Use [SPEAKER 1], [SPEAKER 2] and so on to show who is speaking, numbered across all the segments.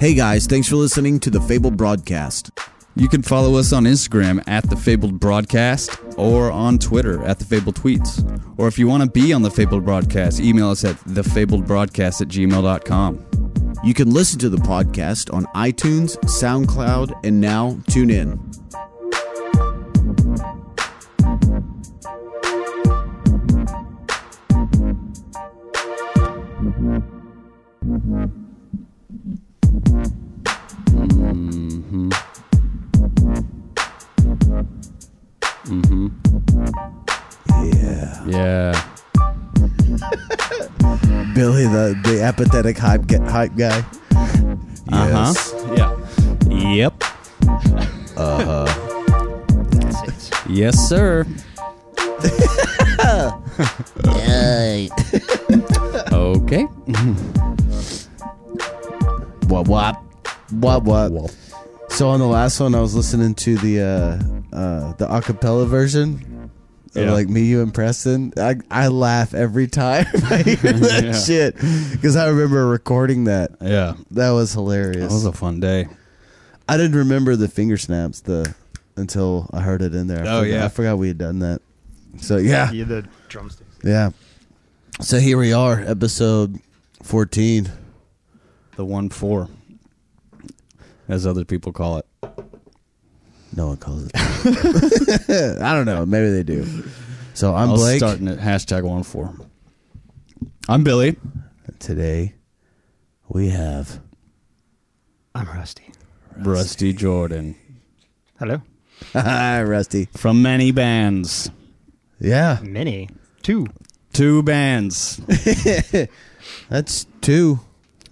[SPEAKER 1] Hey guys, thanks for listening to the Fable Broadcast.
[SPEAKER 2] You can follow us on Instagram at The Fabled Broadcast or on Twitter at The Fabled Tweets. Or if you want to be on The Fabled Broadcast, email us at TheFabledBroadcast at gmail.com.
[SPEAKER 1] You can listen to the podcast on iTunes, SoundCloud, and now tune in. Mm-hmm. Mm-hmm.
[SPEAKER 2] Yeah.
[SPEAKER 1] Billy, the, the apathetic hype, gu- hype guy. Yes.
[SPEAKER 2] Uh-huh. Yeah. Yep. Uh-huh. yes, sir. okay.
[SPEAKER 1] What, what? What, what? So on the last one, I was listening to the uh, uh, the acapella version, of,
[SPEAKER 2] Yeah.
[SPEAKER 1] like me, you, and Preston. I I laugh every time I hear that
[SPEAKER 2] Yeah.
[SPEAKER 1] shit because I remember recording that.
[SPEAKER 2] Yeah.
[SPEAKER 1] That was hilarious.
[SPEAKER 2] That was a fun day.
[SPEAKER 1] I didn't remember the finger snaps the until I heard it in there. I
[SPEAKER 2] Oh,
[SPEAKER 1] forgot,
[SPEAKER 2] yeah.
[SPEAKER 1] I forgot we had done that. So yeah,
[SPEAKER 3] Yeah, the drumsticks.
[SPEAKER 1] yeah. So here we are, episode fourteen.
[SPEAKER 2] The 1 4, as other people call it.
[SPEAKER 1] No one calls it. I don't know. Maybe they do. So I'm
[SPEAKER 2] I'll
[SPEAKER 1] Blake.
[SPEAKER 2] starting at hashtag 1 4. I'm Billy.
[SPEAKER 1] Today we have
[SPEAKER 3] I'm Rusty.
[SPEAKER 2] Rusty. Jordan.
[SPEAKER 3] Hello.
[SPEAKER 1] Hi, Rusty.
[SPEAKER 2] From many bands.
[SPEAKER 1] Yeah,
[SPEAKER 3] Mini. Two.
[SPEAKER 2] Two bands.
[SPEAKER 1] that's two.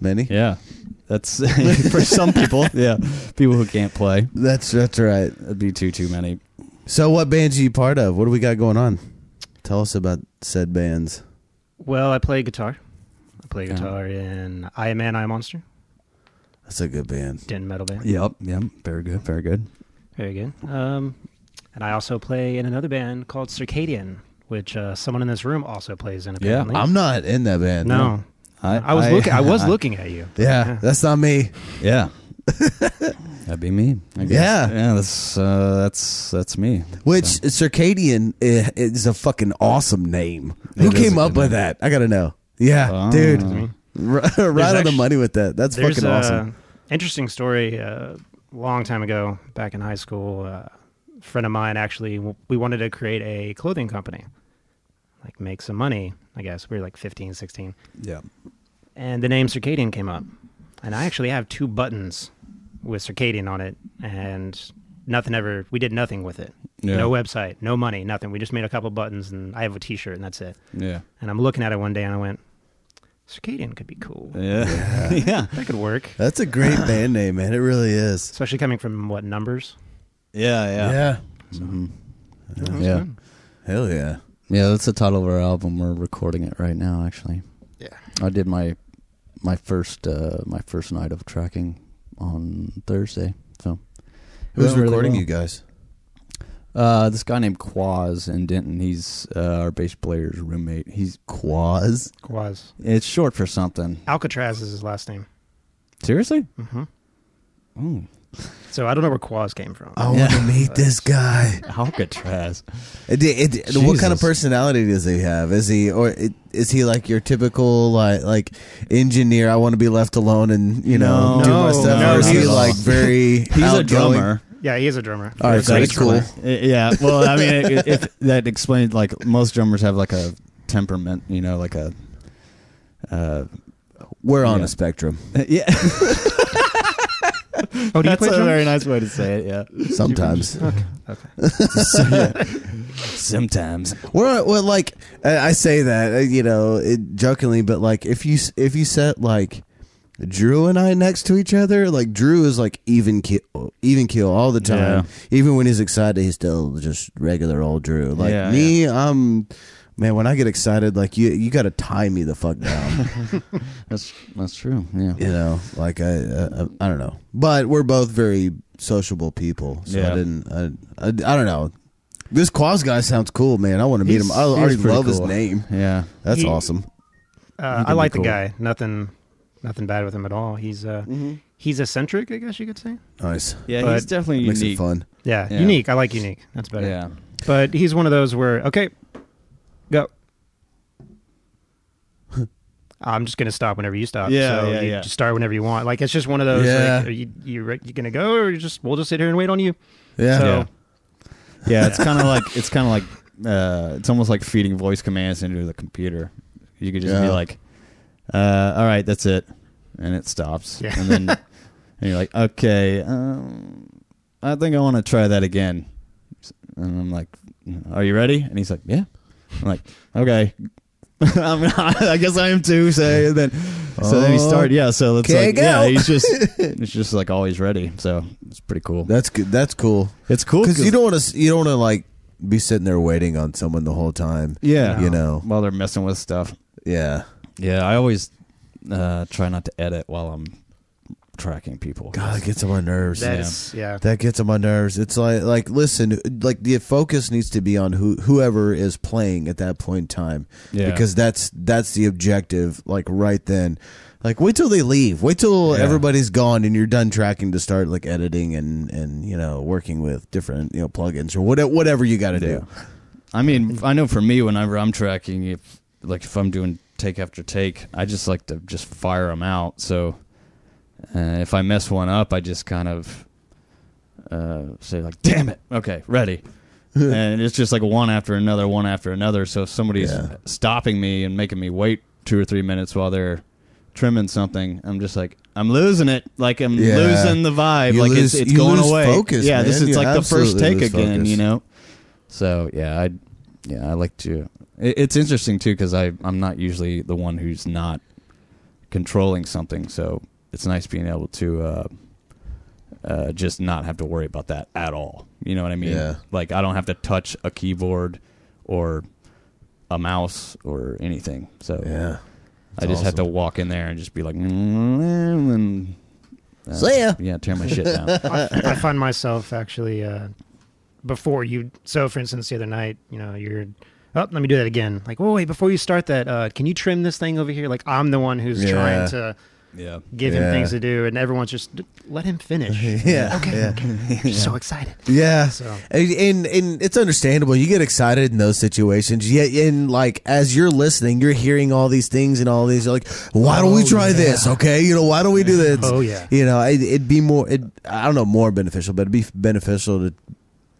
[SPEAKER 1] Many.
[SPEAKER 2] Yeah. That's for some people. Yeah. People who can't play.
[SPEAKER 1] That's that's right.
[SPEAKER 2] That'd be too too many.
[SPEAKER 1] So what bands are you part of? What do we got going on? Tell us about said bands.
[SPEAKER 3] Well, I play guitar. I play
[SPEAKER 2] Yeah.
[SPEAKER 3] guitar in I Am Man, I Am Monster.
[SPEAKER 1] That's a good band.
[SPEAKER 3] Din metal band.
[SPEAKER 2] Yep, yep. Very good, very good.
[SPEAKER 3] Very good. Um, and I also play in another band called Circadian, which uh, someone in this room also plays in.
[SPEAKER 2] Yeah,
[SPEAKER 3] Apparently.
[SPEAKER 1] I'm not in that band.
[SPEAKER 3] No, I was looking. I was looking at you.
[SPEAKER 1] Yeah, that's not me.
[SPEAKER 2] Yeah. That'd be me. I guess.
[SPEAKER 1] Yeah.
[SPEAKER 2] Yeah, that's uh, that's that's me.
[SPEAKER 1] Which circadian i- is a fucking awesome name.
[SPEAKER 2] It
[SPEAKER 1] Who
[SPEAKER 2] is
[SPEAKER 1] came
[SPEAKER 2] a
[SPEAKER 1] up
[SPEAKER 2] good
[SPEAKER 1] with that? I gotta know. Yeah,
[SPEAKER 2] Oh.
[SPEAKER 1] dude,
[SPEAKER 2] Mhm.
[SPEAKER 1] R- right on the
[SPEAKER 3] actu-
[SPEAKER 1] money with that. That's
[SPEAKER 3] There's
[SPEAKER 1] fucking
[SPEAKER 3] a
[SPEAKER 2] uh,
[SPEAKER 1] awesome.
[SPEAKER 3] interesting story. A long time ago, back in high school, uh, a friend of mine actually w- we wanted to create a clothing company, like make some money. I guess we were like 15, 16,
[SPEAKER 2] Yeah.
[SPEAKER 3] and the name Circadian came up. And I actually have two buttons with Circadian on it, and nothing ever. We did nothing with it.
[SPEAKER 2] Yeah.
[SPEAKER 3] No website, no money, nothing. We just made a couple buttons, and I have a T-shirt, and that's it.
[SPEAKER 2] Yeah.
[SPEAKER 3] And I'm looking at it one day, and I went, Circadian could be cool.
[SPEAKER 2] Yeah. Yeah.
[SPEAKER 3] That could work.
[SPEAKER 1] That's a great band name, man. It really is.
[SPEAKER 3] especially coming from what numbers
[SPEAKER 2] Yeah. Yeah. Yeah.
[SPEAKER 1] hell yeah.
[SPEAKER 2] Yeah, that's the title of our album. We're recording it right now actually.
[SPEAKER 3] Yeah.
[SPEAKER 2] I did my my first uh my first night of tracking on Thursday. So
[SPEAKER 1] Who's
[SPEAKER 2] Went really
[SPEAKER 1] recording
[SPEAKER 2] well.
[SPEAKER 1] you guys?
[SPEAKER 2] Uh, this guy named Quaz in Denton. He's uh, our bass player's roommate. He's
[SPEAKER 1] Quaz.
[SPEAKER 3] Quaz.
[SPEAKER 2] it's short for something.
[SPEAKER 3] Alcatraz is his last name.
[SPEAKER 2] Seriously?
[SPEAKER 3] Mhm.
[SPEAKER 2] Mm.
[SPEAKER 3] So I don't know where Quaz came from.
[SPEAKER 1] I
[SPEAKER 2] Yeah.
[SPEAKER 1] want to meet this guy.
[SPEAKER 2] Alcatraz.
[SPEAKER 1] It- it- it- what kind of
[SPEAKER 2] Jesus.
[SPEAKER 1] personality does he have? Is he or it- is he like your typical like like engineer? I want to be left alone and you know
[SPEAKER 2] No.
[SPEAKER 1] do my stuff.
[SPEAKER 3] No,
[SPEAKER 1] or is he
[SPEAKER 3] he's-
[SPEAKER 1] like very?
[SPEAKER 2] He's a
[SPEAKER 1] outgoing?
[SPEAKER 2] drummer.
[SPEAKER 3] Yeah, he is a drummer.
[SPEAKER 1] All right,
[SPEAKER 3] He's a
[SPEAKER 1] that's
[SPEAKER 3] bass
[SPEAKER 1] cool.
[SPEAKER 3] drummer.
[SPEAKER 2] Yeah. Well, I mean, it, it, that explains like most drummers have like a temperament. You know, like a. Uh,
[SPEAKER 1] We're on
[SPEAKER 2] Yeah.
[SPEAKER 1] a spectrum
[SPEAKER 2] yeah,
[SPEAKER 3] Oh, do you
[SPEAKER 2] that's
[SPEAKER 3] play
[SPEAKER 2] a very
[SPEAKER 3] drums?
[SPEAKER 2] nice way to say it. Yeah,
[SPEAKER 1] sometimes.
[SPEAKER 2] sometimes.
[SPEAKER 1] We're on, well, like I I say that uh, you know it, jokingly, but like if you s- if you set like Drew and I next to each other, like Drew is like even kill, even kill all the time. Even when he's excited, he's still just regular old Drew. Like
[SPEAKER 2] Yeah,
[SPEAKER 1] me, I'm man. When I get excited, like you you got to tie me the fuck down.
[SPEAKER 2] That's that's true. Yeah.
[SPEAKER 1] you know, like I, I I don't know, but we're both very sociable people, so
[SPEAKER 2] Yeah.
[SPEAKER 1] I didn't I, I I don't know. This Quaz guy sounds cool, man. I want to meet him.
[SPEAKER 2] He's-
[SPEAKER 1] I
[SPEAKER 2] he's
[SPEAKER 1] already
[SPEAKER 2] pretty
[SPEAKER 1] love his
[SPEAKER 2] cool.
[SPEAKER 1] name.
[SPEAKER 2] Yeah.
[SPEAKER 1] That's
[SPEAKER 3] He-
[SPEAKER 1] awesome.
[SPEAKER 2] He
[SPEAKER 3] Uh, I
[SPEAKER 2] can be
[SPEAKER 3] like
[SPEAKER 2] cool.
[SPEAKER 3] the guy. Nothing, nothing bad with him at all. He's uh,
[SPEAKER 2] Mm-hmm.
[SPEAKER 3] he's eccentric, I guess you could say.
[SPEAKER 1] Nice.
[SPEAKER 2] Yeah,
[SPEAKER 3] But-
[SPEAKER 2] he's definitely
[SPEAKER 1] Makes
[SPEAKER 2] unique.
[SPEAKER 1] it fun.
[SPEAKER 3] Yeah,
[SPEAKER 2] Yeah.
[SPEAKER 3] unique. I like unique. That's better.
[SPEAKER 2] Yeah.
[SPEAKER 3] But he's one of those where okay, go. I'm just gonna stop whenever you stop.
[SPEAKER 2] Yeah,
[SPEAKER 3] so
[SPEAKER 2] yeah,
[SPEAKER 3] you
[SPEAKER 2] yeah.
[SPEAKER 3] Just start whenever you want. Like it's just one of those.
[SPEAKER 1] Yeah.
[SPEAKER 3] Like, are you you re- you gonna go or you just we'll just sit here and wait on you?
[SPEAKER 1] Yeah.
[SPEAKER 3] So
[SPEAKER 2] Yeah. Yeah, it's kind of like it's kind of like uh, it's almost like feeding voice commands into the computer. You could just be
[SPEAKER 1] Yeah.
[SPEAKER 2] like, uh, "All right, that's it," and it stops.
[SPEAKER 3] Yeah.
[SPEAKER 2] And then and you're like, "Okay, um, I think I want to try that again." And I'm like, "Are you ready?" And he's like, "Yeah." I'm like, "Okay." I'm I guess I am too. So and then, so then he start. Yeah. So it's
[SPEAKER 1] Okay,
[SPEAKER 2] like,
[SPEAKER 1] go.
[SPEAKER 2] yeah, he's just, it's just like always ready. So it's pretty cool.
[SPEAKER 1] That's good. That's cool.
[SPEAKER 2] It's cool
[SPEAKER 1] Because you don't want to. You don't want to like be sitting there waiting on someone the whole time.
[SPEAKER 2] yeah,
[SPEAKER 1] You know.
[SPEAKER 2] while they're messing with stuff.
[SPEAKER 1] Yeah.
[SPEAKER 2] Yeah, I always uh, try not to edit while I'm tracking people.
[SPEAKER 1] God, it gets on my nerves.
[SPEAKER 3] that
[SPEAKER 2] Yeah.
[SPEAKER 3] is- yeah.
[SPEAKER 1] That gets on my nerves. It's like like listen, like the focus needs to be on who whoever is playing at that point in time.
[SPEAKER 2] Yeah.
[SPEAKER 1] Because that's that's the objective, like right then. Like wait till they leave. Wait till
[SPEAKER 2] Yeah.
[SPEAKER 1] everybody's gone and you're done tracking to start like editing and and you know, working with different, you know, plugins or whatever whatever you gotta do.
[SPEAKER 2] I mean, I know for me, whenever I'm tracking, if like if I'm doing take after take, I just like to just fire them out. So uh, if I mess one up, I just kind of uh, say like, "Damn it! Okay, ready." and it's just like one after another, one after another. So if somebody's
[SPEAKER 1] Yeah.
[SPEAKER 2] stopping me and making me wait two or three minutes while they're trimming something, I'm just like, I'm losing it. Like I'm
[SPEAKER 1] Yeah.
[SPEAKER 2] losing the vibe.
[SPEAKER 1] You
[SPEAKER 2] like
[SPEAKER 1] lose-
[SPEAKER 2] it's it's
[SPEAKER 1] you
[SPEAKER 2] going
[SPEAKER 1] lose
[SPEAKER 2] away.
[SPEAKER 1] focus,
[SPEAKER 2] yeah, this
[SPEAKER 1] man.
[SPEAKER 2] is
[SPEAKER 1] You
[SPEAKER 2] like the first
[SPEAKER 1] absolutely
[SPEAKER 2] take
[SPEAKER 1] lose
[SPEAKER 2] again.
[SPEAKER 1] focus.
[SPEAKER 2] You know. So yeah, I yeah I like to. It, it's interesting too because I I'm not usually the one who's not controlling something. So it's nice being able to. Uh, uh, just not have to worry about that at all. You know what I mean?
[SPEAKER 1] Yeah.
[SPEAKER 2] Like I don't have to touch a keyboard or a mouse or anything. So
[SPEAKER 1] Yeah.
[SPEAKER 2] I just have to walk in there and just be like, "Mm," and uh,
[SPEAKER 1] See ya.
[SPEAKER 2] Yeah, tear my shit down.
[SPEAKER 3] I, I find myself actually uh, before you. So, for instance, the other night, you know, you're. Oh, let me do that again. Like, oh wait, before you start that, uh, can you trim this thing over here? Like, I'm the one who's
[SPEAKER 1] Yeah.
[SPEAKER 3] trying to
[SPEAKER 2] yeah.
[SPEAKER 3] give
[SPEAKER 1] Yeah.
[SPEAKER 3] him things to do, and everyone's just "D- let him finish.
[SPEAKER 1] Yeah,
[SPEAKER 3] Okay.
[SPEAKER 1] yeah.
[SPEAKER 3] okay. She's so excited.
[SPEAKER 1] Yeah,
[SPEAKER 3] So-
[SPEAKER 1] and, and and it's understandable. You get excited in those situations. Yet, and like as you're listening, you're hearing all these things and all these. You're like, why don't we
[SPEAKER 3] Oh,
[SPEAKER 1] try
[SPEAKER 3] yeah.
[SPEAKER 1] this? Okay, you know, why don't we do this?
[SPEAKER 3] Oh, yeah.
[SPEAKER 1] you know, it, it'd be more. It, I don't know, more beneficial, but it'd be beneficial to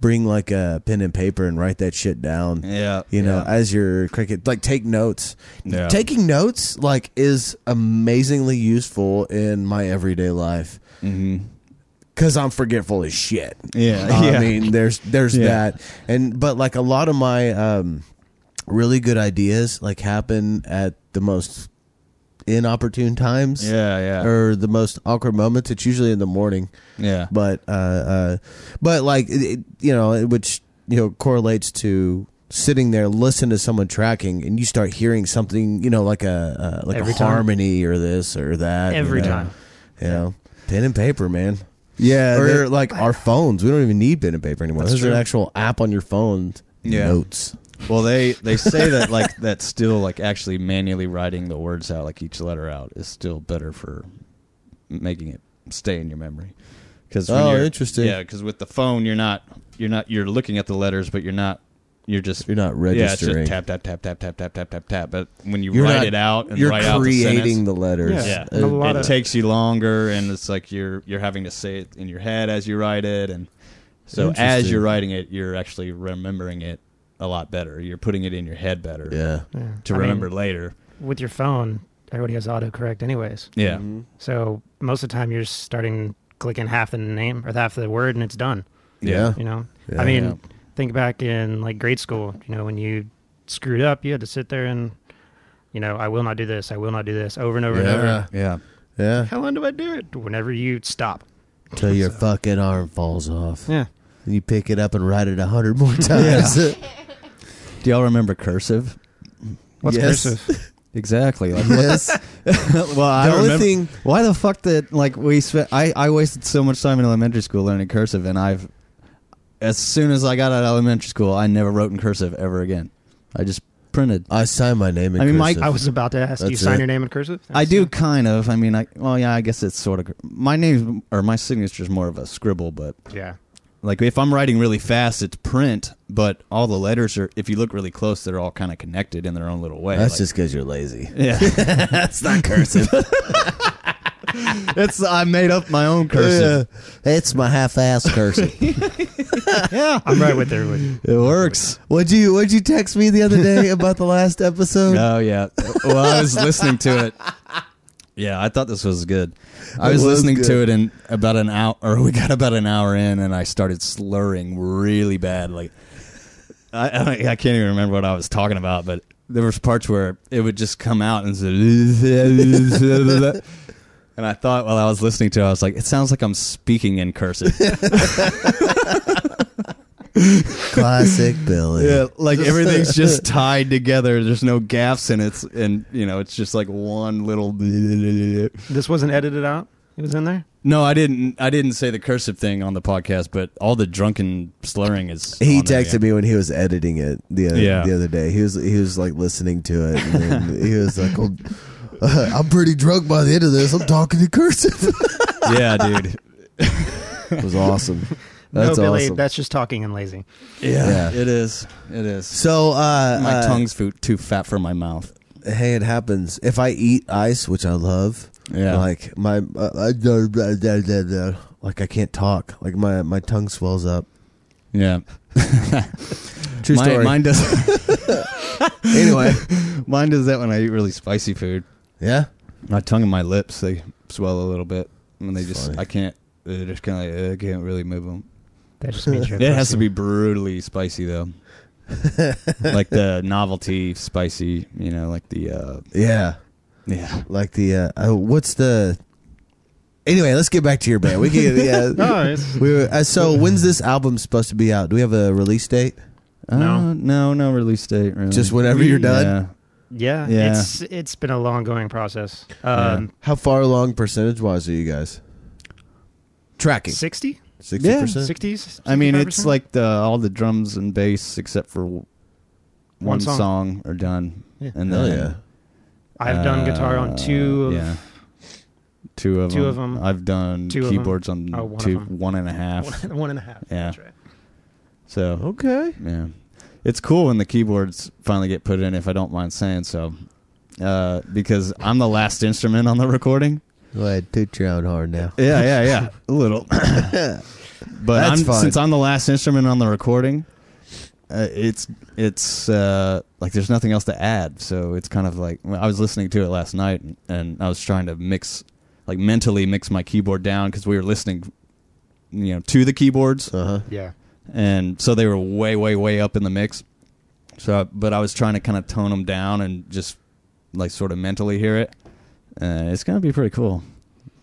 [SPEAKER 1] bring like a pen and paper and write that shit down.
[SPEAKER 2] Yeah.
[SPEAKER 1] You know,
[SPEAKER 2] Yeah.
[SPEAKER 1] as your cricket, like take notes.
[SPEAKER 2] Yeah.
[SPEAKER 1] Taking notes, like, is amazingly useful in my everyday life
[SPEAKER 2] hmm
[SPEAKER 1] because I'm forgetful as shit.
[SPEAKER 2] Yeah,
[SPEAKER 1] I
[SPEAKER 2] yeah.
[SPEAKER 1] mean, there's there's
[SPEAKER 2] Yeah.
[SPEAKER 1] that, and but like a lot of my um, really good ideas like happen at the most inopportune times.
[SPEAKER 2] Yeah. Yeah.
[SPEAKER 1] Or the most awkward moments. It's usually in the morning,
[SPEAKER 2] yeah.
[SPEAKER 1] but uh, uh, but like it, it, you know, it- which you know correlates to sitting there listening to someone tracking, and you start hearing something, you know, like a uh, like
[SPEAKER 3] Every
[SPEAKER 1] a
[SPEAKER 3] time.
[SPEAKER 1] harmony or this or that. you
[SPEAKER 3] Every
[SPEAKER 1] know?
[SPEAKER 3] time.
[SPEAKER 1] you know, pen and paper, man
[SPEAKER 2] yeah.
[SPEAKER 1] or
[SPEAKER 2] that-
[SPEAKER 1] like our phones. We don't even need pen and paper anymore.
[SPEAKER 2] That's
[SPEAKER 1] There's an
[SPEAKER 2] true.
[SPEAKER 1] actual app on your phone.
[SPEAKER 2] Yeah.
[SPEAKER 1] Notes.
[SPEAKER 2] well, they they say that like that still like actually manually writing the words out like each letter out is still better for making it stay in your memory. Cause when
[SPEAKER 1] Oh,
[SPEAKER 2] you're-
[SPEAKER 1] interesting.
[SPEAKER 2] Yeah, because with the phone, you're not you're not you're looking at the letters, but you're not you're just
[SPEAKER 1] You're not
[SPEAKER 2] Yeah, it's
[SPEAKER 1] registering.
[SPEAKER 2] just tap tap tap tap tap tap tap tap tap. But when you
[SPEAKER 1] You're
[SPEAKER 2] write
[SPEAKER 1] not-
[SPEAKER 2] it out and
[SPEAKER 1] you're
[SPEAKER 2] write out the
[SPEAKER 1] creating
[SPEAKER 2] sentence,
[SPEAKER 1] the letters.
[SPEAKER 3] Yeah.
[SPEAKER 1] Uh,
[SPEAKER 3] And a lot
[SPEAKER 2] it
[SPEAKER 3] of-
[SPEAKER 2] takes you longer, and it's like you're you're having to say it in your head as you write it, and so as
[SPEAKER 1] Interesting.
[SPEAKER 2] you're writing it, you're actually remembering it a lot better. You're putting it in your head better
[SPEAKER 1] yeah.
[SPEAKER 3] Yeah.
[SPEAKER 2] to
[SPEAKER 3] I mean,
[SPEAKER 2] remember later.
[SPEAKER 3] with your phone, everybody has autocorrect, anyways.
[SPEAKER 2] Yeah,
[SPEAKER 3] So most of the time, you're starting clicking half the name or half the word, and it's done.
[SPEAKER 1] Yeah.
[SPEAKER 3] You know,
[SPEAKER 1] Yeah.
[SPEAKER 3] I mean,
[SPEAKER 2] Yeah.
[SPEAKER 3] think back in like grade school. You know, when you screwed up, you had to sit there and, you know, I will not do this. I will not do this over and over and
[SPEAKER 1] Yeah.
[SPEAKER 3] over.
[SPEAKER 2] yeah,
[SPEAKER 1] Yeah.
[SPEAKER 3] How long do I do it? Whenever you stop.
[SPEAKER 1] Till your fucking arm falls off.
[SPEAKER 3] Yeah.
[SPEAKER 1] And you pick it up and write it a hundred more times.
[SPEAKER 2] Do y'all remember cursive?
[SPEAKER 3] What's
[SPEAKER 1] Yes.
[SPEAKER 3] cursive?
[SPEAKER 2] Exactly. Like, what
[SPEAKER 1] Yes.
[SPEAKER 2] well, I
[SPEAKER 1] The only
[SPEAKER 2] remember.
[SPEAKER 1] thing-
[SPEAKER 2] why the fuck that like we spent? I I wasted so much time in elementary school learning cursive, and I've as soon as I got out of elementary school, I never wrote in cursive ever again. I just printed.
[SPEAKER 1] I sign my name in
[SPEAKER 2] I mean, Mike,
[SPEAKER 1] cursive.
[SPEAKER 3] I was about to ask. do you
[SPEAKER 1] That's
[SPEAKER 3] sign
[SPEAKER 1] it.
[SPEAKER 3] your name in cursive?
[SPEAKER 2] I do kind of. I mean, I well, yeah, I guess it's sort of my name or my signature is more of a scribble, but
[SPEAKER 3] Yeah.
[SPEAKER 2] like if I'm writing really fast, it's print. But all the letters are, if you look really close, they're all kind of connected in their own little way.
[SPEAKER 1] That's
[SPEAKER 2] Like-
[SPEAKER 1] just because you're lazy.
[SPEAKER 2] yeah.
[SPEAKER 1] That's not cursive.
[SPEAKER 2] it's I made up my own cursive.
[SPEAKER 1] Yeah. It's my half-ass cursive.
[SPEAKER 2] Yeah,
[SPEAKER 3] I'm right with there with you.
[SPEAKER 2] it works.
[SPEAKER 1] what'd you What'd you text me the other day about the last episode?
[SPEAKER 2] Oh yeah. Well, I was listening to it. Yeah, I thought this was good. I
[SPEAKER 1] It
[SPEAKER 2] was,
[SPEAKER 1] was
[SPEAKER 2] listening to
[SPEAKER 1] good.
[SPEAKER 2] it in about an hour, or we got about an hour in, and I started slurring really bad. Like, I I, don't- I can't even remember what I was talking about, but there was parts where it would just come out and. say- And I thought while I was listening to it, I was like, it sounds like I'm speaking in cursive.
[SPEAKER 1] Classic Billy.
[SPEAKER 2] Yeah, like everything's just tied together. There's no gaps in it, and you know it's just like one little.
[SPEAKER 3] This wasn't edited out. It was in there.
[SPEAKER 2] No, I didn't. I didn't say the cursive thing on the podcast, but all the drunken slurring is.
[SPEAKER 1] He
[SPEAKER 2] on there,
[SPEAKER 1] texted me when he was editing it the other,
[SPEAKER 2] Yeah.
[SPEAKER 1] the other day. He was he was like listening to it. And then he was like, "Oh, uh, "I'm pretty drunk by the end of this. I'm talking to cursive."
[SPEAKER 2] Yeah, yeah dude.
[SPEAKER 1] it was awesome. That's
[SPEAKER 3] no, Billy,
[SPEAKER 1] awesome.
[SPEAKER 3] that's just talking and lazy.
[SPEAKER 1] Yeah.
[SPEAKER 2] it is. It is.
[SPEAKER 1] so uh,
[SPEAKER 2] My
[SPEAKER 1] uh,
[SPEAKER 2] tongue's food, too fat for my mouth.
[SPEAKER 1] Hey, it happens. If I eat ice, which I love,
[SPEAKER 2] Yeah.
[SPEAKER 1] like my uh, uh, da- da- da- da- da. like I can't talk. Like my my tongue swells up.
[SPEAKER 2] Yeah,
[SPEAKER 1] True
[SPEAKER 2] Mine-
[SPEAKER 1] story.
[SPEAKER 2] Mine does.
[SPEAKER 1] anyway,
[SPEAKER 2] mine does that when I eat really spicy food.
[SPEAKER 1] yeah.
[SPEAKER 2] My tongue and my lips they swell a little bit, and they just
[SPEAKER 1] Funny.
[SPEAKER 2] I can't. They're just kind of like, uh, I can't really move them.
[SPEAKER 3] That just means you're. a
[SPEAKER 2] It has to be
[SPEAKER 3] pussy.
[SPEAKER 2] brutally spicy though. like the novelty spicy, you know, like the uh
[SPEAKER 1] Yeah.
[SPEAKER 2] yeah.
[SPEAKER 1] Like the uh, uh what's the Anyway, let's get back to your band. We can yeah.
[SPEAKER 3] No, it's,
[SPEAKER 1] we were, uh, so when's this album supposed to be out? Do we have a release date?
[SPEAKER 2] Uh,
[SPEAKER 3] No.
[SPEAKER 2] no, no release date really.
[SPEAKER 1] Just whenever you're done?
[SPEAKER 2] Yeah.
[SPEAKER 3] yeah,
[SPEAKER 2] Yeah.
[SPEAKER 3] It's it's been a long going process. Um,
[SPEAKER 1] How far along percentage wise are you guys? Tracking.
[SPEAKER 3] 60?
[SPEAKER 1] Sixty
[SPEAKER 2] Yeah.
[SPEAKER 1] percent?
[SPEAKER 3] 60s?
[SPEAKER 2] I mean, it's
[SPEAKER 3] 65%?
[SPEAKER 2] like the all the drums and bass except for one,
[SPEAKER 3] One
[SPEAKER 2] song.
[SPEAKER 3] song.
[SPEAKER 2] are done.
[SPEAKER 3] Yeah.
[SPEAKER 2] And
[SPEAKER 1] Hell
[SPEAKER 2] then
[SPEAKER 1] yeah.
[SPEAKER 3] I've done guitar on
[SPEAKER 2] uh,
[SPEAKER 3] two of
[SPEAKER 2] yeah. Two of
[SPEAKER 3] two
[SPEAKER 2] them.
[SPEAKER 3] of 'em.
[SPEAKER 2] I've done
[SPEAKER 3] Two of 'em.
[SPEAKER 2] keyboards on two
[SPEAKER 3] Oh, one of 'em.
[SPEAKER 2] one and a half.
[SPEAKER 3] one, one and a half.
[SPEAKER 2] Yeah.
[SPEAKER 3] That's right.
[SPEAKER 2] So
[SPEAKER 1] Okay.
[SPEAKER 2] Yeah. It's cool when the keyboards finally get put in, if I don't mind saying so. Uh, because I'm the last instrument on the recording.
[SPEAKER 1] Go ahead, toot your own horn now.
[SPEAKER 2] Yeah, yeah, yeah. A little. but
[SPEAKER 1] That's
[SPEAKER 2] I'm,
[SPEAKER 1] fine.
[SPEAKER 2] since I'm the last instrument on the recording, uh, it's it's uh, like there's nothing else to add. So it's kind of like well, I was listening to it last night, and, and I was trying to mix, like mentally mix my keyboard down because we were listening, you know, to the keyboards
[SPEAKER 1] Uh huh.
[SPEAKER 3] Yeah.
[SPEAKER 2] and so they were way way way up in the mix so but i was trying to kind of tone them down and just like sort of mentally hear it uh, it's gonna be pretty cool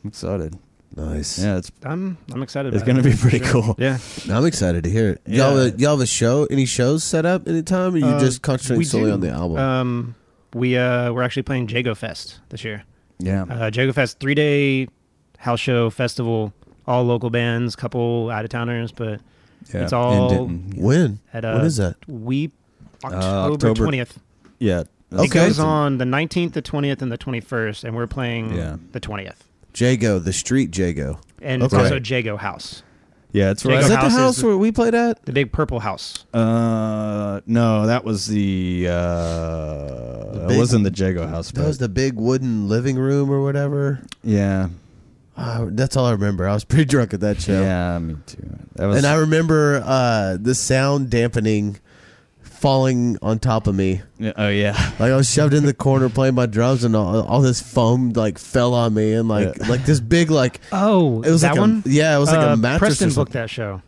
[SPEAKER 2] i'm excited
[SPEAKER 1] Nice.
[SPEAKER 2] yeah it's
[SPEAKER 3] I'm I'm excited.
[SPEAKER 2] it's
[SPEAKER 3] about
[SPEAKER 2] gonna be
[SPEAKER 3] it, for
[SPEAKER 2] pretty
[SPEAKER 3] sure.
[SPEAKER 2] cool
[SPEAKER 3] Yeah.
[SPEAKER 1] I'm excited to hear it. Y'all
[SPEAKER 2] Yeah.
[SPEAKER 1] y'all have a show? Any shows set up anytime? Or you
[SPEAKER 3] Uh,
[SPEAKER 1] just concentrating
[SPEAKER 3] we
[SPEAKER 1] solely
[SPEAKER 3] do.
[SPEAKER 1] on the album?
[SPEAKER 3] Um, we uh we're actually playing Jago Fest this year.
[SPEAKER 2] yeah
[SPEAKER 3] Uh, Jago Fest three day house show festival, all local bands, couple out of towners, but
[SPEAKER 2] yeah
[SPEAKER 3] it's all-
[SPEAKER 2] And didn't-
[SPEAKER 1] when?
[SPEAKER 3] at uh,
[SPEAKER 1] What is that? Uh,
[SPEAKER 3] We October
[SPEAKER 2] October.
[SPEAKER 3] twentieth.
[SPEAKER 2] yeah
[SPEAKER 1] Okay.
[SPEAKER 3] It goes on the nineteenth, the twentieth, and the twenty first, and we're playing
[SPEAKER 2] Yeah.
[SPEAKER 3] the twentieth.
[SPEAKER 1] Jago, the street Jago.
[SPEAKER 3] And it's
[SPEAKER 1] Okay.
[SPEAKER 3] also Jago House,
[SPEAKER 2] yeah it's
[SPEAKER 3] Jago
[SPEAKER 2] right
[SPEAKER 1] Is that the
[SPEAKER 3] House is-
[SPEAKER 1] house where we played at?
[SPEAKER 3] the big purple house.
[SPEAKER 2] uh no that was the uh
[SPEAKER 1] big-
[SPEAKER 2] it wasn't the jago house but
[SPEAKER 1] That was the big wooden living room or whatever.
[SPEAKER 2] yeah
[SPEAKER 1] Ah, that's all I remember. I was pretty drunk at that show.
[SPEAKER 2] yeah me too that was
[SPEAKER 1] And I remember uh, the sound dampening falling on top of me.
[SPEAKER 2] yeah, oh yeah
[SPEAKER 1] Like I was shoved in the corner playing my drums and all, all this foam like fell on me and like
[SPEAKER 2] Yeah.
[SPEAKER 1] like this big like
[SPEAKER 3] Oh,
[SPEAKER 1] it was
[SPEAKER 3] that
[SPEAKER 1] like
[SPEAKER 3] one.
[SPEAKER 1] A, yeah, it was like
[SPEAKER 3] Uh,
[SPEAKER 1] a mattress.
[SPEAKER 3] Preston
[SPEAKER 1] or
[SPEAKER 3] booked
[SPEAKER 1] something.
[SPEAKER 3] that show.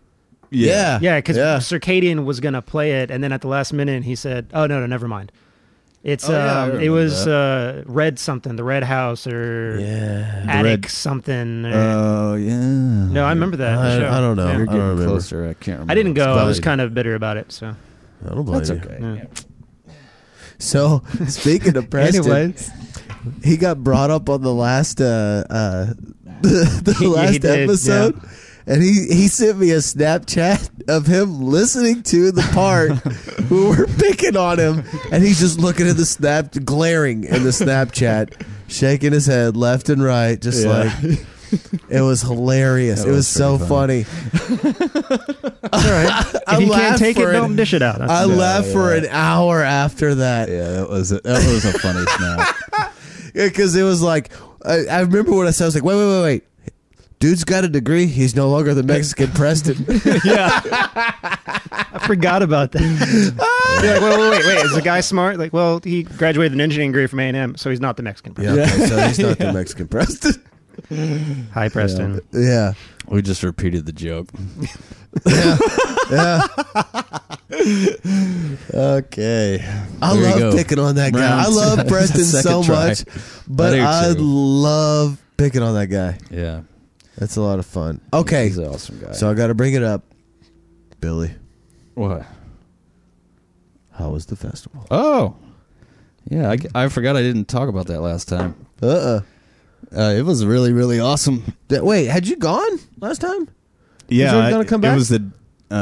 [SPEAKER 1] Yeah.
[SPEAKER 3] Yeah, because
[SPEAKER 1] yeah.
[SPEAKER 3] Circadian was gonna play it, and then at the last minute he said, "Oh no, no, never mind." It's
[SPEAKER 2] Oh, yeah, I
[SPEAKER 3] um, it
[SPEAKER 2] remember
[SPEAKER 3] was uh, Red something, the Red House or
[SPEAKER 1] Yeah. Uh,
[SPEAKER 2] Red-
[SPEAKER 3] Attic something. or-
[SPEAKER 2] oh yeah
[SPEAKER 3] no, I remember that.
[SPEAKER 1] I-
[SPEAKER 3] show.
[SPEAKER 1] I don't know.
[SPEAKER 3] Yeah.
[SPEAKER 2] You're
[SPEAKER 1] I don't
[SPEAKER 2] getting
[SPEAKER 1] remember.
[SPEAKER 2] closer. I can't remember.
[SPEAKER 3] I didn't go. I was
[SPEAKER 1] probably-
[SPEAKER 3] kind of bitter about it. So
[SPEAKER 1] I don't blame
[SPEAKER 2] That's
[SPEAKER 1] you.
[SPEAKER 2] okay.
[SPEAKER 3] yeah.
[SPEAKER 1] So speaking of Preston,
[SPEAKER 2] Anyways.
[SPEAKER 1] he got brought up on the last uh, uh, the, the
[SPEAKER 3] Yeah, he
[SPEAKER 1] last
[SPEAKER 3] did,
[SPEAKER 1] episode, and he he sent me a Snapchat of him listening to the part who were picking on him, and he's just looking at the snap, glaring in the Snapchat, shaking his head left and right, just
[SPEAKER 2] Yeah.
[SPEAKER 1] like it was hilarious.
[SPEAKER 2] That
[SPEAKER 1] it was,
[SPEAKER 2] was
[SPEAKER 1] so
[SPEAKER 2] pretty
[SPEAKER 1] funny.
[SPEAKER 3] All right.
[SPEAKER 1] I
[SPEAKER 3] if you can't
[SPEAKER 1] laughed
[SPEAKER 3] take it,
[SPEAKER 1] for
[SPEAKER 3] don't
[SPEAKER 1] an-
[SPEAKER 3] dish it out. That's
[SPEAKER 1] I
[SPEAKER 3] fine.
[SPEAKER 1] laughed for an hour after that.
[SPEAKER 2] Yeah, that was a, that was a funny snap.
[SPEAKER 1] because it was like I, I remember what I said. I was like, wait, wait, wait, wait. Dude's got a degree. He's no longer the Mexican Preston.
[SPEAKER 3] I forgot about that. You're like, wait, wait, wait, wait. Is the guy smart? Like, well, he graduated with an engineering degree from A and M, so he's not the Mexican. Preston.
[SPEAKER 1] okay, so he's not the Mexican Preston.
[SPEAKER 3] Hi, Preston.
[SPEAKER 1] Yeah,
[SPEAKER 2] We just repeated the joke.
[SPEAKER 1] yeah.
[SPEAKER 2] Okay.
[SPEAKER 1] I
[SPEAKER 2] There you
[SPEAKER 1] love
[SPEAKER 2] go.
[SPEAKER 1] picking on that guy.
[SPEAKER 2] Round
[SPEAKER 1] I love
[SPEAKER 2] two.
[SPEAKER 1] Preston so
[SPEAKER 2] Second try.
[SPEAKER 1] much, but
[SPEAKER 2] I do
[SPEAKER 1] I,
[SPEAKER 2] too.
[SPEAKER 1] love picking on that guy.
[SPEAKER 2] Yeah.
[SPEAKER 1] That's a lot of fun. Okay,
[SPEAKER 2] He's an awesome guy.
[SPEAKER 1] so I got to bring it up, Billy.
[SPEAKER 2] what?
[SPEAKER 1] How was the festival?
[SPEAKER 2] Oh. Yeah, I, I forgot I didn't talk about that last time.
[SPEAKER 1] Uh uh
[SPEAKER 2] Uh, it was really, really awesome.
[SPEAKER 1] Wait, had you gone last time?
[SPEAKER 2] Yeah,
[SPEAKER 1] Is it
[SPEAKER 2] I-
[SPEAKER 1] gonna come
[SPEAKER 2] It
[SPEAKER 1] back?
[SPEAKER 2] was the. Uh,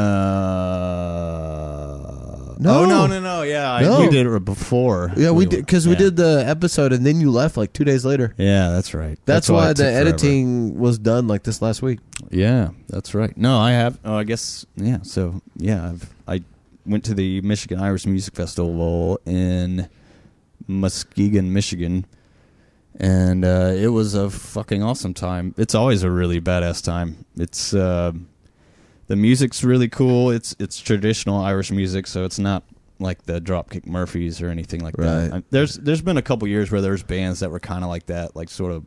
[SPEAKER 1] No.
[SPEAKER 2] Oh no no no! Yeah, I-
[SPEAKER 1] No.
[SPEAKER 2] we did it before.
[SPEAKER 1] Yeah, we did because we
[SPEAKER 2] yeah.
[SPEAKER 1] did the episode and then you left like two days later.
[SPEAKER 2] Yeah, that's right.
[SPEAKER 1] That's,
[SPEAKER 2] why
[SPEAKER 1] why
[SPEAKER 2] it
[SPEAKER 1] the
[SPEAKER 2] took forever.
[SPEAKER 1] editing was done like this last week.
[SPEAKER 2] Yeah, that's right. No, I have. Oh, I guess. Yeah. So yeah, I've I went to the Michigan Irish Music Festival in Muskegon, Michigan, and uh, it was a fucking awesome time. It's always a really badass time. It's uh, the music's really cool. It's it's traditional Irish music, so it's not like the Dropkick Murphys or anything like that.
[SPEAKER 1] Right.
[SPEAKER 2] I- There's there's been a couple years where there's bands that were kind of like that, like sort of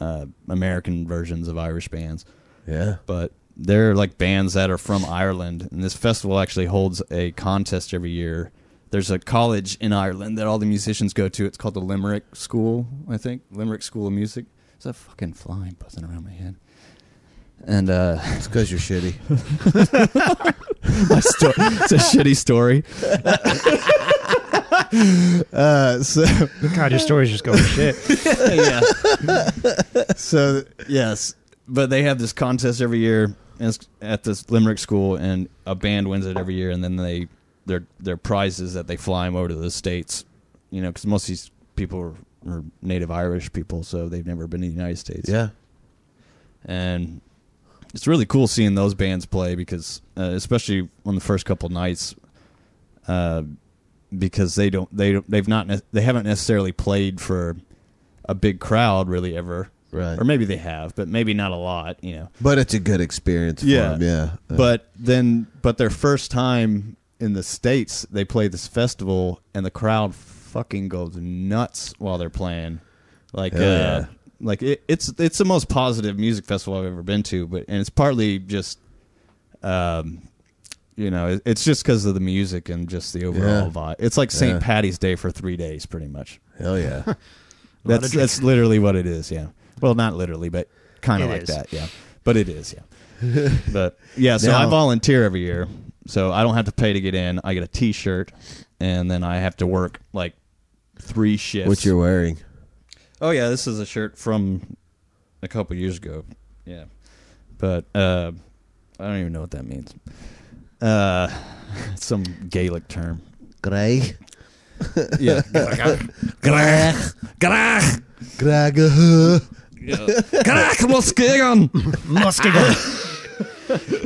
[SPEAKER 2] uh, American versions of Irish bands
[SPEAKER 1] Yeah.
[SPEAKER 2] but they're like bands that are from Ireland, and this festival actually holds a contest every year. There's a college in Ireland that all the musicians go to. It's called the Limerick School, I think. Limerick School of Music. Is that fucking flying buzzing around my head? And uh,
[SPEAKER 1] It's because you're shitty.
[SPEAKER 2] my sto- it's a shitty story. uh, so
[SPEAKER 3] God, your story's just going to shit.
[SPEAKER 2] yeah. so yes, but they have this contest every year and it's at this Limerick school, and a band wins it every year, and then they their their prizes that they fly them over to the states, you know, because most of these people are, are native Irish people, so they've never been to the United States
[SPEAKER 1] yeah.
[SPEAKER 2] and it's really cool seeing those bands play because uh, especially on the first couple nights uh, because they don't they don't, they've not ne- they haven't necessarily played for a big crowd really ever
[SPEAKER 1] Right.
[SPEAKER 2] or maybe they have but maybe not a lot you know
[SPEAKER 1] But it's a good experience for
[SPEAKER 2] Yeah.
[SPEAKER 1] him. Yeah. Uh,
[SPEAKER 2] but then but their first time in the states they play this festival and the crowd fucking goes nuts while they're playing like uh
[SPEAKER 1] Hell yeah.
[SPEAKER 2] like it, it's it's the most positive music festival i've ever been to but and it's partly just um you know it, it's just because of the music and just the overall
[SPEAKER 1] Yeah.
[SPEAKER 2] vibe it's like st
[SPEAKER 1] Yeah.
[SPEAKER 2] patty's day for three days pretty much
[SPEAKER 1] hell yeah.
[SPEAKER 3] A lot of
[SPEAKER 2] that's
[SPEAKER 3] drinking.
[SPEAKER 2] that's literally what it is. Yeah. Well, not literally, but kind
[SPEAKER 3] It
[SPEAKER 2] of like
[SPEAKER 3] is.
[SPEAKER 2] that. Yeah. But it is. Yeah. but yeah. So I
[SPEAKER 1] Now-
[SPEAKER 2] volunteer every year, so I don't have to pay to get in. I get a T-shirt, and then I have to work like three shifts.
[SPEAKER 1] what you're wearing.
[SPEAKER 2] Oh yeah, this is a shirt from a couple years ago. Yeah, but uh, I don't even know what that means. Uh, some Gaelic term.
[SPEAKER 1] Greg.
[SPEAKER 2] Yeah.
[SPEAKER 1] Greg.
[SPEAKER 2] Grach,
[SPEAKER 1] Greg. uh,
[SPEAKER 2] grach, Muskegon. Muskegon.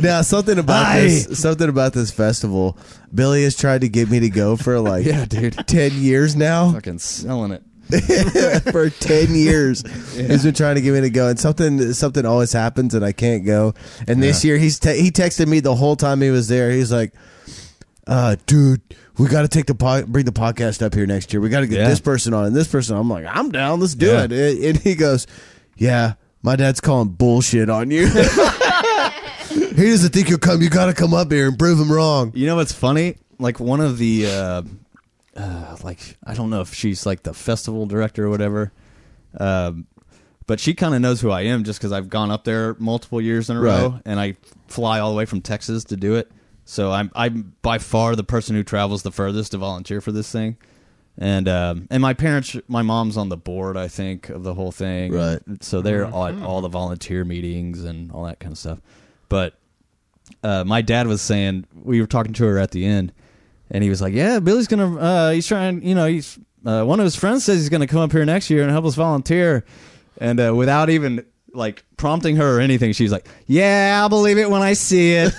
[SPEAKER 1] Now something about
[SPEAKER 2] Aye.
[SPEAKER 1] this something about this festival. Billy has tried to get me to go for like
[SPEAKER 2] Yeah, dude.
[SPEAKER 1] ten years now.
[SPEAKER 2] Fucking selling it.
[SPEAKER 1] for ten years. He's been trying to get me to go, and something something always happens, and I can't go. And this year, he's te- he texted me the whole time he was there. He's like, uh, "Dude, we got to take the po- bring the podcast up here next year. We got to get
[SPEAKER 2] Yeah.
[SPEAKER 1] this person on and this person." I'm like, "I'm down. Let's do
[SPEAKER 2] Yeah.
[SPEAKER 1] it." And, and he goes, "Yeah." My dad's calling bullshit on you. he doesn't think you'll come. You got to come up here and prove him wrong.
[SPEAKER 2] You know what's funny? Like one of the, uh, uh, like I don't know if she's like the festival director or whatever, um, but she kind of knows who I am just because I've gone up there multiple years in a row,
[SPEAKER 1] Right.
[SPEAKER 2] and I fly all the way from Texas to do it. So I'm I'm by far the person who travels the furthest to volunteer for this thing, and um, and my parents, my mom's on the board, I think, of the whole thing,
[SPEAKER 1] Right. Mm-hmm.
[SPEAKER 2] So they're all at all the volunteer meetings and all that kind of stuff. But uh, my dad was saying we were talking to her at the end, and he was like, "Yeah, Billy's gonna. Uh, he's trying. You know, he's uh, one of his friends says he's gonna come up here next year and help us volunteer." And uh, without even like prompting her or anything, she's like, "Yeah, I'll believe it when I see it."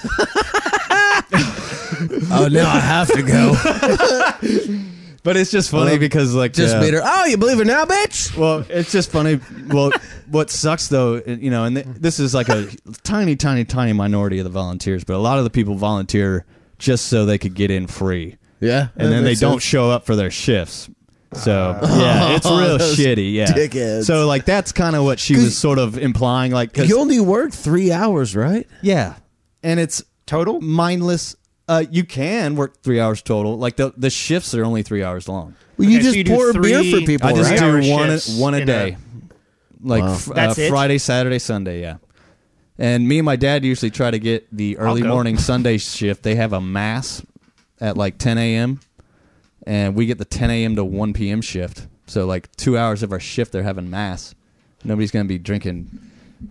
[SPEAKER 1] Oh, now I have to go.
[SPEAKER 2] but it's just funny
[SPEAKER 1] Well,
[SPEAKER 2] because like
[SPEAKER 1] Just
[SPEAKER 2] yeah.
[SPEAKER 1] beat her. Oh, you believe her now, bitch?
[SPEAKER 2] well, it's just funny. Well, what sucks though, you know, and th- this is like a tiny, tiny, tiny minority of the volunteers, but a lot of the people volunteer just so they could get in free,
[SPEAKER 1] Yeah.
[SPEAKER 2] and then they don't show up for their shifts. So yeah, it's real
[SPEAKER 1] Ah. Those
[SPEAKER 2] shitty. Yeah,
[SPEAKER 1] dickheads.
[SPEAKER 2] so like that's kind of what she
[SPEAKER 1] 'Cause-
[SPEAKER 2] was sort of implying, like 'cause-
[SPEAKER 1] You only work three hours, right?
[SPEAKER 2] yeah, and it's
[SPEAKER 3] Total?
[SPEAKER 2] mindless. Uh, you can work three hours total. Like the the shifts are only three hours long.
[SPEAKER 1] Well, you
[SPEAKER 3] Okay, so
[SPEAKER 1] just
[SPEAKER 3] you do
[SPEAKER 1] pour beer
[SPEAKER 3] three-
[SPEAKER 1] for people.
[SPEAKER 2] I just
[SPEAKER 1] right?
[SPEAKER 3] Four-hour
[SPEAKER 2] do one a,
[SPEAKER 3] shifts
[SPEAKER 2] one a
[SPEAKER 3] in
[SPEAKER 2] day, like
[SPEAKER 1] Wow.
[SPEAKER 2] f- uh,
[SPEAKER 3] That's it?
[SPEAKER 2] Friday, Saturday, Sunday. Yeah, and me and my dad usually try to get the early
[SPEAKER 3] go.
[SPEAKER 2] morning Sunday shift. They have a mass at like 10 a.m. and we get the 10 a.m. to 1 p.m. shift. So like two hours of our shift, they're having mass. Nobody's gonna be drinking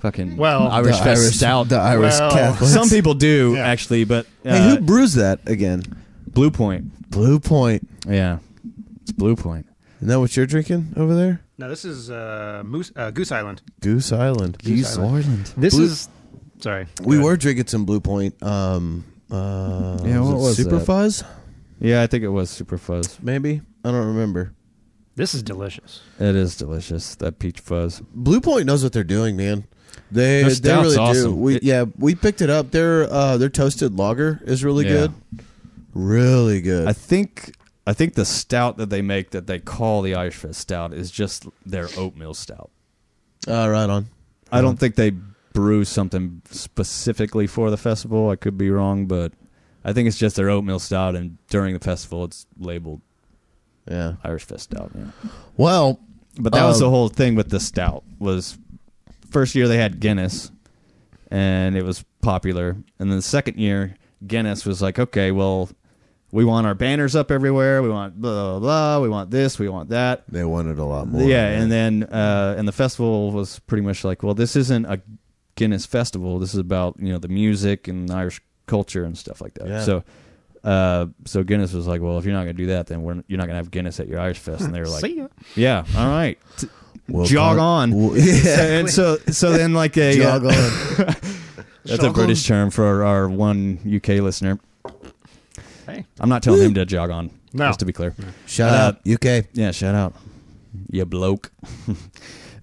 [SPEAKER 2] fucking
[SPEAKER 3] Well-
[SPEAKER 2] Irish
[SPEAKER 1] the
[SPEAKER 2] Fest
[SPEAKER 1] Irish,
[SPEAKER 2] stout.
[SPEAKER 1] The Irish
[SPEAKER 3] Well,
[SPEAKER 1] Catholics.
[SPEAKER 2] Some people do
[SPEAKER 3] Yeah.
[SPEAKER 2] actually, but uh,
[SPEAKER 1] hey, who brews that again?
[SPEAKER 2] Blue Point.
[SPEAKER 1] Blue Point.
[SPEAKER 2] Yeah, it's Blue Point.
[SPEAKER 1] Isn't that what you're drinking over there?
[SPEAKER 3] No, this is uh, Moose uh, Goose Island.
[SPEAKER 1] Goose Island.
[SPEAKER 3] Goose Island. This
[SPEAKER 1] Blue-
[SPEAKER 3] is sorry.
[SPEAKER 1] We
[SPEAKER 3] Go
[SPEAKER 1] were drinking some Blue Point. Um, uh,
[SPEAKER 2] Yeah, what was
[SPEAKER 1] it Super
[SPEAKER 2] that?
[SPEAKER 1] Fuzz?
[SPEAKER 2] Yeah, I think it was Super Fuzz.
[SPEAKER 1] Maybe I don't remember.
[SPEAKER 3] ahead. This is delicious.
[SPEAKER 2] It is delicious. That peach fuzz.
[SPEAKER 1] Blue Point knows what they're doing, man. They
[SPEAKER 2] Their
[SPEAKER 1] they
[SPEAKER 2] stout's
[SPEAKER 1] really do.
[SPEAKER 2] awesome.
[SPEAKER 1] We,
[SPEAKER 2] It-
[SPEAKER 1] yeah, we picked it up. Their uh, their toasted lager is really
[SPEAKER 2] Yeah.
[SPEAKER 1] good. Really good.
[SPEAKER 2] I think I think the stout that they make that they call the Irish Fest stout is just their oatmeal stout.
[SPEAKER 1] uh, right on.
[SPEAKER 2] I don't think they brew something specifically for the festival. I could be wrong, but I think it's just their oatmeal stout and during the festival it's labeled
[SPEAKER 1] Yeah.
[SPEAKER 2] Irish Fest stout. Yeah.
[SPEAKER 1] Well,
[SPEAKER 2] But that was
[SPEAKER 1] Um,
[SPEAKER 2] the whole thing with the stout was first year they had Guinness and it was popular. And then the second year Guinness was like, okay, well, we want our banners up everywhere. We want blah blah blah. We want this. We want that.
[SPEAKER 1] they wanted a lot more.
[SPEAKER 2] yeah,
[SPEAKER 1] man.
[SPEAKER 2] and then uh, and the festival was pretty much like, well, this isn't a Guinness festival. This is about you know the music and Irish culture and stuff like that.
[SPEAKER 1] Yeah.
[SPEAKER 2] So. Uh, so Guinness was like, well, if you're not gonna do that, then we're, you're not gonna have Guinness at your Irish fest. And they were like,
[SPEAKER 3] See ya.
[SPEAKER 2] yeah, all right, T-
[SPEAKER 1] We'll
[SPEAKER 2] jog
[SPEAKER 1] call-
[SPEAKER 2] on.
[SPEAKER 1] Well, yeah.
[SPEAKER 2] And so, so then like a
[SPEAKER 1] Jog
[SPEAKER 2] uh,
[SPEAKER 1] on.
[SPEAKER 2] that's a British term for our, our one UK listener.
[SPEAKER 3] Hey.
[SPEAKER 2] I'm not telling him to jog on.
[SPEAKER 3] No.
[SPEAKER 2] Just to be clear.
[SPEAKER 1] Shout
[SPEAKER 2] Uh,
[SPEAKER 1] out UK.
[SPEAKER 2] Yeah, shout out, you bloke.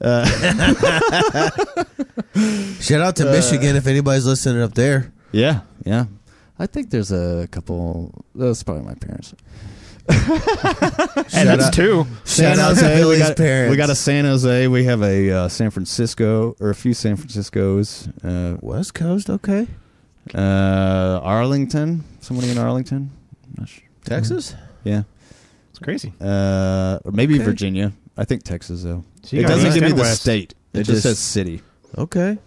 [SPEAKER 2] uh,
[SPEAKER 1] Shout out to
[SPEAKER 2] uh,
[SPEAKER 1] Michigan if anybody's listening up there.
[SPEAKER 2] yeah, yeah. I think there's a couple. That's probably my parents.
[SPEAKER 1] Shout
[SPEAKER 3] And that's
[SPEAKER 1] out-
[SPEAKER 3] two.
[SPEAKER 1] Shout out to
[SPEAKER 2] we
[SPEAKER 1] Billy's
[SPEAKER 2] got,
[SPEAKER 1] parents.
[SPEAKER 2] We got a San Jose. We have a uh, San Francisco or a few San Franciscos. Uh,
[SPEAKER 1] West Coast, okay.
[SPEAKER 2] uh, Arlington. Somebody in Arlington. Not sure.
[SPEAKER 1] Texas?
[SPEAKER 2] Yeah.
[SPEAKER 3] It's crazy.
[SPEAKER 2] Uh, or maybe
[SPEAKER 1] Okay.
[SPEAKER 2] Virginia. I think Texas though.
[SPEAKER 3] So you
[SPEAKER 2] It
[SPEAKER 3] got
[SPEAKER 2] doesn't
[SPEAKER 3] east
[SPEAKER 2] give me
[SPEAKER 3] and
[SPEAKER 2] the
[SPEAKER 3] west.
[SPEAKER 2] state. It,
[SPEAKER 1] It
[SPEAKER 2] just
[SPEAKER 1] just-
[SPEAKER 2] says city.
[SPEAKER 1] Okay.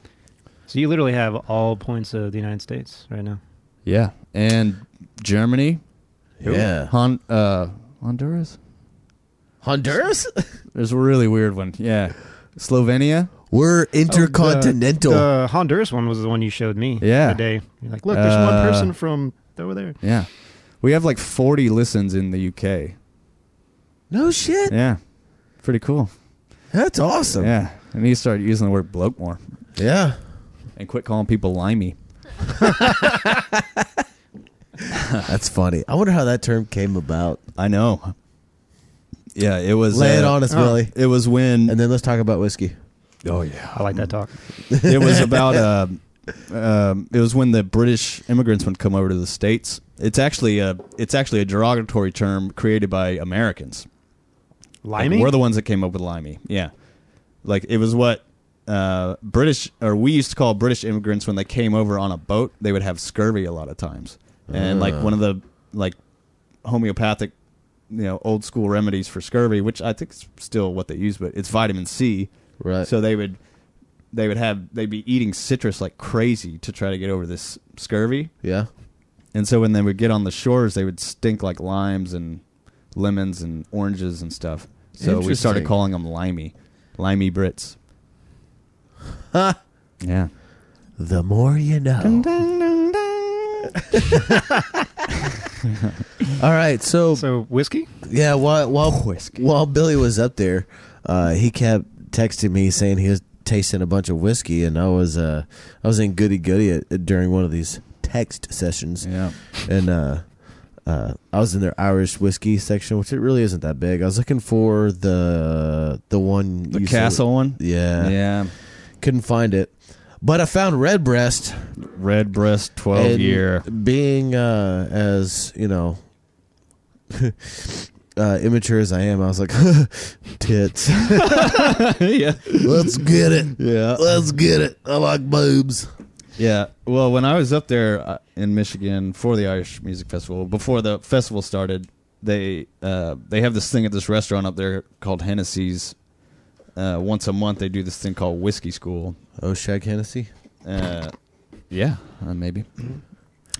[SPEAKER 3] So you literally have all points of the United States right now.
[SPEAKER 2] Yeah, and Germany.
[SPEAKER 1] Yeah.
[SPEAKER 2] Hon, uh, Honduras.
[SPEAKER 1] Honduras?
[SPEAKER 2] There's a really weird one. Yeah, Slovenia.
[SPEAKER 1] We're intercontinental.
[SPEAKER 3] Oh, The Honduras one was the one you showed me.
[SPEAKER 2] Yeah.
[SPEAKER 3] The day you're like, look, there's
[SPEAKER 2] Uh,
[SPEAKER 3] one person from over there.
[SPEAKER 2] Yeah, we have like 40 listens in the UK.
[SPEAKER 1] no shit.
[SPEAKER 2] Yeah, pretty cool.
[SPEAKER 1] That's awesome. Yeah.
[SPEAKER 2] Yeah, I need to start using the word bloke more and quit calling people limey.
[SPEAKER 1] That's funny. I wonder how that term came about.
[SPEAKER 2] I know. Yeah, it was.
[SPEAKER 1] Lay it
[SPEAKER 2] uh,
[SPEAKER 1] on us,
[SPEAKER 3] oh.
[SPEAKER 1] Billy.
[SPEAKER 2] It was when.
[SPEAKER 1] And then let's talk about whiskey.
[SPEAKER 2] oh yeah.
[SPEAKER 3] I like that talk.
[SPEAKER 2] it was about um um, it was when the British immigrants would come over to the states. It's actually a it's actually a derogatory term created by Americans. Like,
[SPEAKER 3] Limey?
[SPEAKER 2] we're the ones that came up with limey. Yeah, like it was what uh, British or we used to call British immigrants when they came over on a boat. They would have scurvy a lot of times, and like
[SPEAKER 1] Ah.
[SPEAKER 2] one of the like homeopathic, you know, old school remedies for scurvy, which I think is still what they use, but it's vitamin C.
[SPEAKER 1] Right.
[SPEAKER 2] So they would they would have they'd be eating citrus like crazy to try to get over this scurvy.
[SPEAKER 1] yeah.
[SPEAKER 2] And so when they would get on the shores, they would stink like limes and lemons and oranges and stuff. So we
[SPEAKER 1] Interesting.
[SPEAKER 2] started calling them limey, limey Brits.
[SPEAKER 1] Huh.
[SPEAKER 2] Yeah.
[SPEAKER 1] The more you know. All right, so,
[SPEAKER 3] So whiskey?
[SPEAKER 1] yeah, while while, while Billy was up there, uh, he kept texting me saying he was tasting a bunch of whiskey, and I was uh, I was in goody goody during one of these text sessions,
[SPEAKER 2] Yeah.
[SPEAKER 1] and uh, uh, I was in their Irish whiskey section, which it really isn't that big. I was looking for the the one
[SPEAKER 2] The
[SPEAKER 1] you said-
[SPEAKER 2] castle one.
[SPEAKER 1] yeah,
[SPEAKER 2] Yeah.
[SPEAKER 1] couldn't find it, but I found Redbreast.
[SPEAKER 2] Red breast, twelve
[SPEAKER 1] and
[SPEAKER 2] year.
[SPEAKER 1] being uh, as you know uh, immature as I am, I was like, tits.
[SPEAKER 2] yeah.
[SPEAKER 1] Let's get it.
[SPEAKER 2] Yeah.
[SPEAKER 1] Let's get it. I like boobs.
[SPEAKER 2] Yeah. Well, when I was up there uh, in Michigan for the Irish Music Festival, before the festival started, they uh, they have this thing at this restaurant up there called Hennessy's. Uh, once a month, they do this thing called Whiskey School.
[SPEAKER 1] Oh, Shag Hennessy.
[SPEAKER 2] Uh, yeah, uh, maybe.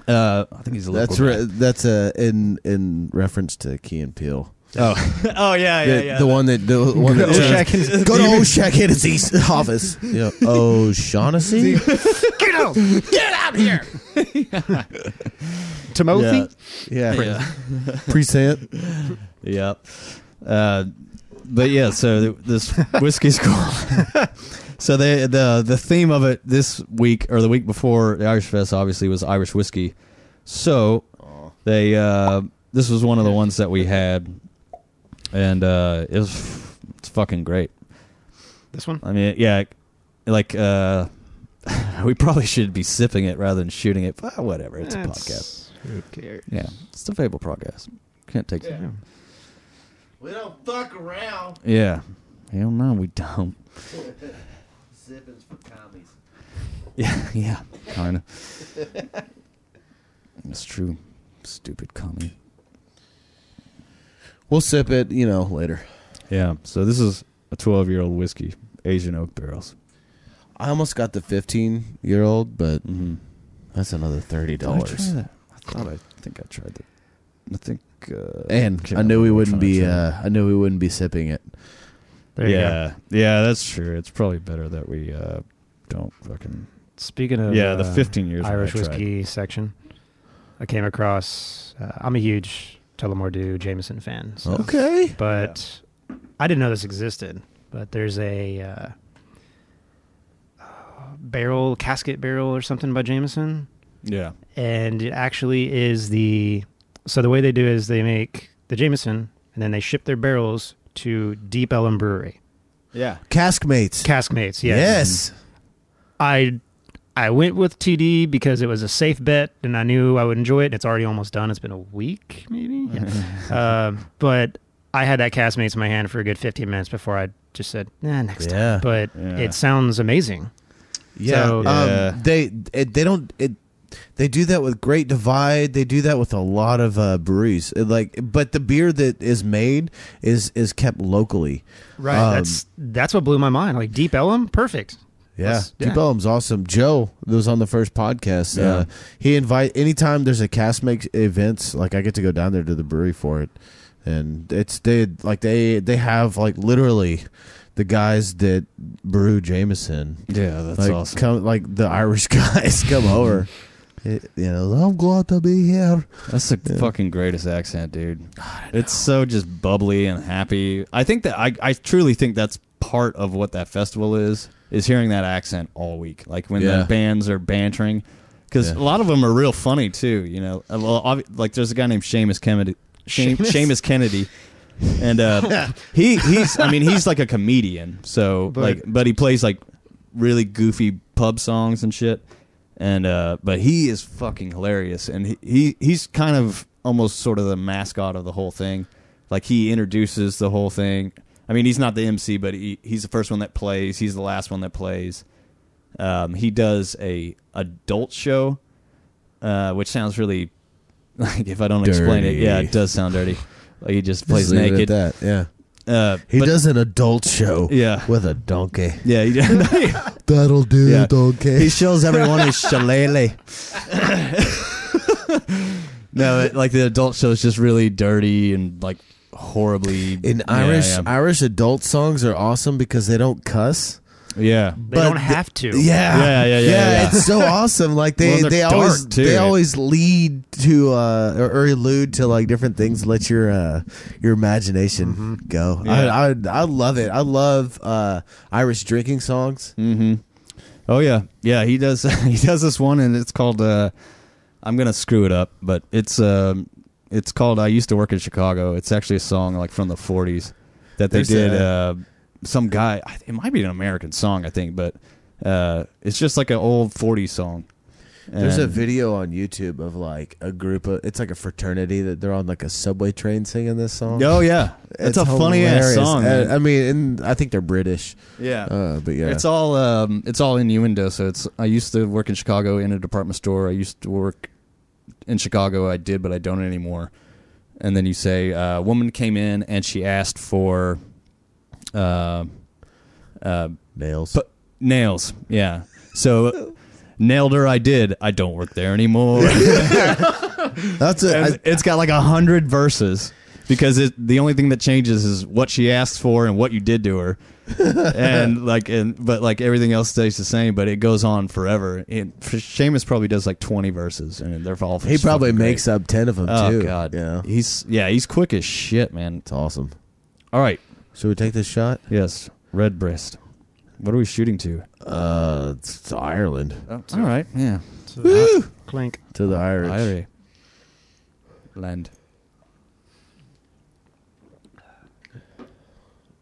[SPEAKER 2] Uh, I think he's a local.
[SPEAKER 1] That's
[SPEAKER 2] guy.
[SPEAKER 1] re- that's uh, in in reference to Key and Peele.
[SPEAKER 2] Oh, oh yeah, yeah,
[SPEAKER 1] The,
[SPEAKER 2] yeah.
[SPEAKER 1] the one that the one that
[SPEAKER 3] Go to Shag
[SPEAKER 1] turns,
[SPEAKER 3] Hennessy.
[SPEAKER 1] go to old Shag Hennessy's office. Yeah. Oh, Shaughnessy.
[SPEAKER 3] Get out! Get out here! Timothy?
[SPEAKER 1] Yeah. Yeah.
[SPEAKER 2] yeah.
[SPEAKER 1] Present.
[SPEAKER 2] Yep. Uh, but yeah, so th- this whiskey school. so they the the theme of it this week or the week before the Irish Fest obviously was Irish whiskey. So they uh, this was one of the ones that we had, and uh, it was f- it's fucking great.
[SPEAKER 3] This one?
[SPEAKER 2] I mean, yeah, like uh, we probably should be sipping it rather than shooting it. But whatever, it's a podcast.
[SPEAKER 3] That's- Who cares?
[SPEAKER 2] Yeah, it's the Fable podcast. Can't take yeah.
[SPEAKER 1] We don't fuck around.
[SPEAKER 2] Yeah. Hell no, we don't.
[SPEAKER 1] Zippins for commies.
[SPEAKER 2] Yeah, yeah, kind of. That's true. Stupid commie.
[SPEAKER 1] We'll sip it, you know, later.
[SPEAKER 2] Yeah. So this is a 12 year old whiskey, Asian oak barrels.
[SPEAKER 1] I almost got the 15 year old, but
[SPEAKER 2] Mm-hmm.
[SPEAKER 1] that's another thirty dollars.
[SPEAKER 2] I thought I think I tried that. I think. Uh,
[SPEAKER 1] And
[SPEAKER 2] can't
[SPEAKER 1] I knew we
[SPEAKER 2] remember
[SPEAKER 1] wouldn't
[SPEAKER 2] which one I
[SPEAKER 1] be.
[SPEAKER 2] tried.
[SPEAKER 1] Uh, I knew we wouldn't be sipping it.
[SPEAKER 3] There you go.
[SPEAKER 2] yeah, yeah, that's true. It's probably better that we uh, don't fucking.
[SPEAKER 3] Speaking of
[SPEAKER 2] Yeah, the
[SPEAKER 3] uh,
[SPEAKER 2] 15 years one I
[SPEAKER 3] Irish
[SPEAKER 2] tried.
[SPEAKER 3] whiskey section, I came across. Uh, I'm a huge Tullamore Dew Jameson fan, so-
[SPEAKER 2] Oh.
[SPEAKER 1] Okay.
[SPEAKER 3] but I didn't know this existed. But there's a uh, barrel, casket barrel, or something by Jameson,
[SPEAKER 2] Yeah,
[SPEAKER 3] and it actually is the. So the way they do is they make the Jameson, and then they ship their barrels to Deep Ellum Brewery.
[SPEAKER 2] yeah,
[SPEAKER 1] Caskmates.
[SPEAKER 3] Caskmates, yeah.
[SPEAKER 1] yes.
[SPEAKER 3] I I went with TD because it was a safe bet and I knew I would enjoy it. and It's already almost done. It's been a week, maybe. Yeah. um, but I had that castmates in my hand for a good 15 minutes before I just said, nah, next time.
[SPEAKER 1] Yeah.
[SPEAKER 3] But
[SPEAKER 2] Yeah.
[SPEAKER 3] it sounds amazing.
[SPEAKER 1] Yeah.
[SPEAKER 3] So-
[SPEAKER 2] Yeah.
[SPEAKER 1] Um, they it, they don't it. They do that with Great Divide. They do that with a lot of uh, breweries. It, like, but the beer that is made is is kept locally.
[SPEAKER 3] Right.
[SPEAKER 1] Um,
[SPEAKER 3] that's that's what blew my mind. Like Deep Ellum, perfect.
[SPEAKER 1] Yeah,
[SPEAKER 3] Let's-
[SPEAKER 1] Deep Ellum's awesome. Joe that was on the first podcast.
[SPEAKER 2] Yeah.
[SPEAKER 1] Uh, he invite anytime there's a cast make events, like I get to go down there to the brewery for it, and it's they like they they have like literally the guys that brew Jameson.
[SPEAKER 2] yeah. That's
[SPEAKER 1] like,
[SPEAKER 2] awesome.
[SPEAKER 1] Come like the Irish guys come over. It- you know, I'm glad to be here.
[SPEAKER 2] That's the fucking greatest accent, dude. it's so just bubbly and happy. I think that I, I truly think that's part of what that festival is is hearing that accent all week. Like when
[SPEAKER 1] Yeah.
[SPEAKER 2] the bands are bantering, because
[SPEAKER 1] Yeah.
[SPEAKER 2] a lot of them are real funny too. You know, A lo- obvi- like there's a guy named Seamus Kennedy. Seam-
[SPEAKER 3] Seamus?
[SPEAKER 2] Seamus Kennedy. And uh, he he's I mean he's like a comedian so
[SPEAKER 3] But-
[SPEAKER 2] like but he plays like really goofy pub songs and shit and uh but he is fucking hilarious and he, he he's kind of almost sort of the mascot of the whole thing like he introduces the whole thing i mean he's not the mc but he, he's the first one that plays he's the last one that plays um he does a adult show uh which sounds really like if i don't explain it
[SPEAKER 1] Dirty.
[SPEAKER 2] yeah it does sound dirty like he just plays
[SPEAKER 1] Just leave it
[SPEAKER 2] naked
[SPEAKER 1] at that. Yeah,
[SPEAKER 2] uh
[SPEAKER 1] he
[SPEAKER 2] but-
[SPEAKER 1] does an adult show.
[SPEAKER 2] yeah
[SPEAKER 1] With a donkey.
[SPEAKER 2] yeah he,
[SPEAKER 1] That'll do,
[SPEAKER 2] Yeah.
[SPEAKER 1] donkey.
[SPEAKER 2] He shows everyone his shillelagh. no, it, like the adult show is just really dirty and like horribly
[SPEAKER 1] In
[SPEAKER 2] yeah,
[SPEAKER 1] Irish,
[SPEAKER 2] yeah.
[SPEAKER 1] Irish adult songs are awesome because they don't cuss.
[SPEAKER 2] Yeah.
[SPEAKER 3] They
[SPEAKER 1] But
[SPEAKER 3] don't
[SPEAKER 1] the-
[SPEAKER 3] have to.
[SPEAKER 1] Yeah.
[SPEAKER 2] Yeah, yeah, yeah, yeah.
[SPEAKER 1] it's so awesome. Like they,
[SPEAKER 2] Well, they're
[SPEAKER 1] they
[SPEAKER 2] dark,
[SPEAKER 1] always
[SPEAKER 2] too.
[SPEAKER 1] they always lead to uh or, or allude to like different things. Let your uh your imagination
[SPEAKER 2] Mm-hmm.
[SPEAKER 1] go. I, I I love it. I love uh Irish drinking songs.
[SPEAKER 2] Mm-hmm. Oh yeah, yeah. He does. he does this one, and it's called. Uh, I'm gonna screw it up, but it's. Um, it's called. I used to work in Chicago. It's actually a song like from the 40s that they
[SPEAKER 1] There's
[SPEAKER 2] did.
[SPEAKER 1] a-
[SPEAKER 2] uh, some guy. I- It might be an American song, I think, but uh, it's just like an old 40s song.
[SPEAKER 1] There's a
[SPEAKER 2] And-
[SPEAKER 1] video on YouTube of like a group of it's like a fraternity that they're on like a subway train singing this song.
[SPEAKER 2] Oh yeah, it's, a funny
[SPEAKER 1] hilarious.
[SPEAKER 2] ass song.
[SPEAKER 1] Uh,
[SPEAKER 2] man.
[SPEAKER 1] I mean, and I think they're British.
[SPEAKER 2] yeah.
[SPEAKER 1] Uh, but yeah,
[SPEAKER 2] It's all um, it's all innuendo. So it's I used to work in Chicago in a department store. I used to work in Chicago. I did, but I don't anymore. And then you say uh, a woman came in and she asked for uh, uh,
[SPEAKER 1] nails.
[SPEAKER 2] p- nails. Yeah. So nailed her. I did. I don't work there anymore.
[SPEAKER 1] That's it.
[SPEAKER 2] And
[SPEAKER 1] I-
[SPEAKER 2] it's got like a hundred verses because it, the only thing that changes is what she asks for and what you did to her, and like and but like everything else stays the same. But it goes on forever. And for- Seamus probably does like twenty verses, and they're all
[SPEAKER 1] he probably
[SPEAKER 2] fucking great.
[SPEAKER 1] makes up ten of them
[SPEAKER 2] Oh
[SPEAKER 1] too.
[SPEAKER 2] god,
[SPEAKER 1] yeah, it's
[SPEAKER 2] he's yeah he's quick as shit, man.
[SPEAKER 1] awesome.
[SPEAKER 2] All right,
[SPEAKER 1] Should we take this shot?
[SPEAKER 2] yes, red breast. What are we shooting to?
[SPEAKER 1] Uh, it's Ireland
[SPEAKER 2] All right, yeah,
[SPEAKER 3] So that- Clink.
[SPEAKER 1] to the Irish.
[SPEAKER 2] Irie. Land.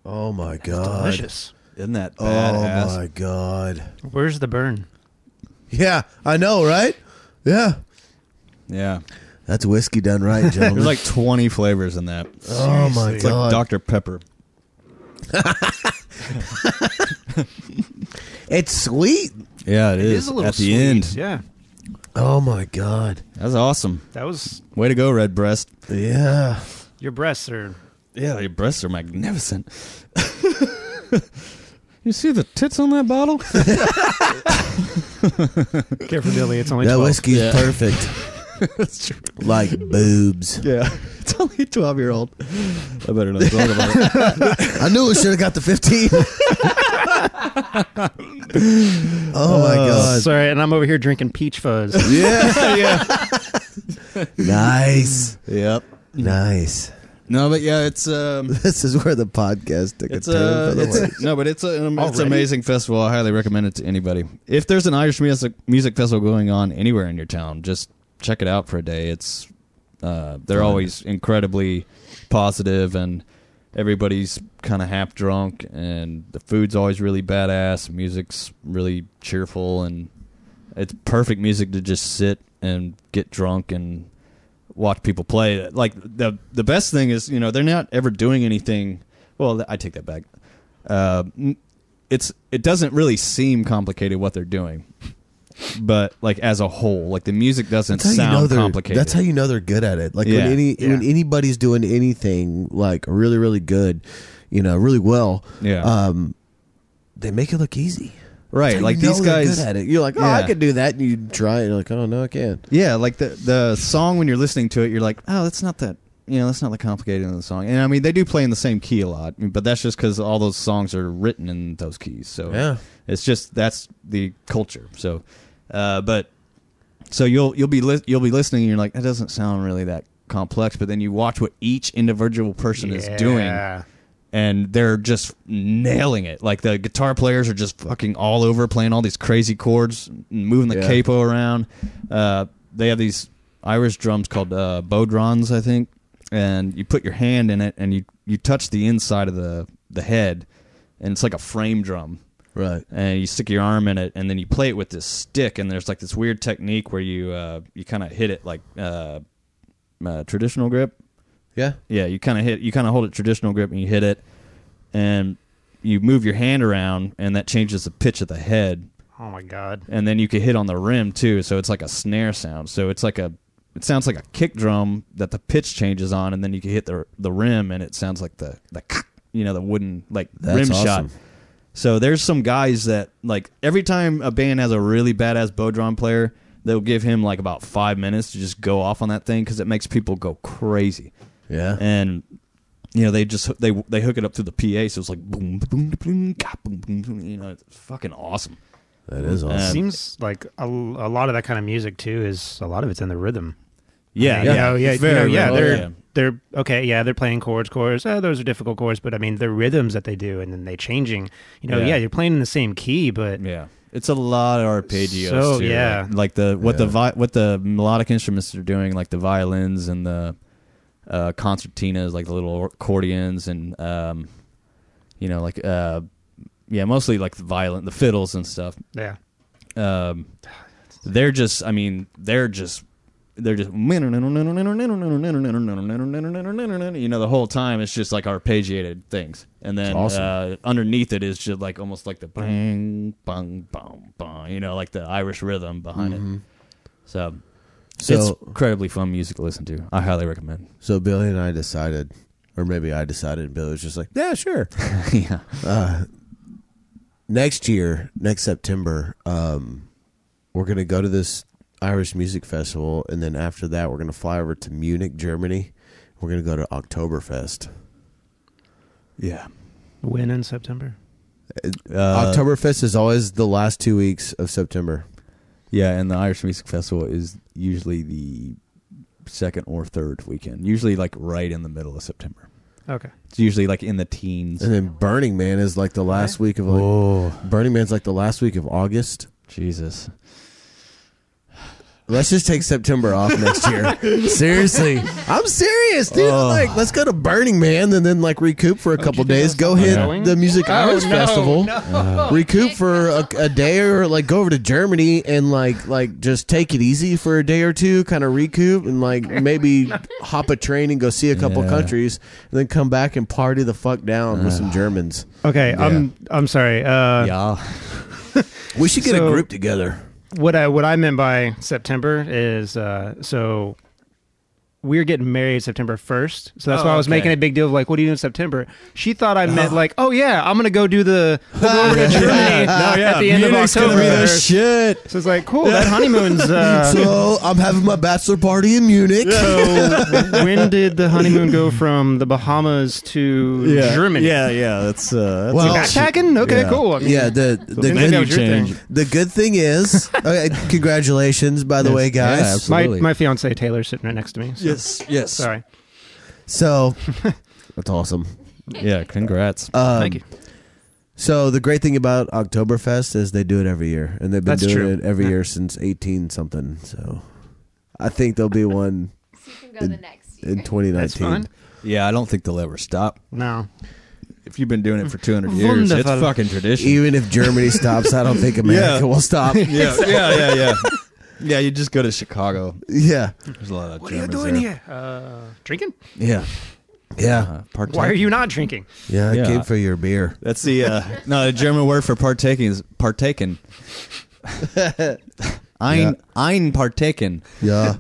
[SPEAKER 1] Oh my
[SPEAKER 3] It's
[SPEAKER 1] god!
[SPEAKER 3] delicious.
[SPEAKER 2] Isn't that
[SPEAKER 1] Oh
[SPEAKER 2] badass?
[SPEAKER 1] my god!
[SPEAKER 3] Where's the burn?
[SPEAKER 1] Yeah, I know, right? Yeah,
[SPEAKER 2] Yeah,
[SPEAKER 1] that's whiskey done right,
[SPEAKER 2] there's
[SPEAKER 1] gentlemen.
[SPEAKER 2] like twenty flavors in that.
[SPEAKER 1] oh my
[SPEAKER 3] Seriously.
[SPEAKER 2] It's like
[SPEAKER 1] god!
[SPEAKER 2] Dr. Pepper.
[SPEAKER 1] it's sweet.
[SPEAKER 2] Yeah, it
[SPEAKER 3] It
[SPEAKER 2] is.
[SPEAKER 3] is a little
[SPEAKER 2] At the
[SPEAKER 3] sweet.
[SPEAKER 2] end.
[SPEAKER 3] Yeah.
[SPEAKER 1] Oh my god!
[SPEAKER 2] That's awesome.
[SPEAKER 3] That was
[SPEAKER 2] Way to go, Red Breast.
[SPEAKER 1] Yeah.
[SPEAKER 3] your breasts are
[SPEAKER 2] Yeah, your breasts are magnificent. you see the tits on that bottle?
[SPEAKER 3] careful, Billy. It's only
[SPEAKER 1] that
[SPEAKER 3] 12.
[SPEAKER 1] whiskey's
[SPEAKER 2] Yeah.
[SPEAKER 1] perfect,
[SPEAKER 2] That's true.
[SPEAKER 1] like boobs.
[SPEAKER 2] Yeah. It's only a 12 year old. I better not talk about it.
[SPEAKER 1] I knew we should have got the fifteen. oh my god!
[SPEAKER 3] Sorry, and I'm over here drinking peach fuzz.
[SPEAKER 1] Yeah.
[SPEAKER 2] yeah.
[SPEAKER 1] nice.
[SPEAKER 2] Yep.
[SPEAKER 1] Nice.
[SPEAKER 2] No, but yeah, it's. um.
[SPEAKER 1] This is where the podcast took
[SPEAKER 2] It's
[SPEAKER 1] a turn for
[SPEAKER 2] a
[SPEAKER 1] the worse.
[SPEAKER 2] it's, no, but it's a, it's an
[SPEAKER 3] Already?
[SPEAKER 2] amazing festival. I highly recommend it to anybody. If there's an Irish music music festival going on anywhere in your town, just check it out for a day. It's uh, they're always incredibly positive and everybody's kind of half drunk and the food's always really badass. Music's really cheerful and it's perfect music to just sit and get drunk and watch people play. Like the the best thing is, you know, they're not ever doing anything. Well, I take that back. Uh, n- it's it doesn't really seem complicated what they're doing, but like as a whole, like the music doesn't sound
[SPEAKER 1] they're
[SPEAKER 2] complicated.
[SPEAKER 1] That's how you know they're good at it. Like
[SPEAKER 2] Yeah.
[SPEAKER 1] when any
[SPEAKER 3] Yeah.
[SPEAKER 1] when anybody's doing anything like really really good, you know, really well,
[SPEAKER 2] Yeah.
[SPEAKER 1] um, they make it look easy. That's
[SPEAKER 2] right?
[SPEAKER 1] how
[SPEAKER 2] Like
[SPEAKER 1] you know
[SPEAKER 2] these
[SPEAKER 1] they're
[SPEAKER 2] guys
[SPEAKER 1] good at it. You're like, oh, I
[SPEAKER 2] Yeah.
[SPEAKER 1] could do that, and you try it. And you're like, oh no, I can't.
[SPEAKER 2] Yeah, like the the song when you're listening to it, you're like, oh, that's not that. You know, that's not the complicated in the song. And I mean, they do play in the same key a lot, but that's just because all those songs are written in those keys. So
[SPEAKER 1] Yeah.
[SPEAKER 2] it's just that's the culture. So, uh, but so you'll you'll be lis- you'll be listening, and you're like, that doesn't sound really that complex. But then you watch what each individual person is doing,
[SPEAKER 3] Yeah.
[SPEAKER 2] and they're just nailing it. Like the guitar players are just fucking all over, playing all these crazy chords, moving the
[SPEAKER 1] Yeah.
[SPEAKER 2] capo around. Uh, they have these Irish drums called uh, bodrons, I think, and you put your hand in it and you you touch the inside of the the head, and it's like a frame drum
[SPEAKER 1] Right.
[SPEAKER 2] and you stick your arm in it, and then you play it with this stick. And there's like this weird technique where you uh, you kind of hit it like uh, uh, traditional grip.
[SPEAKER 1] Yeah.
[SPEAKER 2] Yeah, you kind of hit, you kind of hold it traditional grip, and you hit it, and you move your hand around, and that changes the pitch of the head,
[SPEAKER 3] Oh my god.
[SPEAKER 2] and then you can hit on the rim too. So it's like a snare sound. So it's like a it sounds like a kick drum that the pitch changes on, and then you can hit the the rim, and it sounds like the the you know the wooden like
[SPEAKER 1] That's
[SPEAKER 2] rim shot.
[SPEAKER 1] awesome.
[SPEAKER 2] So there's some guys that like every time a band has a really badass bow drum player, they'll give him like about five minutes to just go off on that thing because it makes people go crazy.
[SPEAKER 1] Yeah.
[SPEAKER 2] And you know, they just they they hook it up to the PA, so it's like boom, boom, boom, ka, boom, boom, boom. You know, it's fucking awesome.
[SPEAKER 1] That is
[SPEAKER 2] Uh,
[SPEAKER 1] awesome.
[SPEAKER 3] Seems like a, a lot of that kind of music too is a lot of it's in the rhythm.
[SPEAKER 2] Yeah,
[SPEAKER 3] I mean, you know, yeah,
[SPEAKER 2] It's
[SPEAKER 3] you know,
[SPEAKER 2] very
[SPEAKER 3] yeah.
[SPEAKER 2] rhythmic.
[SPEAKER 3] They're
[SPEAKER 2] Yeah.
[SPEAKER 3] they're okay. Yeah, they're playing chords, chords. Oh, those are difficult chords, but I mean the rhythms that they do, and then they changing. You know,
[SPEAKER 2] Yeah. Mm.
[SPEAKER 3] yeah, you're playing in the same key, but
[SPEAKER 2] Yeah, it's a lot of arpeggios.
[SPEAKER 3] So,
[SPEAKER 2] too.
[SPEAKER 3] yeah.
[SPEAKER 2] like, like the what the
[SPEAKER 1] Yeah.
[SPEAKER 2] vi- what the melodic instruments are doing, like the violins and the uh, concertinas, like the little accordions, and um, you know, like uh, yeah, mostly like the violin, the fiddles and stuff.
[SPEAKER 3] yeah,
[SPEAKER 2] Um, they're just, I mean, they're just. They're just you know the whole time it's just like arpeggiated things, and then
[SPEAKER 1] Awesome.
[SPEAKER 2] uh, underneath it is just like almost like the bang bang bang bang, you know, like the Irish rhythm behind it. Mm-hmm. So, it's
[SPEAKER 1] Mm-hmm. So,
[SPEAKER 2] incredibly fun music to listen to. I highly recommend.
[SPEAKER 1] so Billy and I decided, or maybe I decided, and Billy was just like, yeah, sure.
[SPEAKER 2] yeah,
[SPEAKER 1] uh, next year, next September, um, we're gonna go to this Irish music festival, and then after that, we're gonna fly over to Munich, Germany. We're gonna go to Oktoberfest.
[SPEAKER 2] yeah.
[SPEAKER 3] when in September.
[SPEAKER 2] Uh,
[SPEAKER 1] Oktoberfest is always the last two weeks of September.
[SPEAKER 2] Yeah, and the Irish Music Festival is usually the second or third weekend, usually like right in the middle of September.
[SPEAKER 3] Okay,
[SPEAKER 2] It's usually like in the teens.
[SPEAKER 1] And then Burning Man is like the last week of like,
[SPEAKER 2] Oh,
[SPEAKER 1] Burning Man's like the last week of August.
[SPEAKER 2] Jesus.
[SPEAKER 1] Let's just take September off next year. Seriously, I'm serious, dude.
[SPEAKER 2] Oh.
[SPEAKER 1] Like, let's go to Burning Man and then like recoup for a couple
[SPEAKER 3] you do
[SPEAKER 1] days.
[SPEAKER 3] that
[SPEAKER 1] Go
[SPEAKER 3] for
[SPEAKER 1] hit
[SPEAKER 2] Going?
[SPEAKER 1] the Music
[SPEAKER 3] Oh,
[SPEAKER 1] Irish Festival. Recoup for a, a day or like go over to Germany and like like just take it easy for a day or two, kind of recoup and like maybe hop a train and go see a couple
[SPEAKER 2] Yeah.
[SPEAKER 1] countries and then come back and party the fuck down with
[SPEAKER 2] Ah.
[SPEAKER 1] some Germans.
[SPEAKER 3] okay. I'm I'm sorry. Uh,
[SPEAKER 2] yeah.
[SPEAKER 1] We should get a
[SPEAKER 3] So-
[SPEAKER 1] group together.
[SPEAKER 3] What I what I meant by September is uh, so we're getting married September first. So that's
[SPEAKER 2] Oh,
[SPEAKER 3] why I was
[SPEAKER 2] okay. Uh-huh.
[SPEAKER 3] making a big deal of like, what do you do in September? She thought I meant like, oh yeah, I'm gonna go do the we'll
[SPEAKER 2] Oh,
[SPEAKER 3] go over to Germany at the end
[SPEAKER 2] Munich's
[SPEAKER 3] of
[SPEAKER 2] gonna
[SPEAKER 3] October.
[SPEAKER 2] be the
[SPEAKER 1] Shit.
[SPEAKER 3] so it's like, cool, that honeymoon's. Uh,
[SPEAKER 1] So I'm having my bachelor party in Munich.
[SPEAKER 3] so when did the honeymoon go from the Bahamas to Germany?
[SPEAKER 2] Yeah, yeah. That's, uh, that's
[SPEAKER 1] Well,
[SPEAKER 2] a-
[SPEAKER 3] Backpacking? Okay,
[SPEAKER 2] Yeah.
[SPEAKER 3] cool. I mean,
[SPEAKER 1] Yeah, the the,
[SPEAKER 3] maybe that
[SPEAKER 2] venue
[SPEAKER 3] was your thing.
[SPEAKER 2] change.
[SPEAKER 1] the good thing is, okay, congratulations by the
[SPEAKER 2] Yes.
[SPEAKER 1] way, guys.
[SPEAKER 2] Yeah, absolutely.
[SPEAKER 3] My my fiance Taylor's sitting right next to me. So.
[SPEAKER 1] Yes, yes.
[SPEAKER 3] Sorry.
[SPEAKER 1] So that's awesome.
[SPEAKER 2] Yeah, congrats.
[SPEAKER 1] Um,
[SPEAKER 3] Thank you.
[SPEAKER 1] So the great thing about Oktoberfest is they do it every year, and they've been
[SPEAKER 3] That's
[SPEAKER 1] doing
[SPEAKER 3] true.
[SPEAKER 1] it every
[SPEAKER 3] Yeah.
[SPEAKER 1] year since eighteen something. So I think there'll be one
[SPEAKER 4] So you can go the next year.
[SPEAKER 1] in twenty
[SPEAKER 3] That's
[SPEAKER 1] nineteen.
[SPEAKER 3] fun.
[SPEAKER 2] yeah, I don't think they'll ever stop.
[SPEAKER 3] No.
[SPEAKER 2] If you've been doing it for 200 years,
[SPEAKER 3] years, it's
[SPEAKER 2] it's
[SPEAKER 3] Wonderful.
[SPEAKER 2] fucking tradition.
[SPEAKER 1] Even if Germany stops, I don't think America
[SPEAKER 2] Yeah.
[SPEAKER 1] will stop.
[SPEAKER 2] yeah, yeah, yeah, yeah. Yeah, you just go to Chicago.
[SPEAKER 1] Yeah,
[SPEAKER 2] There's a lot of
[SPEAKER 3] What are you doing here? Uh, drinking?
[SPEAKER 2] Yeah.
[SPEAKER 1] yeah,
[SPEAKER 3] Uh, Why are you not drinking?
[SPEAKER 1] yeah. I
[SPEAKER 2] Yeah.
[SPEAKER 1] came for your beer.
[SPEAKER 2] That's the uh, no the German word for partaking is partaken. ein ein partaken.
[SPEAKER 1] Yeah.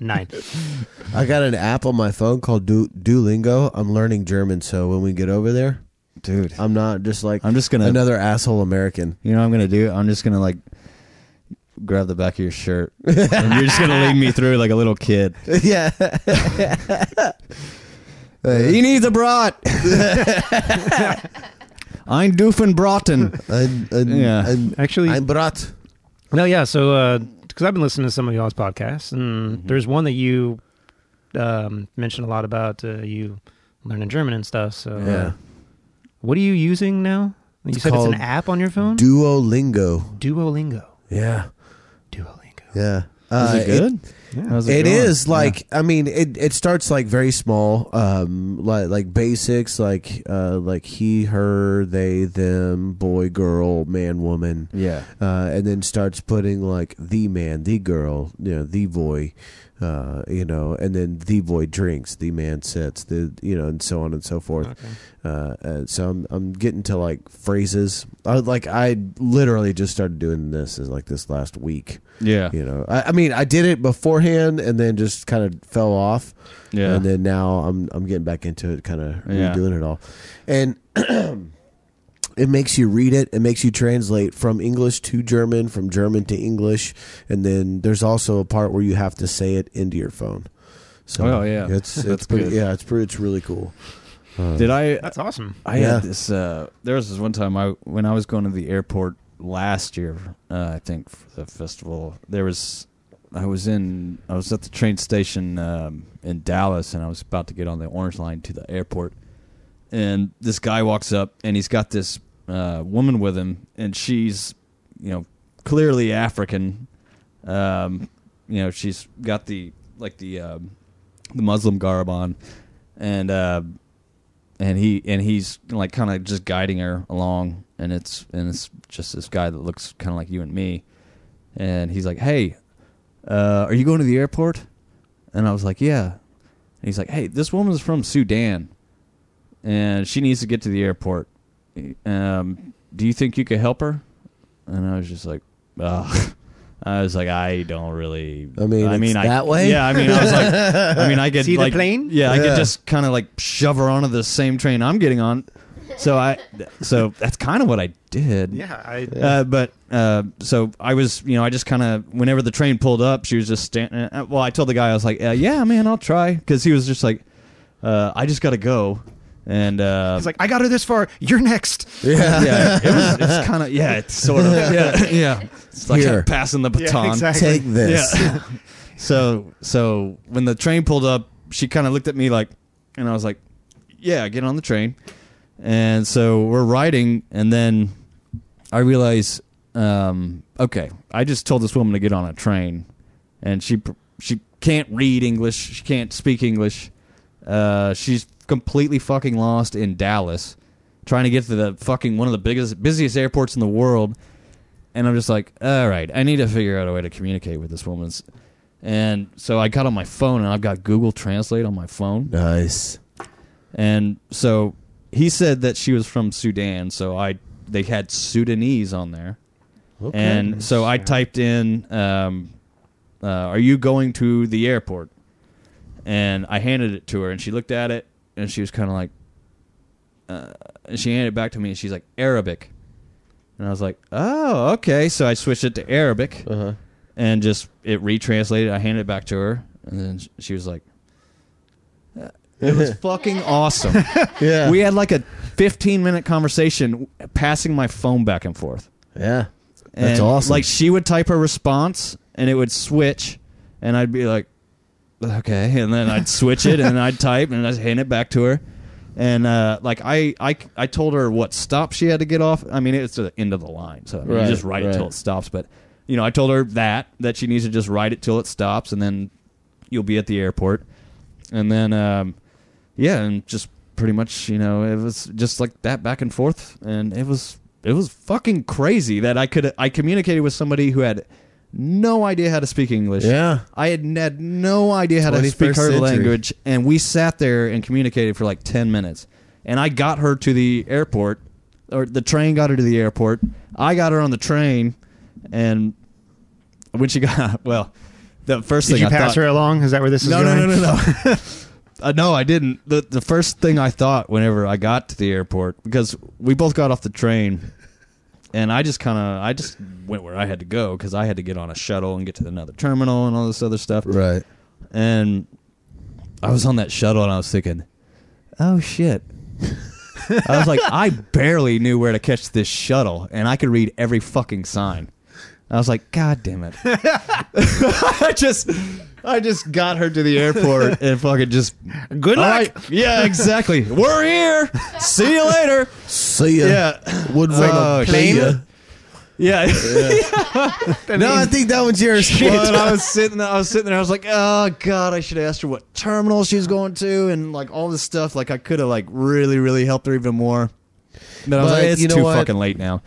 [SPEAKER 3] Nine.
[SPEAKER 1] I got an app on my phone called du- Duolingo. I'm learning German, so when we get over there,
[SPEAKER 2] Dude,
[SPEAKER 1] I'm not just like
[SPEAKER 2] I'm just gonna
[SPEAKER 1] another asshole American.
[SPEAKER 2] you know what I'm gonna do? I'm just gonna like grab the back of your shirt and you're just gonna lead me through like a little kid.
[SPEAKER 1] yeah.
[SPEAKER 2] Uh, he needs a brat. ein Doofenbraten.
[SPEAKER 1] I'm, I'm,
[SPEAKER 2] Yeah.
[SPEAKER 1] I'm,
[SPEAKER 3] Actually,
[SPEAKER 1] I'm brat.
[SPEAKER 3] no, yeah. So, because I've been listening to some of y'all's podcasts, and there's one that you um, mentioned a lot about uh, you learning German and stuff. So, uh,
[SPEAKER 1] Yeah.
[SPEAKER 3] what are you using now? You
[SPEAKER 1] It's
[SPEAKER 3] said it's
[SPEAKER 1] called
[SPEAKER 3] an app on your phone.
[SPEAKER 1] Duolingo.
[SPEAKER 3] Duolingo.
[SPEAKER 1] Yeah.
[SPEAKER 3] Duolingo.
[SPEAKER 1] Yeah. Uh,
[SPEAKER 2] Is Uh, it
[SPEAKER 1] it-
[SPEAKER 2] good? How's
[SPEAKER 1] it
[SPEAKER 2] going?
[SPEAKER 1] is like I mean it, it starts like very small um like like basics like uh like he her they them boy girl man woman
[SPEAKER 2] Yeah.
[SPEAKER 1] uh, and then starts putting like the man, the girl, you know, the boy, uh, you know, and then the boy drinks, the man sits, the you know, and so on and so forth.
[SPEAKER 3] Okay.
[SPEAKER 1] Uh, uh, so I'm I'm getting to like phrases. I, like I literally just started doing this is like this last week.
[SPEAKER 2] Yeah.
[SPEAKER 1] You know, I, I mean, I did it beforehand and then just kind of fell off.
[SPEAKER 2] Yeah.
[SPEAKER 1] And then now I'm I'm getting back into it, kind of
[SPEAKER 2] Yeah.
[SPEAKER 1] redoing it all, and it makes you read it. It makes you translate from English to German, from German to English, and then there's also a part where you have to say it into your phone. So
[SPEAKER 2] Oh, yeah.
[SPEAKER 1] it's it's
[SPEAKER 2] That's
[SPEAKER 1] pretty,
[SPEAKER 2] good.
[SPEAKER 1] yeah, it's pretty, it's really cool. Um,
[SPEAKER 2] Did I?
[SPEAKER 3] That's awesome.
[SPEAKER 2] I
[SPEAKER 1] Yeah.
[SPEAKER 2] had this. Uh, there was this one time I when I was going to the airport last year. Uh, I think for the festival there was. I was in. I was at the train station um, in Dallas, and I was about to get on the Orange Line to the airport. And this guy walks up, and he's got this uh, woman with him, and she's, you know, clearly African. Um, you know, she's got the like the um, the Muslim garb on, and uh, and he and he's like kind of just guiding her along and it's and it's just this guy that looks kind of like you and me and he's like hey uh, are you going to the airport and i was like yeah and he's like hey this woman's from sudan and she needs to get to the airport um, do you think you could help her and i was just like Ugh. i was like i don't really
[SPEAKER 1] I mean,
[SPEAKER 2] i
[SPEAKER 1] it's
[SPEAKER 2] mean I-
[SPEAKER 1] that way?
[SPEAKER 2] yeah i mean i was like i mean i get
[SPEAKER 3] See the
[SPEAKER 2] like
[SPEAKER 3] plane?
[SPEAKER 2] yeah, I
[SPEAKER 1] Yeah.
[SPEAKER 2] could just kind of like shove her onto the same train I'm getting on. So I, so that's kind of what I did.
[SPEAKER 3] Yeah, I,
[SPEAKER 2] Uh, but uh, so I was, you know, I just kind of whenever the train pulled up, she was just standing. uh, Well, I told the guy I was like, uh, "Yeah, man, I'll try," because he was just like, uh, "I just got to go," and uh,
[SPEAKER 3] it's like I got her this far. You're next.
[SPEAKER 1] Yeah,
[SPEAKER 2] "Yeah, it was, it's kind of yeah, it's sort of yeah, yeah, it's like
[SPEAKER 1] Here.
[SPEAKER 2] passing the baton."
[SPEAKER 3] exactly.
[SPEAKER 1] take this.
[SPEAKER 2] Yeah. so so when the train pulled up, she kind of looked at me like, and I was like, "Yeah, get on the train." And so we're riding, and then I realize, um, okay, I just told this woman to get on a train, and she pr- she can't read English, she can't speak English, uh, she's completely fucking lost in Dallas, trying to get to the fucking one of the biggest busiest airports in the world, and I'm just like, all right, I need to figure out a way to communicate with this woman. And so I got on my phone, and I've got Google Translate on my phone.
[SPEAKER 1] Nice.
[SPEAKER 2] And so he said that she was from Sudan, so I they had Sudanese on there.
[SPEAKER 1] Okay.
[SPEAKER 2] And so I
[SPEAKER 3] Yeah.
[SPEAKER 2] typed in um, uh, are you going to the airport? And I handed it to her and she looked at it and she was kind of like uh, and she handed it back to me and she's like Arabic. And I was like, "Oh, okay." So I switched it to Arabic
[SPEAKER 1] uh-huh.
[SPEAKER 2] and just it retranslated. I handed it back to her, and then sh- she was like, "It was fucking awesome."
[SPEAKER 1] yeah,
[SPEAKER 2] We had like a 15 minute conversation, passing my phone back and forth.
[SPEAKER 1] yeah,
[SPEAKER 2] And
[SPEAKER 1] That's awesome.
[SPEAKER 2] Like she would type her response, and it would switch, and I'd be like, "Okay," and then I'd switch it, and I'd type, and I'd hand it back to her. And uh, like I, I, I told her what stop she had to get off. I mean, it's the end of the line, so I mean,
[SPEAKER 1] Right,
[SPEAKER 2] you just write it till
[SPEAKER 1] right.
[SPEAKER 2] it stops. But you know, I told her that that she needs to just write it till it stops, and then you'll be at the airport. And then, um, yeah, and just pretty much, you know, it was just like that back and forth, and it was it was fucking crazy that I could I communicated with somebody who had no idea how to speak English.
[SPEAKER 1] yeah.
[SPEAKER 2] I had, had no idea how to speak
[SPEAKER 1] 21st
[SPEAKER 2] her
[SPEAKER 1] century.
[SPEAKER 2] language, and we sat there and communicated for like ten minutes. And I got her to the airport, or the train got her to the airport. I got her on the train, and when she got well, the first
[SPEAKER 3] Did
[SPEAKER 2] thing
[SPEAKER 3] you
[SPEAKER 2] I
[SPEAKER 3] pass
[SPEAKER 2] thought,
[SPEAKER 3] her along? Is that where this is
[SPEAKER 2] no,
[SPEAKER 3] going?
[SPEAKER 2] no, no, no, no. uh, no, I didn't. The the first thing I thought whenever I got to the airport because we both got off the train and I just kind of I just went where I had to go cuz I had to get on a shuttle and get to another terminal and all this other stuff.
[SPEAKER 1] Right.
[SPEAKER 2] And I was on that shuttle and I was thinking, "Oh shit." I was like, I barely knew where to catch this shuttle and I could read every fucking sign. I was like, God damn it. I just I just got her to the airport and fucking just
[SPEAKER 3] Good
[SPEAKER 2] All
[SPEAKER 3] luck.
[SPEAKER 2] right. Yeah, exactly. We're here. See you later.
[SPEAKER 1] See ya.
[SPEAKER 2] Yeah.
[SPEAKER 1] Would
[SPEAKER 2] Oh,
[SPEAKER 1] wanna
[SPEAKER 2] shit.
[SPEAKER 1] ya.
[SPEAKER 2] Yeah.
[SPEAKER 1] No, I think that one's yours.
[SPEAKER 2] But I was sitting I was sitting there, I was like, oh God, I should have asked her what terminal she was going to and like all this stuff. Like I could have like really, really helped her even more. But, I was
[SPEAKER 1] But
[SPEAKER 2] like, it's
[SPEAKER 1] you know
[SPEAKER 2] too
[SPEAKER 1] what?
[SPEAKER 2] fucking late now.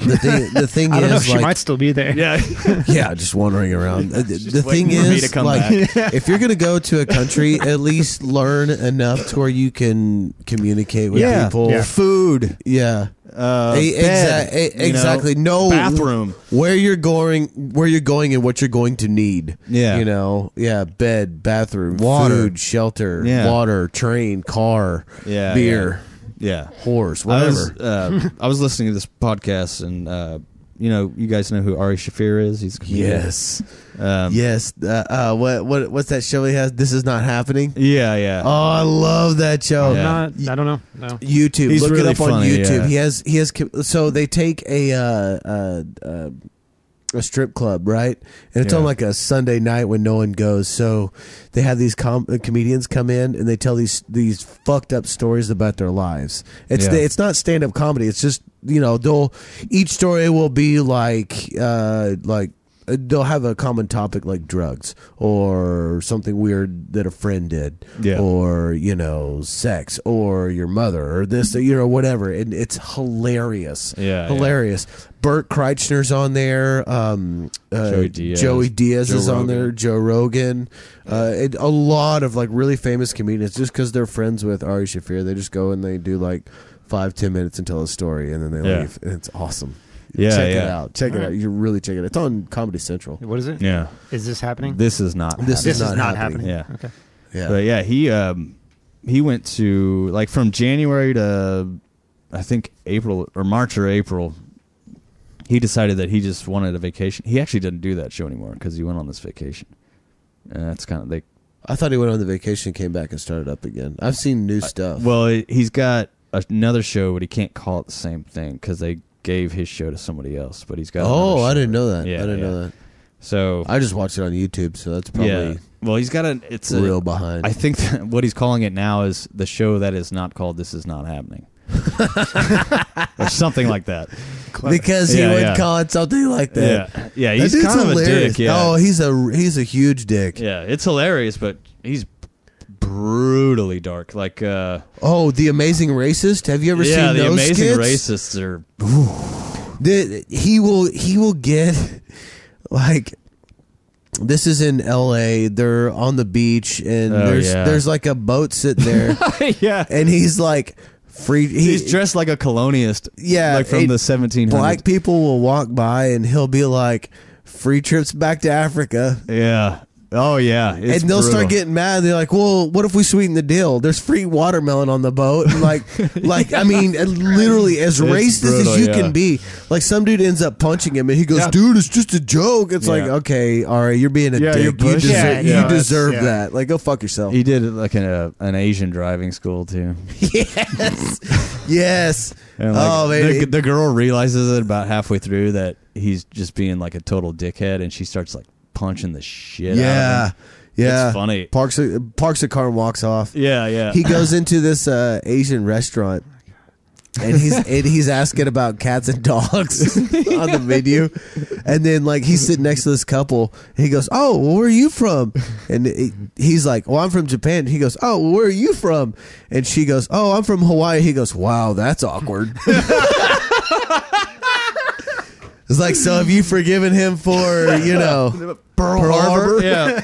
[SPEAKER 1] The thing, the thing
[SPEAKER 3] I don't know.
[SPEAKER 1] is,
[SPEAKER 3] She
[SPEAKER 1] like,
[SPEAKER 3] might still be there.
[SPEAKER 2] Yeah.
[SPEAKER 1] yeah, just wandering around. Uh, th- the
[SPEAKER 2] waiting
[SPEAKER 1] thing
[SPEAKER 2] for me
[SPEAKER 1] is,
[SPEAKER 2] to come
[SPEAKER 1] like, if you're gonna go to a country, at least learn enough to where you can communicate with people.
[SPEAKER 3] Yeah.
[SPEAKER 2] Food.
[SPEAKER 1] Yeah.
[SPEAKER 2] Uh,
[SPEAKER 1] E-
[SPEAKER 2] bed,
[SPEAKER 1] exa- e-
[SPEAKER 2] you know,
[SPEAKER 1] exactly. no
[SPEAKER 2] bathroom.
[SPEAKER 1] Where you're going, where you're going, and what you're going to need.
[SPEAKER 2] Yeah.
[SPEAKER 1] You know. Yeah. Bed, bathroom,
[SPEAKER 2] Water.
[SPEAKER 1] food, shelter,
[SPEAKER 2] Yeah.
[SPEAKER 1] water, train, car,
[SPEAKER 2] Yeah,
[SPEAKER 1] beer,
[SPEAKER 2] Yeah.
[SPEAKER 1] horse, whatever.
[SPEAKER 2] I was, uh, I was listening to this podcast and uh, you know, you guys know who Ari Shafir is. He's a comedian.
[SPEAKER 1] Yes.
[SPEAKER 2] um,
[SPEAKER 1] yes. Uh, uh, what what what's that show he has? This is not happening.
[SPEAKER 2] yeah, yeah.
[SPEAKER 1] Oh, I love that show.
[SPEAKER 2] Yeah.
[SPEAKER 3] I'm not, I don't know. No.
[SPEAKER 1] YouTube.
[SPEAKER 2] He's
[SPEAKER 1] Look
[SPEAKER 2] really
[SPEAKER 1] it up on
[SPEAKER 2] funny,
[SPEAKER 1] YouTube.
[SPEAKER 2] yeah.
[SPEAKER 1] He has he has so they take a uh, uh, uh, a strip club, right? And it's on
[SPEAKER 2] Yeah.
[SPEAKER 1] like a Sunday night when no one goes. So they have these com- uh, comedians come in and they tell these these fucked up stories about their lives. It's
[SPEAKER 2] Yeah.
[SPEAKER 1] it's not stand up comedy. It's just you know they'll each story will be like uh, like uh, they'll have a common topic like drugs or something weird that a friend did
[SPEAKER 2] Yeah.
[SPEAKER 1] or you know sex or your mother or this you know whatever and it's hilarious
[SPEAKER 2] Yeah,
[SPEAKER 1] hilarious bert kreichner's on there um uh,
[SPEAKER 2] Joey Diaz.
[SPEAKER 1] Joey Diaz
[SPEAKER 2] Joe
[SPEAKER 1] is on
[SPEAKER 2] Rogan.
[SPEAKER 1] there joe rogan uh and a lot of like really famous comedians just because they're friends with ari shafir they just go and they do like five ten minutes and tell a story and then they
[SPEAKER 2] Yeah.
[SPEAKER 1] leave and it's awesome
[SPEAKER 2] Yeah,
[SPEAKER 1] check it
[SPEAKER 2] yeah.
[SPEAKER 1] out check it
[SPEAKER 3] All
[SPEAKER 1] out
[SPEAKER 3] right.
[SPEAKER 1] you should really check it out. it's on comedy central
[SPEAKER 3] What is it? Is
[SPEAKER 2] yeah.
[SPEAKER 3] this happening?
[SPEAKER 2] This is not.
[SPEAKER 1] This
[SPEAKER 3] This
[SPEAKER 1] is not happening.
[SPEAKER 2] Yeah.
[SPEAKER 3] Okay.
[SPEAKER 1] yeah
[SPEAKER 2] But yeah, he um he went to like from January to I think April or March or April. He decided that he just wanted a vacation. He actually didn't do that show anymore because he went on this vacation. And that's kind of they.
[SPEAKER 1] I thought he went on the vacation, came back, and started up again. I've seen new stuff.
[SPEAKER 2] Well, he- he's got another show, but he can't call it the same thing because they gave his show to somebody else. But he's got.
[SPEAKER 1] oh,
[SPEAKER 2] another
[SPEAKER 1] I
[SPEAKER 2] show.
[SPEAKER 1] didn't know that.
[SPEAKER 2] Yeah,
[SPEAKER 1] I didn't
[SPEAKER 2] yeah.
[SPEAKER 1] know that.
[SPEAKER 2] So
[SPEAKER 1] I just watched it on YouTube, so that's
[SPEAKER 2] yeah.
[SPEAKER 1] probably
[SPEAKER 2] Well, he's got a. It's a,
[SPEAKER 1] real behind.
[SPEAKER 2] I think that what he's calling it now is the show that is not called "This Is Not Happening," or something like that.
[SPEAKER 1] because he
[SPEAKER 2] Yeah,
[SPEAKER 1] would
[SPEAKER 2] yeah.
[SPEAKER 1] call it something like that.
[SPEAKER 2] Yeah, yeah,
[SPEAKER 1] That
[SPEAKER 2] he's
[SPEAKER 1] dude's
[SPEAKER 2] kind of a
[SPEAKER 1] hilarious.
[SPEAKER 2] dick. Yeah,
[SPEAKER 1] Oh, he's a he's a huge dick.
[SPEAKER 2] yeah, it's hilarious, but he's brutally dark. Like, uh,
[SPEAKER 1] Oh, the amazing racist. Have you ever
[SPEAKER 2] yeah,
[SPEAKER 1] seen
[SPEAKER 2] the
[SPEAKER 1] those
[SPEAKER 2] amazing
[SPEAKER 1] skits?
[SPEAKER 2] racists are.
[SPEAKER 1] The- he will he will get like this is in L.A. They're on the beach and
[SPEAKER 2] Oh,
[SPEAKER 1] there's
[SPEAKER 2] yeah.
[SPEAKER 1] there's like a boat sitting there,
[SPEAKER 2] yeah,
[SPEAKER 1] and he's like free. he-
[SPEAKER 2] he's dressed like a colonialist.
[SPEAKER 1] Yeah,
[SPEAKER 2] like from
[SPEAKER 1] it-
[SPEAKER 2] the 1700s.
[SPEAKER 1] black people will walk by and he'll be like, free trips back to Africa.
[SPEAKER 2] yeah. Oh yeah, it's
[SPEAKER 1] and they'll
[SPEAKER 2] brutal.
[SPEAKER 1] start getting mad. They're like, "Well, what if we sweeten the deal? There's free watermelon on the boat." And like, like I mean, and literally as racist
[SPEAKER 2] brutal,
[SPEAKER 1] as you
[SPEAKER 2] yeah.
[SPEAKER 1] can be. Like some dude ends up punching him, and he goes,
[SPEAKER 3] Yeah.
[SPEAKER 1] "Dude, it's just a joke." It's like,
[SPEAKER 2] Yeah.
[SPEAKER 1] okay, all right, you're being a
[SPEAKER 2] Yeah,
[SPEAKER 1] dick. You
[SPEAKER 2] you're pushing.
[SPEAKER 1] deserve,
[SPEAKER 3] Yeah,
[SPEAKER 1] you
[SPEAKER 3] no, that's-
[SPEAKER 1] deserve
[SPEAKER 3] yeah.
[SPEAKER 1] that. Like, go fuck yourself.
[SPEAKER 2] He did like an uh, an Asian driving school too.
[SPEAKER 1] yes, yes.
[SPEAKER 2] And like,
[SPEAKER 1] oh man,
[SPEAKER 2] the,
[SPEAKER 1] it-
[SPEAKER 2] the girl realizes it about halfway through that he's just being like a total dickhead, and she starts like punching the shit. out
[SPEAKER 1] yeah,
[SPEAKER 2] of him.
[SPEAKER 1] yeah.
[SPEAKER 2] It's funny.
[SPEAKER 1] Parks a, parks a car and walks off.
[SPEAKER 2] Yeah, yeah.
[SPEAKER 1] he goes into this uh, Asian restaurant. And he's and he's asking about cats and dogs on the menu, and then like he's sitting next to this couple. And he goes, "Oh, well, where are you from?" And he- he's like, "Well, I'm from Japan." He goes, "Oh, well, where are you from?" And she goes, "Oh, I'm from Hawaii." He goes, "Wow, that's awkward." it's like, so have you forgiven him for you know Pearl Harbor?
[SPEAKER 2] yeah,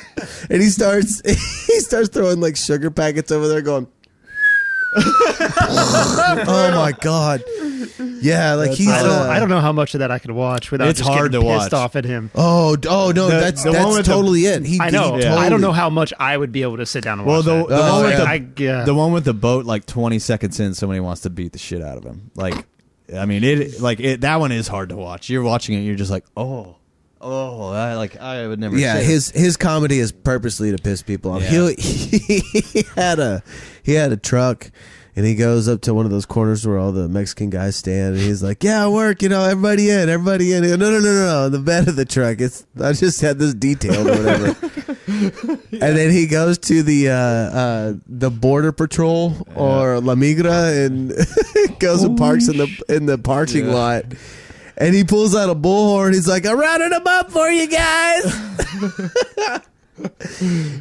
[SPEAKER 1] And he starts he starts throwing like sugar packets over there going Oh my god. Yeah, like he's
[SPEAKER 3] I don't,
[SPEAKER 1] uh,
[SPEAKER 3] I don't know how much of that I could watch without
[SPEAKER 2] It's
[SPEAKER 3] just
[SPEAKER 2] hard
[SPEAKER 3] getting
[SPEAKER 2] to
[SPEAKER 3] pissed
[SPEAKER 2] watch.
[SPEAKER 3] off at him.
[SPEAKER 1] Oh, d- oh no,
[SPEAKER 2] The-
[SPEAKER 1] that's
[SPEAKER 2] the one
[SPEAKER 1] that's
[SPEAKER 2] with the-
[SPEAKER 1] totally it. He,
[SPEAKER 3] I know.
[SPEAKER 1] He
[SPEAKER 2] Yeah.
[SPEAKER 1] totally-
[SPEAKER 3] I don't know how much I would be able to sit down and
[SPEAKER 2] Well,
[SPEAKER 3] watch
[SPEAKER 2] the,
[SPEAKER 3] that.
[SPEAKER 2] the
[SPEAKER 1] Oh,
[SPEAKER 2] one with
[SPEAKER 1] yeah.
[SPEAKER 2] the
[SPEAKER 3] I- yeah.
[SPEAKER 2] the one with the boat, like twenty seconds in, somebody wants to beat the shit out of him. Like, I mean, it like it that one is hard to watch. You're watching it, you're just like, oh, oh, I, like I would never.
[SPEAKER 1] yeah,
[SPEAKER 2] say
[SPEAKER 1] his his comedy is purposely to piss people off.
[SPEAKER 2] Yeah.
[SPEAKER 1] He he had a he had a truck and he goes up to one of those corners where all the Mexican guys stand and he's like, "Yeah, I work, you know, everybody in, everybody in." He goes, no, no, no, no, no, the bed of the truck. It's I just had this detailed or whatever. And then he goes to the uh, uh, the border patrol or La Migra and goes and parks in the in the parking
[SPEAKER 2] Yeah.
[SPEAKER 1] lot. And he pulls out a bullhorn. He's like, "I rounded them up for you guys."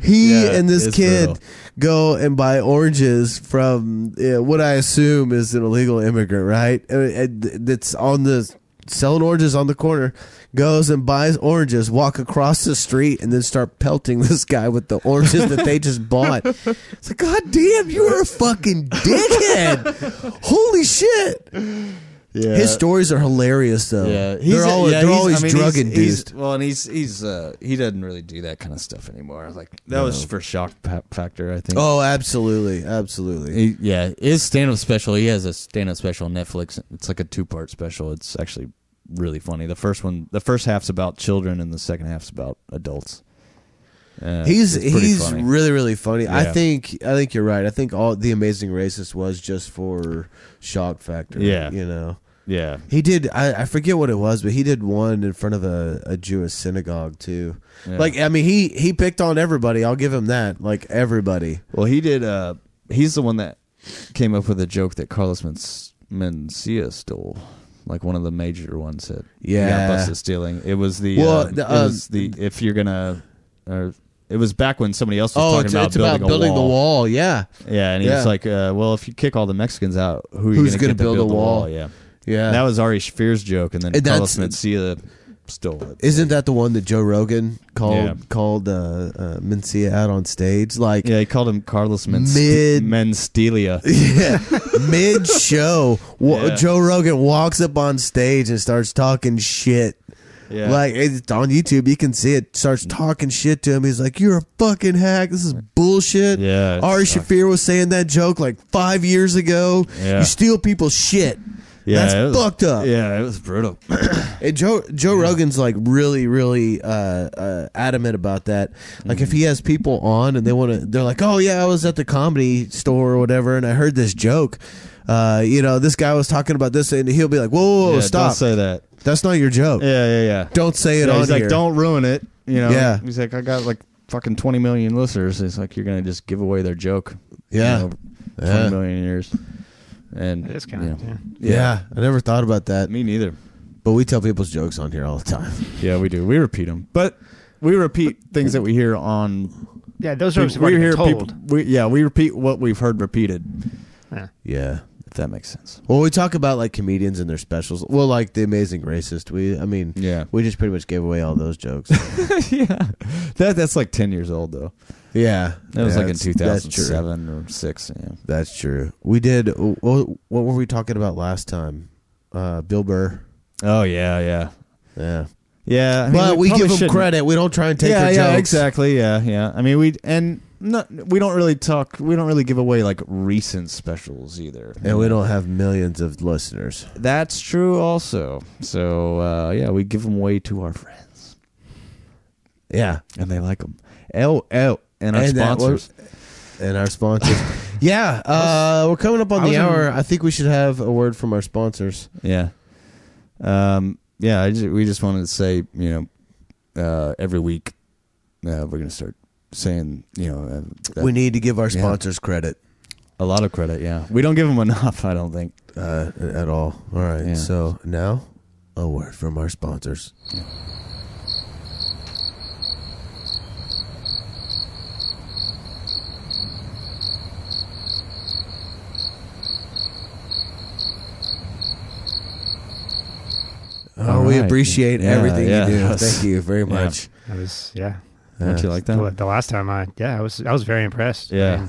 [SPEAKER 1] he
[SPEAKER 2] Yeah,
[SPEAKER 1] and this
[SPEAKER 2] it's
[SPEAKER 1] kid
[SPEAKER 2] brutal.
[SPEAKER 1] go and buy oranges from uh, what I assume is an illegal immigrant, right? Uh, uh, th- That's on the selling oranges on the corner. Goes and buys oranges, walk across the street, and then start pelting this guy with the oranges that they just bought. It's like, God damn, you are a fucking dickhead! Holy shit!
[SPEAKER 2] yeah.
[SPEAKER 1] His stories are hilarious, though.
[SPEAKER 2] Yeah,
[SPEAKER 1] they're, all,
[SPEAKER 2] yeah,
[SPEAKER 1] they're
[SPEAKER 2] he's-
[SPEAKER 1] always
[SPEAKER 2] I mean, he's-
[SPEAKER 1] drug induced.
[SPEAKER 2] he's- Well, and he's he's uh, he doesn't really do that kind of stuff anymore. Like that was for shock pa- factor, I think.
[SPEAKER 1] Oh, absolutely, absolutely.
[SPEAKER 2] He- yeah, his stand-up special. He has a stand-up special on Netflix. It's like a two-part special. It's actually really funny. The first one, the first half's about children, and the second half's about adults. Uh,
[SPEAKER 1] he's
[SPEAKER 2] it's pretty
[SPEAKER 1] he's
[SPEAKER 2] funny.
[SPEAKER 1] really really funny. I
[SPEAKER 2] Yeah.
[SPEAKER 1] think I think you're right. I think all the Amazing Racist was just for shock factor.
[SPEAKER 2] Yeah.
[SPEAKER 1] you know
[SPEAKER 2] yeah,
[SPEAKER 1] he did. I, I forget what it was, but he did one in front of a, a Jewish synagogue too.
[SPEAKER 2] yeah.
[SPEAKER 1] Like I mean, he he picked on everybody. I'll give him that. Like everybody.
[SPEAKER 2] well, he did. Uh, he's the one that came up with a joke that Carlos Men- Mencia stole, like one of the major ones that he
[SPEAKER 1] Yeah.
[SPEAKER 2] got busted stealing. It was the
[SPEAKER 1] Well,
[SPEAKER 2] um,
[SPEAKER 1] the, uh,
[SPEAKER 2] it was the if you're gonna, or it was back when somebody else was
[SPEAKER 1] Oh,
[SPEAKER 2] talking
[SPEAKER 1] it's,
[SPEAKER 2] about
[SPEAKER 1] it's
[SPEAKER 2] building,
[SPEAKER 1] about
[SPEAKER 2] a
[SPEAKER 1] building the wall. Yeah,
[SPEAKER 2] Yeah, and he
[SPEAKER 1] Yeah.
[SPEAKER 2] was like, uh, "Well, if you kick all the Mexicans out, who are you
[SPEAKER 1] Who's gonna
[SPEAKER 2] gonna, get to
[SPEAKER 1] build a
[SPEAKER 2] the
[SPEAKER 1] wall?
[SPEAKER 2] Yeah,
[SPEAKER 1] yeah.
[SPEAKER 2] that was Ari Shafir's joke, and then
[SPEAKER 1] And
[SPEAKER 2] Carlos
[SPEAKER 1] that's-
[SPEAKER 2] Mencia stole it.
[SPEAKER 1] Isn't that the one that Joe Rogan called
[SPEAKER 2] Yeah.
[SPEAKER 1] called uh, uh, Mencia out on stage? Like
[SPEAKER 2] yeah, he called him Carlos Men-
[SPEAKER 1] Mid-
[SPEAKER 2] Menstelia.
[SPEAKER 1] Yeah, mid show, w-
[SPEAKER 2] Yeah.
[SPEAKER 1] Joe Rogan walks up on stage and starts talking shit.
[SPEAKER 2] Yeah,
[SPEAKER 1] Like it's on YouTube, you can see it. Starts talking shit to him. He's like, "You're a fucking hack. This is bullshit."
[SPEAKER 2] yeah, it
[SPEAKER 1] Ari
[SPEAKER 2] sucked.
[SPEAKER 1] Shafir was saying that joke like five years ago.
[SPEAKER 2] Yeah.
[SPEAKER 1] You steal people's shit.
[SPEAKER 2] yeah,
[SPEAKER 1] that's
[SPEAKER 2] it was-
[SPEAKER 1] fucked up. Oh,
[SPEAKER 2] Yeah, it was brutal.
[SPEAKER 1] And Joe Joe Rogan's like really really uh, uh, adamant about that. Like
[SPEAKER 2] Mm-hmm.
[SPEAKER 1] if he has people on and they want to, they're like, "Oh yeah, I was at the comedy store or whatever, and I heard this joke." Uh, you know, this guy was talking about this, and he'll be like, "Whoa, whoa, whoa
[SPEAKER 2] yeah,
[SPEAKER 1] stop!
[SPEAKER 2] Don't say that.
[SPEAKER 1] That's not your joke.
[SPEAKER 2] Yeah, yeah, yeah.
[SPEAKER 1] Don't say it
[SPEAKER 2] yeah,
[SPEAKER 1] on
[SPEAKER 2] he's
[SPEAKER 1] here."
[SPEAKER 2] like, "Don't ruin it." You know.
[SPEAKER 1] Yeah.
[SPEAKER 2] He's like, "I got like fucking twenty million listeners." It's like you're gonna just give away their joke.
[SPEAKER 1] Yeah.
[SPEAKER 2] You know,
[SPEAKER 1] Yeah.
[SPEAKER 2] twenty million years. And
[SPEAKER 3] It is kind of.
[SPEAKER 2] you know,
[SPEAKER 3] Yeah.
[SPEAKER 1] yeah. I never thought about that.
[SPEAKER 2] me neither.
[SPEAKER 1] But we tell people's jokes on here all the time.
[SPEAKER 2] Yeah, we do. We repeat them, but we repeat things that we hear on.
[SPEAKER 3] yeah, those jokes have already
[SPEAKER 2] we
[SPEAKER 3] been
[SPEAKER 2] hear
[SPEAKER 3] told.
[SPEAKER 2] people. We, yeah, we repeat what we've heard repeated.
[SPEAKER 3] Yeah.
[SPEAKER 1] Yeah.
[SPEAKER 2] If that makes sense.
[SPEAKER 1] Well, we talk about like comedians and their specials. Well, like the Amazing Racist. We, I mean,
[SPEAKER 2] Yeah,
[SPEAKER 1] we just pretty much gave away all those jokes.
[SPEAKER 2] yeah. That that's like ten years old though.
[SPEAKER 1] yeah,
[SPEAKER 2] That was
[SPEAKER 1] Yeah,
[SPEAKER 2] like in
[SPEAKER 1] that's-
[SPEAKER 2] two
[SPEAKER 1] that's
[SPEAKER 2] thousand
[SPEAKER 1] true.
[SPEAKER 2] seven or six. Yeah.
[SPEAKER 1] That's true. We did. What, what were we talking about last time? Uh, Bill Burr.
[SPEAKER 2] Oh yeah, yeah,
[SPEAKER 1] Yeah,
[SPEAKER 2] yeah. I mean,
[SPEAKER 1] but we,
[SPEAKER 2] probably
[SPEAKER 1] give him
[SPEAKER 2] shouldn't.
[SPEAKER 1] credit. We don't try and take
[SPEAKER 2] yeah,
[SPEAKER 1] their
[SPEAKER 2] yeah,
[SPEAKER 1] jokes.
[SPEAKER 2] exactly. Yeah, yeah. I mean, we and not, we don't really talk. We don't really give away like recent specials either.
[SPEAKER 1] And we don't have millions of listeners.
[SPEAKER 2] That's true, also. So uh, yeah, we give them away to our friends.
[SPEAKER 1] Yeah,
[SPEAKER 2] and they like them. L L and our
[SPEAKER 1] And that
[SPEAKER 2] sponsors.
[SPEAKER 1] and our sponsors. yeah, uh, we're coming up on
[SPEAKER 3] I
[SPEAKER 1] the
[SPEAKER 3] was in-
[SPEAKER 1] hour. I think we should have a word from our sponsors.
[SPEAKER 2] yeah, um, yeah. I ju- we just wanted to say, you know, uh, every week uh, we're gonna start saying, you know, uh, that-
[SPEAKER 1] we need to give our
[SPEAKER 2] Yeah.
[SPEAKER 1] sponsors credit
[SPEAKER 2] a lot of credit. Yeah, we don't give them enough. I don't think.
[SPEAKER 1] uh, at all. All right.
[SPEAKER 2] Yeah.
[SPEAKER 1] So now, a word from our sponsors. Oh,
[SPEAKER 2] All
[SPEAKER 1] Oh, we
[SPEAKER 2] right.
[SPEAKER 1] appreciate
[SPEAKER 2] Yeah,
[SPEAKER 1] everything
[SPEAKER 2] yeah.
[SPEAKER 1] you do.
[SPEAKER 2] Yes.
[SPEAKER 1] Thank you very
[SPEAKER 2] Yeah.
[SPEAKER 1] much. Uh,
[SPEAKER 3] That was yeah.
[SPEAKER 2] Don't you like that?
[SPEAKER 3] The, the last time I yeah, I was I was very impressed. I
[SPEAKER 2] Yeah.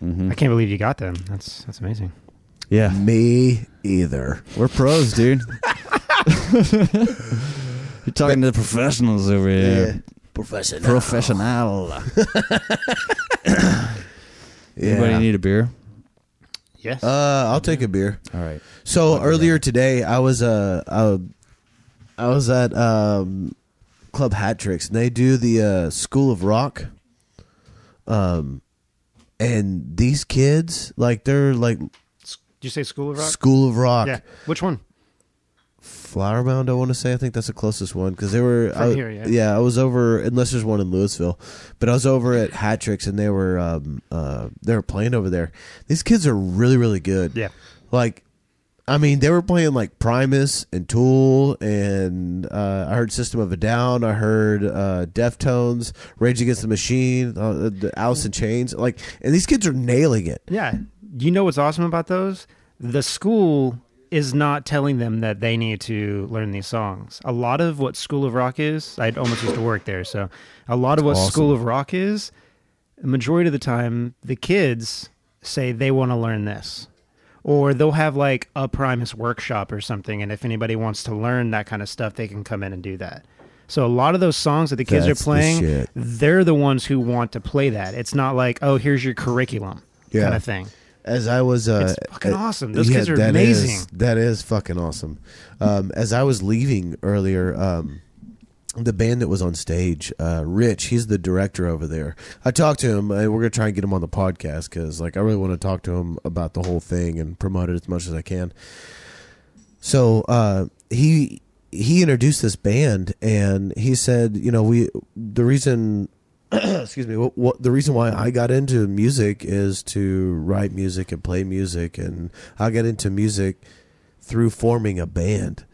[SPEAKER 3] mean,
[SPEAKER 2] hmm
[SPEAKER 3] I can't believe you got them. That's that's amazing.
[SPEAKER 2] Yeah,
[SPEAKER 1] Me either.
[SPEAKER 2] we're pros, dude. You're talking to the professionals over here.
[SPEAKER 1] Professional.
[SPEAKER 2] Professional. Anybody
[SPEAKER 1] Yeah.
[SPEAKER 2] need a beer?
[SPEAKER 3] Yes.
[SPEAKER 1] uh, I'll take a beer.
[SPEAKER 2] All right.
[SPEAKER 1] So
[SPEAKER 2] Fucking
[SPEAKER 1] earlier today, I was uh, uh, I was at um, Club Hat Tricks, and they do the uh, School of Rock. Um, and these kids, like they're like
[SPEAKER 3] S- Did you say School of Rock?
[SPEAKER 1] School of Rock,
[SPEAKER 3] Yeah. Which one?
[SPEAKER 1] Flower Mound. I want to say I think that's the closest one because they were
[SPEAKER 3] From
[SPEAKER 1] I-
[SPEAKER 3] here, yeah.
[SPEAKER 1] I was over unless there's one in Louisville, but I was over at Hat Tricks, and they were um, uh, they were playing over there. These kids are really really good.
[SPEAKER 3] Yeah.
[SPEAKER 1] like I mean, they were playing like Primus and Tool, and uh, I heard System of a Down. I heard uh, Deftones, Rage Against the Machine, uh, the Alice in Chains. Like, and these kids are nailing it.
[SPEAKER 3] Yeah. You know what's awesome about those? The school is not telling them that they need to learn these songs. A lot of what School of Rock is, I almost used to work there, so a lot of what
[SPEAKER 2] Awesome.
[SPEAKER 3] School of Rock is, the majority of the time, the kids say they want to learn this. Or they'll have like a Primus workshop or something, and if anybody wants to learn that kind of stuff, they can come in and do that. So a lot of those songs that the kids
[SPEAKER 1] That's the
[SPEAKER 3] are playing,
[SPEAKER 1] shit.
[SPEAKER 3] they're the ones who want to play that. It's not like, oh, here's your curriculum
[SPEAKER 1] Yeah.
[SPEAKER 3] kind of thing.
[SPEAKER 1] As I was, uh,
[SPEAKER 3] It's fucking awesome. Those
[SPEAKER 1] yeah,
[SPEAKER 3] kids are
[SPEAKER 1] that is-
[SPEAKER 3] amazing.
[SPEAKER 1] that is fucking awesome. Um, as I was leaving earlier, um, the band that was on stage, uh, Rich, he's the director over there. I talked to him, and we're gonna try and get him on the podcast because, like, I really want to talk to him about the whole thing and promote it as much as I can. So uh, he he introduced this band, and he said, you know, we the reason. excuse me. What, what the reason why I got into music is to write music and play music, and I got into music through forming a band,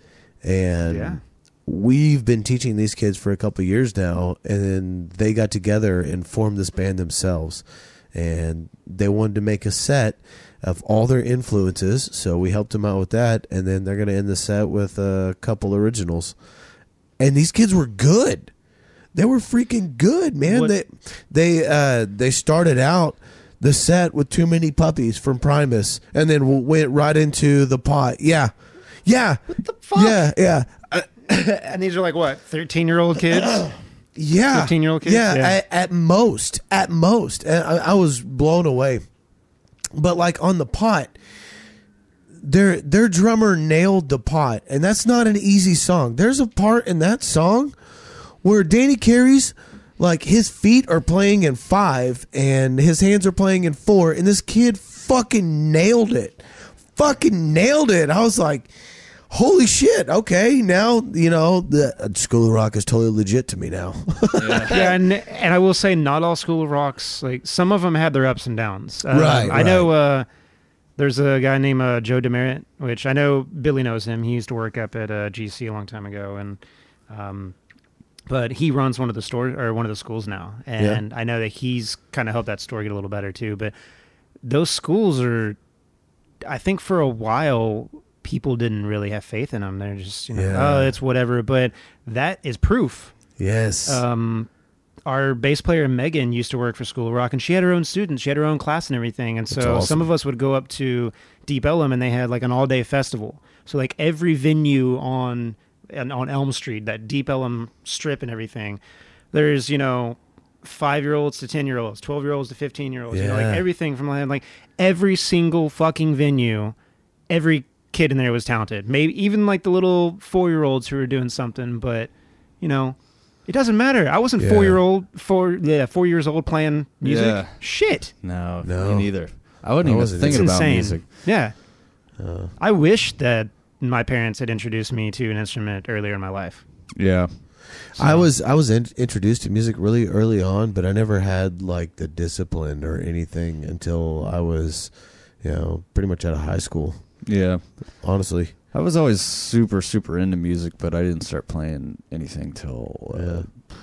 [SPEAKER 1] and
[SPEAKER 3] Yeah.
[SPEAKER 1] we've been teaching these kids for a couple of years now, and then they got together and formed this band themselves, and they wanted to make a set of all their influences, so we helped them out with that, and then they're going to end the set with a couple originals, and these kids were good. They were freaking good, man.
[SPEAKER 3] What-
[SPEAKER 1] They they uh, they started out the set with too many puppies from Primus, and then w- went right into the pot. Yeah, yeah,
[SPEAKER 3] the fuck?
[SPEAKER 1] yeah, yeah, Uh,
[SPEAKER 3] And these are like what, thirteen year old kids?
[SPEAKER 1] yeah.
[SPEAKER 3] 15-year-old kids?
[SPEAKER 1] Yeah,
[SPEAKER 3] Yeah.
[SPEAKER 1] At, at most, at most, and I, I was blown away. But like on the pot, their their drummer nailed the pot, and that's not an easy song. There's a part in that song where Danny carries like his feet are playing in five and his hands are playing in four, and this kid fucking nailed it. Fucking nailed it. I was like, holy shit, okay, now you know the uh, School of Rock is totally legit to me now.
[SPEAKER 3] yeah, and and I will say, not all School of Rocks. Like some of them had their ups and downs. Um,
[SPEAKER 1] Right,
[SPEAKER 3] I know. Uh, there's a guy named uh, Joe Demerit, which I know Billy knows him. He used to work up at uh, GC a long time ago, and um, but he runs one of the stores or one of the schools now, and I know that he's kind of helped that store get a little better too. But those schools are, I think, for a while. People didn't really have faith in them. They're just, you know,
[SPEAKER 1] Yeah.
[SPEAKER 3] oh, it's whatever. But that is proof
[SPEAKER 1] yes.
[SPEAKER 3] um, our bass player Megan used to work for School of Rock, and she had her own students, she had her own class and everything. And so
[SPEAKER 1] That's awesome.
[SPEAKER 3] some of us would go up to Deep Ellum, and they had like an all-day festival. So like every venue on and on Elm Street, that Deep Ellum strip and everything, there's you know five-year-olds to ten-year-olds, twelve-year-olds to fifteen-year-olds, you know,
[SPEAKER 1] Yeah.
[SPEAKER 3] like everything from like, like every single fucking venue, every kid in there was talented. Maybe even like the little four-year-olds who were doing something, but you know. It doesn't matter. I wasn't
[SPEAKER 1] Yeah.
[SPEAKER 3] four year old four yeah, four years old playing music.
[SPEAKER 2] Yeah.
[SPEAKER 3] Shit.
[SPEAKER 2] No,
[SPEAKER 1] No.
[SPEAKER 2] me neither. I wasn't even
[SPEAKER 1] wasn't
[SPEAKER 2] thinking
[SPEAKER 3] It's
[SPEAKER 2] about
[SPEAKER 3] insane.
[SPEAKER 2] music. Uh.
[SPEAKER 3] Yeah. I wish that my parents had introduced me to an instrument earlier in my life.
[SPEAKER 2] Yeah,
[SPEAKER 1] I was I was in, introduced to music really early on, but I never had like the discipline or anything until I was, you know, pretty much out of high school.
[SPEAKER 2] yeah.
[SPEAKER 1] Honestly,
[SPEAKER 2] I was always super, super into music, but I didn't start playing anything till uh,
[SPEAKER 1] Yeah.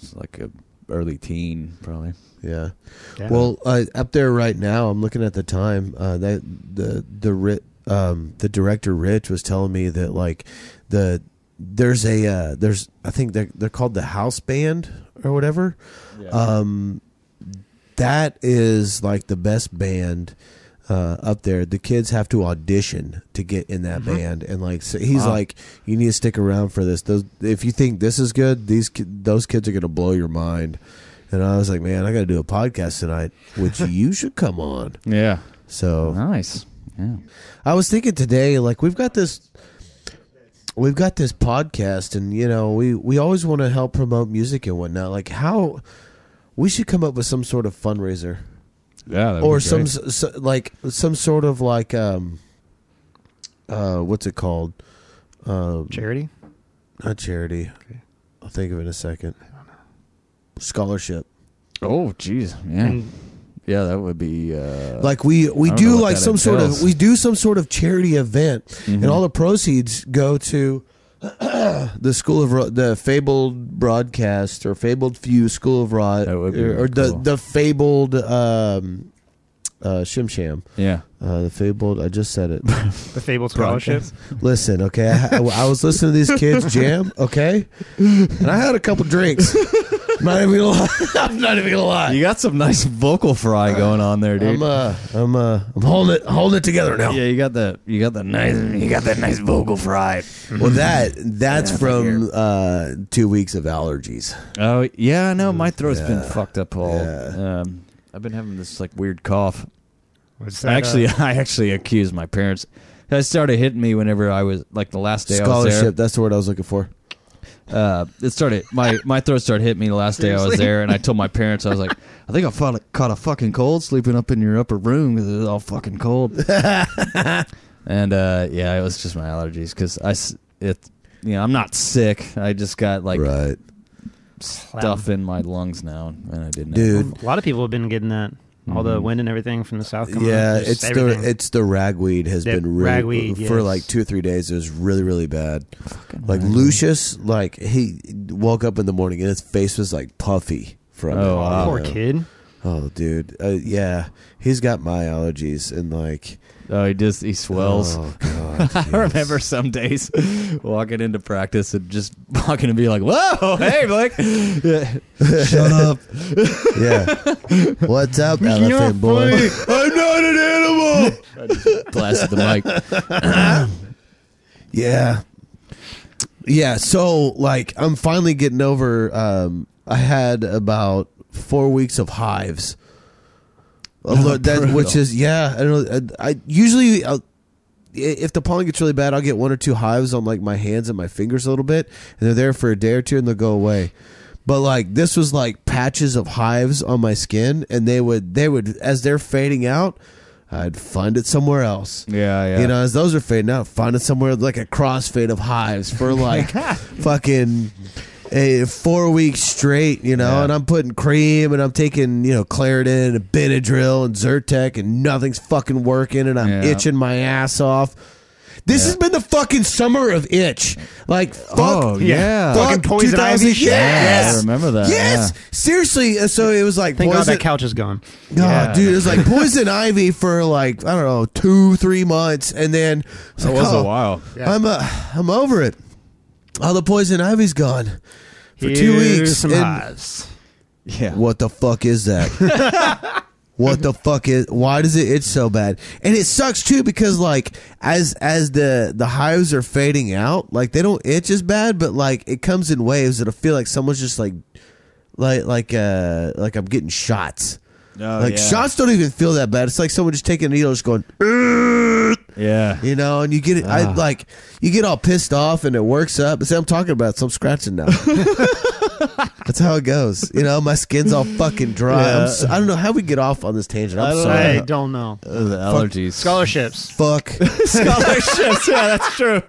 [SPEAKER 2] it's like a early teen, probably.
[SPEAKER 1] yeah.
[SPEAKER 3] Yeah.
[SPEAKER 1] Well, uh, up there right now, I'm looking at the time. Uh, that the the ri- um, the director Rich was telling me that like the there's a uh, there's I think they're they're called the house band or whatever. Um, that is like the best band uh, up there. The kids have to audition to get in that band, and like so he's
[SPEAKER 2] Wow.
[SPEAKER 1] like, you need to stick around for this. Those if you think this is good, these ki- those kids are gonna blow your mind. And I was like, man, I got to do a podcast tonight, which you should come on.
[SPEAKER 2] yeah, Uh-huh.
[SPEAKER 1] So
[SPEAKER 2] nice. Yeah,
[SPEAKER 1] I was thinking today, like we've got this, we've got this podcast, and you know, we we always want to help promote music and whatnot. Like how we should come up with some sort of fundraiser
[SPEAKER 2] yeah. that'd
[SPEAKER 1] or
[SPEAKER 2] be
[SPEAKER 1] some
[SPEAKER 2] great.
[SPEAKER 1] s s like some sort of like um uh what's it called um
[SPEAKER 3] Charity?
[SPEAKER 1] not charity.
[SPEAKER 3] Okay.
[SPEAKER 1] I'll think of it in a second. Scholarship.
[SPEAKER 2] Oh, jeez. Yeah,
[SPEAKER 3] And
[SPEAKER 2] yeah. That would be uh,
[SPEAKER 1] like we we
[SPEAKER 2] I don't know
[SPEAKER 1] do
[SPEAKER 2] what
[SPEAKER 1] like
[SPEAKER 2] that
[SPEAKER 1] some sort of
[SPEAKER 2] entails. Mm-hmm.
[SPEAKER 1] we do some sort of charity event and all the proceeds go to the school of Ro- the fabled broadcast or fabled few school of rod
[SPEAKER 2] That would be
[SPEAKER 1] or, or
[SPEAKER 2] cool.
[SPEAKER 1] the the fabled um uh shim sham
[SPEAKER 2] yeah.
[SPEAKER 1] uh, the fabled i just said it
[SPEAKER 3] the Fable Scholarship.
[SPEAKER 1] listen okay I, I was listening to these kids jam okay and i had a couple drinks not even gonna lie i'm not even gonna lie
[SPEAKER 2] You got some nice vocal fry going on there, dude.
[SPEAKER 1] i'm uh i'm uh i'm holding it holding it together now
[SPEAKER 2] yeah, you got that. You got that nice. You got that nice vocal fry.
[SPEAKER 3] Mm-hmm.
[SPEAKER 1] Well, that that's
[SPEAKER 2] Yeah,
[SPEAKER 1] from uh, two weeks of allergies.
[SPEAKER 2] Oh yeah, I know. My throat's been
[SPEAKER 1] Yeah.
[SPEAKER 2] fucked up all.
[SPEAKER 1] Yeah.
[SPEAKER 2] Um, I've been having this like weird cough.
[SPEAKER 3] Was
[SPEAKER 2] I
[SPEAKER 3] that,
[SPEAKER 2] actually,
[SPEAKER 3] uh,
[SPEAKER 2] I actually accused my parents. That started hitting me whenever I was like the last day I was
[SPEAKER 1] Scholarship. That's the word I was looking for.
[SPEAKER 2] there. Uh, it started my my throat started hitting me the last day I was
[SPEAKER 3] Seriously?
[SPEAKER 2] there, and I told my parents I was like, I think I fought, caught a fucking cold sleeping up in your upper room because it was all fucking cold. and uh, yeah, it was just my allergies because I s- it you know I'm not sick. I just got like
[SPEAKER 1] right.
[SPEAKER 2] stuff in my lungs now, and I didn't.
[SPEAKER 1] Dude.
[SPEAKER 3] a lot of people have been getting that. All the wind and everything from the south. Coming
[SPEAKER 1] Yeah,
[SPEAKER 3] up, just
[SPEAKER 1] it's
[SPEAKER 3] everything.
[SPEAKER 1] the it's the ragweed has
[SPEAKER 3] The
[SPEAKER 1] been really
[SPEAKER 3] ragweed,
[SPEAKER 1] for
[SPEAKER 3] yes. Oh,
[SPEAKER 1] like two or three days. It was really really bad. Like Lucius, like he woke up in the morning and his face was like puffy from
[SPEAKER 2] Oh,
[SPEAKER 1] it,
[SPEAKER 2] wow.
[SPEAKER 1] you
[SPEAKER 3] poor
[SPEAKER 1] know?
[SPEAKER 3] kid.
[SPEAKER 1] Oh, dude, uh, yeah, he's got my allergies and like
[SPEAKER 2] Oh, he does. He swells.
[SPEAKER 1] Oh god,
[SPEAKER 2] I remember some days walking into practice and just walking and be like, "Whoa, hey, Blake, shut up!
[SPEAKER 1] yeah. What's up, elephant boy?
[SPEAKER 2] I'm not an animal." I just blasted the mic.
[SPEAKER 1] Yeah. Yeah, so like I'm finally getting over um I had about 4 weeks of hives. A lo- that,
[SPEAKER 2] brutal.
[SPEAKER 1] which is yeah, I don't I, I usually I'll, i- if the pollen gets really bad, I'll get one or two hives on like my hands and my fingers a little bit, and they're there for a day or two and they'll go away. But like this was like patches of hives on my skin, and they would they would as they're fading out, I'd find it somewhere else.
[SPEAKER 2] Yeah, yeah.
[SPEAKER 1] You know, as those are fading out, find it somewhere like a crossfade of hives for like fucking eh, four weeks straight, you know,
[SPEAKER 2] Yeah.
[SPEAKER 1] and I'm putting cream and I'm taking, you know, Claritin and Benadryl and Zyrtec and nothing's fucking working and I'm
[SPEAKER 2] Yeah.
[SPEAKER 1] itching my ass off. This
[SPEAKER 2] Yeah.
[SPEAKER 1] has been the fucking summer of itch. Like, fuck.
[SPEAKER 2] Oh, yeah.
[SPEAKER 1] Fuck
[SPEAKER 3] Fucking poison
[SPEAKER 1] 2000
[SPEAKER 3] ivy shit.
[SPEAKER 1] Yes.
[SPEAKER 2] Yeah, I remember that,
[SPEAKER 1] Yes.
[SPEAKER 2] yeah.
[SPEAKER 1] Seriously. uh, So it was like,
[SPEAKER 3] Thank God
[SPEAKER 1] poison-
[SPEAKER 3] that couch is gone.
[SPEAKER 1] Oh,
[SPEAKER 2] Yeah.
[SPEAKER 1] dude, it was like poison ivy for like I don't know two, three months, and then oh,
[SPEAKER 2] That was a while.
[SPEAKER 1] I'm uh, I'm over it. All the poison ivy's gone for two
[SPEAKER 3] Here's
[SPEAKER 1] weeks.
[SPEAKER 3] Some
[SPEAKER 1] and-
[SPEAKER 3] hives.
[SPEAKER 2] Yeah.
[SPEAKER 1] what the fuck is that? what the fuck is? Why does it itch so bad? And it sucks too because like as as the the hives are fading out, like they don't itch as bad, but like it comes in waves. It'll feel like someone's just like like like uh like I'm getting shots.
[SPEAKER 2] Oh,
[SPEAKER 1] Like
[SPEAKER 2] yeah.
[SPEAKER 1] shots don't even feel that bad. It's like someone just taking a needle, just going, "Ugh,"
[SPEAKER 2] Yeah.
[SPEAKER 1] you know, and you get it.
[SPEAKER 2] Ah.
[SPEAKER 1] I like you get all pissed off, and it works up. But see, I'm talking about, it, so I'm scratching now. That's how it goes. You know, my skin's all fucking dry. I'm
[SPEAKER 2] Yeah.
[SPEAKER 1] so, I don't know how we get off on this tangent. I'm
[SPEAKER 2] I don't
[SPEAKER 1] sorry.
[SPEAKER 3] I don't know.
[SPEAKER 2] Uh, the allergies.
[SPEAKER 3] Scholarships.
[SPEAKER 1] Fuck,
[SPEAKER 2] Scholarships. Yeah, that's true.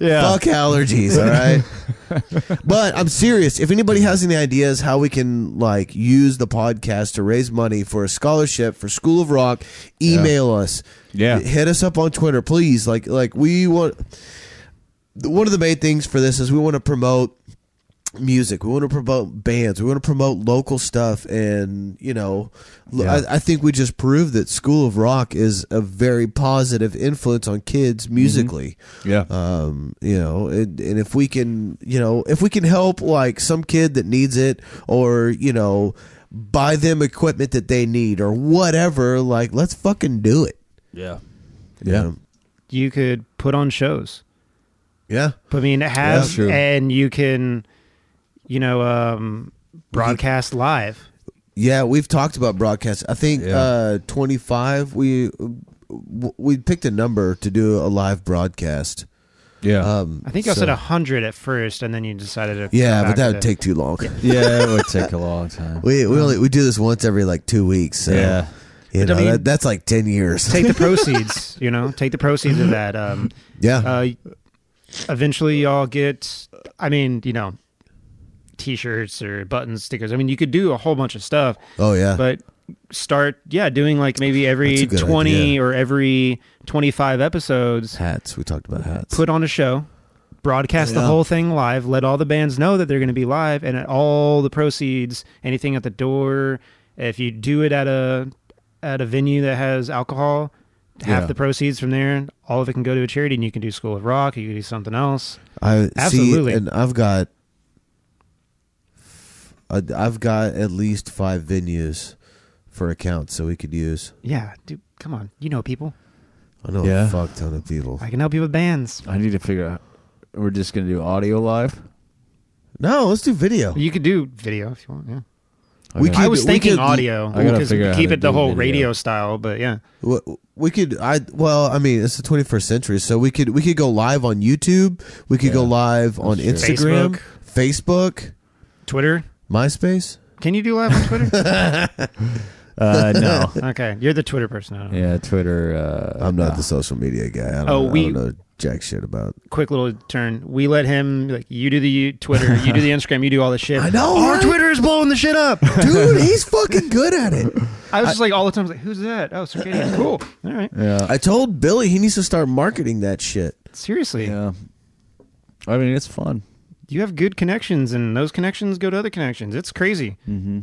[SPEAKER 2] Yeah.
[SPEAKER 1] fuck allergies. All right. but I'm serious. If anybody has any ideas how we can like use the podcast to raise money for a scholarship for School of Rock, email us.
[SPEAKER 2] Yeah.
[SPEAKER 1] hit us up on Twitter, please. Like, like we want. One of the main things for this is we want to promote music. We want to promote bands. We want to promote local stuff, and you know, l-
[SPEAKER 2] Yeah.
[SPEAKER 1] I, I think we just proved that School of Rock is a very positive influence on
[SPEAKER 2] Mm-hmm.
[SPEAKER 1] kids musically
[SPEAKER 2] Yeah.
[SPEAKER 1] um you know and, and if we can you know if we can help like some kid that needs it or you know buy them equipment that they need or whatever like let's fucking do it
[SPEAKER 2] yeah.
[SPEAKER 1] you
[SPEAKER 2] Yeah.
[SPEAKER 1] know?
[SPEAKER 3] You could put on shows.
[SPEAKER 1] yeah
[SPEAKER 3] I mean,
[SPEAKER 2] Yeah,
[SPEAKER 3] have
[SPEAKER 2] true.
[SPEAKER 3] and you can, you know, um, broadcast live.
[SPEAKER 1] yeah we've talked about broadcast i think
[SPEAKER 2] Yeah.
[SPEAKER 1] uh 25 we w- we picked a number to do a live broadcast
[SPEAKER 2] Yeah.
[SPEAKER 1] um
[SPEAKER 3] I think y'all
[SPEAKER 1] so-
[SPEAKER 3] said hundred at first, and then you decided to.
[SPEAKER 1] yeah
[SPEAKER 3] go
[SPEAKER 1] but
[SPEAKER 3] back
[SPEAKER 1] that would
[SPEAKER 3] to-
[SPEAKER 1] take too long
[SPEAKER 2] yeah. It would take a long time.
[SPEAKER 1] we we only we do this once every like two weeks so
[SPEAKER 2] Yeah.
[SPEAKER 1] you
[SPEAKER 3] But I
[SPEAKER 1] know
[SPEAKER 3] mean-
[SPEAKER 1] that, that's like 10 years
[SPEAKER 3] take the proceeds. you know, take the proceeds of that. Um,
[SPEAKER 1] yeah
[SPEAKER 3] uh, eventually, y'all get. I mean, you know, t-shirts or buttons, stickers. I mean, you could do a whole bunch of stuff.
[SPEAKER 1] oh yeah
[SPEAKER 3] but start yeah doing like maybe
[SPEAKER 1] That's a
[SPEAKER 3] every
[SPEAKER 1] good
[SPEAKER 3] 20
[SPEAKER 1] idea.
[SPEAKER 3] or every 25 episodes
[SPEAKER 1] hats we talked about hats
[SPEAKER 3] put on a show broadcast the
[SPEAKER 1] Yeah.
[SPEAKER 3] whole thing live let all the bands know that they're going to be live and all the proceeds anything at the door if you do it at a at a venue that has alcohol half
[SPEAKER 2] Yeah.
[SPEAKER 3] the proceeds from there all of it can go to a charity and you can do school of rock you can do something else
[SPEAKER 1] I
[SPEAKER 3] Absolutely.
[SPEAKER 1] see, and I've got, I- I've got at least five venues for accounts so we could use.
[SPEAKER 3] yeah dude come on you know people
[SPEAKER 1] I know
[SPEAKER 2] Yeah.
[SPEAKER 1] a fuck ton of people.
[SPEAKER 3] i can help you with bands
[SPEAKER 2] I need to figure out. We're just gonna do audio live.
[SPEAKER 1] No, let's do video.
[SPEAKER 3] you could do video if you want yeah
[SPEAKER 1] We
[SPEAKER 2] gotta-
[SPEAKER 1] could-
[SPEAKER 3] I was
[SPEAKER 1] we
[SPEAKER 3] thinking
[SPEAKER 1] could-
[SPEAKER 3] audio
[SPEAKER 2] I gotta
[SPEAKER 3] because
[SPEAKER 2] figure out how
[SPEAKER 3] keep
[SPEAKER 2] to
[SPEAKER 3] it the
[SPEAKER 2] do
[SPEAKER 3] whole
[SPEAKER 2] video.
[SPEAKER 3] radio style, but yeah,
[SPEAKER 1] W- We could I well I mean it's the 21st century so we could we could go live on YouTube we could go
[SPEAKER 2] Yeah.
[SPEAKER 1] live on
[SPEAKER 2] That's
[SPEAKER 3] true.
[SPEAKER 1] Instagram Facebook
[SPEAKER 3] Twitter.
[SPEAKER 1] MySpace
[SPEAKER 3] Can you do live on Twitter?
[SPEAKER 2] uh, no.
[SPEAKER 3] okay, you're the Twitter person. I don't know.
[SPEAKER 2] Yeah, Twitter. Uh,
[SPEAKER 1] I'm not
[SPEAKER 2] no.
[SPEAKER 1] the social media guy I don't,
[SPEAKER 3] Oh,
[SPEAKER 1] I
[SPEAKER 3] we-
[SPEAKER 1] don't know jack shit about
[SPEAKER 3] Quick little turn. We let him like you do the you- Twitter, you do the Instagram, you do all the shit.
[SPEAKER 1] I know,
[SPEAKER 3] Our
[SPEAKER 1] right?
[SPEAKER 3] Twitter is blowing the shit up.
[SPEAKER 1] dude he's fucking good at it
[SPEAKER 3] I was just like all the time. I was like, who's that? Oh, Circadian. Cool. All right.
[SPEAKER 2] Yeah.
[SPEAKER 1] I told Billy he needs to start marketing that shit
[SPEAKER 3] Seriously,
[SPEAKER 2] yeah. I mean, it's fun.
[SPEAKER 3] you have good connections, and those connections go to other connections. It's crazy.
[SPEAKER 2] Mm-hmm.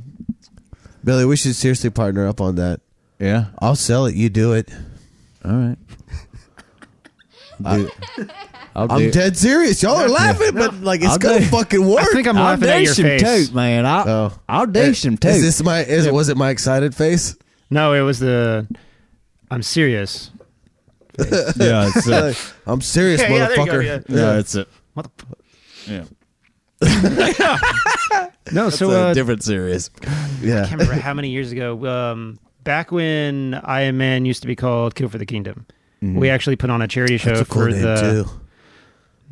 [SPEAKER 1] Billy we should seriously partner up on that
[SPEAKER 2] Yeah.
[SPEAKER 1] I'll sell it you do it
[SPEAKER 2] All right.
[SPEAKER 1] Dude,
[SPEAKER 2] I'll do.
[SPEAKER 1] I'm dead serious y'all are laughing but like it's
[SPEAKER 2] I'll
[SPEAKER 1] gonna
[SPEAKER 2] do-
[SPEAKER 1] fucking work
[SPEAKER 3] I think I'm
[SPEAKER 2] I'll
[SPEAKER 3] laughing at
[SPEAKER 2] do
[SPEAKER 3] your
[SPEAKER 2] some
[SPEAKER 3] face.
[SPEAKER 2] tote, man. I'll,
[SPEAKER 1] Oh.
[SPEAKER 2] I'll do some tote.
[SPEAKER 1] Is this my is was it my excited face
[SPEAKER 3] No, it was the. I'm serious.
[SPEAKER 2] yeah, it's
[SPEAKER 1] Like, I'm serious
[SPEAKER 3] Yeah, yeah, there you go,
[SPEAKER 1] motherfucker
[SPEAKER 3] yeah.
[SPEAKER 2] yeah, it's it.
[SPEAKER 3] What the?
[SPEAKER 2] Yeah.
[SPEAKER 3] No, so uh,
[SPEAKER 2] different series.
[SPEAKER 1] yeah.
[SPEAKER 3] I can't remember how many years ago. Um, back when Iron Man used to be called Kill for the Kingdom, we actually put on a charity show
[SPEAKER 1] Mm-hmm. That's a cool
[SPEAKER 3] for
[SPEAKER 1] name
[SPEAKER 3] the.
[SPEAKER 1] too.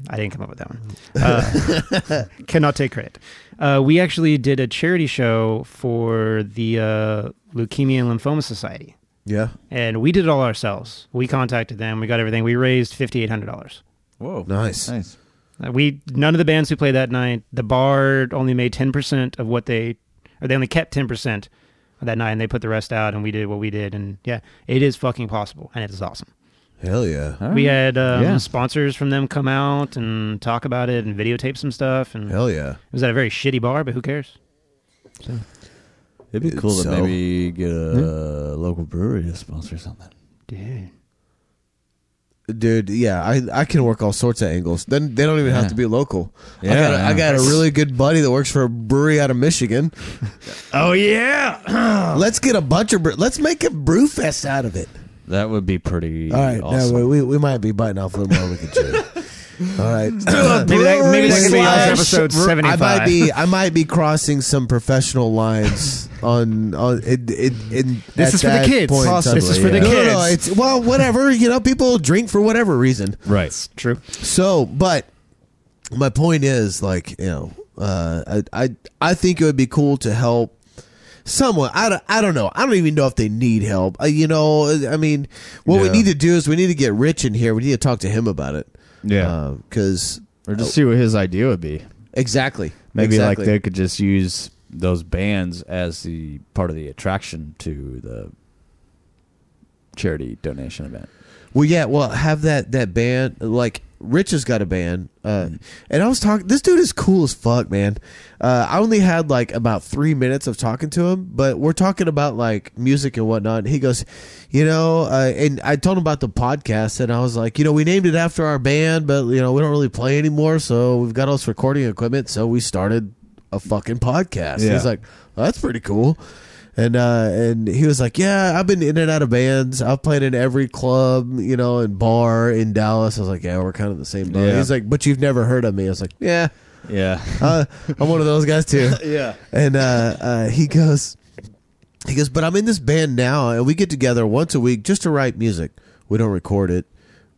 [SPEAKER 3] I didn't come up with that one. Uh, cannot take credit. Uh, we actually did a charity show for the uh, Leukemia and Lymphoma Society,
[SPEAKER 1] Yeah.
[SPEAKER 3] and we did it all ourselves. We contacted them. We got everything. We raised fifty eight hundred dollars.
[SPEAKER 2] Whoa.
[SPEAKER 1] Nice.
[SPEAKER 2] Nice.
[SPEAKER 3] Uh, We none of the bands who played that night. The bar only made ten percent of what they, or they only kept ten percent of that night, and they put the rest out. And we did what we did, and yeah, it is fucking possible, and it is awesome.
[SPEAKER 1] Hell yeah.
[SPEAKER 2] All
[SPEAKER 3] We
[SPEAKER 2] right.
[SPEAKER 3] had um,
[SPEAKER 2] Yeah.
[SPEAKER 3] sponsors from them come out and talk about it and videotape some stuff, and
[SPEAKER 1] Hell yeah.
[SPEAKER 3] it was at a very shitty bar, but who cares?
[SPEAKER 2] It'd be cool
[SPEAKER 1] So-
[SPEAKER 2] to maybe get a local brewery to sponsor something.
[SPEAKER 3] Dude,
[SPEAKER 1] Dude, yeah, I, I can work all sorts of angles. Then they don't even have
[SPEAKER 2] Yeah.
[SPEAKER 1] to be local. I,
[SPEAKER 2] Yeah,
[SPEAKER 1] got a, I
[SPEAKER 2] yeah.
[SPEAKER 1] got a really good buddy that works for a brewery out of Michigan.
[SPEAKER 2] Oh yeah,
[SPEAKER 1] Let's get a bunch of bre- let's make a brew fest out of it.
[SPEAKER 2] that would be pretty
[SPEAKER 1] All right,
[SPEAKER 2] awesome.
[SPEAKER 1] now we, we might be biting off a little more than we can chew. All right,
[SPEAKER 3] maybe that, maybe that
[SPEAKER 1] Brewery
[SPEAKER 3] could be
[SPEAKER 1] slash-
[SPEAKER 3] on episode seventy
[SPEAKER 1] I
[SPEAKER 3] five.
[SPEAKER 1] might be I might be crossing some professional lines on on it, it, it,
[SPEAKER 3] This
[SPEAKER 1] at
[SPEAKER 3] is for the
[SPEAKER 1] that
[SPEAKER 3] kids.
[SPEAKER 1] point in
[SPEAKER 3] Possibly,
[SPEAKER 1] time.
[SPEAKER 3] This is for the
[SPEAKER 1] No, no, no,
[SPEAKER 3] kids.
[SPEAKER 1] it's well, whatever you know. People drink for whatever reason.
[SPEAKER 2] right.
[SPEAKER 3] True.
[SPEAKER 1] So, but my point is, like, you know, uh, I, I, I think it would be cool to help someone. I don't, I don't know. I don't even know if they need help. Uh, you know, I mean, what we
[SPEAKER 2] Yeah.
[SPEAKER 1] need to do is we need to get Rich in here. We need to talk to him about it.
[SPEAKER 2] Yeah.
[SPEAKER 1] Uh, Because
[SPEAKER 2] or just see what his idea would be.
[SPEAKER 1] exactly.
[SPEAKER 2] Maybe
[SPEAKER 1] exactly.
[SPEAKER 2] like they could just use those bands as the part of the attraction to the charity donation event.
[SPEAKER 1] Well, yeah. Well, have that that band. Like Rich has got a band, uh, and I was talking. This dude is cool as fuck, man. Uh, I only had like about three minutes of talking to him, but we're talking about like music and whatnot. And he goes, you know, uh, and I told him about the podcast, and I was like, you know, we named it after our band, but you know, we don't really play anymore, so we've got all this recording equipment, so we started a fucking podcast.
[SPEAKER 2] Yeah.
[SPEAKER 1] He's like, "Oh, that's pretty cool. And uh, and he was like, yeah, I've been in and out of bands. I've played in every club, you know, and bar in Dallas. I was like, yeah, we're kind of the same. boat.
[SPEAKER 2] Yeah.
[SPEAKER 1] He's like, but you've never heard of me. I was like, yeah,
[SPEAKER 2] Yeah.
[SPEAKER 1] uh, I'm one of those guys too.
[SPEAKER 2] yeah.
[SPEAKER 1] And uh, uh, he goes, he goes, but I'm in this band now, and we get together once a week just to write music. We don't record it.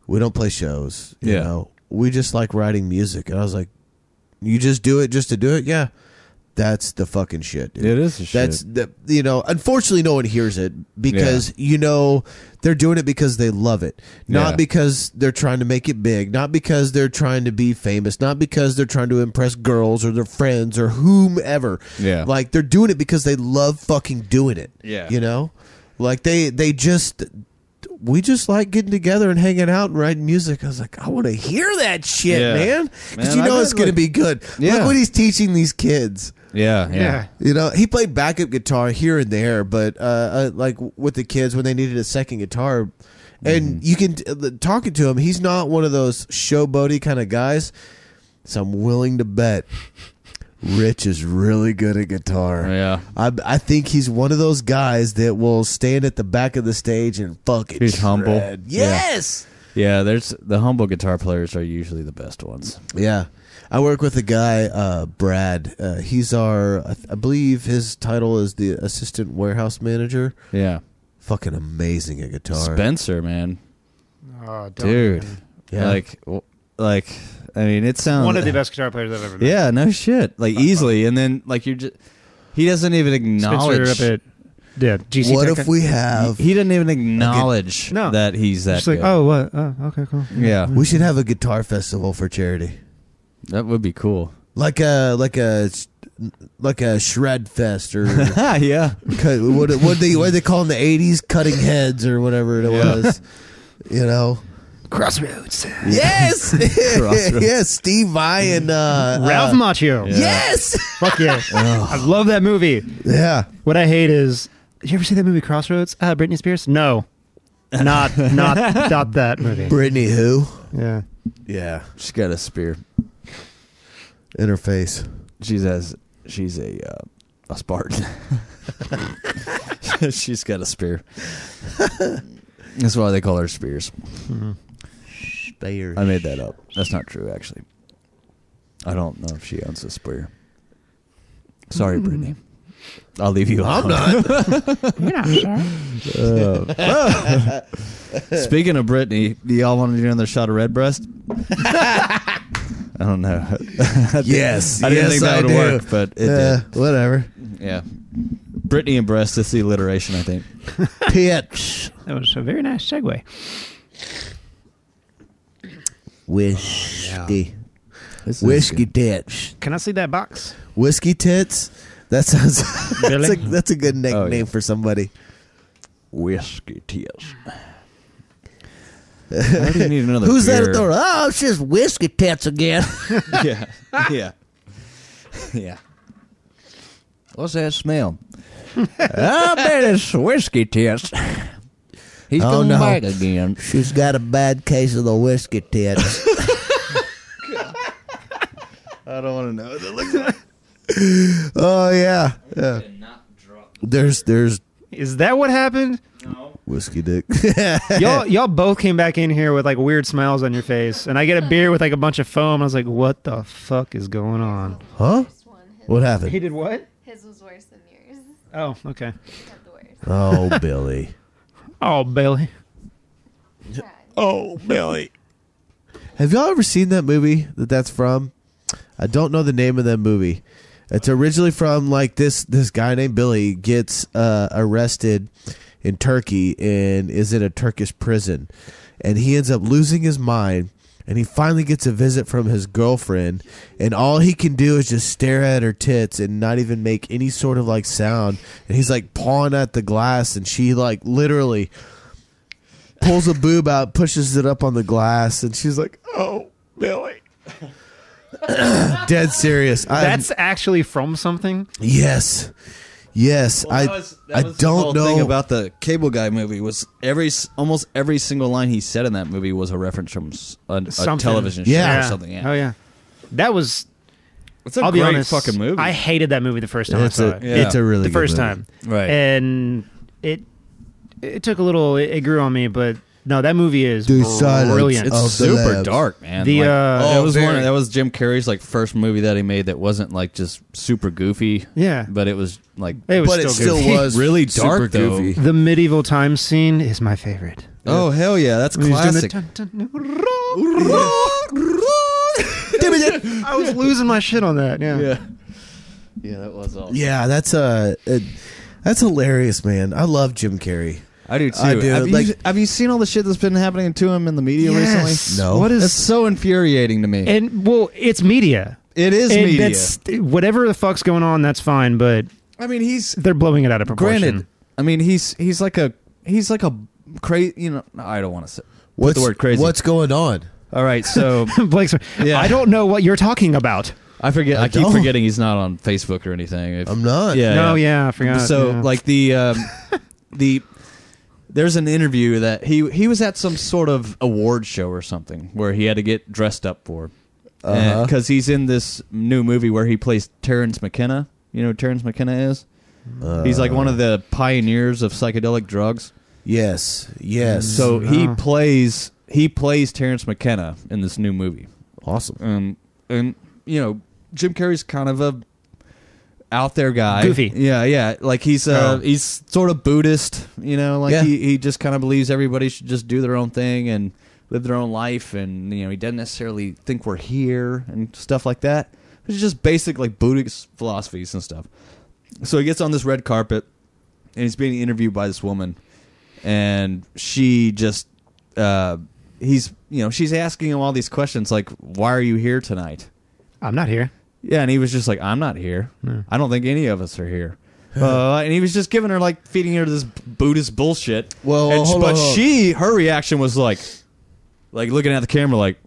[SPEAKER 1] We don't play shows. You
[SPEAKER 2] Yeah.
[SPEAKER 1] know, we just like writing music. And I was like, you just do it just to do it. Yeah, that's the fucking shit. Dude.
[SPEAKER 2] It is a shit.
[SPEAKER 1] That's the you know. Unfortunately, no one hears it because you know they're doing it because they love it, not
[SPEAKER 2] Yeah.
[SPEAKER 1] because they're trying to make it big, not because they're trying to be famous, not because they're trying to impress girls or their friends or whomever.
[SPEAKER 2] Yeah.
[SPEAKER 1] like they're doing it because they love fucking doing it.
[SPEAKER 2] Yeah.
[SPEAKER 1] you know, like they they just we just like getting together and hanging out and writing music. I was like, I want to hear that shit,
[SPEAKER 2] Yeah.
[SPEAKER 1] man, because
[SPEAKER 2] Man,
[SPEAKER 1] you
[SPEAKER 2] I
[SPEAKER 1] know
[SPEAKER 2] bet,
[SPEAKER 1] it's gonna
[SPEAKER 2] like-
[SPEAKER 1] be good. Look
[SPEAKER 2] Yeah.
[SPEAKER 1] what he's teaching these kids.
[SPEAKER 2] yeah. Yeah.
[SPEAKER 3] Yeah.
[SPEAKER 1] You know, he played backup guitar here and there, but uh, uh, like with the kids when they needed a second guitar,
[SPEAKER 2] Mm-hmm.
[SPEAKER 1] and you can uh, talking to him, he's not one of those showboaty kind of guys. So I'm willing to bet Rich is really good at guitar.
[SPEAKER 2] Yeah.
[SPEAKER 1] I, I think he's one of those guys that will stand at the back of the stage and fucking
[SPEAKER 2] He's humble.
[SPEAKER 1] shred.
[SPEAKER 2] Yeah.
[SPEAKER 1] Yes.
[SPEAKER 2] Yeah, there's the humble guitar players are usually the best ones.
[SPEAKER 1] Yeah. I work with a guy, uh, Brad. Uh, he's our, I th- I believe his title is the assistant warehouse manager.
[SPEAKER 2] Yeah.
[SPEAKER 1] Fucking amazing at guitar.
[SPEAKER 2] Spencer, man.
[SPEAKER 3] Oh, don't
[SPEAKER 2] Dude.
[SPEAKER 3] even.
[SPEAKER 1] Yeah.
[SPEAKER 2] Like w- like I mean, it sounds
[SPEAKER 3] one of the best guitar players I've ever met.
[SPEAKER 2] Yeah, no shit. Like easily and then like you're just he doesn't even
[SPEAKER 3] Spencer
[SPEAKER 2] acknowledge
[SPEAKER 3] up at yeah GC.
[SPEAKER 1] what
[SPEAKER 3] Tech.
[SPEAKER 1] if we have?
[SPEAKER 2] he, he doesn't even acknowledge
[SPEAKER 3] No.
[SPEAKER 2] that he's that
[SPEAKER 3] Just like
[SPEAKER 2] good.
[SPEAKER 3] oh what oh okay cool
[SPEAKER 2] Yeah.
[SPEAKER 1] we should have a guitar festival for charity,
[SPEAKER 2] That would be cool.
[SPEAKER 1] like a like a like a shred fest or
[SPEAKER 2] yeah.
[SPEAKER 1] cut, what what they what they call in the eighties cutting heads or whatever it
[SPEAKER 2] Yeah.
[SPEAKER 1] was, you know.
[SPEAKER 3] Crossroads
[SPEAKER 1] Yes,
[SPEAKER 2] Crossroads.
[SPEAKER 1] yes, Steve Vai and uh,
[SPEAKER 3] Ralph
[SPEAKER 1] uh,
[SPEAKER 3] Macchio
[SPEAKER 2] Yeah.
[SPEAKER 1] Yes,
[SPEAKER 3] fuck yeah I love that movie
[SPEAKER 1] yeah.
[SPEAKER 3] what I hate is did you ever see that movie Crossroads uh, Britney Spears no not not not that movie
[SPEAKER 1] Brittany who?
[SPEAKER 3] yeah
[SPEAKER 1] Yeah,
[SPEAKER 2] She's got a spear.
[SPEAKER 1] interface.
[SPEAKER 2] She's as she's a uh, a Spartan. she's got a spear. That's why they call her spears.
[SPEAKER 3] Mm-hmm.
[SPEAKER 1] Spears.
[SPEAKER 2] I made that up. That's not true, actually. I don't know if she owns a spear. Sorry, Brittany. I'll leave you.
[SPEAKER 1] I'm
[SPEAKER 2] alone.
[SPEAKER 1] not.
[SPEAKER 3] you're not sure
[SPEAKER 2] Speaking of Brittany, do y'all want to do another shot of red breast? I don't know.
[SPEAKER 1] yes,
[SPEAKER 2] I didn't
[SPEAKER 1] yes,
[SPEAKER 2] think that
[SPEAKER 1] I
[SPEAKER 2] would
[SPEAKER 1] do.
[SPEAKER 2] work, but it
[SPEAKER 1] Yeah, whatever.
[SPEAKER 2] did. Yeah. Brittany and breast. It's the alliteration, I think.
[SPEAKER 1] Pitch.
[SPEAKER 3] that was a very nice segue
[SPEAKER 1] Whiskey.
[SPEAKER 2] This is
[SPEAKER 1] Whiskey
[SPEAKER 2] good.
[SPEAKER 1] tits.
[SPEAKER 3] can I see that box
[SPEAKER 1] Whiskey tits. That sounds. that's,
[SPEAKER 3] Really?
[SPEAKER 1] a, that's a good nickname
[SPEAKER 2] yeah.
[SPEAKER 1] for somebody.
[SPEAKER 2] Whiskey tears. I already need another
[SPEAKER 1] Who's that
[SPEAKER 2] beer.
[SPEAKER 1] at the door? Oh, it's just whiskey tits again.
[SPEAKER 2] yeah. Yeah. Yeah. What's that smell? I bet it's whiskey tits. He's
[SPEAKER 1] Oh,
[SPEAKER 2] going
[SPEAKER 1] no.
[SPEAKER 2] back again.
[SPEAKER 1] She's got a bad case of the whiskey tits.
[SPEAKER 2] I don't want to know what it looks like.
[SPEAKER 1] oh yeah. yeah. There's there's
[SPEAKER 3] is that what happened
[SPEAKER 1] whiskey dick.
[SPEAKER 3] y'all y'all both came back in here with like weird smiles on your face and I get a beer with like a bunch of foam I was like what the fuck is going on
[SPEAKER 1] huh?
[SPEAKER 4] Worst one. His,
[SPEAKER 1] What happened?
[SPEAKER 3] did what
[SPEAKER 4] his was worse than yours.
[SPEAKER 3] oh okay
[SPEAKER 4] He had the worst.
[SPEAKER 1] Oh Billy.
[SPEAKER 3] oh Bailey
[SPEAKER 4] Yeah.
[SPEAKER 1] Oh Billy. Have y'all ever seen that movie that that's from? I don't know the name of that movie. It's originally from like this this guy named Billy gets uh, arrested in Turkey and is in a Turkish prison, and he ends up losing his mind. And he finally gets a visit from his girlfriend, and all he can do is just stare at her tits and not even make any sort of like sound. And he's like pawing at the glass, and she like literally pulls a boob out, pushes it up on the glass, and she's like, "Oh, Billy." Dead serious. I'm-
[SPEAKER 3] that's actually from something
[SPEAKER 1] yes, yes. I I don't know
[SPEAKER 2] thing about the Cable Guy movie was every s- almost every single line he said in that movie was a reference from s- a, a
[SPEAKER 3] Something.
[SPEAKER 2] television show
[SPEAKER 1] Yeah.
[SPEAKER 2] or something. Yeah,
[SPEAKER 3] oh yeah that was
[SPEAKER 2] it's a
[SPEAKER 3] I'll
[SPEAKER 2] great
[SPEAKER 3] be honest
[SPEAKER 2] fucking movie.
[SPEAKER 3] I hated that movie the first time
[SPEAKER 1] It's
[SPEAKER 3] I
[SPEAKER 1] a
[SPEAKER 3] saw it
[SPEAKER 2] Yeah.
[SPEAKER 1] it's a really
[SPEAKER 3] the
[SPEAKER 1] good
[SPEAKER 3] first
[SPEAKER 1] movie.
[SPEAKER 3] time
[SPEAKER 2] Right.
[SPEAKER 3] and it it took a little it, it grew on me but no that movie is
[SPEAKER 1] The silence
[SPEAKER 3] brilliant
[SPEAKER 1] of the
[SPEAKER 2] super
[SPEAKER 1] labs.
[SPEAKER 2] dark, man.
[SPEAKER 3] The,
[SPEAKER 2] Like,
[SPEAKER 3] uh,
[SPEAKER 2] that was one.
[SPEAKER 1] very-
[SPEAKER 2] That was Jim Carrey's like first movie that he made that wasn't like just super goofy.
[SPEAKER 3] Yeah.
[SPEAKER 2] but it was like
[SPEAKER 3] it was
[SPEAKER 1] but it
[SPEAKER 3] still good.
[SPEAKER 1] still was
[SPEAKER 2] Really
[SPEAKER 1] super
[SPEAKER 2] dark, though.
[SPEAKER 1] goofy.
[SPEAKER 3] the medieval time scene is my favorite
[SPEAKER 2] oh hell yeah, that's
[SPEAKER 3] When he was doing the
[SPEAKER 2] classic.
[SPEAKER 3] dun, dun, dun, I was losing my shit on that. Yeah.
[SPEAKER 2] yeah, yeah, that was awesome.
[SPEAKER 1] Yeah, that's a, it- that's hilarious, man. I love Jim Carrey.
[SPEAKER 2] I do too.
[SPEAKER 1] I do.
[SPEAKER 2] Have, you,
[SPEAKER 1] Like-
[SPEAKER 2] have you seen all the shit that's been happening to him in the media
[SPEAKER 3] Yes.
[SPEAKER 2] recently?
[SPEAKER 1] No.
[SPEAKER 3] What
[SPEAKER 2] It's
[SPEAKER 3] is
[SPEAKER 2] so infuriating to me.
[SPEAKER 3] and well, it's media.
[SPEAKER 2] it is
[SPEAKER 3] and
[SPEAKER 2] media.
[SPEAKER 3] that's whatever the fuck's going on. That's fine, but
[SPEAKER 2] I mean, he's
[SPEAKER 3] they're blowing it out of proportion.
[SPEAKER 2] granted. I mean, he's he's like a he's like a crazy. You know, I don't want to say put the word crazy.
[SPEAKER 1] What's going on?
[SPEAKER 2] all right? So
[SPEAKER 3] Blake's,
[SPEAKER 2] Yeah.
[SPEAKER 3] I don't know what you're talking about.
[SPEAKER 2] I forget. I, keep
[SPEAKER 1] don't.
[SPEAKER 2] forgetting he's not on Facebook or anything. If-
[SPEAKER 1] I'm not.
[SPEAKER 2] Yeah.
[SPEAKER 3] No, yeah, I forgot,
[SPEAKER 2] So
[SPEAKER 3] yeah.
[SPEAKER 2] like the um, the there's an interview that he he was at some sort of award show or something where he had to get dressed up for because
[SPEAKER 1] Uh-huh.
[SPEAKER 2] he's in this new movie where he plays Terrence McKenna. You know who Terrence McKenna is?
[SPEAKER 1] Uh,
[SPEAKER 2] he's like one of the pioneers of psychedelic drugs.
[SPEAKER 1] Yes. Yes.
[SPEAKER 2] So he
[SPEAKER 3] Wow.
[SPEAKER 2] plays he plays Terrence McKenna in this new movie.
[SPEAKER 1] awesome.
[SPEAKER 2] Um, and you know, Jim Carrey's kind of a out there guy.
[SPEAKER 3] Goofy.
[SPEAKER 2] Yeah, yeah. Like he's uh
[SPEAKER 3] Oh.
[SPEAKER 2] he's sort of Buddhist, you know, like
[SPEAKER 1] Yeah.
[SPEAKER 2] he, he just kind of believes everybody should just do their own thing and live their own life and you know, he doesn't necessarily think we're here and stuff like that. It's just basic like Buddhist philosophies and stuff. So he gets on this red carpet and he's being interviewed by this woman and she just uh he's you know, she's asking him all these questions like why are you here tonight?
[SPEAKER 3] I'm not here.
[SPEAKER 2] Yeah, and he was just like, "I'm not here.
[SPEAKER 3] No.
[SPEAKER 2] I don't think any of us are here." Uh, and he was just giving her like feeding her this Buddhist bullshit.
[SPEAKER 1] Well,
[SPEAKER 2] And-
[SPEAKER 1] hold on,
[SPEAKER 2] but
[SPEAKER 1] hold on.
[SPEAKER 2] she, her reaction was like, like looking at the camera, like,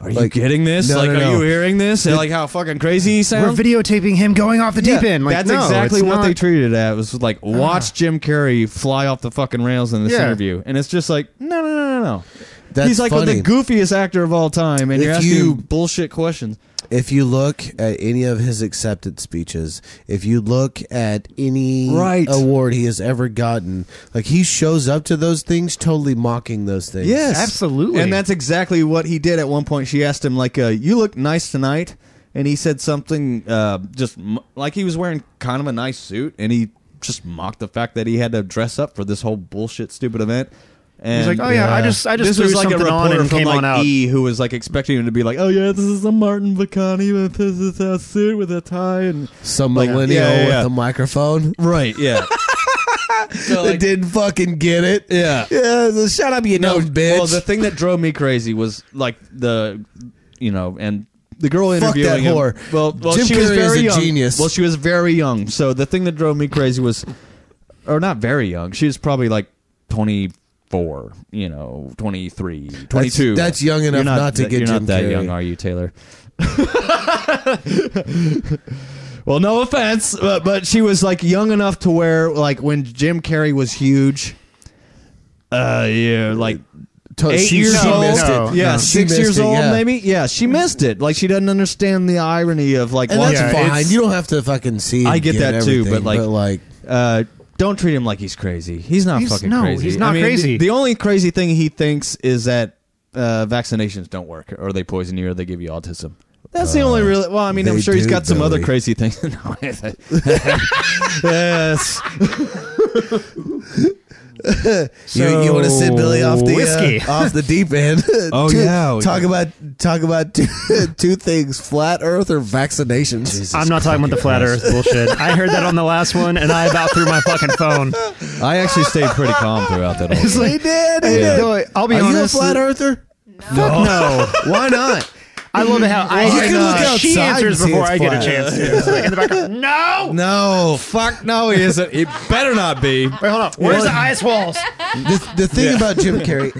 [SPEAKER 2] "Are you
[SPEAKER 1] Like,
[SPEAKER 2] getting this?
[SPEAKER 1] no,
[SPEAKER 2] like,
[SPEAKER 1] no,
[SPEAKER 2] are
[SPEAKER 1] no.
[SPEAKER 2] you hearing this? And like how fucking crazy he sounds.
[SPEAKER 3] We're videotaping him going off the deep
[SPEAKER 2] Yeah,
[SPEAKER 3] end. Like,
[SPEAKER 2] that's
[SPEAKER 3] no,
[SPEAKER 2] exactly
[SPEAKER 3] it's
[SPEAKER 2] what
[SPEAKER 3] not-
[SPEAKER 2] they treated it at. It was like
[SPEAKER 1] Ah.
[SPEAKER 2] watch Jim Carrey fly off the fucking rails in this
[SPEAKER 3] Yeah.
[SPEAKER 2] interview, and it's just like no, no, no, no, no.
[SPEAKER 1] That's
[SPEAKER 2] He's like
[SPEAKER 1] funny.
[SPEAKER 2] the goofiest actor of all time, and you're
[SPEAKER 1] If
[SPEAKER 2] asking
[SPEAKER 1] you-
[SPEAKER 2] him bullshit questions.
[SPEAKER 1] If you look at any of his acceptance speeches, if you look at any
[SPEAKER 2] Right.
[SPEAKER 1] award he has ever gotten, like he shows up to those things totally mocking those things.
[SPEAKER 2] Yes,
[SPEAKER 3] Absolutely.
[SPEAKER 2] And that's exactly what he did. At one point, she asked him like, uh, "You look nice tonight," and he said something uh, just m- like he was wearing kind of a nice suit, and he just mocked the fact that he had to dress up for this whole bullshit, stupid event. And,
[SPEAKER 3] like, "Oh, yeah, I just- I just
[SPEAKER 2] this
[SPEAKER 3] threw
[SPEAKER 2] was like a
[SPEAKER 3] something
[SPEAKER 2] reporter
[SPEAKER 3] on and
[SPEAKER 2] from
[SPEAKER 3] came
[SPEAKER 2] like
[SPEAKER 3] on out."
[SPEAKER 2] E who was like expecting him to be like, "Oh yeah, this is a Martin Vacani with his, his, uh, suit with a tie and."
[SPEAKER 1] Some
[SPEAKER 2] Like,
[SPEAKER 1] millennial
[SPEAKER 2] yeah, yeah, yeah.
[SPEAKER 1] with a microphone.
[SPEAKER 2] Right. Yeah. so,
[SPEAKER 1] they didn't fucking get it.
[SPEAKER 2] Yeah.
[SPEAKER 1] Yeah, so shut up, you
[SPEAKER 2] No,
[SPEAKER 1] nose bitch.
[SPEAKER 2] Well, the thing that drove me crazy was like the, you know, and the girl
[SPEAKER 1] Fuck that
[SPEAKER 2] interviewing him-
[SPEAKER 1] whore.
[SPEAKER 2] well, well,
[SPEAKER 1] Jim
[SPEAKER 2] she was
[SPEAKER 1] Carrey is
[SPEAKER 2] very
[SPEAKER 1] a
[SPEAKER 2] young.
[SPEAKER 1] genius.
[SPEAKER 2] Well, she was very young. So the thing that drove me crazy was, or not very young. She was probably like twenty four. You know, 23, 22.
[SPEAKER 1] that's young
[SPEAKER 2] You're
[SPEAKER 1] enough not to
[SPEAKER 2] that-
[SPEAKER 1] get
[SPEAKER 2] You're
[SPEAKER 1] Jim
[SPEAKER 2] not that
[SPEAKER 1] Carrey.
[SPEAKER 2] young, are you, Taylor? Well, no offense, but, but she was like young enough to where like when Jim Carrey was huge. Uh, yeah, like
[SPEAKER 1] To-
[SPEAKER 2] eight
[SPEAKER 1] she,
[SPEAKER 2] years
[SPEAKER 1] she
[SPEAKER 2] old.
[SPEAKER 1] missed
[SPEAKER 3] No,
[SPEAKER 1] it.
[SPEAKER 3] no.
[SPEAKER 2] yeah,
[SPEAKER 1] She
[SPEAKER 2] six
[SPEAKER 1] missed
[SPEAKER 2] years
[SPEAKER 1] it,
[SPEAKER 2] old,
[SPEAKER 1] yeah.
[SPEAKER 2] maybe. Yeah, she missed it. Like she doesn't understand the irony of like.
[SPEAKER 1] And
[SPEAKER 2] watching-
[SPEAKER 1] that's
[SPEAKER 3] Yeah,
[SPEAKER 1] fine.
[SPEAKER 3] it's-
[SPEAKER 1] You don't have to fucking see.
[SPEAKER 2] I
[SPEAKER 1] and
[SPEAKER 2] get that too, but,
[SPEAKER 1] everything, like,
[SPEAKER 2] like- uh, don't treat him like he's crazy. He's not
[SPEAKER 3] He's-
[SPEAKER 2] fucking
[SPEAKER 3] no,
[SPEAKER 2] crazy.
[SPEAKER 3] he's not
[SPEAKER 2] I mean,
[SPEAKER 3] crazy.
[SPEAKER 2] The, the only crazy thing he thinks is that uh, vaccinations don't work, or they poison you, or they give you autism. Uh, That's the only real. Well, I mean, I'm
[SPEAKER 1] they
[SPEAKER 2] sure he's
[SPEAKER 1] do,
[SPEAKER 2] got some other
[SPEAKER 1] Billy.
[SPEAKER 2] crazy things. No, I- yes.
[SPEAKER 1] you, you want to sit Billy off the uh,
[SPEAKER 3] whiskey.
[SPEAKER 1] off the deep end?
[SPEAKER 2] Oh,
[SPEAKER 1] Two-
[SPEAKER 2] yeah.
[SPEAKER 1] Talk about talk about two, two things: flat Earth or vaccinations.
[SPEAKER 3] I'm not talking about the flat Earth bullshit. I heard that on the last one, and I about threw my fucking phone.
[SPEAKER 2] I actually stayed pretty calm throughout that. Whole
[SPEAKER 1] He did. He
[SPEAKER 2] Yeah.
[SPEAKER 1] did.
[SPEAKER 3] No, I'll be
[SPEAKER 1] Are
[SPEAKER 3] honest.
[SPEAKER 1] you a flat Earther?
[SPEAKER 3] Fuck no.
[SPEAKER 1] Why not?
[SPEAKER 3] I love how I,
[SPEAKER 1] You can look outside
[SPEAKER 3] she
[SPEAKER 1] and
[SPEAKER 3] answers
[SPEAKER 1] see
[SPEAKER 3] before
[SPEAKER 1] it's
[SPEAKER 3] I get
[SPEAKER 1] flat.
[SPEAKER 3] a chance to. It's like in the background, no.
[SPEAKER 2] No, fuck no, he isn't. He better not be.
[SPEAKER 3] Wait, hold on. Where's the ice walls?
[SPEAKER 1] the, the thing about Jim Carrey,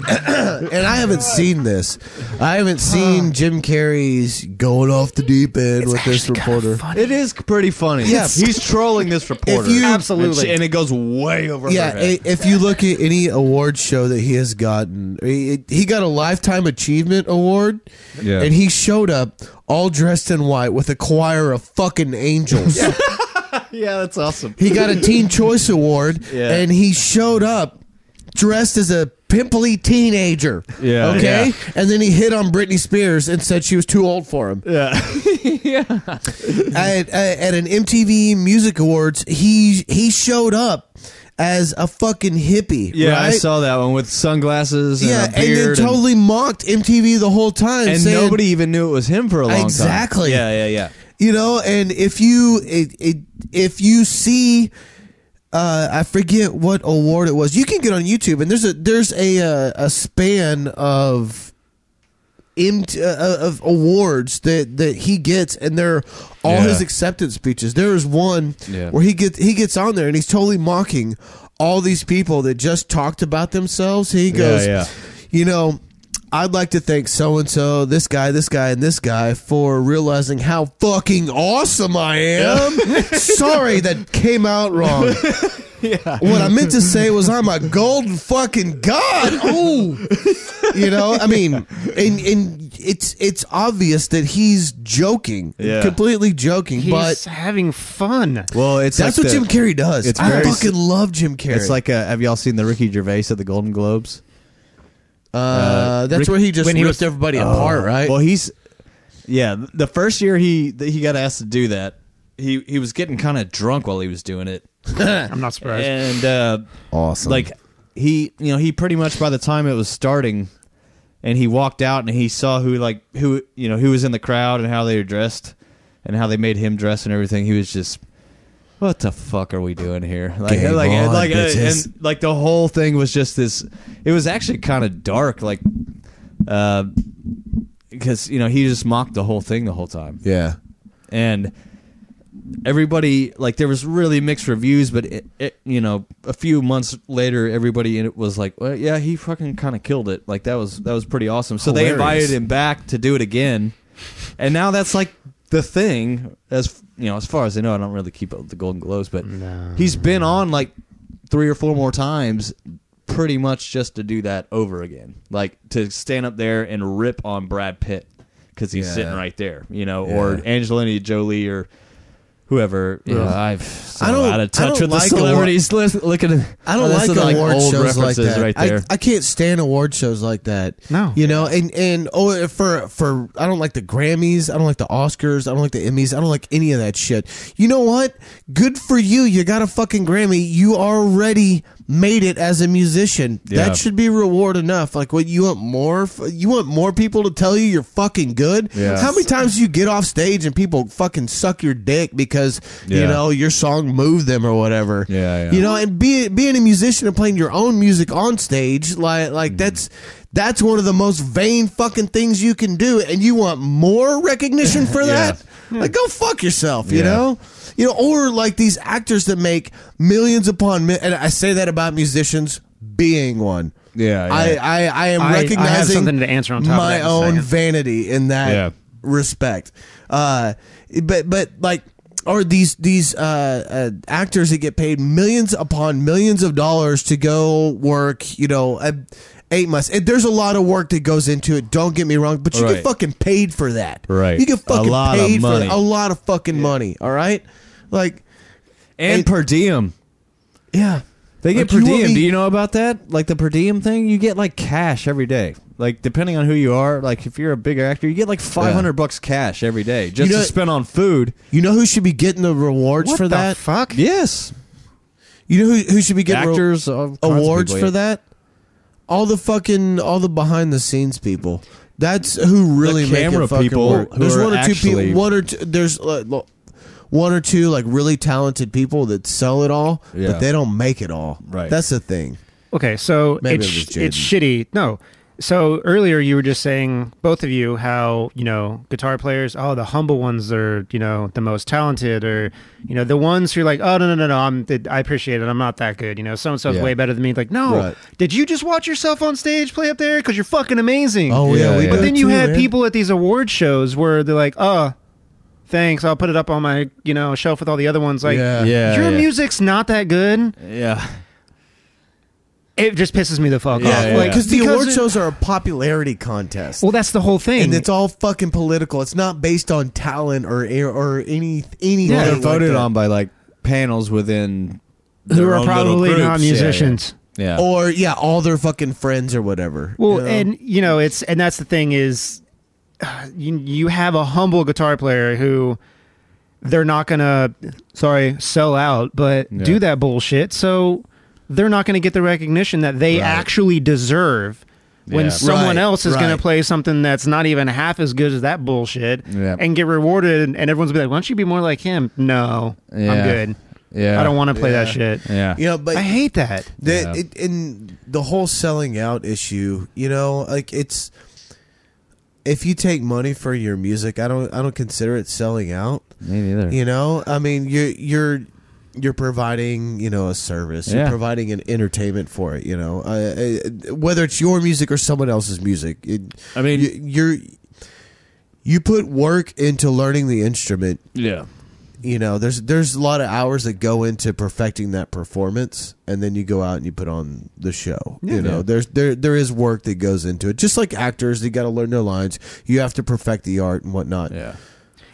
[SPEAKER 1] and I haven't seen this. I haven't seen Jim Carrey's going off the deep end with this reporter.
[SPEAKER 2] It is pretty funny. Yeah,
[SPEAKER 1] Yes.
[SPEAKER 2] he's trolling this reporter.
[SPEAKER 1] you-
[SPEAKER 2] And,
[SPEAKER 3] Absolutely.
[SPEAKER 2] she- and it goes way over.
[SPEAKER 1] Yeah,
[SPEAKER 2] her
[SPEAKER 1] i-
[SPEAKER 2] head.
[SPEAKER 1] if you look at any award show that he has gotten, he he got a lifetime achievement award,
[SPEAKER 2] Yeah.
[SPEAKER 1] and he showed up all dressed in white with a choir of fucking angels.
[SPEAKER 2] yeah, that's awesome.
[SPEAKER 1] He got a Teen Choice Award,
[SPEAKER 2] Yeah.
[SPEAKER 1] and he showed up dressed as a pimply teenager.
[SPEAKER 2] Yeah,
[SPEAKER 1] Okay.
[SPEAKER 2] yeah.
[SPEAKER 1] And then he hit on Britney Spears and said she was too old for him. Yeah. at, at, at an MTV Music Awards, he he showed up as a fucking hippie.
[SPEAKER 2] Yeah, I
[SPEAKER 1] right?
[SPEAKER 2] saw that one with sunglasses. And
[SPEAKER 1] Yeah,
[SPEAKER 2] a beard
[SPEAKER 1] and then totally mocked MTV the whole time.
[SPEAKER 2] And,
[SPEAKER 1] saying-
[SPEAKER 2] nobody even knew it was him for a long
[SPEAKER 1] Exactly.
[SPEAKER 2] time. Yeah, yeah,
[SPEAKER 1] you know and if you it, it, if you see uh, I forget what award it was. You can get on YouTube, and there's a there's a uh, a span of imt, uh, of awards that that he gets, and they're all
[SPEAKER 2] Yeah.
[SPEAKER 1] his acceptance speeches. There is one
[SPEAKER 2] Yeah.
[SPEAKER 1] where he gets he gets on there, and he's totally mocking all these people that just talked about themselves. He goes,
[SPEAKER 2] yeah.
[SPEAKER 1] you know, I'd like to thank so and so, this guy, this guy, and this guy for realizing how fucking awesome I am. Sorry that came out wrong. What I meant to say was I'm a golden fucking god. Oh, you know, I mean, and and it's it's obvious that he's joking,
[SPEAKER 2] Yeah.
[SPEAKER 1] completely joking,
[SPEAKER 3] He's
[SPEAKER 1] but.
[SPEAKER 3] having fun.
[SPEAKER 2] yeah. Well, it's
[SPEAKER 1] That's
[SPEAKER 2] like
[SPEAKER 1] what
[SPEAKER 2] the-
[SPEAKER 1] Jim Carrey does.
[SPEAKER 2] it's
[SPEAKER 1] I
[SPEAKER 2] very-
[SPEAKER 1] fucking love Jim Carrey.
[SPEAKER 2] It's like uh have y'all seen the Ricky Gervais at the Golden Globes?
[SPEAKER 1] uh, that's
[SPEAKER 2] Rick-
[SPEAKER 1] where he just
[SPEAKER 2] uh,
[SPEAKER 3] when he
[SPEAKER 1] ripped Oh,
[SPEAKER 3] was-
[SPEAKER 1] everybody apart, right?
[SPEAKER 2] Well, Uh, he's Yeah, th- the first year he that he got asked to do that, he he was getting kind of drunk while he was doing it,
[SPEAKER 3] I'm not surprised.
[SPEAKER 2] and uh,
[SPEAKER 1] Awesome.
[SPEAKER 2] like he you know he pretty much by the time it was starting, and he walked out and he saw who like who you know who was in the crowd and how they were dressed, and how they made him dress and everything. He was just. What the fuck are we doing here? Like,
[SPEAKER 1] Game
[SPEAKER 2] like,
[SPEAKER 1] on,
[SPEAKER 2] like, uh,
[SPEAKER 1] bitches.
[SPEAKER 2] and like the whole thing was just this. It was actually kind of dark, like, uh, because you know he just mocked the whole thing the whole time
[SPEAKER 1] yeah.
[SPEAKER 2] and everybody like there was really mixed reviews but it, it you know a few months later everybody in it was like well yeah he fucking kind of killed it like that was that was pretty awesome so they
[SPEAKER 1] Hilarious.
[SPEAKER 2] invited him back to do it again and now that's like the thing as you know as far as i know i don't really keep up with the golden globes but
[SPEAKER 3] No.
[SPEAKER 2] he's been on like three or four more times pretty much just to do that over again like to stand up there and rip on brad pitt because he's
[SPEAKER 1] Yeah.
[SPEAKER 2] sitting right there you know
[SPEAKER 1] Yeah.
[SPEAKER 2] or angelina jolie or whoever you know,
[SPEAKER 1] Yeah.
[SPEAKER 2] i've so
[SPEAKER 1] I don't-
[SPEAKER 2] out of
[SPEAKER 1] I
[SPEAKER 2] touch
[SPEAKER 1] don't
[SPEAKER 2] with
[SPEAKER 1] like
[SPEAKER 2] the
[SPEAKER 1] award-
[SPEAKER 2] celebrities Lis- look at
[SPEAKER 1] I don't like
[SPEAKER 2] listen to,
[SPEAKER 1] award
[SPEAKER 2] old
[SPEAKER 1] shows like
[SPEAKER 2] references
[SPEAKER 1] that.
[SPEAKER 2] right
[SPEAKER 1] I-
[SPEAKER 2] there
[SPEAKER 1] I, can't stand award shows like that.
[SPEAKER 3] No.
[SPEAKER 1] you know, and and oh, for for I don't like the Grammys. I don't like the Oscars. I don't like the Emmys. I don't like any of that shit. You know what? Good for you. You got a fucking Grammy. You already made it as a musician.
[SPEAKER 2] Yeah.
[SPEAKER 1] That should be reward enough. Like, what you want more? F- You want more people to tell you you're fucking good?
[SPEAKER 2] Yeah.
[SPEAKER 1] How many times do you get off stage and people fucking suck your dick because you
[SPEAKER 2] Yeah.
[SPEAKER 1] know your song moved them or whatever?
[SPEAKER 2] Yeah, yeah.
[SPEAKER 1] You know, and be, being a musician and playing your own music on stage, like like
[SPEAKER 3] Mm-hmm.
[SPEAKER 1] that's that's one of the most vain fucking things you can do, and you want more recognition for
[SPEAKER 2] Yeah.
[SPEAKER 1] that? Like, go fuck yourself. You
[SPEAKER 2] Yeah.
[SPEAKER 1] know, you know, or like these actors that make millions upon mi- and I say that about musicians being one.
[SPEAKER 2] Yeah, yeah.
[SPEAKER 1] I I, I am
[SPEAKER 3] I- I have
[SPEAKER 1] recognizing
[SPEAKER 3] something to answer on top of
[SPEAKER 1] my
[SPEAKER 3] that in a
[SPEAKER 1] own
[SPEAKER 3] second.
[SPEAKER 1] vanity in that
[SPEAKER 2] Yeah.
[SPEAKER 1] respect. Uh, but but like are these these uh, uh, actors that get paid millions upon millions of dollars to go work? You know. uh Eight months. And there's a lot of work that goes into it. Don't get me wrong, but you
[SPEAKER 2] Right.
[SPEAKER 1] get fucking paid for that.
[SPEAKER 2] Right.
[SPEAKER 1] You get
[SPEAKER 2] A
[SPEAKER 1] fucking
[SPEAKER 2] lot of
[SPEAKER 1] paid
[SPEAKER 2] money.
[SPEAKER 1] for a lot of fucking money. All right. Like,
[SPEAKER 2] and
[SPEAKER 1] I-
[SPEAKER 2] per diem
[SPEAKER 1] yeah.
[SPEAKER 2] They get
[SPEAKER 1] Like,
[SPEAKER 2] per
[SPEAKER 1] you will
[SPEAKER 2] diem.
[SPEAKER 1] be-
[SPEAKER 2] Do you know about that? Like the per diem thing, you get like cash every day. Like depending on who you are, like if you're a bigger actor, you get like 500
[SPEAKER 1] Yeah.
[SPEAKER 2] bucks cash every day just
[SPEAKER 1] You know-
[SPEAKER 2] to spend on food.
[SPEAKER 1] You know who should be getting the rewards for that?
[SPEAKER 3] fuck?
[SPEAKER 2] Yes.
[SPEAKER 1] You know who, who should be getting re-
[SPEAKER 2] Actors all kinds of
[SPEAKER 1] awards
[SPEAKER 2] people,
[SPEAKER 1] for that? All the fucking all the behind the scenes people. That's who really make
[SPEAKER 2] camera
[SPEAKER 1] it fucking
[SPEAKER 2] people
[SPEAKER 1] work.
[SPEAKER 2] who
[SPEAKER 1] There's
[SPEAKER 2] are
[SPEAKER 1] one or two
[SPEAKER 2] actually-
[SPEAKER 1] people. One or two. There's uh, lo- one or two like really talented people that sell it all,
[SPEAKER 2] Yeah.
[SPEAKER 1] but they don't make it all.
[SPEAKER 2] Right.
[SPEAKER 1] That's the thing.
[SPEAKER 3] Okay, so
[SPEAKER 1] Maybe
[SPEAKER 3] it's,
[SPEAKER 1] it was
[SPEAKER 3] it's shitty. No. So earlier you were just saying, both of you, how, you know, guitar players, oh, the humble ones are, you know, the most talented or, you know, the ones who are like, oh, no, no, no, no, I'm, I appreciate it. I'm not that good. You know, so-and-so's
[SPEAKER 2] Yeah.
[SPEAKER 3] way better than me. Like, no,
[SPEAKER 1] Right.
[SPEAKER 3] did you just watch yourself on stage play up there? Because you're fucking amazing.
[SPEAKER 1] Oh
[SPEAKER 2] Yeah,
[SPEAKER 1] yeah, we
[SPEAKER 2] yeah.
[SPEAKER 1] do
[SPEAKER 3] But then you
[SPEAKER 1] too,
[SPEAKER 3] had
[SPEAKER 1] man.
[SPEAKER 3] people at these award shows where they're like, oh, thanks. I'll put it up on my, you know, shelf with all the other ones. Like,
[SPEAKER 1] Yeah.
[SPEAKER 2] Yeah,
[SPEAKER 3] your
[SPEAKER 2] yeah.
[SPEAKER 3] music's not that good.
[SPEAKER 2] Yeah.
[SPEAKER 3] It just pisses me the fuck
[SPEAKER 2] Yeah,
[SPEAKER 3] off.
[SPEAKER 2] yeah,
[SPEAKER 3] Like,
[SPEAKER 2] yeah.
[SPEAKER 1] because the award
[SPEAKER 3] it-
[SPEAKER 1] shows are a popularity contest.
[SPEAKER 3] Well, that's the whole thing.
[SPEAKER 1] and it's all fucking political. It's not based on talent or or any anything.
[SPEAKER 2] Well, they're
[SPEAKER 1] like
[SPEAKER 2] voted
[SPEAKER 1] that.
[SPEAKER 2] on by like panels within
[SPEAKER 3] who
[SPEAKER 2] their
[SPEAKER 3] are
[SPEAKER 2] own little
[SPEAKER 3] probably
[SPEAKER 2] groups.
[SPEAKER 3] not
[SPEAKER 2] Yeah, yeah.
[SPEAKER 3] musicians.
[SPEAKER 2] Yeah.
[SPEAKER 1] or yeah, all their fucking friends or whatever.
[SPEAKER 3] Well,
[SPEAKER 1] you know?
[SPEAKER 3] and you know, it's and that's the thing is, uh, you you have a humble guitar player who they're not gonna sorry sell out, but
[SPEAKER 2] Yeah.
[SPEAKER 3] do that bullshit. So they're not gonna get the recognition that they
[SPEAKER 1] Right.
[SPEAKER 3] actually deserve. When
[SPEAKER 2] Yeah.
[SPEAKER 3] someone
[SPEAKER 1] Right,
[SPEAKER 3] else is going
[SPEAKER 1] right.
[SPEAKER 3] to play something that's not even half as good as that bullshit
[SPEAKER 2] Yeah.
[SPEAKER 3] and get rewarded, and everyone's be like, why don't you be more like him? No,
[SPEAKER 2] Yeah.
[SPEAKER 3] I'm good.
[SPEAKER 2] Yeah.
[SPEAKER 3] I don't want to play that
[SPEAKER 1] Yeah.
[SPEAKER 3] shit.
[SPEAKER 2] Yeah.
[SPEAKER 1] you know, but
[SPEAKER 3] I hate that.
[SPEAKER 1] the,
[SPEAKER 2] Yeah.
[SPEAKER 1] it, and the whole selling out issue, you know, like it's if you take money for your music, I don't I don't consider it selling out.
[SPEAKER 2] Me neither.
[SPEAKER 1] You know, I mean, you're you're you're providing you know a service. You're
[SPEAKER 2] Yeah.
[SPEAKER 1] providing an entertainment for it. You know, uh, uh, whether it's your music or someone else's music. It,
[SPEAKER 2] I mean-
[SPEAKER 1] you, you're you put work into learning the instrument.
[SPEAKER 2] Yeah.
[SPEAKER 1] You know, there's there's a lot of hours that go into perfecting that performance, and then you go out and you put on the show. you know,
[SPEAKER 2] Yeah.
[SPEAKER 1] there's there there is work that goes into it. Just like actors, they got to learn their lines. You have to perfect the art and whatnot.
[SPEAKER 2] Yeah.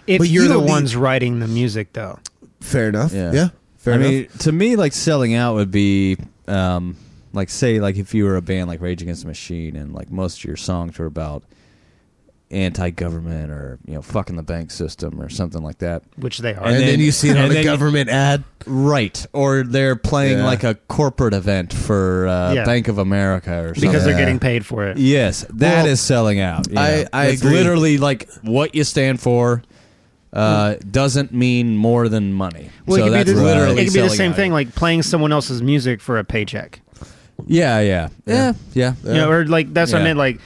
[SPEAKER 3] If
[SPEAKER 1] But you
[SPEAKER 3] you're the
[SPEAKER 1] don't need-
[SPEAKER 3] ones writing the music, though,
[SPEAKER 1] Fair enough.
[SPEAKER 2] Yeah.
[SPEAKER 1] Yeah. Fair
[SPEAKER 2] I
[SPEAKER 1] enough.
[SPEAKER 2] mean, to me, like selling out would be, um, like say, like if you were a band like Rage Against the Machine, and like most of your songs were about anti-government or you know fucking the bank system or something like that.
[SPEAKER 3] which they
[SPEAKER 1] and
[SPEAKER 3] are.
[SPEAKER 1] then,
[SPEAKER 2] then-
[SPEAKER 1] you see it on
[SPEAKER 2] and
[SPEAKER 1] a
[SPEAKER 2] then-
[SPEAKER 1] government ad.
[SPEAKER 2] Right, or they're playing
[SPEAKER 1] Yeah.
[SPEAKER 2] like a corporate event for uh,
[SPEAKER 3] Yeah.
[SPEAKER 2] Bank of America or something.
[SPEAKER 3] Because they're
[SPEAKER 1] Yeah.
[SPEAKER 3] getting paid for it.
[SPEAKER 2] Yes, that is
[SPEAKER 1] Well,
[SPEAKER 2] selling out. you
[SPEAKER 1] I-
[SPEAKER 2] know.
[SPEAKER 1] I
[SPEAKER 2] it's
[SPEAKER 1] agree.
[SPEAKER 2] literally like what you stand for uh, doesn't mean more than money. so
[SPEAKER 3] it could
[SPEAKER 2] that's
[SPEAKER 3] be the,
[SPEAKER 2] literally
[SPEAKER 3] it could be the
[SPEAKER 2] selling
[SPEAKER 3] same
[SPEAKER 2] out.
[SPEAKER 3] thing, like playing someone else's music for a paycheck.
[SPEAKER 2] Yeah, yeah, yeah, yeah.
[SPEAKER 3] You know, or like that's what
[SPEAKER 2] Yeah.
[SPEAKER 3] I meant. Like,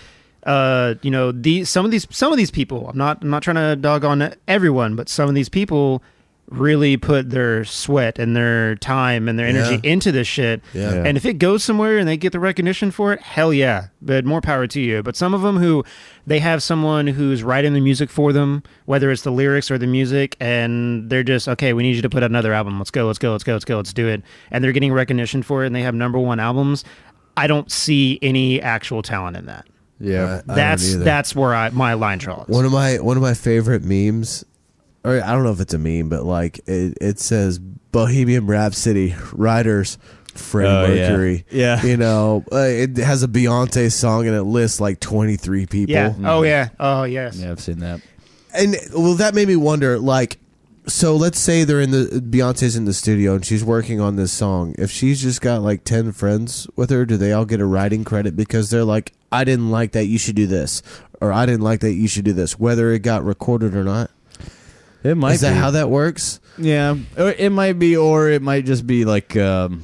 [SPEAKER 3] uh, you know, the some of these some of these people. I'm not I'm not trying to dog on everyone, but some of these people really put their sweat and their time and their energy
[SPEAKER 1] Yeah.
[SPEAKER 3] into this shit.
[SPEAKER 1] Yeah.
[SPEAKER 2] Yeah.
[SPEAKER 3] And if it goes somewhere and they get the recognition for it, hell yeah. But more power to you. But some of them who they have someone who's writing the music for them, whether it's the lyrics or the music, and they're just, okay, we need you to put out another album. Let's go, let's go, let's go, let's go, let's do it. And they're getting recognition for it and they have number one albums. I don't see any actual talent in that.
[SPEAKER 2] yeah.
[SPEAKER 1] I don't
[SPEAKER 3] that's
[SPEAKER 1] either.
[SPEAKER 3] that's where I my line draws.
[SPEAKER 1] One of my one of my favorite memes, or I don't know if it's a meme, but like it, it says Bohemian Rhapsody writers Freddie
[SPEAKER 2] Oh, yeah.
[SPEAKER 1] Mercury.
[SPEAKER 2] Yeah.
[SPEAKER 1] you know uh, it has a Beyonce song and it lists like twenty three people. Mm-hmm.
[SPEAKER 3] yeah. Oh yeah. Oh yes.
[SPEAKER 2] yeah, I've seen that.
[SPEAKER 1] and well, that made me wonder. Like, so let's say they're in the Beyonce's in the studio and she's working on this song. If she's just got like ten friends with her, do they all get a writing credit because they're like, I didn't like that, you should do this, or I didn't like that, you should do this, whether it got recorded or not.
[SPEAKER 2] It might
[SPEAKER 1] Is that how that works?
[SPEAKER 2] Yeah, or it might be, or it might just be like, um,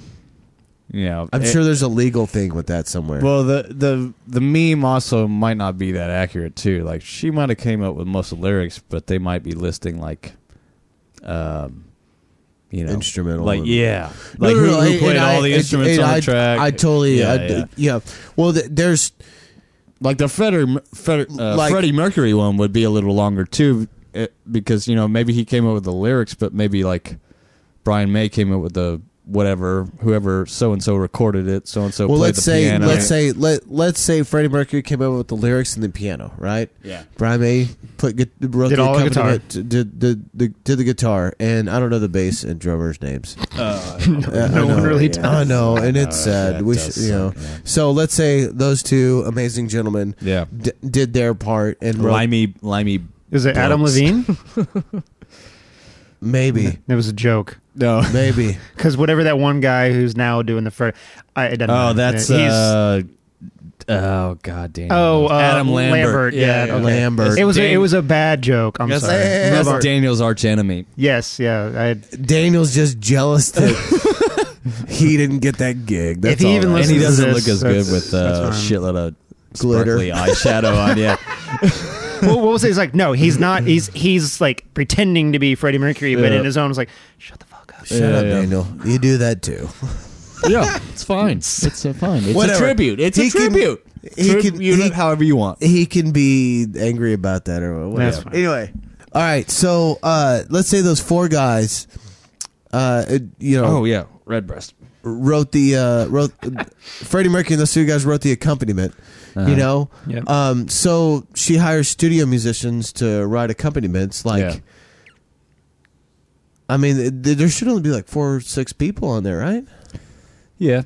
[SPEAKER 2] you know,
[SPEAKER 1] I'm
[SPEAKER 2] it-
[SPEAKER 1] sure there's a legal thing with that somewhere.
[SPEAKER 2] Well, the the the meme also might not be that accurate too. Like she might have came up with most of the lyrics, but they might be listing like, um, you know,
[SPEAKER 1] Instrumental
[SPEAKER 2] Like
[SPEAKER 1] and-
[SPEAKER 2] yeah,
[SPEAKER 1] No,
[SPEAKER 2] like
[SPEAKER 1] no,
[SPEAKER 2] who,
[SPEAKER 1] no,
[SPEAKER 2] who
[SPEAKER 1] and-
[SPEAKER 2] played
[SPEAKER 1] and
[SPEAKER 2] all
[SPEAKER 1] I-
[SPEAKER 2] the
[SPEAKER 1] and-
[SPEAKER 2] instruments
[SPEAKER 1] and
[SPEAKER 2] on
[SPEAKER 1] I-
[SPEAKER 2] the track.
[SPEAKER 1] I totally,
[SPEAKER 2] yeah,
[SPEAKER 1] I-
[SPEAKER 2] yeah.
[SPEAKER 1] yeah. Well, th- there's
[SPEAKER 2] like the Fredder, Fredder, uh,
[SPEAKER 1] Like-
[SPEAKER 2] Freddie Mercury one would be a little longer too, eh, because you know maybe he came up with the lyrics, but maybe like Brian May came up with the whatever, whoever so and so recorded it, so and so
[SPEAKER 1] well
[SPEAKER 2] played
[SPEAKER 1] let's
[SPEAKER 2] the
[SPEAKER 1] say
[SPEAKER 2] piano.
[SPEAKER 1] let's say let let's say Freddie Mercury came up with the lyrics and the piano, right?
[SPEAKER 2] Yeah.
[SPEAKER 1] Brian May put gu- wrote
[SPEAKER 3] Did
[SPEAKER 1] the
[SPEAKER 3] all the
[SPEAKER 1] accompaniment, Did, did, did, did the guitar, and I don't know the bass and drummer's names. Uh, I
[SPEAKER 3] no one
[SPEAKER 1] know,
[SPEAKER 3] really
[SPEAKER 1] yeah.
[SPEAKER 3] does.
[SPEAKER 1] I know, and it's
[SPEAKER 2] Uh,
[SPEAKER 1] sad.
[SPEAKER 2] that
[SPEAKER 1] We
[SPEAKER 2] does
[SPEAKER 1] should, you know.
[SPEAKER 2] suck, yeah.
[SPEAKER 1] So let's say those two amazing gentlemen,
[SPEAKER 2] Yeah.
[SPEAKER 1] d- did their part and wrote
[SPEAKER 2] limey, limey.
[SPEAKER 3] Is it Adam
[SPEAKER 2] Blokes.
[SPEAKER 3] Levine?
[SPEAKER 1] maybe,
[SPEAKER 3] It was a joke.
[SPEAKER 2] No.
[SPEAKER 1] maybe.
[SPEAKER 3] Because whatever that one guy who's now doing the first, I it doesn't
[SPEAKER 2] Oh,
[SPEAKER 3] matter.
[SPEAKER 2] that's
[SPEAKER 3] He's-
[SPEAKER 2] uh. Oh God, damn.
[SPEAKER 3] oh uh,
[SPEAKER 2] Adam Lambert.
[SPEAKER 3] Yeah, okay.
[SPEAKER 1] Lambert.
[SPEAKER 3] It was a,
[SPEAKER 2] Dan-
[SPEAKER 3] it was a bad joke. I'm
[SPEAKER 2] That's,
[SPEAKER 3] sorry.
[SPEAKER 1] eh,
[SPEAKER 2] that's
[SPEAKER 1] Lambert.
[SPEAKER 2] Daniel's arch enemy.
[SPEAKER 3] Yes, yeah. I,
[SPEAKER 1] Daniel's just jealous that he didn't get that gig. That's
[SPEAKER 3] he
[SPEAKER 1] all
[SPEAKER 3] even
[SPEAKER 1] that-
[SPEAKER 2] And he
[SPEAKER 3] Listen to
[SPEAKER 2] doesn't
[SPEAKER 3] this,
[SPEAKER 2] look as
[SPEAKER 3] that's-
[SPEAKER 2] good with uh,
[SPEAKER 3] that's fine.
[SPEAKER 2] shitload of
[SPEAKER 1] Glitter.
[SPEAKER 2] sparkly eyeshadow on. Yeah,
[SPEAKER 3] well, what was it? He's like, no, he's not. He's he's like pretending to be Freddie Mercury, but
[SPEAKER 2] Yeah.
[SPEAKER 3] in his own, was like, shut the fuck up.
[SPEAKER 1] Shut
[SPEAKER 2] Yeah,
[SPEAKER 1] up,
[SPEAKER 2] yeah.
[SPEAKER 1] Daniel. You do that too.
[SPEAKER 2] yeah, it's fine. It's uh, fine. It's
[SPEAKER 1] Whatever. He can- he
[SPEAKER 2] Trib-
[SPEAKER 1] can-
[SPEAKER 2] unit
[SPEAKER 1] he-
[SPEAKER 2] however you want.
[SPEAKER 1] he can be angry about that or whatever.
[SPEAKER 3] That's fine.
[SPEAKER 1] Anyway, all right. So uh, let's say those four guys, uh, it- you
[SPEAKER 3] Oh.
[SPEAKER 1] know,
[SPEAKER 2] yeah, redbreast.
[SPEAKER 1] wrote the uh, wrote Freddie Mercury and those two guys wrote the accompaniment.
[SPEAKER 3] Uh-huh.
[SPEAKER 1] You know,
[SPEAKER 3] Yep.
[SPEAKER 1] um, so she hires studio musicians to write accompaniments. Like,
[SPEAKER 2] Yeah.
[SPEAKER 1] I mean, th- th- there should only be like four or six people on there, right?
[SPEAKER 2] Yeah,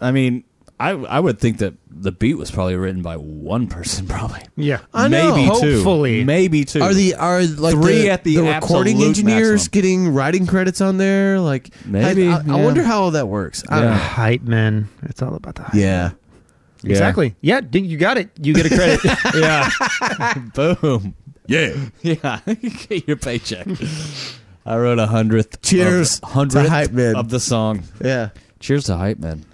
[SPEAKER 2] I mean, I I would think that the beat was probably written by one person, probably.
[SPEAKER 3] Yeah,
[SPEAKER 1] I know.
[SPEAKER 2] Maybe two.
[SPEAKER 3] Hopefully.
[SPEAKER 2] maybe two.
[SPEAKER 1] Are the are like
[SPEAKER 2] Three
[SPEAKER 1] the,
[SPEAKER 2] at the
[SPEAKER 1] recording
[SPEAKER 2] absolute
[SPEAKER 1] engineers
[SPEAKER 2] maximum.
[SPEAKER 1] getting writing credits on there? Like
[SPEAKER 2] Maybe,
[SPEAKER 1] I, I, I
[SPEAKER 2] yeah.
[SPEAKER 1] wonder how all that works. I don't
[SPEAKER 2] Yeah.
[SPEAKER 1] know.
[SPEAKER 3] hype man. It's all about the hype.
[SPEAKER 1] yeah.
[SPEAKER 2] Yeah.
[SPEAKER 3] exactly. Yeah, dude, you got it. You get a credit.
[SPEAKER 2] yeah. Boom. Yeah. Yeah. you get your paycheck. I wrote a hundredth.
[SPEAKER 1] Cheers
[SPEAKER 2] of, hundredth
[SPEAKER 1] to hype men.
[SPEAKER 2] of the song.
[SPEAKER 1] Yeah.
[SPEAKER 2] Cheers to hype man.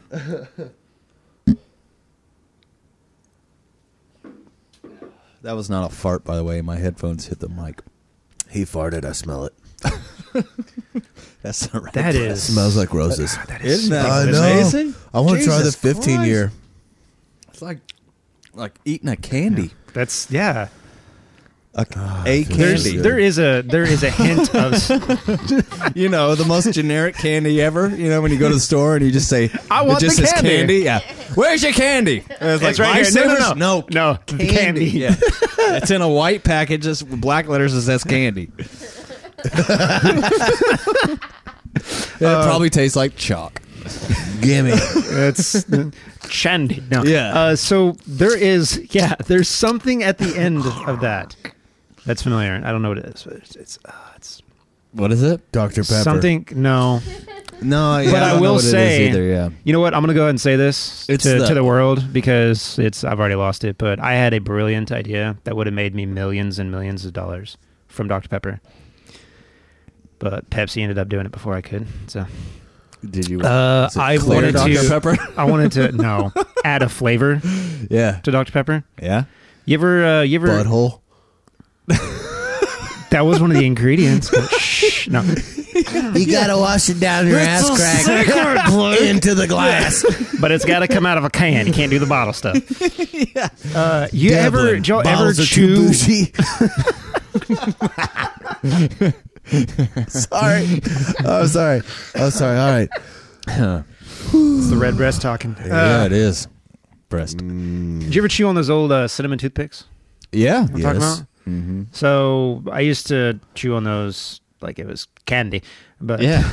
[SPEAKER 2] that was not a fart, by the way. My headphones hit the mic.
[SPEAKER 1] He farted. I smell it.
[SPEAKER 2] That's not right.
[SPEAKER 3] that
[SPEAKER 1] It
[SPEAKER 3] is Ah,
[SPEAKER 1] smells like roses.
[SPEAKER 3] that is
[SPEAKER 2] Isn't that
[SPEAKER 1] I know.
[SPEAKER 2] amazing?
[SPEAKER 1] I want to try the
[SPEAKER 2] Jesus
[SPEAKER 1] 15
[SPEAKER 2] Christ.
[SPEAKER 1] year.
[SPEAKER 2] It's like like eating a candy.
[SPEAKER 3] That's yeah.
[SPEAKER 2] A,
[SPEAKER 1] Ah,
[SPEAKER 2] a
[SPEAKER 3] There's
[SPEAKER 1] Candy.
[SPEAKER 3] there is a there is a hint of.
[SPEAKER 2] you know, the most generic candy ever. You know, when you go to the store and you just say,
[SPEAKER 3] I want
[SPEAKER 2] it just
[SPEAKER 3] the
[SPEAKER 2] says candy.
[SPEAKER 3] candy.
[SPEAKER 2] Yeah. Where's your candy? And it's
[SPEAKER 3] It's right here. No, no, no,
[SPEAKER 2] No.
[SPEAKER 3] no. Candy. candy.
[SPEAKER 2] Yeah. it's in a white package. Just black letters that says candy. it probably tastes like chalk.
[SPEAKER 1] Gimme.
[SPEAKER 3] It's Chandy. No.
[SPEAKER 2] Yeah.
[SPEAKER 3] Uh, so there is, yeah, there's something at the end of that that's familiar. I don't know what it is. But it's it's, uh, it's
[SPEAKER 2] What is it?
[SPEAKER 1] Dr. Pepper.
[SPEAKER 3] something. No.
[SPEAKER 1] No, yeah,
[SPEAKER 3] But I
[SPEAKER 2] don't know
[SPEAKER 3] will
[SPEAKER 2] what it is
[SPEAKER 3] say-
[SPEAKER 2] either. Yeah.
[SPEAKER 3] You know what? I'm gonna go ahead and say this
[SPEAKER 2] It's
[SPEAKER 3] to,
[SPEAKER 2] the-
[SPEAKER 3] to the world because it's I've already lost it. But I had a brilliant idea that would have made me millions and millions of dollars from Dr Pepper. But Pepsi ended up doing it before I could. So
[SPEAKER 2] Did you?
[SPEAKER 3] uh,
[SPEAKER 1] Is it
[SPEAKER 3] I
[SPEAKER 1] clear
[SPEAKER 3] wanted
[SPEAKER 1] Dr.
[SPEAKER 3] to.
[SPEAKER 2] Pepper?
[SPEAKER 3] I wanted to no add a flavor
[SPEAKER 2] yeah.
[SPEAKER 3] to Dr Pepper.
[SPEAKER 2] Yeah.
[SPEAKER 3] You ever? Uh, you ever?
[SPEAKER 1] Butthole.
[SPEAKER 3] That was one of the ingredients. but shh, no.
[SPEAKER 1] You gotta wash it down your ass crack into the glass.
[SPEAKER 3] But it's got to come out of a can. You can't do the bottle stuff. Uh, you ever?
[SPEAKER 1] Devlin,
[SPEAKER 3] Did y'all ever
[SPEAKER 1] bottles are too
[SPEAKER 3] chew?
[SPEAKER 1] bougie. sorry. Oh, sorry. Oh, sorry. All right.
[SPEAKER 5] It's the red breast talking.
[SPEAKER 2] yeah, it is. Breast.
[SPEAKER 3] Uh, Did you ever chew on those old uh, cinnamon toothpicks?
[SPEAKER 2] Yeah.
[SPEAKER 3] I'm talking about.
[SPEAKER 2] Mm-hmm.
[SPEAKER 3] So I used to chew on those like it was candy, but
[SPEAKER 2] Yeah.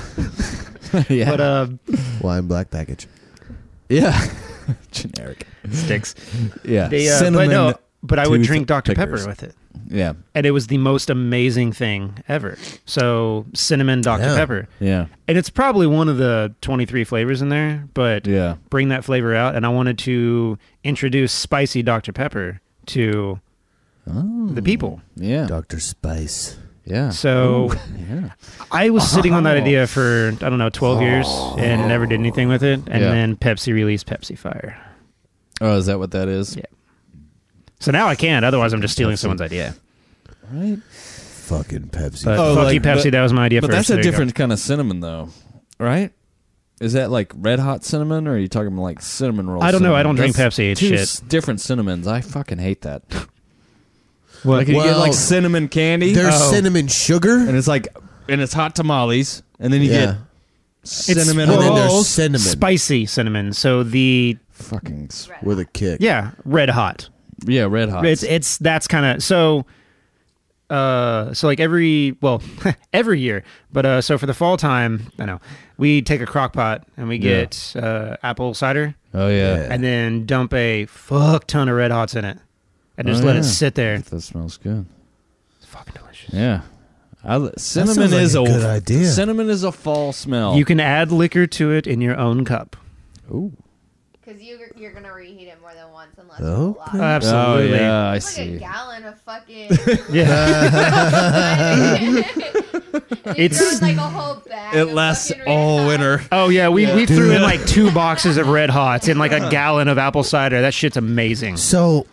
[SPEAKER 2] yeah.
[SPEAKER 3] but uh,
[SPEAKER 1] Wine black package.
[SPEAKER 2] yeah. Generic.
[SPEAKER 3] sticks.
[SPEAKER 2] Yeah.
[SPEAKER 3] They, uh, but
[SPEAKER 2] Cinnamon.
[SPEAKER 3] no, but I would drink Dr
[SPEAKER 2] toothpickers.
[SPEAKER 3] Pepper with it,
[SPEAKER 2] Yeah.
[SPEAKER 3] and it was the most amazing thing ever. So cinnamon Dr
[SPEAKER 1] Yeah.
[SPEAKER 3] Pepper,
[SPEAKER 2] Yeah.
[SPEAKER 3] and it's probably one of the twenty three flavors in there, but
[SPEAKER 2] Yeah.
[SPEAKER 3] bring that flavor out and I wanted to introduce spicy Dr. Pepper to
[SPEAKER 2] Oh.
[SPEAKER 3] the people.
[SPEAKER 2] Yeah.
[SPEAKER 1] Dr. Spice.
[SPEAKER 2] Yeah. Oh,
[SPEAKER 3] So
[SPEAKER 2] yeah.
[SPEAKER 3] I was sitting on that idea for I don't know 12 years and never did anything with it and
[SPEAKER 2] Oh. Yeah.
[SPEAKER 3] then Pepsi released Pepsi Fire.
[SPEAKER 2] Oh, is that what that is?
[SPEAKER 3] Yeah. So now I can't otherwise I'm just stealing someone's idea.
[SPEAKER 2] Right.
[SPEAKER 1] Fucking Pepsi.
[SPEAKER 3] But
[SPEAKER 2] Oh,
[SPEAKER 3] fuck
[SPEAKER 2] like-
[SPEAKER 3] you Pepsi
[SPEAKER 2] but-
[SPEAKER 3] that was my idea
[SPEAKER 2] But that's
[SPEAKER 3] first. There
[SPEAKER 2] a
[SPEAKER 3] you go.
[SPEAKER 2] different kind of cinnamon, though, right? Is that like red hot cinnamon, or are you talking like cinnamon roll?
[SPEAKER 3] I don't know. I
[SPEAKER 2] cinnamon?
[SPEAKER 3] don't drink
[SPEAKER 2] That's
[SPEAKER 3] Pepsi. It's
[SPEAKER 2] two
[SPEAKER 3] shit.
[SPEAKER 2] s- different cinnamons. I fucking hate that.
[SPEAKER 3] What-
[SPEAKER 2] Like you get
[SPEAKER 1] Well,
[SPEAKER 2] like cinnamon candy,
[SPEAKER 1] There's
[SPEAKER 2] Oh.
[SPEAKER 1] cinnamon sugar.
[SPEAKER 2] and it's like and it's hot tamales, and then you
[SPEAKER 1] yeah.
[SPEAKER 2] get cinnamon
[SPEAKER 1] and then there's
[SPEAKER 2] rolls.
[SPEAKER 1] cinnamon
[SPEAKER 3] spicy cinnamon. So the
[SPEAKER 2] fucking s-
[SPEAKER 4] Red
[SPEAKER 1] with a
[SPEAKER 4] hot.
[SPEAKER 1] kick.
[SPEAKER 3] yeah, red hot.
[SPEAKER 2] yeah, red hot.
[SPEAKER 3] It's it's that's kind of so. Uh, so like every well, every year, but uh, so for the fall time, I know we take a crock pot and we
[SPEAKER 2] Yeah.
[SPEAKER 3] get uh, apple cider
[SPEAKER 2] oh yeah,
[SPEAKER 1] Yeah.
[SPEAKER 3] and then dump a fuck ton of red hots in it and just
[SPEAKER 2] Oh,
[SPEAKER 3] let
[SPEAKER 2] yeah.
[SPEAKER 3] it sit there.
[SPEAKER 2] that smells good.
[SPEAKER 3] It's fucking delicious.
[SPEAKER 2] Yeah, I, li-
[SPEAKER 1] That
[SPEAKER 2] cinnamon
[SPEAKER 1] sounds like
[SPEAKER 2] is
[SPEAKER 1] a
[SPEAKER 2] a
[SPEAKER 1] good idea.
[SPEAKER 2] Cinnamon is a fall smell.
[SPEAKER 3] You can add liquor to it in your own cup.
[SPEAKER 2] Ooh.
[SPEAKER 4] Because you, you're going to reheat it more than once unless
[SPEAKER 1] Okay.
[SPEAKER 4] it's a
[SPEAKER 1] Oh,
[SPEAKER 4] lot.
[SPEAKER 2] Oh
[SPEAKER 3] Absolutely.
[SPEAKER 2] yeah, I
[SPEAKER 4] it's like a
[SPEAKER 2] see.
[SPEAKER 4] gallon of fucking.
[SPEAKER 3] yeah.
[SPEAKER 4] it's like a whole bag.
[SPEAKER 2] It
[SPEAKER 4] of
[SPEAKER 2] lasts
[SPEAKER 4] fucking Red
[SPEAKER 2] all
[SPEAKER 4] Hot.
[SPEAKER 2] winter.
[SPEAKER 3] Oh yeah, we, we threw in like two boxes of red hots and like a gallon of apple cider. That shit's amazing.
[SPEAKER 1] So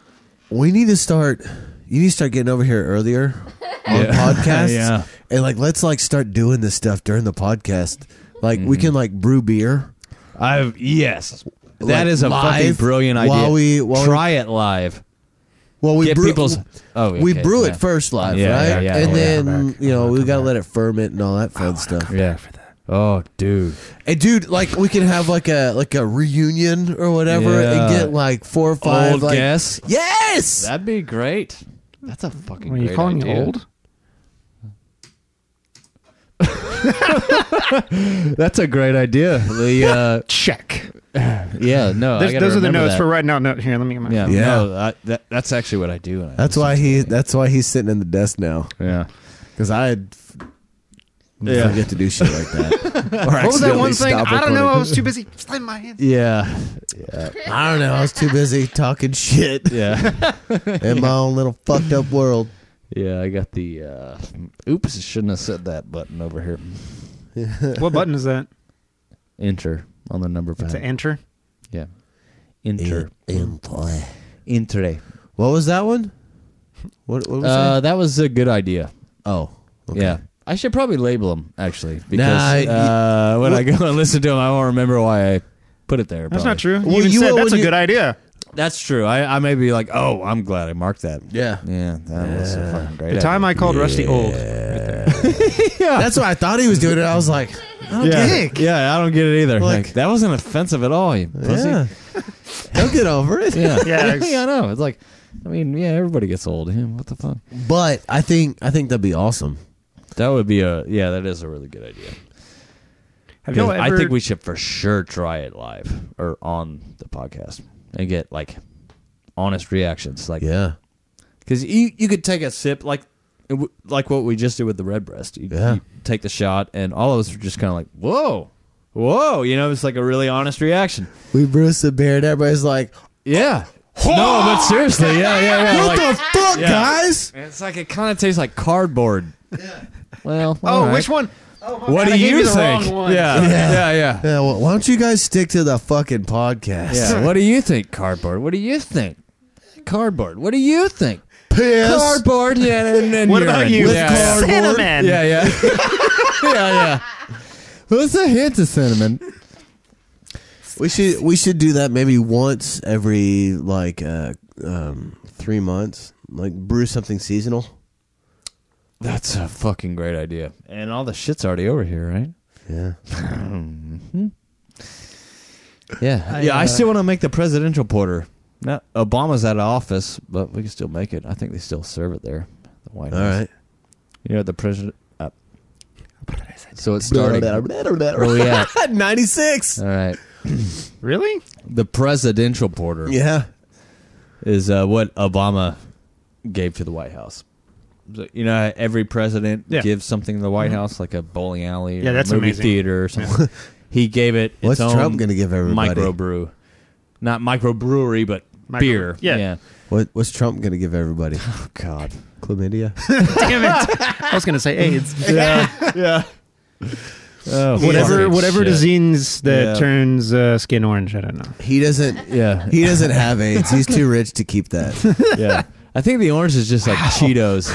[SPEAKER 1] we need to start. You need to start getting over here earlier on
[SPEAKER 2] Yeah.
[SPEAKER 1] podcasts.
[SPEAKER 2] Yeah.
[SPEAKER 1] And like, let's like start doing this stuff during the podcast. Like, we
[SPEAKER 2] Mm-hmm.
[SPEAKER 1] can like brew beer.
[SPEAKER 2] I've yes.
[SPEAKER 1] Like,
[SPEAKER 2] that is a fucking
[SPEAKER 1] live,
[SPEAKER 2] brilliant idea.
[SPEAKER 1] while we- while we-
[SPEAKER 2] Try it live.
[SPEAKER 1] Well, we
[SPEAKER 2] Get
[SPEAKER 1] brew,
[SPEAKER 2] people's- oh,
[SPEAKER 1] we
[SPEAKER 2] okay,
[SPEAKER 1] brew
[SPEAKER 2] yeah.
[SPEAKER 1] it first live,
[SPEAKER 2] Yeah,
[SPEAKER 1] right?
[SPEAKER 2] yeah, yeah,
[SPEAKER 1] and
[SPEAKER 2] yeah.
[SPEAKER 1] then you know we gotta let it ferment and all that fun stuff.
[SPEAKER 2] Yeah. Oh, dude.
[SPEAKER 1] And dude, like we can have like a like a reunion or whatever,
[SPEAKER 2] Yeah.
[SPEAKER 1] and get like four or five.
[SPEAKER 2] Old
[SPEAKER 1] like,
[SPEAKER 2] guests?
[SPEAKER 1] Yes.
[SPEAKER 2] That'd be great. That's a fucking.
[SPEAKER 3] Are you
[SPEAKER 2] great
[SPEAKER 3] calling
[SPEAKER 2] idea.
[SPEAKER 3] me old?
[SPEAKER 2] That's a great idea. The uh,
[SPEAKER 3] Check.
[SPEAKER 2] yeah, no. I
[SPEAKER 3] Those-
[SPEAKER 2] gotta
[SPEAKER 3] those are the
[SPEAKER 2] remember
[SPEAKER 3] notes
[SPEAKER 2] that.
[SPEAKER 3] for right now. No, here, let me get my.
[SPEAKER 2] Yeah,
[SPEAKER 1] Yeah.
[SPEAKER 2] no, I, that, that's actually what I do. When I
[SPEAKER 1] that's why he. That's why he's sitting in the desk now
[SPEAKER 2] Yeah.
[SPEAKER 1] because I had
[SPEAKER 2] Yeah.
[SPEAKER 1] forget to do shit like that. Or
[SPEAKER 3] What was that
[SPEAKER 1] accidentally
[SPEAKER 3] one thing?
[SPEAKER 1] stop
[SPEAKER 3] I don't know. I
[SPEAKER 1] recording.
[SPEAKER 3] was too busy slamming my hands.
[SPEAKER 2] Yeah.
[SPEAKER 1] I don't know. I was too busy talking shit
[SPEAKER 2] Yeah.
[SPEAKER 1] in my own little fucked up world.
[SPEAKER 2] yeah. I got the. Uh, oops! I Shouldn't have said that button over here.
[SPEAKER 3] What button is that?
[SPEAKER 2] Enter on the number
[SPEAKER 3] To
[SPEAKER 2] pad.
[SPEAKER 3] enter.
[SPEAKER 2] Yeah. Enter.
[SPEAKER 1] Employ.
[SPEAKER 2] Enter.
[SPEAKER 1] What was that one? What, what was
[SPEAKER 2] Uh,
[SPEAKER 1] that?
[SPEAKER 2] that was a good idea.
[SPEAKER 1] Oh, okay.
[SPEAKER 2] Yeah. I should probably label them actually because
[SPEAKER 1] Nah,
[SPEAKER 2] uh, when I
[SPEAKER 1] well-
[SPEAKER 2] go and listen to them, I won't remember why I put it there.
[SPEAKER 3] That's
[SPEAKER 2] probably.
[SPEAKER 3] not true. You
[SPEAKER 1] Well,
[SPEAKER 3] even
[SPEAKER 1] you-
[SPEAKER 3] said
[SPEAKER 1] well,
[SPEAKER 3] that's a
[SPEAKER 1] when you-
[SPEAKER 3] good idea.
[SPEAKER 2] That's true. I, I may be like, oh, I'm glad I marked that.
[SPEAKER 1] Yeah.
[SPEAKER 2] Yeah, that was a fucking great.
[SPEAKER 3] The time I called Rusty old.
[SPEAKER 1] That's what I thought he was doing. And I was like, oh,
[SPEAKER 2] yeah,
[SPEAKER 1] dick.
[SPEAKER 2] yeah, I don't get it either. Like,
[SPEAKER 1] Like-
[SPEAKER 2] that wasn't offensive at all, you pussy.
[SPEAKER 1] Yeah.
[SPEAKER 2] Yeah,
[SPEAKER 1] He'll get over it.
[SPEAKER 2] yeah,
[SPEAKER 3] Yeah, it's-
[SPEAKER 2] I know. It's like, I mean, yeah, everybody gets old. Yeah, what the fuck?
[SPEAKER 1] But I think I think that'd be awesome.
[SPEAKER 2] That would be a yeah. That is a really good idea.
[SPEAKER 3] Have y'all ever?
[SPEAKER 2] I think we should for sure try it live or on the podcast and get like honest reactions. Like,
[SPEAKER 1] Yeah.
[SPEAKER 2] because you you could take a sip like it w- like what we just did with the red breast. You,
[SPEAKER 1] Yeah.
[SPEAKER 2] you take the shot, and all of us were just kind of like, whoa, whoa. You know, it's like a really honest reaction.
[SPEAKER 1] We Bruce the bear and everybody's like,
[SPEAKER 2] Yeah. no, but seriously, yeah, yeah, yeah.
[SPEAKER 1] What
[SPEAKER 2] like-
[SPEAKER 1] the fuck,
[SPEAKER 2] Yeah.
[SPEAKER 1] guys?
[SPEAKER 2] It's like it kind of tastes like cardboard. Well,
[SPEAKER 5] Oh,
[SPEAKER 2] all right.
[SPEAKER 5] which one?
[SPEAKER 2] What do
[SPEAKER 5] I gave
[SPEAKER 2] you,
[SPEAKER 5] you the
[SPEAKER 2] think?
[SPEAKER 5] wrong one.
[SPEAKER 2] Yeah, yeah, yeah.
[SPEAKER 1] Yeah, well, why don't you guys stick to the fucking podcast?
[SPEAKER 2] Yeah. What do you think, cardboard? What do you think, cardboard? What do you think,
[SPEAKER 1] Piss.
[SPEAKER 2] cardboard? Yeah, and, and
[SPEAKER 5] What about
[SPEAKER 2] urine.
[SPEAKER 5] you?
[SPEAKER 2] Yeah, yeah.
[SPEAKER 1] Cardboard.
[SPEAKER 3] Cinnamon.
[SPEAKER 2] yeah, yeah, yeah, yeah. What's a hint of cinnamon?
[SPEAKER 1] We should we should do that maybe once every like uh, um, three months. Like brew something seasonal.
[SPEAKER 2] That's a fucking great idea. And all the shit's already over here, right?
[SPEAKER 1] Yeah.
[SPEAKER 2] Yeah, Uh, yeah. I still want to make the presidential porter. Now, Obama's out of office, but we can still make it. I think they still serve it there, the White
[SPEAKER 1] All
[SPEAKER 2] House.
[SPEAKER 1] right.
[SPEAKER 2] You know the president. Uh, so it's starting. Where we at?
[SPEAKER 1] Ninety six.
[SPEAKER 2] All right.
[SPEAKER 3] Really?
[SPEAKER 2] The presidential porter
[SPEAKER 1] Yeah.
[SPEAKER 2] is uh, what Obama gave to the White House. So, you know, how every president
[SPEAKER 3] Yeah. Mm-hmm.
[SPEAKER 2] gives something to the White House, like a bowling alley, or
[SPEAKER 3] Yeah, that's
[SPEAKER 2] a movie
[SPEAKER 3] amazing.
[SPEAKER 2] theater, or something. he gave it.
[SPEAKER 1] What's
[SPEAKER 2] its
[SPEAKER 1] Trump
[SPEAKER 2] own
[SPEAKER 1] gonna give everybody?
[SPEAKER 2] Microbrew, not microbrewery, but
[SPEAKER 3] Micro-
[SPEAKER 2] beer.
[SPEAKER 3] yeah.
[SPEAKER 1] What what's Trump gonna give everybody?
[SPEAKER 2] Oh, God.
[SPEAKER 1] Chlamydia.
[SPEAKER 3] Damn it! I was gonna say AIDS.
[SPEAKER 2] Oh,
[SPEAKER 3] whatever,
[SPEAKER 2] fucking
[SPEAKER 3] whatever
[SPEAKER 2] shit.
[SPEAKER 3] disease
[SPEAKER 2] Yeah.
[SPEAKER 3] that turns uh, skin orange. I don't know.
[SPEAKER 1] He doesn't.
[SPEAKER 2] Yeah.
[SPEAKER 1] He doesn't have AIDS. He's too rich to keep that.
[SPEAKER 2] Yeah. I think the orange is just like Cheetos.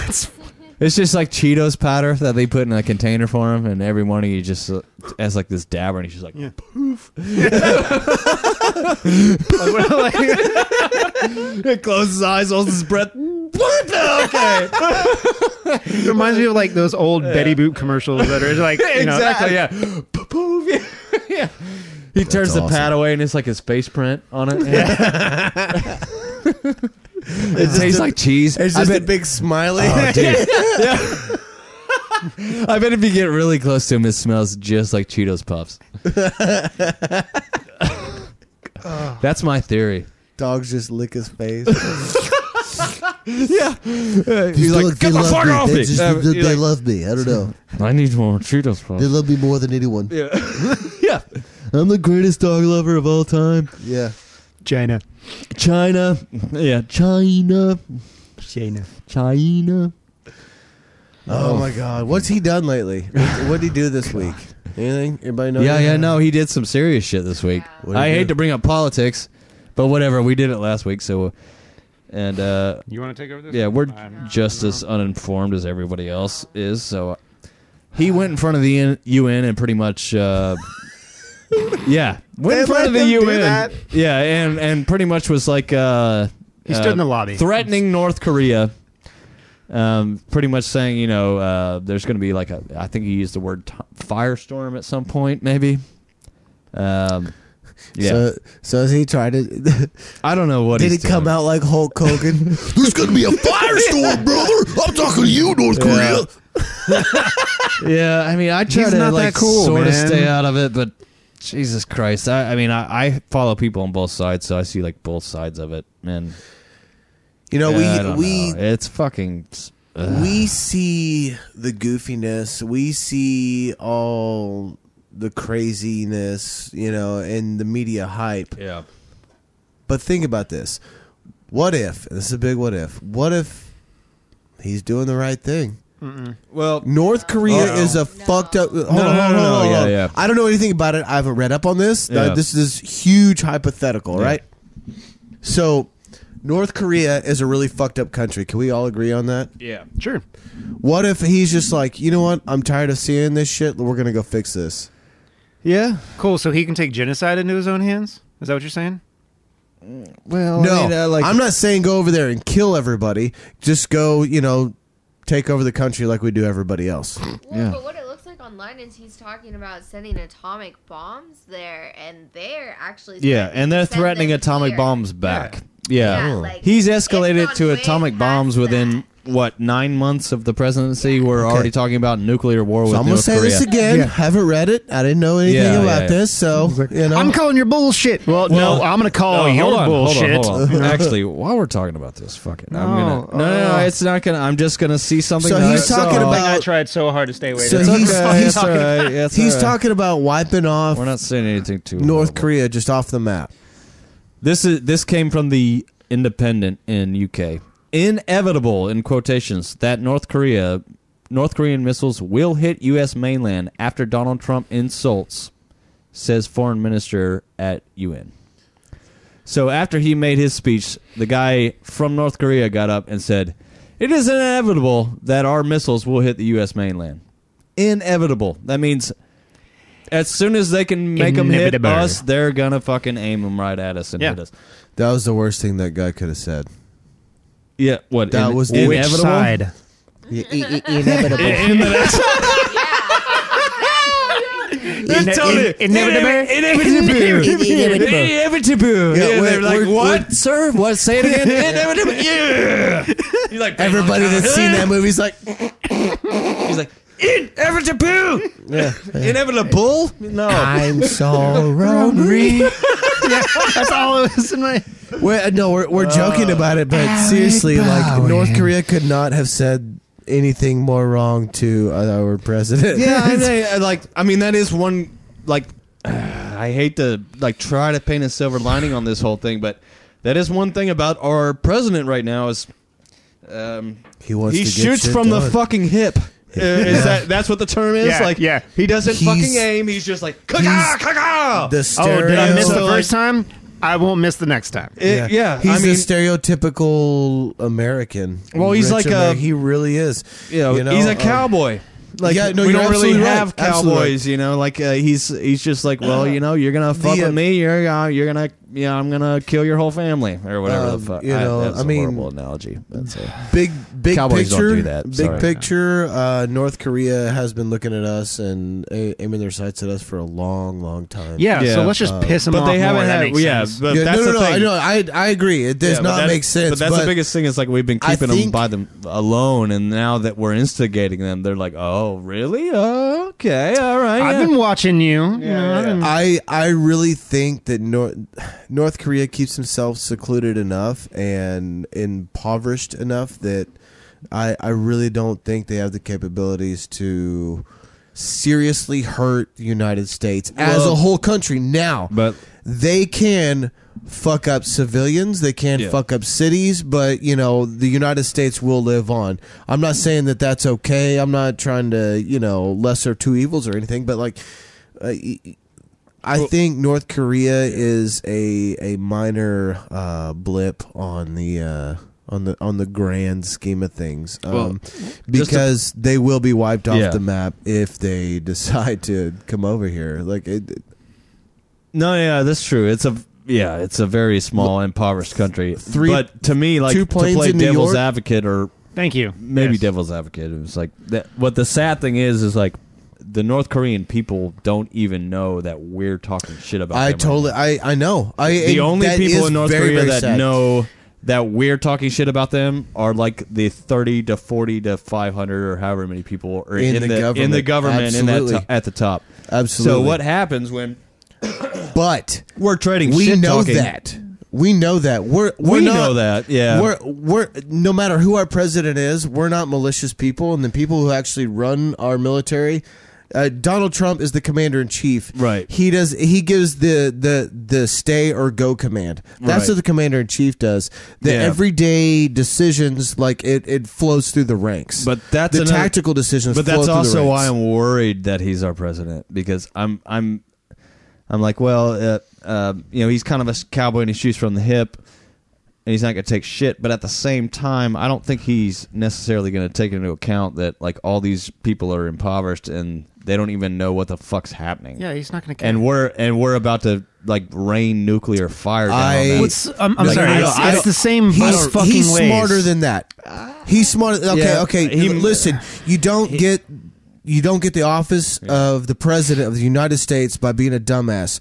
[SPEAKER 2] It's just like Cheetos powder that they put in a container for him, and every morning he just uh, has like this dabber, and he's just like, it closes his eyes, holds his breath. okay.
[SPEAKER 3] It reminds me of like those old Betty Boot commercials that are like you know,
[SPEAKER 2] exactly. yeah. Poof. yeah. He turns the
[SPEAKER 1] awesome.
[SPEAKER 2] pad away, and it's like his face print on it. it tastes like cheese.
[SPEAKER 1] It's
[SPEAKER 2] I
[SPEAKER 1] just a
[SPEAKER 2] bet-
[SPEAKER 1] big smiley.
[SPEAKER 2] Oh, dude. I bet if you get really close to him, it smells just like Cheetos Puffs. That's my theory.
[SPEAKER 1] Dogs just lick his face.
[SPEAKER 2] Yeah.
[SPEAKER 1] They
[SPEAKER 2] He's
[SPEAKER 1] look- they
[SPEAKER 2] like, get the
[SPEAKER 1] love
[SPEAKER 2] fuck
[SPEAKER 1] me.
[SPEAKER 2] off
[SPEAKER 1] They
[SPEAKER 2] me.
[SPEAKER 1] just-
[SPEAKER 2] Uh,
[SPEAKER 1] they-
[SPEAKER 2] he's
[SPEAKER 1] they
[SPEAKER 2] like,
[SPEAKER 1] love me. I don't know.
[SPEAKER 2] I need more Cheetos
[SPEAKER 1] They
[SPEAKER 2] Puffs.
[SPEAKER 1] love me more than anyone.
[SPEAKER 2] Yeah. yeah.
[SPEAKER 1] I'm the greatest dog lover of all time. Yeah.
[SPEAKER 5] China.
[SPEAKER 2] China. Yeah. China.
[SPEAKER 5] China.
[SPEAKER 2] China.
[SPEAKER 1] Oh, my God. What's he done lately? What what did he do this week? Anything? Anybody know?
[SPEAKER 2] Oh, Yeah, yeah,
[SPEAKER 1] anything?
[SPEAKER 2] no, he did some serious shit this week.
[SPEAKER 1] What did
[SPEAKER 2] I
[SPEAKER 1] he
[SPEAKER 2] hate
[SPEAKER 1] do?
[SPEAKER 2] to bring up politics, but whatever. We did it last week, so. And, uh,
[SPEAKER 3] You want to take over this?
[SPEAKER 2] Yeah, we're
[SPEAKER 4] I'm-
[SPEAKER 2] just as uninformed as everybody else is. So he went in front of the UN UN and pretty much, uh, yeah, went
[SPEAKER 1] They
[SPEAKER 2] in front
[SPEAKER 1] let
[SPEAKER 2] of the
[SPEAKER 1] them do
[SPEAKER 2] UN.
[SPEAKER 1] that?
[SPEAKER 2] Yeah, and and pretty much was like uh,
[SPEAKER 3] He stood in the lobby.
[SPEAKER 2] threatening North Korea. Um, pretty much saying, you know, uh, there's going to be like a. I think he used the word t- firestorm at some point, maybe. Um, yeah,
[SPEAKER 1] So, so is he trying to?
[SPEAKER 2] I don't know what
[SPEAKER 1] did
[SPEAKER 2] he's
[SPEAKER 1] it come
[SPEAKER 2] doing.
[SPEAKER 1] out like Hulk Hogan? There's gonna be a firestorm, brother. I'm talking to you, North Korea.
[SPEAKER 2] Yeah, I mean, I try
[SPEAKER 3] He's
[SPEAKER 2] to
[SPEAKER 3] not that
[SPEAKER 2] like
[SPEAKER 3] cool,
[SPEAKER 2] sort of
[SPEAKER 3] man.
[SPEAKER 2] stay out of it, but Jesus Christ, I, I mean, I, I follow people on both sides, so I see like both sides of it, and
[SPEAKER 1] You know,
[SPEAKER 2] I don't
[SPEAKER 1] we
[SPEAKER 2] know. it's fucking
[SPEAKER 1] we we see the goofiness. We see all the craziness. You know, and the media hype.
[SPEAKER 2] yeah,
[SPEAKER 1] But think about this. What if, this is a big what if, what if he's doing the right thing?
[SPEAKER 2] well,
[SPEAKER 1] North Korea
[SPEAKER 4] No.
[SPEAKER 1] is a
[SPEAKER 4] No.
[SPEAKER 1] fucked up. Hold on,
[SPEAKER 2] no,
[SPEAKER 1] hold on,
[SPEAKER 2] no, no,
[SPEAKER 1] hold on,
[SPEAKER 2] yeah,
[SPEAKER 1] hold on.
[SPEAKER 2] yeah.
[SPEAKER 1] I don't know anything about it. I haven't read up on this. Now,
[SPEAKER 2] Yeah.
[SPEAKER 1] This is huge hypothetical, right? So, North Korea is a really fucked up country. Can we all agree on that?
[SPEAKER 2] yeah,
[SPEAKER 3] Sure.
[SPEAKER 1] What if he's just like, you know what? I'm tired of seeing this shit. We're going to go fix this.
[SPEAKER 2] yeah,
[SPEAKER 3] Cool. So he can take genocide into his own hands. Is that what you're saying?
[SPEAKER 2] well,
[SPEAKER 1] No,
[SPEAKER 2] I mean, uh, like,
[SPEAKER 1] I'm not saying go over there and kill everybody. Just go, you know, take over the country like we do everybody else.
[SPEAKER 4] Well,
[SPEAKER 2] Yeah.
[SPEAKER 4] but what it looks like online is he's talking about sending atomic bombs there, and they're actually
[SPEAKER 2] yeah,
[SPEAKER 4] threatening
[SPEAKER 2] and
[SPEAKER 4] to
[SPEAKER 2] they're
[SPEAKER 4] send
[SPEAKER 2] threatening
[SPEAKER 4] them
[SPEAKER 2] atomic
[SPEAKER 4] here.
[SPEAKER 2] bombs back. Yeah,
[SPEAKER 4] Yeah, like,
[SPEAKER 2] he's
[SPEAKER 4] it's
[SPEAKER 2] escalated
[SPEAKER 4] gone
[SPEAKER 2] to
[SPEAKER 4] way
[SPEAKER 2] atomic
[SPEAKER 4] past
[SPEAKER 2] bombs within
[SPEAKER 4] that.
[SPEAKER 2] what nine months of the presidency, we're already talking about nuclear war with
[SPEAKER 1] So I'm gonna
[SPEAKER 2] North
[SPEAKER 1] say
[SPEAKER 2] Korea.
[SPEAKER 1] this again.
[SPEAKER 5] Yeah.
[SPEAKER 1] Haven't read it. I didn't know anything
[SPEAKER 2] Yeah, yeah,
[SPEAKER 1] about
[SPEAKER 2] yeah.
[SPEAKER 1] this. So you know,
[SPEAKER 5] I'm calling your bullshit. Well,
[SPEAKER 2] Well,
[SPEAKER 5] no, I'm gonna
[SPEAKER 2] Oh,
[SPEAKER 5] call
[SPEAKER 2] hold
[SPEAKER 5] your
[SPEAKER 2] on, hold on,
[SPEAKER 5] bullshit.
[SPEAKER 2] hold on. Actually, while we're talking about this, fuck it. I'm
[SPEAKER 3] No,
[SPEAKER 2] gonna, no, no, no,
[SPEAKER 3] uh,
[SPEAKER 2] it's not gonna. I'm just gonna see something.
[SPEAKER 1] So
[SPEAKER 2] that I
[SPEAKER 1] he's
[SPEAKER 2] saw.
[SPEAKER 1] talking about-
[SPEAKER 3] I tried so hard to stay away.
[SPEAKER 1] So
[SPEAKER 3] That's-
[SPEAKER 2] It's
[SPEAKER 1] he's-
[SPEAKER 2] okay,
[SPEAKER 1] he's
[SPEAKER 2] it's all
[SPEAKER 1] talking-
[SPEAKER 2] right, it's
[SPEAKER 1] he's
[SPEAKER 2] all right.
[SPEAKER 1] talking about wiping off
[SPEAKER 2] uh, We're not saying anything too.
[SPEAKER 1] North
[SPEAKER 2] horrible.
[SPEAKER 1] Korea just off the map.
[SPEAKER 2] This is this came from the Independent in UK. Inevitable in quotations that North Korea North Korean missiles will hit US mainland after Donald Trump insults says foreign minister at UN. So after he made his speech, the guy from North Korea got up and said, "It is inevitable that our missiles will hit the US mainland." Inevitable. That means as soon as they can make them hit
[SPEAKER 3] Inevitable.
[SPEAKER 2] us, they're gonna fucking aim them right at us and
[SPEAKER 3] Yeah.
[SPEAKER 2] hit us.
[SPEAKER 1] That was the worst thing that guy could have said.
[SPEAKER 2] Yeah, what
[SPEAKER 1] That was the-
[SPEAKER 3] Which side?
[SPEAKER 1] Inevitable.
[SPEAKER 2] That's
[SPEAKER 3] In-
[SPEAKER 2] totally-
[SPEAKER 3] in- inevitable?
[SPEAKER 2] Inevitable.
[SPEAKER 5] Inevitable.
[SPEAKER 2] Inevitable.
[SPEAKER 1] Yeah, we're-
[SPEAKER 2] Yeah, they're like,
[SPEAKER 1] we're-
[SPEAKER 2] what, sir? What? Say it again. Inevitable. Yeah. He's like,
[SPEAKER 1] Everybody that's seen that movie's like,
[SPEAKER 2] He's like, inevitable.
[SPEAKER 1] yeah.
[SPEAKER 2] Inevitable. No.
[SPEAKER 1] I'm so lonely.
[SPEAKER 5] That's all it was in my.
[SPEAKER 1] We're, uh, no, we're, we're joking about it, but seriously, like North Korea could not have said anything more wrong to uh, our president.
[SPEAKER 2] Yeah, I know, I like. I mean, that is one. Like, I hate to like try to paint a silver lining on this whole thing, but that is one thing about our president right now is. Um,
[SPEAKER 1] he wants.
[SPEAKER 2] he
[SPEAKER 1] to get
[SPEAKER 2] shoots
[SPEAKER 1] shit
[SPEAKER 2] from the
[SPEAKER 1] done.
[SPEAKER 2] fucking hip. Uh, Is that that's what the term is?
[SPEAKER 3] Yeah,
[SPEAKER 2] like,
[SPEAKER 3] yeah.
[SPEAKER 2] he doesn't
[SPEAKER 1] He's-
[SPEAKER 2] fucking aim. He's just like,
[SPEAKER 1] he's
[SPEAKER 2] ka ka
[SPEAKER 1] The
[SPEAKER 3] Oh, did I miss
[SPEAKER 1] stereo-
[SPEAKER 3] the first time? I won't miss the next time.
[SPEAKER 2] Yeah, yeah.
[SPEAKER 1] He's
[SPEAKER 2] I mean,
[SPEAKER 1] a stereotypical American.
[SPEAKER 2] Well, he's
[SPEAKER 1] Rich
[SPEAKER 2] like a-
[SPEAKER 1] Amer- he really is.
[SPEAKER 2] you know,
[SPEAKER 1] You know,
[SPEAKER 2] he's a
[SPEAKER 1] um,
[SPEAKER 2] cowboy. like,
[SPEAKER 1] yeah, no,
[SPEAKER 2] we
[SPEAKER 1] you're
[SPEAKER 2] don't really
[SPEAKER 1] absolutely right.
[SPEAKER 2] have
[SPEAKER 1] Absolutely right.
[SPEAKER 2] cowboys. You know, like uh, he's he's just like, well, you know, you're gonna fuck
[SPEAKER 1] The, uh,
[SPEAKER 2] with me. You're uh, you're gonna yeah, I'm gonna kill your whole family or whatever
[SPEAKER 1] Um,
[SPEAKER 2] the fuck.
[SPEAKER 1] you
[SPEAKER 2] I,
[SPEAKER 1] know,
[SPEAKER 2] that's
[SPEAKER 1] I mean-
[SPEAKER 2] a horrible analogy. That's a,
[SPEAKER 1] Big big
[SPEAKER 2] Cowboys don't
[SPEAKER 1] picture.
[SPEAKER 2] do that.
[SPEAKER 1] Big
[SPEAKER 2] Sorry.
[SPEAKER 1] picture. Uh, North Korea has been looking at us and a- aiming their sights at us for a long, long time.
[SPEAKER 3] Yeah, so
[SPEAKER 2] Yeah.
[SPEAKER 3] let's just
[SPEAKER 1] Uh,
[SPEAKER 3] piss him
[SPEAKER 2] but
[SPEAKER 3] off.
[SPEAKER 2] they haven't
[SPEAKER 3] more. That
[SPEAKER 2] had
[SPEAKER 3] makes
[SPEAKER 2] yeah.
[SPEAKER 3] sense.
[SPEAKER 2] But
[SPEAKER 1] Yeah,
[SPEAKER 2] that's
[SPEAKER 1] no, no,
[SPEAKER 2] the
[SPEAKER 1] no,
[SPEAKER 2] thing.
[SPEAKER 1] I know. I I agree. It does
[SPEAKER 2] Yeah, but
[SPEAKER 1] not
[SPEAKER 2] that-
[SPEAKER 1] make sense.
[SPEAKER 2] But that's the biggest thing. Is like we've been
[SPEAKER 1] I
[SPEAKER 2] keeping them
[SPEAKER 1] think-
[SPEAKER 2] by them alone, and now that we're instigating them, they're like, "Oh, really? Oh, okay, all right."
[SPEAKER 3] I've
[SPEAKER 2] yeah."
[SPEAKER 3] been watching you. you know, I've been-
[SPEAKER 1] I I really think that North North Korea keeps themselves secluded enough and impoverished enough that I I really don't think they have the capabilities to seriously hurt the United States as
[SPEAKER 2] Well-
[SPEAKER 1] a whole country now.
[SPEAKER 2] But-
[SPEAKER 1] they can fuck up civilians, they can
[SPEAKER 2] Yeah.
[SPEAKER 1] fuck up cities, but you know, the United States will live on. I'm not saying that that's okay. I'm not trying to, you know, lesser two evils or anything, but like uh, I think North Korea is a a minor uh, blip on the uh, on the on the grand scheme of things, um,
[SPEAKER 2] Well,
[SPEAKER 1] because they will be wiped off
[SPEAKER 2] Yeah.
[SPEAKER 1] the map if they decide to come over here. Like it,
[SPEAKER 2] no, yeah, that's true. It's a yeah, it's a very small, impoverished country.
[SPEAKER 1] Three-
[SPEAKER 2] but to me, like
[SPEAKER 1] two
[SPEAKER 2] to
[SPEAKER 1] planes
[SPEAKER 2] play
[SPEAKER 1] in New
[SPEAKER 2] devil's
[SPEAKER 1] York?
[SPEAKER 2] advocate or
[SPEAKER 3] Thank you.
[SPEAKER 2] maybe
[SPEAKER 3] Yes.
[SPEAKER 2] devil's advocate. It was like that. What the sad thing is, is like the North Korean people don't even know that we're talking shit about.
[SPEAKER 1] I
[SPEAKER 2] them right now.
[SPEAKER 1] totally, I I know. I
[SPEAKER 2] the
[SPEAKER 1] and
[SPEAKER 2] only
[SPEAKER 1] that
[SPEAKER 2] people
[SPEAKER 1] is
[SPEAKER 2] in North
[SPEAKER 1] very,
[SPEAKER 2] Korea
[SPEAKER 1] very
[SPEAKER 2] that
[SPEAKER 1] sad.
[SPEAKER 2] know that we're talking shit about them are like the 30 to 40 to 500 or however many people are in,
[SPEAKER 1] In
[SPEAKER 2] the,
[SPEAKER 1] the
[SPEAKER 2] in the
[SPEAKER 1] government.
[SPEAKER 2] government in that
[SPEAKER 1] Absolutely.
[SPEAKER 2] to- at the top.
[SPEAKER 1] Absolutely.
[SPEAKER 2] So what happens when
[SPEAKER 1] but
[SPEAKER 2] we're trading
[SPEAKER 1] we
[SPEAKER 2] shit
[SPEAKER 1] know
[SPEAKER 2] talking-
[SPEAKER 1] that. We know that. We're, we're
[SPEAKER 2] We
[SPEAKER 1] not-
[SPEAKER 2] know that, yeah.
[SPEAKER 1] We're we're no matter who our president is, we're not malicious people, and the people who actually run our military. Uh, Donald Trump is the commander in chief.
[SPEAKER 2] Right.
[SPEAKER 1] He does. He gives the the the stay or go command. That's
[SPEAKER 2] Right.
[SPEAKER 1] what the commander in chief does. The
[SPEAKER 2] Yeah.
[SPEAKER 1] everyday decisions, like it, it flows through the ranks.
[SPEAKER 2] But that's
[SPEAKER 1] the
[SPEAKER 2] another-
[SPEAKER 1] tactical decisions.
[SPEAKER 2] But
[SPEAKER 1] flow
[SPEAKER 2] that's
[SPEAKER 1] through the
[SPEAKER 2] also why
[SPEAKER 1] ranks.
[SPEAKER 2] I'm worried that he's our president because I'm I'm I'm like, well, uh, uh, you know, he's kind of a cowboy and he shoots from the hip, and he's not going to take shit. But at the same time, I don't think he's necessarily going to take into account that like all these people are impoverished and they don't even know what the fuck's happening.
[SPEAKER 3] Yeah, he's not going to care.
[SPEAKER 2] and we're and we're about to like rain nuclear fire down.
[SPEAKER 1] I-
[SPEAKER 2] on them.
[SPEAKER 1] What's-
[SPEAKER 3] What's, I'm, I'm
[SPEAKER 2] No,
[SPEAKER 3] sorry.
[SPEAKER 2] no, no,
[SPEAKER 3] it's,
[SPEAKER 2] I
[SPEAKER 3] it's
[SPEAKER 2] don't-
[SPEAKER 3] the same
[SPEAKER 1] he's,
[SPEAKER 3] both fucking
[SPEAKER 1] he's
[SPEAKER 3] ways.
[SPEAKER 1] smarter than that. He's smarter. Okay,
[SPEAKER 2] Yeah,
[SPEAKER 1] okay.
[SPEAKER 2] he-
[SPEAKER 1] listen, you don't get you don't get the office of the president of the United States by being a dumbass.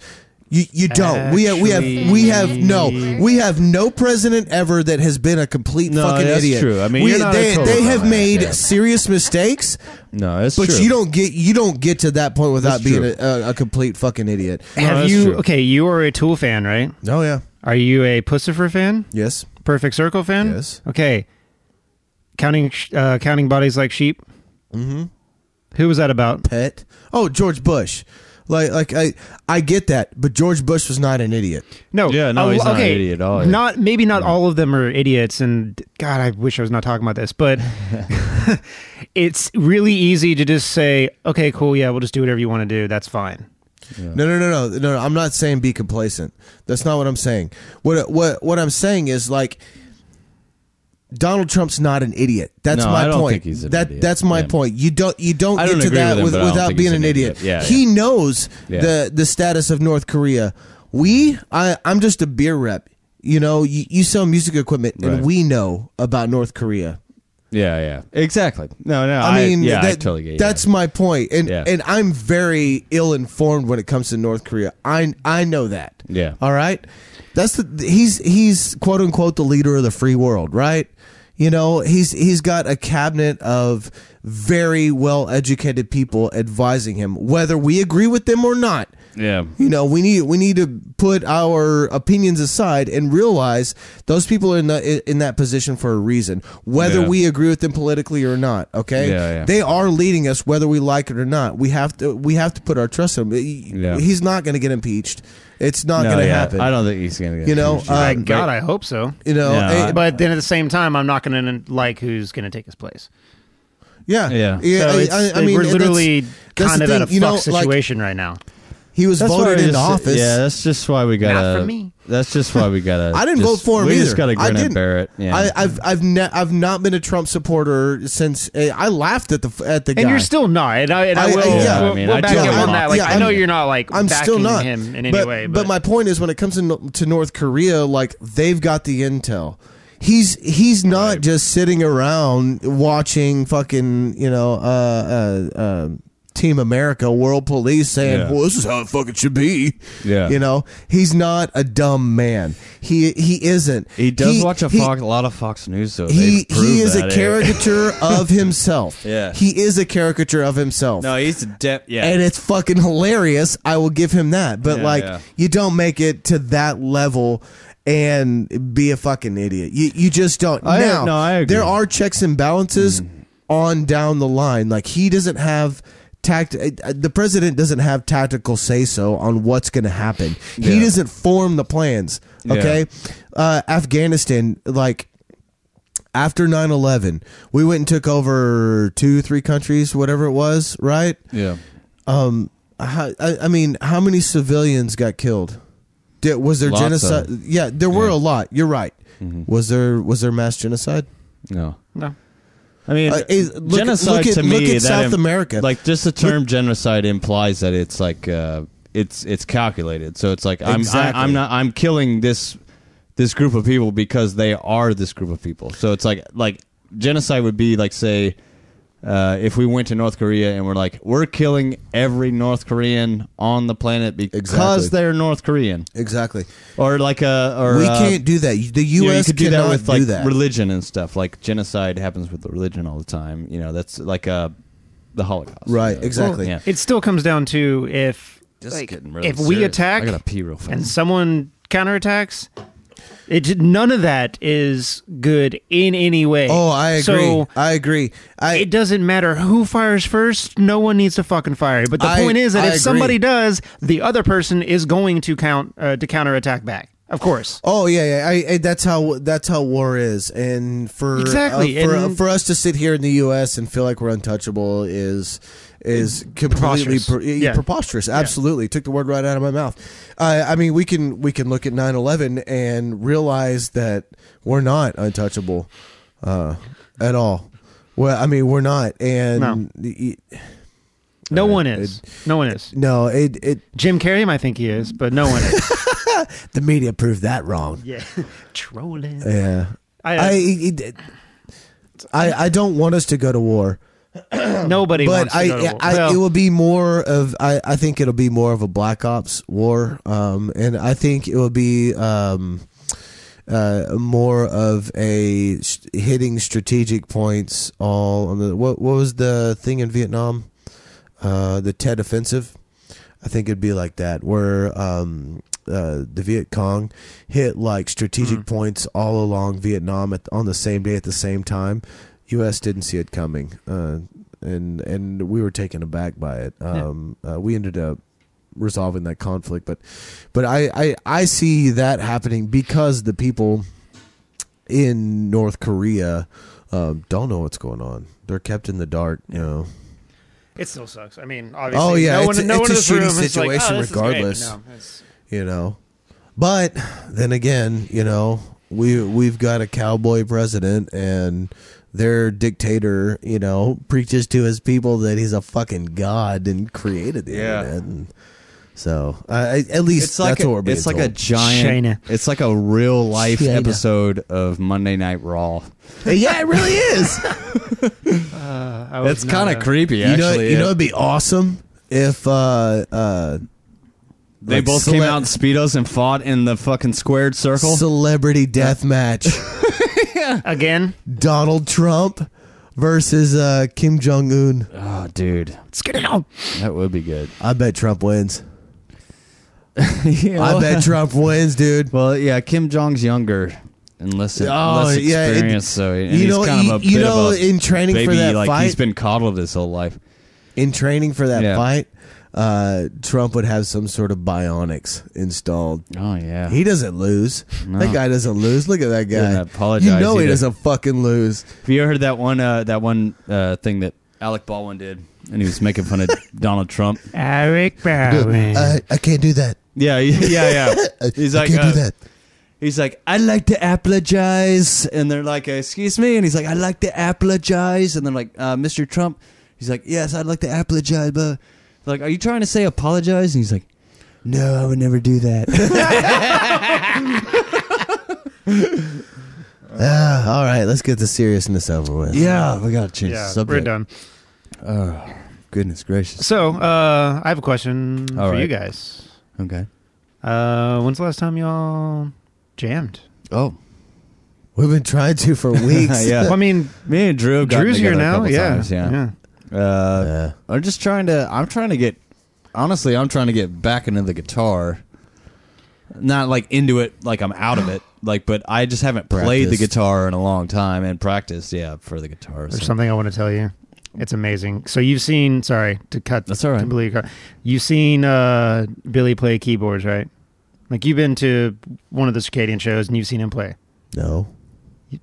[SPEAKER 1] You, you don't. we have we have we have no
[SPEAKER 4] Actually-
[SPEAKER 1] we have no president ever that has been a complete
[SPEAKER 6] No,
[SPEAKER 1] fucking
[SPEAKER 6] that's
[SPEAKER 1] idiot.
[SPEAKER 6] true. I mean,
[SPEAKER 1] We-
[SPEAKER 6] you're not a
[SPEAKER 1] they,
[SPEAKER 6] total
[SPEAKER 1] they have
[SPEAKER 6] dumbass,
[SPEAKER 1] made
[SPEAKER 6] yeah.
[SPEAKER 1] serious mistakes,
[SPEAKER 6] No, that's
[SPEAKER 1] but
[SPEAKER 6] true.
[SPEAKER 1] you don't get you don't get to that point without
[SPEAKER 6] That's
[SPEAKER 1] being
[SPEAKER 6] true.
[SPEAKER 1] a, a, a complete fucking idiot.
[SPEAKER 3] Have
[SPEAKER 6] that's
[SPEAKER 3] you?
[SPEAKER 6] true.
[SPEAKER 3] Okay, you are a Tool fan, right?
[SPEAKER 1] Oh yeah,
[SPEAKER 3] Are you a Pussifer fan?
[SPEAKER 1] yes,
[SPEAKER 3] Perfect Circle fan?
[SPEAKER 1] Yes.
[SPEAKER 3] Okay. Counting sh- uh, counting bodies like sheep. Mm-hmm. Who was that about?
[SPEAKER 1] pet. Oh George Bush, like like I I get that, but George Bush was not an idiot.
[SPEAKER 3] No.
[SPEAKER 6] Yeah, no,
[SPEAKER 3] a
[SPEAKER 6] he's
[SPEAKER 3] lo-
[SPEAKER 6] not an
[SPEAKER 3] okay,
[SPEAKER 6] idiot at all.
[SPEAKER 3] Not maybe not all of them are idiots, and God, I wish I was not talking about this, but it's really easy to just say, okay, cool, yeah, we'll just do whatever you want to do. That's fine.
[SPEAKER 1] No, no, no, no, no, no. I'm not saying be complacent. That's not what I'm saying. What what what I'm saying is like Donald Trump's not an idiot. That's
[SPEAKER 6] No,
[SPEAKER 1] my
[SPEAKER 6] I don't
[SPEAKER 1] point.
[SPEAKER 6] think he's an
[SPEAKER 1] that
[SPEAKER 6] idiot.
[SPEAKER 1] that's my
[SPEAKER 6] Yeah.
[SPEAKER 1] point. You don't you don't
[SPEAKER 6] I
[SPEAKER 1] get
[SPEAKER 6] don't
[SPEAKER 1] to
[SPEAKER 6] agree
[SPEAKER 1] that
[SPEAKER 6] with him, but I don't
[SPEAKER 1] without
[SPEAKER 6] think he's
[SPEAKER 1] being an,
[SPEAKER 6] an
[SPEAKER 1] idiot.
[SPEAKER 6] idiot. Yeah,
[SPEAKER 1] he knows
[SPEAKER 6] Yeah.
[SPEAKER 1] the the status of North Korea. We I I'm just a beer rep. You know, you, you sell music equipment,
[SPEAKER 6] Right.
[SPEAKER 1] and we know about North Korea.
[SPEAKER 6] Yeah, yeah, exactly. No, no.
[SPEAKER 1] I mean,
[SPEAKER 6] yeah, I
[SPEAKER 1] that-
[SPEAKER 6] totally get you.
[SPEAKER 1] That's my point, and
[SPEAKER 6] Yeah.
[SPEAKER 1] and I'm very ill informed when it comes to North Korea. I I know that.
[SPEAKER 6] Yeah.
[SPEAKER 1] All right. That's the he's he's quote unquote the leader of the free world, right? You know, he's he's got a cabinet of very well educated people advising him, whether we agree with them or not.
[SPEAKER 2] Yeah.
[SPEAKER 1] You know, we need we need to put our opinions aside and realize those people are in the, in that position for a reason, whether
[SPEAKER 2] Yeah.
[SPEAKER 1] we agree with them politically or not. Okay,
[SPEAKER 2] Yeah, yeah.
[SPEAKER 1] they are leading us whether we like it or not. We have to we have to put our trust in him.
[SPEAKER 2] Yeah.
[SPEAKER 1] He's not going to get impeached. It's not
[SPEAKER 6] No,
[SPEAKER 1] going to
[SPEAKER 6] yeah,
[SPEAKER 1] happen.
[SPEAKER 6] I don't think he's gonna get.
[SPEAKER 1] You know,
[SPEAKER 6] impeached.
[SPEAKER 1] uh,
[SPEAKER 3] Thank God, I hope so.
[SPEAKER 1] you know,
[SPEAKER 6] Yeah,
[SPEAKER 1] eh,
[SPEAKER 6] I-
[SPEAKER 1] but-
[SPEAKER 3] But then at the same time, I'm not going to like who's going to take his place.
[SPEAKER 1] yeah,
[SPEAKER 2] Yeah.
[SPEAKER 1] I-
[SPEAKER 3] So it's,
[SPEAKER 1] I, I mean,
[SPEAKER 3] we're
[SPEAKER 1] that's-
[SPEAKER 3] literally
[SPEAKER 1] that's
[SPEAKER 3] kind
[SPEAKER 1] the
[SPEAKER 3] of
[SPEAKER 1] thing,
[SPEAKER 3] at a
[SPEAKER 1] you
[SPEAKER 3] fuck
[SPEAKER 1] know, like,
[SPEAKER 3] situation right now.
[SPEAKER 1] he was
[SPEAKER 6] That's
[SPEAKER 1] voted
[SPEAKER 6] why we
[SPEAKER 1] into
[SPEAKER 6] just-
[SPEAKER 1] office.
[SPEAKER 6] Yeah, that's just why we gotta.
[SPEAKER 3] for me.
[SPEAKER 6] That's just why we gotta.
[SPEAKER 1] I didn't
[SPEAKER 6] just-
[SPEAKER 1] vote for him
[SPEAKER 6] we
[SPEAKER 1] either.
[SPEAKER 6] just gotta
[SPEAKER 1] I
[SPEAKER 6] grin
[SPEAKER 1] didn't.
[SPEAKER 6] and bear it. Yeah.
[SPEAKER 1] I, I've I've ne- I've not been a Trump supporter since eh, I laughed at the f- at the guy.
[SPEAKER 3] And you're still not. And I, and I,
[SPEAKER 1] I-
[SPEAKER 3] will.
[SPEAKER 1] I- yeah.
[SPEAKER 3] we'll,
[SPEAKER 1] I
[SPEAKER 6] mean,
[SPEAKER 3] we'll
[SPEAKER 6] I
[SPEAKER 3] back
[SPEAKER 6] totally
[SPEAKER 3] up on
[SPEAKER 6] am.
[SPEAKER 3] that. Like
[SPEAKER 1] Yeah,
[SPEAKER 3] I know
[SPEAKER 1] I'm-
[SPEAKER 3] you're not like
[SPEAKER 1] I'm
[SPEAKER 3] backing
[SPEAKER 1] still not
[SPEAKER 3] him in any
[SPEAKER 1] but,
[SPEAKER 3] way.
[SPEAKER 1] But my point is, when it comes to, no- to North Korea, like they've got the intel. He's he's not just sitting around watching fucking you know uh, uh, uh, Team America, World Police saying,
[SPEAKER 6] Yeah.
[SPEAKER 1] "Well, this is how it fucking should be."
[SPEAKER 6] Yeah.
[SPEAKER 1] you know, he's not a dumb man. He he isn't.
[SPEAKER 2] He does watch a,
[SPEAKER 1] he-
[SPEAKER 2] Fox, a lot of Fox News, though.
[SPEAKER 1] He
[SPEAKER 2] They've proved
[SPEAKER 1] he is a
[SPEAKER 2] that, eh?
[SPEAKER 1] caricature of himself.
[SPEAKER 2] Yeah.
[SPEAKER 1] he is a caricature of himself
[SPEAKER 2] No, he's a dep. Yeah.
[SPEAKER 1] and it's fucking hilarious. I will give him that. But
[SPEAKER 2] Yeah,
[SPEAKER 1] like,
[SPEAKER 2] yeah.
[SPEAKER 1] you don't make it to that level and be a fucking idiot. You you just don't.
[SPEAKER 6] I-
[SPEAKER 1] now,
[SPEAKER 6] no, I agree. Mm.
[SPEAKER 1] there are checks and balances on down the line. Like he doesn't have. Tact- uh, the president doesn't have tactical say so on what's going to happen. He
[SPEAKER 6] Yeah.
[SPEAKER 1] doesn't form the plans. Okay, uh, Afghanistan, like after 9-11, we went and took over two, three countries, whatever it was, right?
[SPEAKER 6] yeah.
[SPEAKER 1] how, I, I mean, how many civilians got killed? Did, was there
[SPEAKER 6] Lots of Mm-hmm.
[SPEAKER 1] genocide? Yeah, there were a lot. You're right. Was there was there mass genocide?
[SPEAKER 6] No.
[SPEAKER 3] no.
[SPEAKER 6] I mean,
[SPEAKER 1] Uh, eh, look-
[SPEAKER 6] genocide
[SPEAKER 1] look at-
[SPEAKER 6] to
[SPEAKER 1] look
[SPEAKER 6] me.
[SPEAKER 1] at
[SPEAKER 6] that
[SPEAKER 1] South
[SPEAKER 6] im-
[SPEAKER 1] America.
[SPEAKER 6] Like just the term genocide implies that it's like uh, it's it's calculated. So it's like I'm
[SPEAKER 1] Exactly.
[SPEAKER 6] I, I'm not I'm killing this this group of people because they are this group of people. So it's like like genocide would be like say. Uh, if we went to North Korea and we're like, we're killing every North Korean on the planet because
[SPEAKER 1] Exactly.
[SPEAKER 6] they're North Korean,
[SPEAKER 1] Exactly.
[SPEAKER 6] or like a, or
[SPEAKER 1] we
[SPEAKER 6] uh,
[SPEAKER 1] can't do that. The U.S.
[SPEAKER 6] you, know, you could do
[SPEAKER 1] cannot
[SPEAKER 6] that with
[SPEAKER 1] do
[SPEAKER 6] like
[SPEAKER 1] that.
[SPEAKER 6] religion and stuff. Like genocide happens with religion all the time. You know, that's like uh, the Holocaust.
[SPEAKER 1] Right,
[SPEAKER 6] you know.
[SPEAKER 1] exactly.
[SPEAKER 6] Yeah.
[SPEAKER 3] It still comes down to if
[SPEAKER 6] This is
[SPEAKER 3] like,
[SPEAKER 6] getting really
[SPEAKER 3] if we
[SPEAKER 6] serious.
[SPEAKER 3] attack
[SPEAKER 6] I gotta pee real fast.
[SPEAKER 3] and someone counterattacks, it none of that is good in any way.
[SPEAKER 1] oh, I agree.
[SPEAKER 3] So
[SPEAKER 1] I agree. I
[SPEAKER 3] it doesn't matter who fires first. No one needs to fucking fire. But the
[SPEAKER 1] I-
[SPEAKER 3] point is that
[SPEAKER 1] I
[SPEAKER 3] if
[SPEAKER 1] agree.
[SPEAKER 3] somebody does, the other person is going to count uh, to counterattack back. Of course.
[SPEAKER 1] Oh yeah, yeah. I, I, that's how that's how war is, and for
[SPEAKER 3] Exactly,
[SPEAKER 1] uh, for,
[SPEAKER 3] and-
[SPEAKER 1] for us to sit here in the U.S. and feel like we're untouchable is is completely
[SPEAKER 3] Preposterous.
[SPEAKER 1] pre-
[SPEAKER 3] Yeah.
[SPEAKER 1] preposterous. Absolutely, took the word right out of my mouth. Uh, I mean, we can we can look at 9-11 and realize that we're not untouchable uh, at all. Well, I mean, we're not, and
[SPEAKER 3] No.
[SPEAKER 1] y- y-
[SPEAKER 3] No
[SPEAKER 1] Uh,
[SPEAKER 3] one is. no one is.
[SPEAKER 1] no, it it
[SPEAKER 3] Jim Carrey might think he is, but no one is.
[SPEAKER 1] the media proved that wrong.
[SPEAKER 3] yeah. Trolling.
[SPEAKER 1] Yeah.
[SPEAKER 3] I, uh,
[SPEAKER 1] I, I I don't want us to go to war.
[SPEAKER 3] Nobody
[SPEAKER 1] but
[SPEAKER 3] wants to
[SPEAKER 1] I,
[SPEAKER 3] go to
[SPEAKER 1] I,
[SPEAKER 3] war.
[SPEAKER 1] I
[SPEAKER 3] Well,
[SPEAKER 1] it will be more of I, I think it'll be more of a black ops war um and I think it will be um uh more of a s- hitting strategic points all on the what what was the thing in Vietnam uh the Tet offensive I think it'd be like that where um uh, the Viet Cong hit like strategic points all along Vietnam at, on the same day at the same time. U.S. didn't see it coming, uh, and and we were taken aback by it. Um, uh, we ended up resolving that conflict, but but I, I I see that happening because the people in North Korea um, don't know what's going on. They're kept in the dark, you know.
[SPEAKER 3] it still sucks. I mean, obviously,
[SPEAKER 1] Oh, yeah,
[SPEAKER 3] no
[SPEAKER 1] it's
[SPEAKER 3] one,
[SPEAKER 1] a-
[SPEAKER 3] no
[SPEAKER 1] it's a
[SPEAKER 3] one in this
[SPEAKER 1] shitty
[SPEAKER 3] room is like,
[SPEAKER 1] situation
[SPEAKER 3] "Oh, this is great."
[SPEAKER 1] regardless.
[SPEAKER 3] No, it's-
[SPEAKER 1] you know. But then again, you know, we we've got a cowboy president and their dictator, you know, preaches to his people that he's a fucking god and created the
[SPEAKER 2] Yeah.
[SPEAKER 1] internet. And so, I I- at least
[SPEAKER 2] It's like
[SPEAKER 1] that's
[SPEAKER 2] a,
[SPEAKER 1] what we're being
[SPEAKER 2] it's like a
[SPEAKER 1] told.
[SPEAKER 2] giant.
[SPEAKER 3] China.
[SPEAKER 2] It's like a real life
[SPEAKER 1] China.
[SPEAKER 2] episode of Monday Night Raw.
[SPEAKER 1] yeah, it really is.
[SPEAKER 3] uh, I
[SPEAKER 2] It's
[SPEAKER 3] was not
[SPEAKER 2] kind of
[SPEAKER 3] a-
[SPEAKER 2] creepy,
[SPEAKER 1] you know,
[SPEAKER 2] actually.
[SPEAKER 1] you know, it'd be awesome if uh uh
[SPEAKER 2] they
[SPEAKER 1] like,
[SPEAKER 2] both
[SPEAKER 1] cele-
[SPEAKER 2] came out in speedos and fought in the fucking squared circle.
[SPEAKER 1] celebrity death match.
[SPEAKER 3] Again,
[SPEAKER 1] Donald Trump versus uh Kim Jong Un.
[SPEAKER 2] oh, dude,
[SPEAKER 7] Let's get out.
[SPEAKER 2] that would be good.
[SPEAKER 1] I bet Trump wins.
[SPEAKER 2] yeah,
[SPEAKER 1] I bet Trump wins, dude.
[SPEAKER 2] Well, yeah, Kim Jong's younger and less,
[SPEAKER 1] Oh,
[SPEAKER 2] less
[SPEAKER 1] yeah, it-
[SPEAKER 2] experienced, so and
[SPEAKER 1] you
[SPEAKER 2] he's
[SPEAKER 1] know,
[SPEAKER 2] kind of a
[SPEAKER 1] you- you
[SPEAKER 2] bit
[SPEAKER 1] know,
[SPEAKER 2] of a
[SPEAKER 1] in training for
[SPEAKER 2] baby,
[SPEAKER 1] that
[SPEAKER 2] like
[SPEAKER 1] fight-
[SPEAKER 2] he's been coddled his whole life.
[SPEAKER 1] In training for that
[SPEAKER 2] Yeah.
[SPEAKER 1] fight, uh, Trump would have some sort of bionics installed.
[SPEAKER 2] Oh yeah,
[SPEAKER 1] He doesn't lose.
[SPEAKER 2] No.
[SPEAKER 1] That guy doesn't lose. Look at that guy.
[SPEAKER 2] Doesn't apologize
[SPEAKER 1] you know he
[SPEAKER 2] either.
[SPEAKER 1] doesn't fucking lose.
[SPEAKER 2] Have you ever heard that one? Uh, that one uh, thing that Alec Baldwin did, and he was making fun of Donald Trump.
[SPEAKER 3] Eric Bowen.
[SPEAKER 1] Uh, I can't do that.
[SPEAKER 2] Yeah, yeah, yeah. yeah.
[SPEAKER 1] I,
[SPEAKER 2] He's
[SPEAKER 1] I
[SPEAKER 2] like,
[SPEAKER 1] can't
[SPEAKER 2] uh,
[SPEAKER 1] do that.
[SPEAKER 2] he's like, I'd like to apologize, and they're like, uh, excuse me, and he's like, I'd like to apologize, and they're like, uh, Mr. Trump. He's like, yes, I'd like to apologize, but They're like, are you trying to say apologize? And he's like, no, I would never do that.
[SPEAKER 1] Ah, all right, let's get the seriousness over with.
[SPEAKER 2] yeah, we gotta change
[SPEAKER 3] yeah,
[SPEAKER 2] the
[SPEAKER 3] we're
[SPEAKER 2] subject.
[SPEAKER 3] done.
[SPEAKER 2] Oh, goodness gracious.
[SPEAKER 3] So, uh, I have a question
[SPEAKER 2] All
[SPEAKER 3] for you
[SPEAKER 2] right.
[SPEAKER 3] guys.
[SPEAKER 2] Okay.
[SPEAKER 3] Uh, when's the last time y'all jammed?
[SPEAKER 2] Oh,
[SPEAKER 1] We've been trying to for weeks.
[SPEAKER 2] Yeah.
[SPEAKER 3] Well, I mean,
[SPEAKER 2] me and Drew. Have gotten
[SPEAKER 3] Drew's here
[SPEAKER 2] together a
[SPEAKER 3] now.
[SPEAKER 2] couple
[SPEAKER 3] Yeah,
[SPEAKER 2] times,
[SPEAKER 3] yeah.
[SPEAKER 2] yeah. Uh,
[SPEAKER 1] Yeah.
[SPEAKER 2] I'm just trying to. I'm trying to get. Honestly, I'm trying to get back into the guitar. Not like into it, like I'm out of it. Like, but I just haven't played the
[SPEAKER 1] Practiced.
[SPEAKER 2] guitar in a long time and practiced. Yeah, for the guitar.
[SPEAKER 3] There's
[SPEAKER 2] so.
[SPEAKER 3] something I want to tell you. It's amazing. So you've seen. Sorry to cut.
[SPEAKER 2] That's all right.
[SPEAKER 3] to Billy, you've seen uh, Billy play keyboards, right? Like you've been to one of the circadian shows and you've seen him play.
[SPEAKER 1] No,
[SPEAKER 3] You,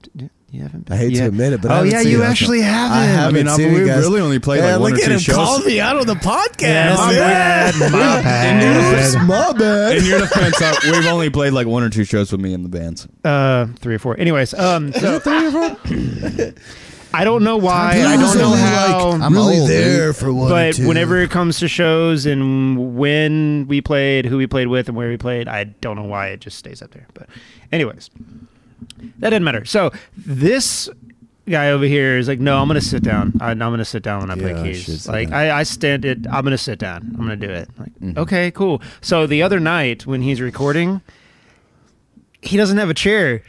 [SPEAKER 3] you haven't.
[SPEAKER 1] I hate
[SPEAKER 3] yeah.
[SPEAKER 1] to admit it, but I
[SPEAKER 3] oh
[SPEAKER 1] haven't
[SPEAKER 3] yeah,
[SPEAKER 1] seen
[SPEAKER 3] you
[SPEAKER 1] it.
[SPEAKER 3] actually haven't.
[SPEAKER 1] I haven't
[SPEAKER 2] I-
[SPEAKER 1] seen
[SPEAKER 2] we
[SPEAKER 1] you guys.
[SPEAKER 2] really only played,
[SPEAKER 1] yeah,
[SPEAKER 2] like, one
[SPEAKER 1] look
[SPEAKER 2] or
[SPEAKER 1] at
[SPEAKER 2] two
[SPEAKER 1] him
[SPEAKER 2] shows.
[SPEAKER 1] calling me out on the podcast.
[SPEAKER 3] Yeah, my
[SPEAKER 1] man.
[SPEAKER 3] bad. My bad.
[SPEAKER 1] Oops, my bad.
[SPEAKER 2] In your defense, I, we've only played like one or two shows with me and the bands.
[SPEAKER 3] Uh, three or four. Anyways, um, so
[SPEAKER 1] three or four?
[SPEAKER 3] I don't know why. I
[SPEAKER 1] Who's
[SPEAKER 3] don't know
[SPEAKER 1] really,
[SPEAKER 3] how.
[SPEAKER 1] Like,
[SPEAKER 2] I'm
[SPEAKER 1] really
[SPEAKER 2] old, dude.
[SPEAKER 1] there for one. or
[SPEAKER 3] but
[SPEAKER 1] two.
[SPEAKER 3] whenever it comes to shows and when we played, who we played with, and where we played, I don't know why it just stays up there. But, anyways, that didn't matter. So this guy over here is like, no, I'm gonna sit down. I, I'm gonna sit down when I
[SPEAKER 2] Yeah, I
[SPEAKER 3] play
[SPEAKER 2] should
[SPEAKER 3] keys.
[SPEAKER 2] sit
[SPEAKER 3] Like
[SPEAKER 2] down. Mm-hmm.
[SPEAKER 3] I, I stand it. I'm gonna sit down. I'm gonna do it. Like okay, cool. So the other night when he's recording, he doesn't have a chair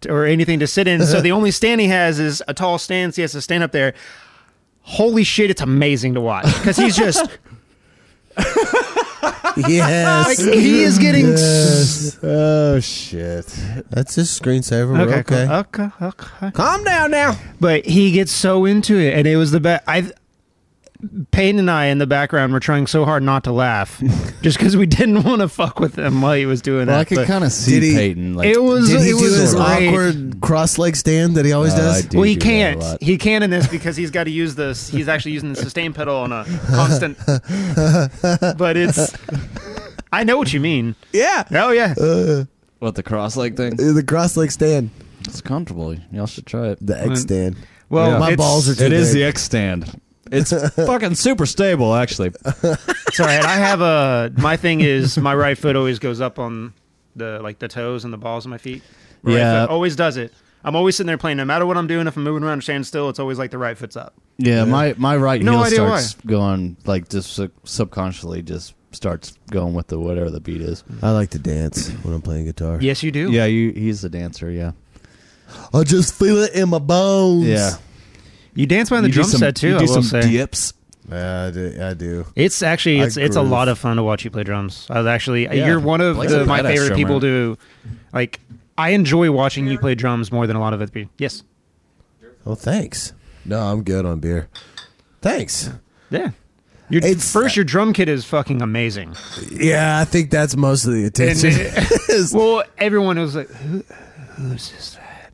[SPEAKER 3] t- or anything to sit in. so the only stand he has is a tall stand. So he has to stand up there. Holy shit, it's amazing to watch because he's just like,
[SPEAKER 1] yes,
[SPEAKER 3] he is getting. s-
[SPEAKER 1] yes. Oh shit, that's his screensaver. We're
[SPEAKER 3] Okay,
[SPEAKER 1] okay.
[SPEAKER 3] cool. okay, okay.
[SPEAKER 1] Calm down now.
[SPEAKER 3] but he gets so into it and it was the best i Payne and I in the background were trying so hard not to laugh, just because we didn't want to fuck with him while he was doing
[SPEAKER 2] Well, I
[SPEAKER 3] that.
[SPEAKER 2] could
[SPEAKER 3] but
[SPEAKER 2] kind of see
[SPEAKER 1] Did he-
[SPEAKER 2] Peyton. Like,
[SPEAKER 3] it was
[SPEAKER 1] Did he
[SPEAKER 3] it
[SPEAKER 1] do
[SPEAKER 3] was
[SPEAKER 1] his
[SPEAKER 3] great.
[SPEAKER 1] awkward cross-leg stand that he always
[SPEAKER 2] Uh, I
[SPEAKER 1] does?
[SPEAKER 2] do
[SPEAKER 3] well, he
[SPEAKER 2] do that a
[SPEAKER 3] can't.
[SPEAKER 2] lot.
[SPEAKER 3] He can in this because he's got to use this. He's actually using the sustain pedal on a constant. but it's. I know what you mean.
[SPEAKER 1] Yeah,
[SPEAKER 3] Oh yeah.
[SPEAKER 1] uh,
[SPEAKER 2] What the cross leg thing?
[SPEAKER 1] the cross-leg stand,
[SPEAKER 2] It's comfortable. Y'all should try it.
[SPEAKER 1] the X stand.
[SPEAKER 3] Well,
[SPEAKER 2] Yeah.
[SPEAKER 1] My
[SPEAKER 3] it's-
[SPEAKER 1] balls are too
[SPEAKER 2] It is
[SPEAKER 1] big.
[SPEAKER 2] the X stand. It's fucking super stable, actually.
[SPEAKER 3] Sorry, and I have a my thing is my right foot always goes up on the like the toes and the balls of my feet. My
[SPEAKER 2] Yeah.
[SPEAKER 3] right foot always does it. I'm always sitting there playing, no matter what I'm doing. If I'm moving around or standing still, it's always like the right foot's up.
[SPEAKER 2] Yeah, my my right
[SPEAKER 3] No
[SPEAKER 2] heel
[SPEAKER 3] idea
[SPEAKER 2] starts going like just sub- subconsciously just starts going with the whatever the beat is.
[SPEAKER 1] I like to dance when I'm playing guitar.
[SPEAKER 3] Yes, you do.
[SPEAKER 2] Yeah, you he's the dancer. Yeah,
[SPEAKER 1] I just feel it in my bones.
[SPEAKER 2] yeah.
[SPEAKER 3] You dance by the
[SPEAKER 2] You do
[SPEAKER 3] drum
[SPEAKER 2] some-
[SPEAKER 3] set too.
[SPEAKER 2] you
[SPEAKER 3] I
[SPEAKER 2] do some
[SPEAKER 3] will say.
[SPEAKER 2] dips.
[SPEAKER 1] Yeah, I do. I do.
[SPEAKER 3] It's actually
[SPEAKER 1] I
[SPEAKER 3] it's it's a
[SPEAKER 1] groove.
[SPEAKER 3] lot of fun to watch you play drums. I was actually
[SPEAKER 2] Yeah.
[SPEAKER 3] you're one of
[SPEAKER 2] Blake's a
[SPEAKER 3] the, my
[SPEAKER 2] badass
[SPEAKER 3] favorite
[SPEAKER 2] drummer.
[SPEAKER 3] people to like. I enjoy watching you play drums more than a lot of other people. Yes.
[SPEAKER 1] Oh, thanks. No, I'm good on beer. Thanks.
[SPEAKER 3] Yeah. Your,
[SPEAKER 1] It's-
[SPEAKER 3] first, your drum kit is fucking amazing.
[SPEAKER 1] Yeah, I think that's mostly the
[SPEAKER 3] And
[SPEAKER 1] attention.
[SPEAKER 3] it- well, everyone was like, Who, "Who's is that?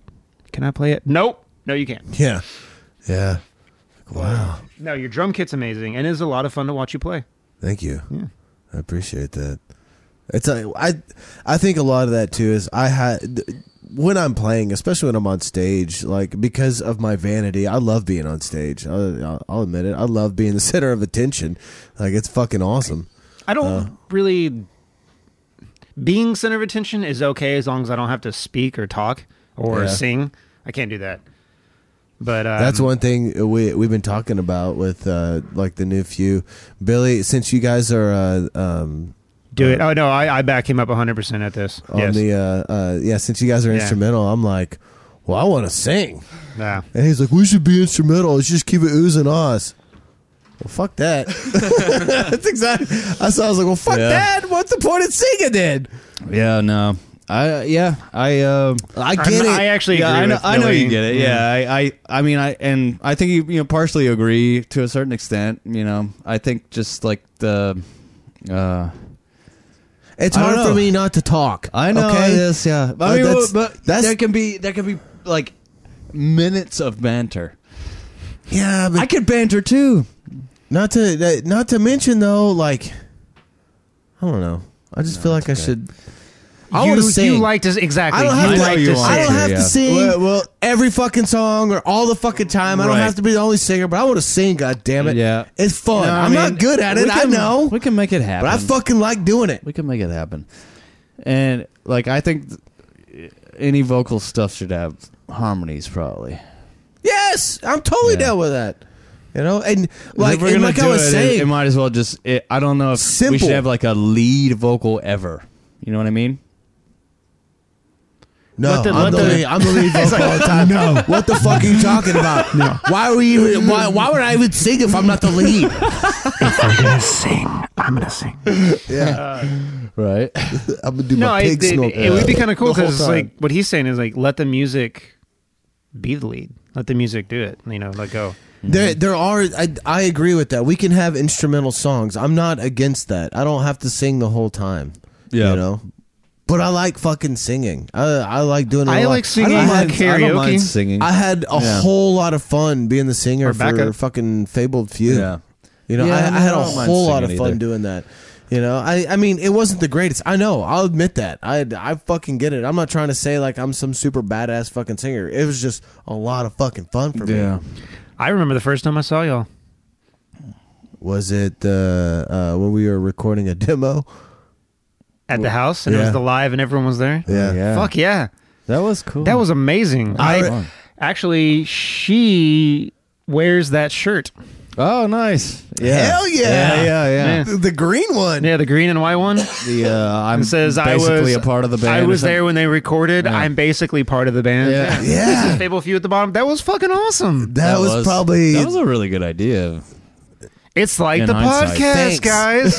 [SPEAKER 3] Can I play it?" Nope. No, you can't.
[SPEAKER 1] yeah. Yeah. Wow.
[SPEAKER 3] No, your drum kit's amazing, and it's a lot of fun to watch you play.
[SPEAKER 1] Thank you.
[SPEAKER 3] Yeah.
[SPEAKER 1] I appreciate that. It's a, I, I think a lot of that too is I had when I'm playing, especially when I'm on stage, like because of my vanity, I love being on stage. I, I'll, I'll admit it. I love being the center of attention. Like it's fucking awesome.
[SPEAKER 3] I
[SPEAKER 1] Uh.
[SPEAKER 3] don't really. Being center of attention is okay as long as I don't have to speak or talk or
[SPEAKER 1] Yeah.
[SPEAKER 3] sing. I can't do that. But um,
[SPEAKER 1] That's one thing we we've been talking about with uh, like the new few, Billy. Since you guys are uh, um,
[SPEAKER 3] do it. Oh no, I, I back him up 100 percent at this.
[SPEAKER 1] on
[SPEAKER 3] Yes.
[SPEAKER 1] the uh, uh, yeah, since you guys are
[SPEAKER 3] Yeah.
[SPEAKER 1] instrumental, I'm like, well, I want to sing.
[SPEAKER 3] Nah.
[SPEAKER 1] And he's like, we should be instrumental. Let's just keep it oohs and ahs. Well, fuck that. That's exactly. I saw. I was like, well, fuck
[SPEAKER 2] Yeah.
[SPEAKER 1] that. What's the point of singing then?
[SPEAKER 2] Yeah, no. I yeah, I um
[SPEAKER 1] I
[SPEAKER 3] I'm-
[SPEAKER 1] get
[SPEAKER 3] I
[SPEAKER 1] it.
[SPEAKER 3] actually
[SPEAKER 2] yeah,
[SPEAKER 3] agree
[SPEAKER 2] I know,
[SPEAKER 3] with
[SPEAKER 2] I know
[SPEAKER 3] Billy.
[SPEAKER 2] you get it. Yeah, I, I I mean I and I think you you know partially agree to a certain extent, you know. I think just like the uh
[SPEAKER 1] it's
[SPEAKER 2] I don't
[SPEAKER 1] hard for
[SPEAKER 2] know.
[SPEAKER 1] me not to talk.
[SPEAKER 2] I know
[SPEAKER 1] Okay.
[SPEAKER 2] this, yeah. But,
[SPEAKER 1] Uh,
[SPEAKER 2] I mean,
[SPEAKER 1] that's-
[SPEAKER 2] but
[SPEAKER 1] that's-
[SPEAKER 2] there can be there can be like minutes of banter.
[SPEAKER 1] Yeah, but
[SPEAKER 2] I could banter too.
[SPEAKER 1] not to that- not to mention though, like, I don't know. I just feel like I should. I
[SPEAKER 3] Oh, you,
[SPEAKER 1] want to sing.
[SPEAKER 3] you like to s- exactly.
[SPEAKER 1] I don't have
[SPEAKER 3] you
[SPEAKER 1] to-
[SPEAKER 3] like
[SPEAKER 2] you
[SPEAKER 3] to
[SPEAKER 2] want
[SPEAKER 1] I
[SPEAKER 3] sing.
[SPEAKER 1] don't have
[SPEAKER 2] yeah.
[SPEAKER 1] to sing
[SPEAKER 2] Well-
[SPEAKER 1] well, every fucking song or all the fucking time. I don't
[SPEAKER 2] Right.
[SPEAKER 1] have to be the only singer, but I want to sing. God damn it!
[SPEAKER 2] Yeah.
[SPEAKER 1] it's fun.
[SPEAKER 2] No, I
[SPEAKER 1] I'm
[SPEAKER 2] mean,
[SPEAKER 1] not good at
[SPEAKER 2] we
[SPEAKER 1] it. I
[SPEAKER 2] can-
[SPEAKER 1] know,
[SPEAKER 2] we can make it happen.
[SPEAKER 1] but I fucking like doing it.
[SPEAKER 2] we can make it happen. And like I think th- any vocal stuff should have harmonies, probably.
[SPEAKER 1] Yes, I'm totally
[SPEAKER 2] Yeah.
[SPEAKER 1] down with that. You know, and
[SPEAKER 2] if
[SPEAKER 1] like,
[SPEAKER 2] we're
[SPEAKER 1] and
[SPEAKER 2] gonna
[SPEAKER 1] like
[SPEAKER 2] do
[SPEAKER 1] I was
[SPEAKER 2] it, it-
[SPEAKER 1] saying,
[SPEAKER 2] it, might as well just. It, I don't know if we
[SPEAKER 1] Simple.
[SPEAKER 2] should have like a lead vocal ever. You know what I mean?
[SPEAKER 1] no,
[SPEAKER 3] let the-
[SPEAKER 1] I'm,
[SPEAKER 3] let
[SPEAKER 1] the
[SPEAKER 3] the-
[SPEAKER 1] lead, I'm the lead vocal all the time. No, what the fuck are you talking about? Why are we? Even, why, why would I even sing if I'm not the lead?
[SPEAKER 5] I'm gonna sing. I'm gonna sing.
[SPEAKER 2] Right.
[SPEAKER 1] I'm gonna do
[SPEAKER 3] No,
[SPEAKER 1] my
[SPEAKER 3] it,
[SPEAKER 1] pig
[SPEAKER 3] it,
[SPEAKER 1] snorkel.
[SPEAKER 3] it would be kind of cool
[SPEAKER 1] The whole
[SPEAKER 3] because
[SPEAKER 1] time.
[SPEAKER 3] like what he's saying is like let the music be the lead, let the music do it. You know, let go.
[SPEAKER 1] There, there are. I, I agree with that. We can have instrumental songs. I'm not against that. I don't have to sing the whole time.
[SPEAKER 2] Yeah.
[SPEAKER 1] you know. But I like fucking singing. I, I like doing. It
[SPEAKER 3] I
[SPEAKER 1] a lot.
[SPEAKER 3] like singing
[SPEAKER 1] I don't
[SPEAKER 3] like
[SPEAKER 1] mind-
[SPEAKER 2] I don't mind
[SPEAKER 3] Karaoke?
[SPEAKER 2] singing.
[SPEAKER 1] I had a
[SPEAKER 2] Yeah.
[SPEAKER 1] whole lot of fun being the singer
[SPEAKER 3] Or
[SPEAKER 1] for
[SPEAKER 3] backup.
[SPEAKER 1] fucking Fabled Few.
[SPEAKER 2] Yeah.
[SPEAKER 1] You know,
[SPEAKER 2] Yeah,
[SPEAKER 1] I,
[SPEAKER 2] no,
[SPEAKER 1] I had
[SPEAKER 2] I
[SPEAKER 1] a
[SPEAKER 2] don't mind
[SPEAKER 1] whole lot of
[SPEAKER 2] singing
[SPEAKER 1] fun
[SPEAKER 2] either.
[SPEAKER 1] doing that. You know, I, I mean, it wasn't the greatest. I know. I'll admit that. I, I fucking get it. I'm not trying to say like I'm some super badass fucking singer. It was just a lot of fucking fun for
[SPEAKER 2] yeah.
[SPEAKER 1] me.
[SPEAKER 3] I remember the first time I saw y'all.
[SPEAKER 1] Was it uh, uh, when we were recording a demo?
[SPEAKER 3] at the house and it
[SPEAKER 1] yeah.
[SPEAKER 3] was the live and everyone was there.
[SPEAKER 1] Yeah.
[SPEAKER 2] Yeah.
[SPEAKER 3] Fuck yeah.
[SPEAKER 2] That was cool.
[SPEAKER 3] That was amazing.
[SPEAKER 1] I-
[SPEAKER 3] I, actually she wears that shirt.
[SPEAKER 2] Oh, nice. Yeah.
[SPEAKER 1] Hell yeah.
[SPEAKER 2] Yeah. Yeah. Yeah.
[SPEAKER 1] The, the green one.
[SPEAKER 3] Yeah, the green and white one.
[SPEAKER 2] The uh, I'm
[SPEAKER 3] It says I
[SPEAKER 2] basically
[SPEAKER 3] was
[SPEAKER 2] a part of the band.
[SPEAKER 3] I
[SPEAKER 2] or
[SPEAKER 3] was
[SPEAKER 2] something.
[SPEAKER 3] there when they recorded. I'm basically part of the band.
[SPEAKER 2] Yeah.
[SPEAKER 1] Yeah.
[SPEAKER 3] This is Fable Few at the bottom. That was fucking awesome.
[SPEAKER 1] That, was, probably.
[SPEAKER 2] that was a really good idea.
[SPEAKER 3] It's like
[SPEAKER 2] In
[SPEAKER 3] the
[SPEAKER 2] hindsight.
[SPEAKER 3] podcast, guys.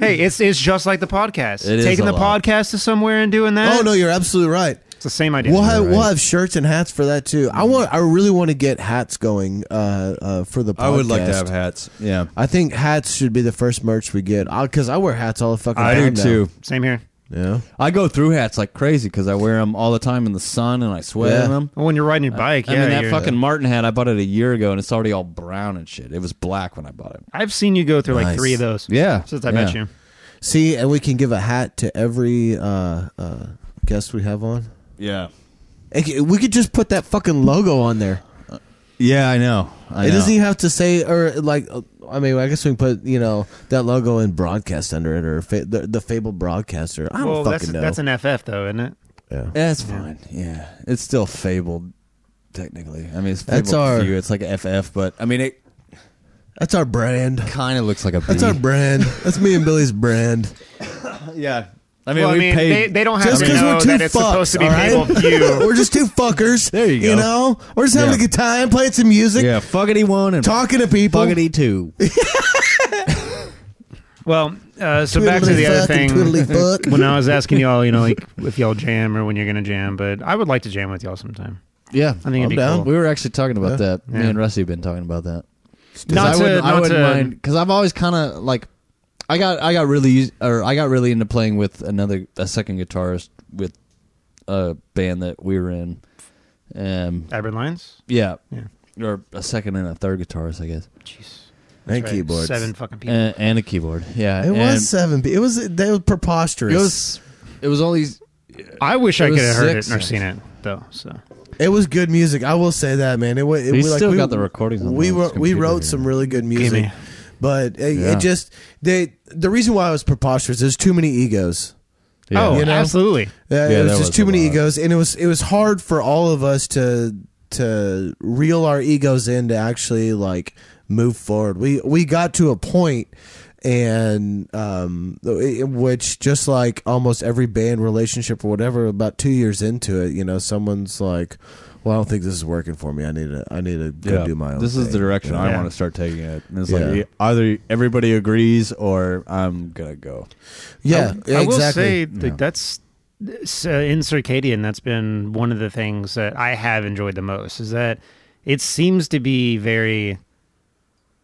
[SPEAKER 3] hey, it's it's just like the podcast.
[SPEAKER 2] It is
[SPEAKER 3] Taking
[SPEAKER 2] a
[SPEAKER 3] the
[SPEAKER 2] lot.
[SPEAKER 3] podcast to somewhere and doing that.
[SPEAKER 1] oh no, you're absolutely right.
[SPEAKER 3] it's the same idea.
[SPEAKER 1] We'll have,
[SPEAKER 2] right.
[SPEAKER 1] we'll have shirts and hats for that too. I want. I really want to get hats going uh, uh, for the. Podcast.
[SPEAKER 2] I would like to have hats. Yeah.
[SPEAKER 1] I think hats should be the first merch we get. Because I, wear hats all the fucking
[SPEAKER 2] I do
[SPEAKER 1] time.
[SPEAKER 2] too.
[SPEAKER 3] Same here.
[SPEAKER 1] now.
[SPEAKER 2] I go through hats like crazy because I wear them all the time in the sun and I sweat
[SPEAKER 1] Yeah.
[SPEAKER 2] in them.
[SPEAKER 3] When Oh, you're riding your bike,
[SPEAKER 2] I
[SPEAKER 3] yeah.
[SPEAKER 2] mean, that
[SPEAKER 3] you're-
[SPEAKER 2] fucking Martin hat, I bought it a year ago and it's already all brown and shit. It was black when I bought it.
[SPEAKER 3] I've seen you go through
[SPEAKER 1] Nice.
[SPEAKER 3] like three of those.
[SPEAKER 2] Yeah.
[SPEAKER 3] Since I
[SPEAKER 2] yeah.
[SPEAKER 3] met you.
[SPEAKER 1] Yeah. See, and we can give a hat to every uh, uh, guest we have on.
[SPEAKER 2] Yeah.
[SPEAKER 1] And c- We could just put that fucking logo on there.
[SPEAKER 2] Yeah, I know. I
[SPEAKER 1] it
[SPEAKER 2] know.
[SPEAKER 1] doesn't even have to say or like. uh, I mean, I guess we can put you know that logo and broadcast under it or fa- the, the Fable broadcaster. I don't
[SPEAKER 3] well,
[SPEAKER 1] fucking
[SPEAKER 3] that's
[SPEAKER 1] know.
[SPEAKER 3] that's an FF though, isn't it?
[SPEAKER 1] yeah.
[SPEAKER 2] That's fine. Yeah. It's still fabled.
[SPEAKER 6] technically. I mean, it's
[SPEAKER 1] That's
[SPEAKER 6] that's
[SPEAKER 1] our-
[SPEAKER 6] our few. It's like a FF, but I mean, it
[SPEAKER 1] That's our brand.
[SPEAKER 6] kind of looks like a.
[SPEAKER 1] That's
[SPEAKER 6] B.
[SPEAKER 1] our brand. That's me and Billy's brand.
[SPEAKER 6] yeah. I mean,
[SPEAKER 3] Well, I
[SPEAKER 6] we
[SPEAKER 3] mean,
[SPEAKER 6] paid.
[SPEAKER 3] they, they don't have
[SPEAKER 1] Just
[SPEAKER 3] to
[SPEAKER 1] because
[SPEAKER 3] know
[SPEAKER 1] we're two
[SPEAKER 3] that it's supposed
[SPEAKER 1] fucks,
[SPEAKER 3] to be
[SPEAKER 1] all right?
[SPEAKER 3] people few.
[SPEAKER 1] We're just two fuckers.
[SPEAKER 6] There you
[SPEAKER 1] You
[SPEAKER 6] go.
[SPEAKER 1] know, we're just having
[SPEAKER 6] Yeah.
[SPEAKER 1] a good time, playing some music,
[SPEAKER 6] yeah, fuckity one and
[SPEAKER 1] talking to people.
[SPEAKER 3] e-
[SPEAKER 6] fuckity two.
[SPEAKER 3] Well, uh, so back to the
[SPEAKER 1] Twiddly
[SPEAKER 3] other
[SPEAKER 1] fuck
[SPEAKER 3] thing.
[SPEAKER 1] and twiddly fuck.
[SPEAKER 3] when I was asking y'all, you know, like if y'all jam or when you're gonna jam, but I would like to jam with y'all sometime.
[SPEAKER 2] Yeah,
[SPEAKER 3] I think it'd be
[SPEAKER 1] down.
[SPEAKER 3] cool.
[SPEAKER 2] we were actually talking about
[SPEAKER 1] Yeah.
[SPEAKER 2] that. Me
[SPEAKER 3] Yeah.
[SPEAKER 2] and Rusty have been talking about that. 'Cause
[SPEAKER 3] Not
[SPEAKER 2] I
[SPEAKER 3] to-
[SPEAKER 2] wouldn't, I
[SPEAKER 3] not
[SPEAKER 2] wouldn't
[SPEAKER 3] to-
[SPEAKER 2] mind because I've always kind of like, I got I got really used, or I got really into playing with another a second guitarist with a band that we were in. Um,
[SPEAKER 3] Abern Lions.
[SPEAKER 2] yeah,
[SPEAKER 3] Yeah.
[SPEAKER 2] or a second and a third guitarist, I guess,
[SPEAKER 3] Jeez.
[SPEAKER 1] and
[SPEAKER 3] Right,
[SPEAKER 1] keyboards.
[SPEAKER 3] Seven fucking people.
[SPEAKER 2] and, and a keyboard. Yeah,
[SPEAKER 1] It
[SPEAKER 2] and
[SPEAKER 1] was seven. It was they were preposterous.
[SPEAKER 2] It was it was all these.
[SPEAKER 3] I wish
[SPEAKER 2] It
[SPEAKER 3] I could
[SPEAKER 2] was
[SPEAKER 3] have heard it
[SPEAKER 2] six.
[SPEAKER 3] or seen it though. So
[SPEAKER 1] It was good music. I will say that, man. It, wa- it
[SPEAKER 2] We
[SPEAKER 1] like,
[SPEAKER 2] still got the recordings on
[SPEAKER 1] we
[SPEAKER 2] those
[SPEAKER 1] wrote we
[SPEAKER 2] computers,
[SPEAKER 1] wrote
[SPEAKER 2] yeah.
[SPEAKER 1] some really good music,
[SPEAKER 3] Gimme.
[SPEAKER 1] but it,
[SPEAKER 2] Yeah.
[SPEAKER 1] it just they the reason why it was preposterous. There's too many egos.
[SPEAKER 2] Yeah.
[SPEAKER 3] oh,
[SPEAKER 1] You know?
[SPEAKER 3] absolutely.
[SPEAKER 1] Uh,
[SPEAKER 2] there
[SPEAKER 1] it was
[SPEAKER 2] was
[SPEAKER 1] just
[SPEAKER 2] a
[SPEAKER 1] too many
[SPEAKER 2] lot.
[SPEAKER 1] egos, and it was it was hard for all of us to to reel our egos in to actually like move forward. We we got to a point and um in which just like almost every band relationship or whatever about 2 years into it you know someone's like well I don't think this is working for me I need to I need to go do my own
[SPEAKER 6] This is the
[SPEAKER 1] thing."
[SPEAKER 6] direction I
[SPEAKER 3] Yeah.
[SPEAKER 6] want to start taking it. And it's
[SPEAKER 1] Yeah.
[SPEAKER 6] like e, either everybody agrees or I'm gonna go.
[SPEAKER 1] yeah
[SPEAKER 3] I, I will
[SPEAKER 1] exactly
[SPEAKER 3] say that that's s- uh, in circadian. That's been one of the things that I have enjoyed the most is that it seems to be very.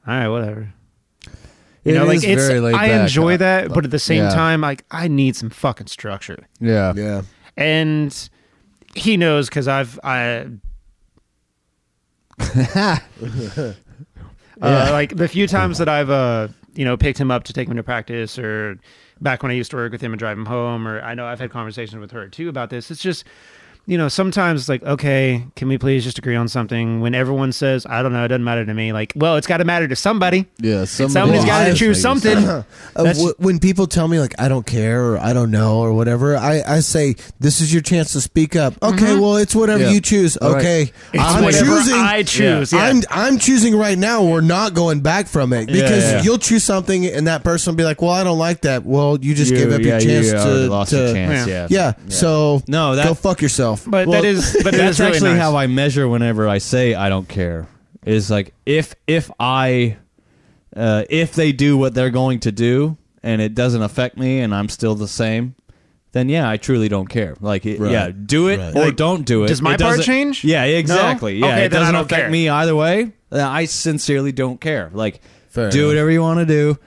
[SPEAKER 3] All right, whatever. You
[SPEAKER 2] It
[SPEAKER 3] know, like
[SPEAKER 2] is
[SPEAKER 3] it's.
[SPEAKER 2] very laid
[SPEAKER 3] I
[SPEAKER 2] back.
[SPEAKER 3] enjoy that, but at the same
[SPEAKER 2] yeah.
[SPEAKER 3] time, like I need some fucking structure.
[SPEAKER 2] Yeah,
[SPEAKER 1] yeah
[SPEAKER 3] And he knows because I've I. Uh, like the few times that I've uh you know picked him up to take him to practice or back when I used to work with him and drive him home or I know I've had conversations with her too about this. It's just you know sometimes it's like okay, can we please just agree on something? When everyone says I don't know, it doesn't matter to me. Like well, it's got to matter to somebody.
[SPEAKER 2] yeah.
[SPEAKER 3] Somebody's
[SPEAKER 1] Well,
[SPEAKER 3] got to
[SPEAKER 1] I-
[SPEAKER 3] choose something.
[SPEAKER 1] Uh,
[SPEAKER 3] That's-
[SPEAKER 1] w- when people tell me like I don't care or I don't know or whatever, I, I say this is your chance to speak up. Okay, well it's whatever
[SPEAKER 2] Yeah.
[SPEAKER 1] you choose.
[SPEAKER 2] All right.
[SPEAKER 1] Okay, I'm
[SPEAKER 3] whatever
[SPEAKER 1] choosing.
[SPEAKER 3] I choose. Yeah.
[SPEAKER 1] I'm I'm choosing right now. We're not going back from it because
[SPEAKER 6] yeah, yeah.
[SPEAKER 1] you'll choose something and that person will be like, "Well, I don't like that." Well, you just gave up your chance to,
[SPEAKER 6] lost
[SPEAKER 1] to
[SPEAKER 6] your chance.
[SPEAKER 3] Yeah.
[SPEAKER 6] Yeah.
[SPEAKER 1] Yeah, So
[SPEAKER 6] No, that-
[SPEAKER 1] go fuck yourself.
[SPEAKER 3] But that is but
[SPEAKER 6] that's
[SPEAKER 3] really
[SPEAKER 6] actually
[SPEAKER 3] nice.
[SPEAKER 6] how I measure whenever I say I don't care. Is like if if I uh, if they do what they're going to do and it doesn't affect me and I'm still the same, then yeah, I truly don't care. Like it,
[SPEAKER 1] Right.
[SPEAKER 6] yeah, do it
[SPEAKER 1] Right.
[SPEAKER 6] or
[SPEAKER 3] Like,
[SPEAKER 6] don't do it.
[SPEAKER 3] does my
[SPEAKER 6] It
[SPEAKER 3] part
[SPEAKER 6] doesn't-
[SPEAKER 3] change?
[SPEAKER 6] Yeah, exactly.
[SPEAKER 3] No?
[SPEAKER 6] Yeah,
[SPEAKER 3] Okay,
[SPEAKER 6] it
[SPEAKER 3] then I
[SPEAKER 6] doesn't
[SPEAKER 3] don't
[SPEAKER 6] affect
[SPEAKER 3] care.
[SPEAKER 6] me either way. Uh, I sincerely don't care. Like
[SPEAKER 1] Fair
[SPEAKER 6] do
[SPEAKER 1] enough.
[SPEAKER 6] whatever you want to do.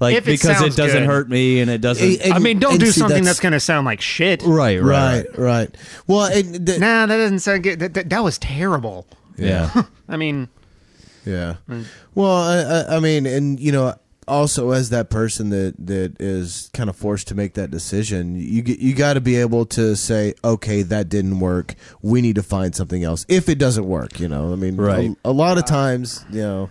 [SPEAKER 6] Like
[SPEAKER 3] If it
[SPEAKER 6] because
[SPEAKER 3] sounds
[SPEAKER 6] it doesn't
[SPEAKER 3] good.
[SPEAKER 6] hurt me and it doesn't.
[SPEAKER 1] It- it-
[SPEAKER 3] I mean, don't
[SPEAKER 1] and
[SPEAKER 3] do
[SPEAKER 1] see,
[SPEAKER 3] something
[SPEAKER 1] that's-
[SPEAKER 3] that's, going to sound like shit.
[SPEAKER 6] right,
[SPEAKER 1] Right, right. Well, and th-
[SPEAKER 3] Nah, that doesn't sound good. That, that, that was terrible.
[SPEAKER 6] Yeah.
[SPEAKER 3] I mean,
[SPEAKER 1] Yeah. Well, I, I, I mean, and you know, also as that person that that is kind of forced to make that decision, you g- you got to be able to say, okay, that didn't work. We need to find something else if it doesn't work. You know, I mean,
[SPEAKER 6] Right.
[SPEAKER 1] A, a lot of times, you know. you-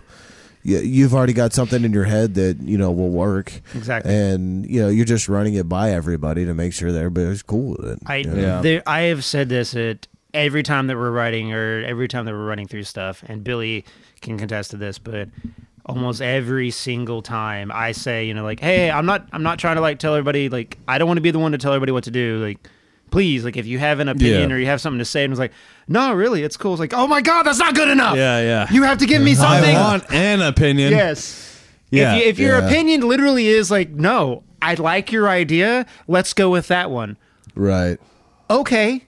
[SPEAKER 1] You've already got something in your head that you know will work,
[SPEAKER 3] Exactly.
[SPEAKER 1] and you know you're just running it by everybody to make sure that everybody's cool with it.
[SPEAKER 3] I
[SPEAKER 1] you know?
[SPEAKER 6] Yeah.
[SPEAKER 3] there, I have said this at every time that we're writing or every time that we're running through stuff, and Billy can contest to this, but almost every single time I say, you know, like, hey, I'm not, I'm not trying to like tell everybody, like, I don't want to be the one to tell everybody what to do, like. Please, like, if you have an opinion
[SPEAKER 6] Yeah.
[SPEAKER 3] or you have something to say, and it's like, no, really, it's cool. It's like, oh my god, that's not good enough.
[SPEAKER 6] Yeah, yeah.
[SPEAKER 3] You have to give me something.
[SPEAKER 6] I want an opinion.
[SPEAKER 3] Yes.
[SPEAKER 6] Yeah.
[SPEAKER 3] If, you, if your
[SPEAKER 1] Yeah.
[SPEAKER 3] opinion literally is like, no, I like your idea. Let's go with that one.
[SPEAKER 1] Right.
[SPEAKER 3] Okay.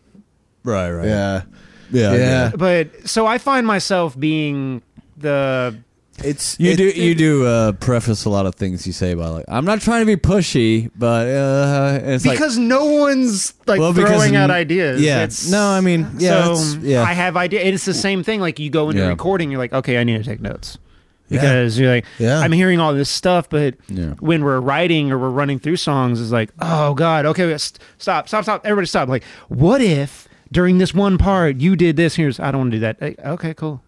[SPEAKER 6] Right, right.
[SPEAKER 1] Yeah.
[SPEAKER 6] Yeah.
[SPEAKER 1] Yeah.
[SPEAKER 3] But so I find myself being the.
[SPEAKER 1] It's
[SPEAKER 6] You
[SPEAKER 1] it-
[SPEAKER 6] do you do uh, preface a lot of things you say by like I'm not trying to be pushy, but uh, and it's like
[SPEAKER 3] Because no one's like
[SPEAKER 6] Well, because
[SPEAKER 3] throwing out
[SPEAKER 6] n-
[SPEAKER 3] ideas.
[SPEAKER 6] yeah.
[SPEAKER 3] It's,
[SPEAKER 6] No, I mean, yeah,
[SPEAKER 3] So
[SPEAKER 6] that's- yeah.
[SPEAKER 3] I have idea. It's the same thing. Like you go into
[SPEAKER 6] Yeah.
[SPEAKER 3] recording, you're like, okay, I need to take notes
[SPEAKER 1] Yeah.
[SPEAKER 3] because you're like,
[SPEAKER 1] Yeah.
[SPEAKER 3] I'm hearing all this stuff, but
[SPEAKER 6] Yeah.
[SPEAKER 3] when we're writing or we're running through songs, it's like, oh god, okay, s- stop, stop, stop, everybody stop. Like, what if during this one part you did this? Here's, I don't want to do that. Like, okay, cool.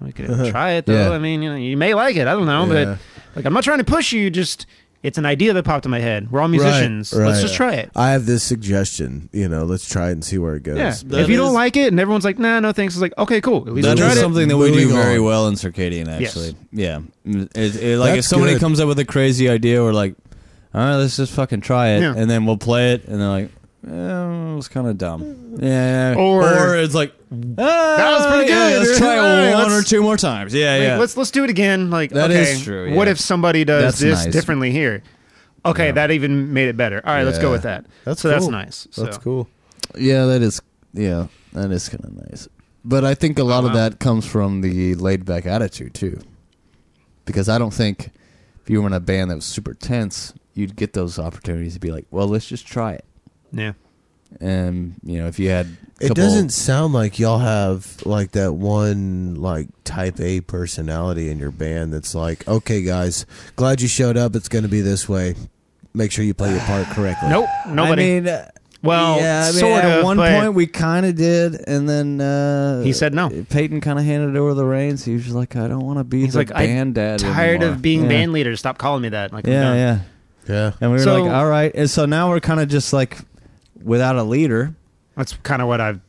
[SPEAKER 3] We could try it though.
[SPEAKER 6] Uh-huh. Yeah.
[SPEAKER 3] I mean, you know, you may like it. I don't know,
[SPEAKER 1] Yeah.
[SPEAKER 3] but like, I'm not trying to push you. Just It's an idea that popped in my head. We're all musicians. Let's just try it.
[SPEAKER 1] I have this suggestion. You know, let's try it and see where it goes.
[SPEAKER 3] Yeah.
[SPEAKER 2] That
[SPEAKER 3] if you don't
[SPEAKER 2] is-
[SPEAKER 3] like it and everyone's like, nah, no thanks, it's like, okay, cool. At least I
[SPEAKER 2] That
[SPEAKER 3] tried
[SPEAKER 2] is
[SPEAKER 3] it.
[SPEAKER 2] something that we do
[SPEAKER 1] Moving
[SPEAKER 2] very
[SPEAKER 1] on.
[SPEAKER 2] well in circadian,
[SPEAKER 3] Yes.
[SPEAKER 2] actually. Yeah. Mm, it- it- like if
[SPEAKER 1] That's
[SPEAKER 2] somebody
[SPEAKER 1] good.
[SPEAKER 2] comes up with a crazy idea, we're like, all right, let's just fucking try it,
[SPEAKER 3] Yeah.
[SPEAKER 2] and then we'll play it, and they're like, eh, it was kind of dumb. Yeah.
[SPEAKER 3] Or-
[SPEAKER 2] it's like,
[SPEAKER 3] That was pretty
[SPEAKER 2] "Ah, yeah,
[SPEAKER 3] good.
[SPEAKER 2] Let's try it
[SPEAKER 3] All right,
[SPEAKER 2] one
[SPEAKER 3] let's-
[SPEAKER 2] or two more times. Yeah,
[SPEAKER 3] Like,
[SPEAKER 2] yeah.
[SPEAKER 3] Let's let's do it again. Like
[SPEAKER 2] That
[SPEAKER 3] okay,
[SPEAKER 2] is true, yeah.
[SPEAKER 3] What if somebody does
[SPEAKER 2] That's
[SPEAKER 3] this
[SPEAKER 2] nice.
[SPEAKER 3] differently here? Okay, that even made it better. All right, let's go
[SPEAKER 2] Yeah.
[SPEAKER 3] with that.
[SPEAKER 1] That's
[SPEAKER 3] so that's
[SPEAKER 1] cool.
[SPEAKER 3] nice. So.
[SPEAKER 1] That's cool.
[SPEAKER 2] Yeah, that is. Yeah, that is kind of nice. But I think a lot of
[SPEAKER 3] wow.
[SPEAKER 2] that comes from the laid back attitude too, because I don't think if you were in a band that was super tense, you'd get those opportunities to be like, well, let's just try it.
[SPEAKER 3] Yeah.
[SPEAKER 2] And you know, if you had a
[SPEAKER 1] It
[SPEAKER 2] couple-
[SPEAKER 1] doesn't sound like y'all have like that one like type A personality in your band that's like, okay, guys, glad you showed up. It's going to be this way. Make sure you play your part correctly.
[SPEAKER 3] Nope. Nobody.
[SPEAKER 2] I mean, uh,
[SPEAKER 3] well,
[SPEAKER 2] yeah, I mean,
[SPEAKER 3] sort
[SPEAKER 2] at
[SPEAKER 3] of.
[SPEAKER 2] one
[SPEAKER 3] but-
[SPEAKER 2] point we kind of did, and then uh,
[SPEAKER 3] He said no.
[SPEAKER 2] Peyton kind of handed over the reins. He was just like, I don't want to be
[SPEAKER 3] He's
[SPEAKER 2] the
[SPEAKER 3] like, "I'm
[SPEAKER 2] band dad.
[SPEAKER 3] tired
[SPEAKER 2] anymore."
[SPEAKER 3] of being
[SPEAKER 2] yeah.
[SPEAKER 3] band leader. Stop calling me that. Like, I'm
[SPEAKER 2] Yeah,
[SPEAKER 3] done.
[SPEAKER 2] yeah.
[SPEAKER 1] Yeah.
[SPEAKER 2] And we were
[SPEAKER 3] So-
[SPEAKER 2] like, all right. And so now we're kind of just like without a leader. Uh,
[SPEAKER 3] That's kind of what I've.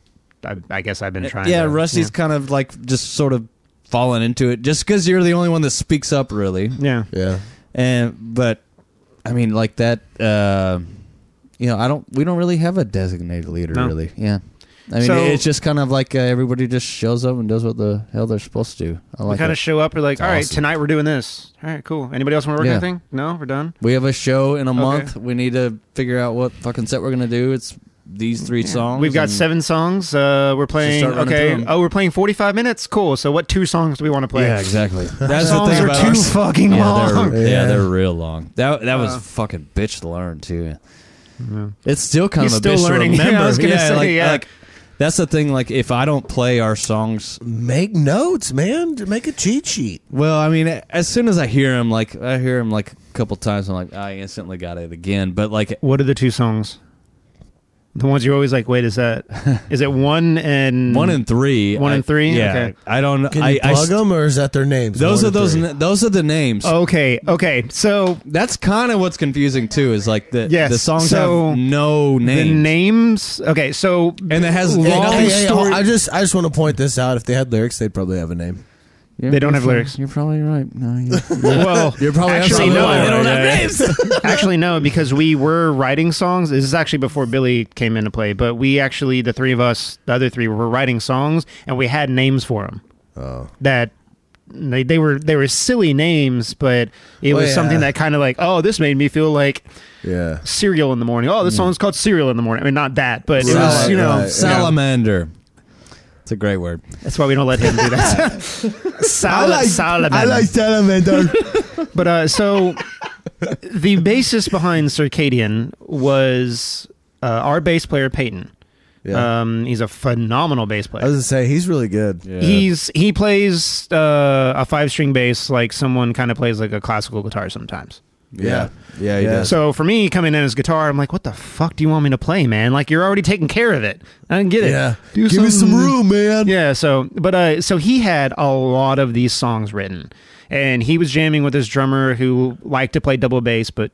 [SPEAKER 3] I, I guess I've been trying.
[SPEAKER 2] Eh, yeah,
[SPEAKER 3] to,
[SPEAKER 2] Rusty's kind of like just sort of fallen into it just because you're the only one that speaks up, really.
[SPEAKER 3] Yeah.
[SPEAKER 1] Yeah.
[SPEAKER 2] And, but I mean, like that, uh, you know, I don't, we don't really have a designated leader,
[SPEAKER 3] No.
[SPEAKER 2] really. Yeah. I mean,
[SPEAKER 3] So-
[SPEAKER 2] it's just kind of like uh, everybody just shows up and does what the hell they're supposed to. I
[SPEAKER 3] we
[SPEAKER 2] like
[SPEAKER 3] kind
[SPEAKER 2] that.
[SPEAKER 3] of show up. We're like,
[SPEAKER 2] It's
[SPEAKER 3] all right,
[SPEAKER 2] awesome.
[SPEAKER 3] tonight we're doing this. All right, cool. Anybody else want to work
[SPEAKER 2] Yeah.
[SPEAKER 3] anything? No, we're done.
[SPEAKER 2] We have a show in a month. We need to figure out what fucking set we're gonna do. It's these three songs.
[SPEAKER 3] We've got
[SPEAKER 2] and-
[SPEAKER 3] seven songs. Uh, we're playing.
[SPEAKER 2] start running through
[SPEAKER 3] Okay.
[SPEAKER 2] 'em.
[SPEAKER 3] Oh, we're playing forty-five minutes. Cool. So, what two songs do we want to play?
[SPEAKER 2] Yeah, exactly. That's the
[SPEAKER 3] songs
[SPEAKER 2] thing
[SPEAKER 3] are
[SPEAKER 2] about
[SPEAKER 3] too
[SPEAKER 2] ours.
[SPEAKER 3] fucking
[SPEAKER 2] yeah,
[SPEAKER 3] long.
[SPEAKER 2] They're, yeah.
[SPEAKER 1] Yeah.
[SPEAKER 2] they're real long. That that was
[SPEAKER 3] Uh.
[SPEAKER 2] fucking bitch to learn too. It's still kind
[SPEAKER 3] He's
[SPEAKER 2] of a
[SPEAKER 3] still
[SPEAKER 2] bitch
[SPEAKER 3] learning.
[SPEAKER 2] to
[SPEAKER 3] Yeah, I
[SPEAKER 2] remember.
[SPEAKER 3] was gonna say,
[SPEAKER 2] like,
[SPEAKER 3] yeah.
[SPEAKER 2] like, that's the thing. Like if I don't play our songs,
[SPEAKER 1] Make notes, man. Make a cheat sheet.
[SPEAKER 2] well, I mean, as soon as I hear him, like I hear him like a couple times, I'm like, I instantly got it again. But like,
[SPEAKER 3] What are the two songs? The ones you're always like, wait, is that is it one and
[SPEAKER 2] one and three,
[SPEAKER 3] One
[SPEAKER 2] I-
[SPEAKER 3] and three?
[SPEAKER 2] yeah.
[SPEAKER 3] Okay.
[SPEAKER 2] I don't.
[SPEAKER 1] Hmm. Can
[SPEAKER 2] I,
[SPEAKER 1] you
[SPEAKER 2] I
[SPEAKER 1] plug
[SPEAKER 2] st-
[SPEAKER 1] them or is that their names?
[SPEAKER 2] Those
[SPEAKER 1] One
[SPEAKER 2] are
[SPEAKER 1] or
[SPEAKER 2] those.
[SPEAKER 1] three?
[SPEAKER 2] n- Those are the names.
[SPEAKER 3] Okay, okay. So
[SPEAKER 2] That's kind of what's confusing too. Is like the
[SPEAKER 3] Yes,
[SPEAKER 2] the songs
[SPEAKER 3] so
[SPEAKER 2] have no
[SPEAKER 3] the
[SPEAKER 2] name.
[SPEAKER 3] names. Okay, so
[SPEAKER 2] And it has-
[SPEAKER 3] long
[SPEAKER 1] Hey, hey, hey,
[SPEAKER 3] story.
[SPEAKER 1] I just I just want to point this out. If they had lyrics, they'd probably have a name.
[SPEAKER 3] They don't have lyrics.
[SPEAKER 2] You're probably right. No, you-
[SPEAKER 3] well,
[SPEAKER 2] You're probably
[SPEAKER 3] actually
[SPEAKER 2] absolutely
[SPEAKER 3] no.
[SPEAKER 2] right. They don't
[SPEAKER 3] have actually no, because we were writing songs. This is actually before Billy came into play, but we actually the three of us, the other three, were writing songs, and we had names for them.
[SPEAKER 1] Oh.
[SPEAKER 3] that they, they were they were silly names, but it
[SPEAKER 1] Well,
[SPEAKER 3] was something
[SPEAKER 1] yeah.
[SPEAKER 3] that kind of like, oh, this made me feel like
[SPEAKER 1] Yeah.
[SPEAKER 3] cereal in the morning. Oh, this song's called cereal in the morning. I mean, not that, but it was
[SPEAKER 1] Mm. Right,
[SPEAKER 3] you know
[SPEAKER 1] right.
[SPEAKER 2] salamander. It's a great word.
[SPEAKER 3] that's why we don't let him do that. Sal- salamander.
[SPEAKER 1] salamander.
[SPEAKER 3] But uh, so the basis behind Circadian was uh, our bass player Peyton.
[SPEAKER 1] yeah.
[SPEAKER 3] Um, he's a phenomenal bass player.
[SPEAKER 1] I was gonna say he's really good. Yeah.
[SPEAKER 3] He's he plays uh, a five string bass like someone kind of plays like a classical guitar sometimes.
[SPEAKER 1] Yeah.
[SPEAKER 2] Yeah, he
[SPEAKER 1] Yeah.
[SPEAKER 2] does.
[SPEAKER 3] So for me coming in as guitar, I'm like, what the fuck do you want me to play, man? Like you're already taking care of it. I didn't get it. Do
[SPEAKER 1] Give me some
[SPEAKER 3] something-
[SPEAKER 1] room, man.
[SPEAKER 3] Yeah. So, but uh, so he had a lot of these songs written, and he was jamming with his drummer who liked to play double bass, but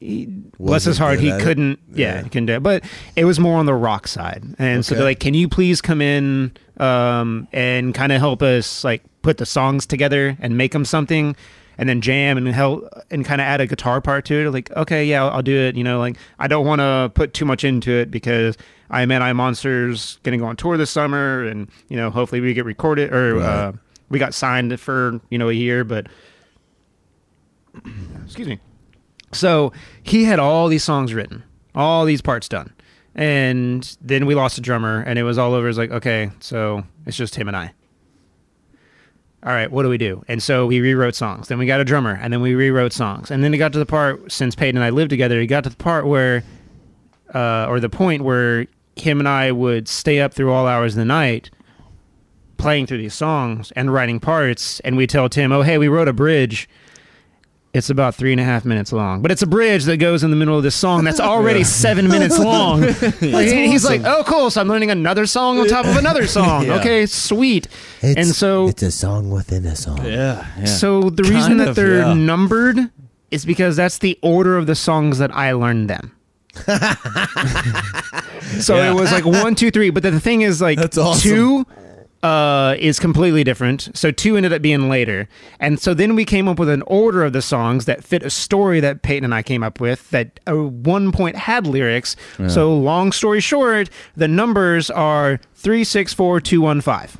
[SPEAKER 3] bless
[SPEAKER 1] Wasn't
[SPEAKER 3] his heart,
[SPEAKER 1] good
[SPEAKER 3] he
[SPEAKER 1] at it.
[SPEAKER 3] couldn't. Yeah,
[SPEAKER 1] Yeah.
[SPEAKER 3] he couldn't do it. But it was more on the rock side, and so
[SPEAKER 1] Okay.
[SPEAKER 3] they're like, "Can you please come in um, and kind of help us like put the songs together and make them something?" And then jam and help and kind of add a guitar part to it. Like, okay, yeah, I'll, I'll do it. You know, like I don't want to put too much into it because I'm at I Monsters going to go on tour this summer, and you know, hopefully we get recorded or uh, we got signed for you know a year, but excuse me. So he had all these songs written, all these parts done. And then we lost a drummer and it was all over. It's like, okay, so it's just him and I. All right, what do we do? And so we rewrote songs. Then we got a drummer and then we rewrote songs. And then it got to the part, since Peyton and I lived together, it got to the part where, uh, or the point where him and I would stay up through all hours of the night playing through these songs and writing parts. And we tell Tim, oh, hey, we wrote a bridge. It's about three and a half minutes long, but it's a bridge that goes in the middle of this song that's already seven minutes long. Like, He's like, "Oh, cool! So I'm learning another song on top of another song. Okay, sweet." and so,
[SPEAKER 1] a song within a song.
[SPEAKER 2] yeah, yeah.
[SPEAKER 3] so the reason
[SPEAKER 2] Kind
[SPEAKER 3] that
[SPEAKER 2] of,
[SPEAKER 3] they're
[SPEAKER 2] yeah.
[SPEAKER 3] numbered
[SPEAKER 8] is because that's the order of the songs that I learned them. so it was like one, two, three. But the thing is, like
[SPEAKER 1] That's awesome.
[SPEAKER 8] two uh, is completely different. So two ended up being later, and so then we came up with an order of the songs that fit a story that Peyton and I came up with that at one point had lyrics. So long story short, the numbers are three, six, four, two, one, five,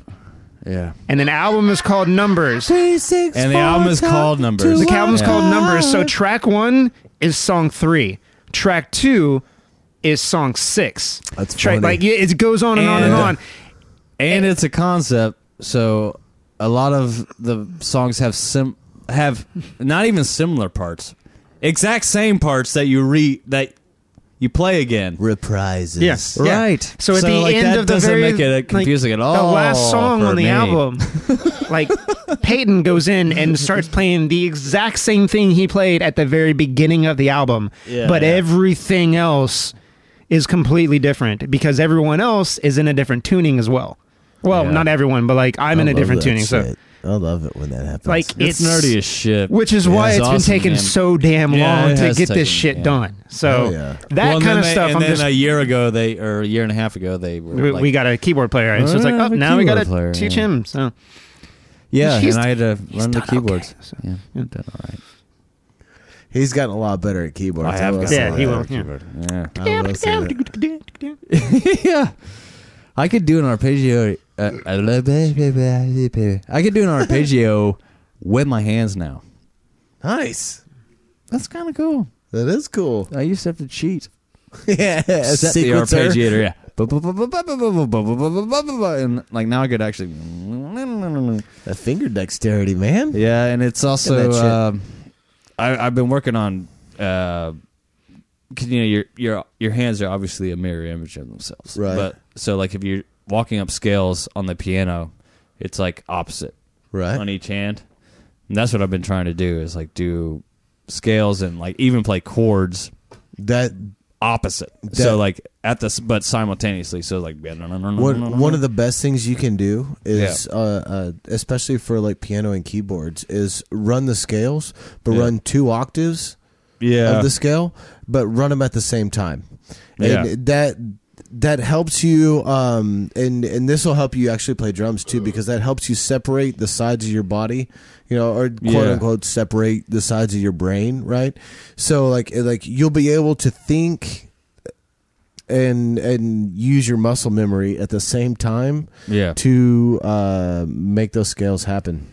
[SPEAKER 2] Yeah.
[SPEAKER 8] and an album is called Numbers.
[SPEAKER 1] Three, six,
[SPEAKER 2] And the album is called Numbers.
[SPEAKER 8] The album's called Numbers. So track one is song three. Track two is song six.
[SPEAKER 1] That's
[SPEAKER 8] track,
[SPEAKER 1] funny.
[SPEAKER 8] like yeah, it goes on and, on and
[SPEAKER 2] And-
[SPEAKER 8] on.
[SPEAKER 2] and it's a concept so a lot of the songs have sim have not even similar parts exact same parts that you re that you play again
[SPEAKER 1] reprises.
[SPEAKER 8] Yes. Yeah.
[SPEAKER 2] right
[SPEAKER 8] So at the
[SPEAKER 2] like,
[SPEAKER 8] end
[SPEAKER 2] that
[SPEAKER 8] of the
[SPEAKER 2] doesn't
[SPEAKER 8] very-
[SPEAKER 2] make it
[SPEAKER 8] like,
[SPEAKER 2] uh, confusing at
[SPEAKER 8] The
[SPEAKER 2] all
[SPEAKER 8] last song
[SPEAKER 2] for
[SPEAKER 8] on the
[SPEAKER 2] me.
[SPEAKER 8] album, like Peyton goes in and starts playing the exact same thing he played at the very beginning of the album,
[SPEAKER 2] Yeah,
[SPEAKER 8] but
[SPEAKER 2] yeah.
[SPEAKER 8] everything else is completely different because everyone else is in a different tuning as well. Well,
[SPEAKER 2] Yeah.
[SPEAKER 8] not everyone, but like I'm
[SPEAKER 1] I
[SPEAKER 8] in a
[SPEAKER 1] love
[SPEAKER 8] different
[SPEAKER 1] that
[SPEAKER 8] tuning, so
[SPEAKER 1] shit. I love it when that happens.
[SPEAKER 8] like
[SPEAKER 2] it's, nerdy as shit
[SPEAKER 8] which is why
[SPEAKER 2] it's
[SPEAKER 8] it's
[SPEAKER 2] awesome,
[SPEAKER 8] been taking
[SPEAKER 2] man.
[SPEAKER 8] so damn
[SPEAKER 2] Yeah,
[SPEAKER 8] long
[SPEAKER 2] it
[SPEAKER 8] to
[SPEAKER 2] has
[SPEAKER 8] get
[SPEAKER 2] taken-
[SPEAKER 8] this shit
[SPEAKER 2] yeah.
[SPEAKER 8] done. So
[SPEAKER 1] Hell Oh, yeah.
[SPEAKER 8] that
[SPEAKER 2] Well, and
[SPEAKER 8] kind
[SPEAKER 2] then
[SPEAKER 8] of
[SPEAKER 2] they-
[SPEAKER 8] stuff.
[SPEAKER 2] and
[SPEAKER 8] I'm
[SPEAKER 2] then
[SPEAKER 8] just
[SPEAKER 2] a year ago they or a year and a half ago they were
[SPEAKER 8] we,
[SPEAKER 2] like,
[SPEAKER 8] we got a keyboard player, and so it's
[SPEAKER 2] Oh,
[SPEAKER 8] like, oh,
[SPEAKER 2] yeah, I have a
[SPEAKER 8] now we got
[SPEAKER 2] keyboard
[SPEAKER 8] to
[SPEAKER 2] player,
[SPEAKER 8] teach
[SPEAKER 2] yeah.
[SPEAKER 8] him. So
[SPEAKER 2] yeah
[SPEAKER 8] he's-
[SPEAKER 2] and I had to learn the
[SPEAKER 8] done okay,
[SPEAKER 2] keyboards
[SPEAKER 8] so-
[SPEAKER 2] yeah,
[SPEAKER 8] yeah.
[SPEAKER 2] done all right
[SPEAKER 1] he's gotten a lot better at keyboards.
[SPEAKER 2] I have
[SPEAKER 1] will
[SPEAKER 2] gotten
[SPEAKER 1] say
[SPEAKER 8] yeah, he
[SPEAKER 1] that.
[SPEAKER 8] will. yeah.
[SPEAKER 2] yeah
[SPEAKER 1] I will say that.
[SPEAKER 2] yeah. I could do an arpeggio. Uh, I could do an arpeggio with my hands now.
[SPEAKER 1] Nice.
[SPEAKER 2] That's kind of cool.
[SPEAKER 1] That is cool.
[SPEAKER 2] I used to have to cheat.
[SPEAKER 1] yeah. a
[SPEAKER 2] Set the
[SPEAKER 1] sequencer.
[SPEAKER 2] arpeggiator. Yeah. And like now I could actually.
[SPEAKER 1] That finger dexterity, man.
[SPEAKER 2] Yeah, and it's also.
[SPEAKER 1] that shit.
[SPEAKER 2] um I, I've been working on. Uh, 'cause, you know your your your hands are obviously a mirror image of themselves.
[SPEAKER 1] Right.
[SPEAKER 2] But so like if you're walking up scales on the piano, it's like opposite. on
[SPEAKER 1] Right.
[SPEAKER 2] each hand. And that's what I've been trying to do is like do scales and like even play chords
[SPEAKER 1] That
[SPEAKER 2] opposite.
[SPEAKER 1] That-
[SPEAKER 2] so like at this but simultaneously. So like
[SPEAKER 1] one,
[SPEAKER 2] one,
[SPEAKER 1] one of the best things you can do is, uh, uh, especially for like piano and keyboards, is run the scales, but
[SPEAKER 2] Yeah.
[SPEAKER 1] run two octaves
[SPEAKER 2] yeah.
[SPEAKER 1] of the scale, but run them at the same time. And
[SPEAKER 2] Yeah.
[SPEAKER 1] that that helps you um and and this will help you actually play drums too because that helps you separate the sides of your body you know or quote
[SPEAKER 2] Yeah.
[SPEAKER 1] unquote separate the sides of your brain right so like like you'll be able to think and and use your muscle memory at the same time
[SPEAKER 2] yeah.
[SPEAKER 1] to uh make those scales happen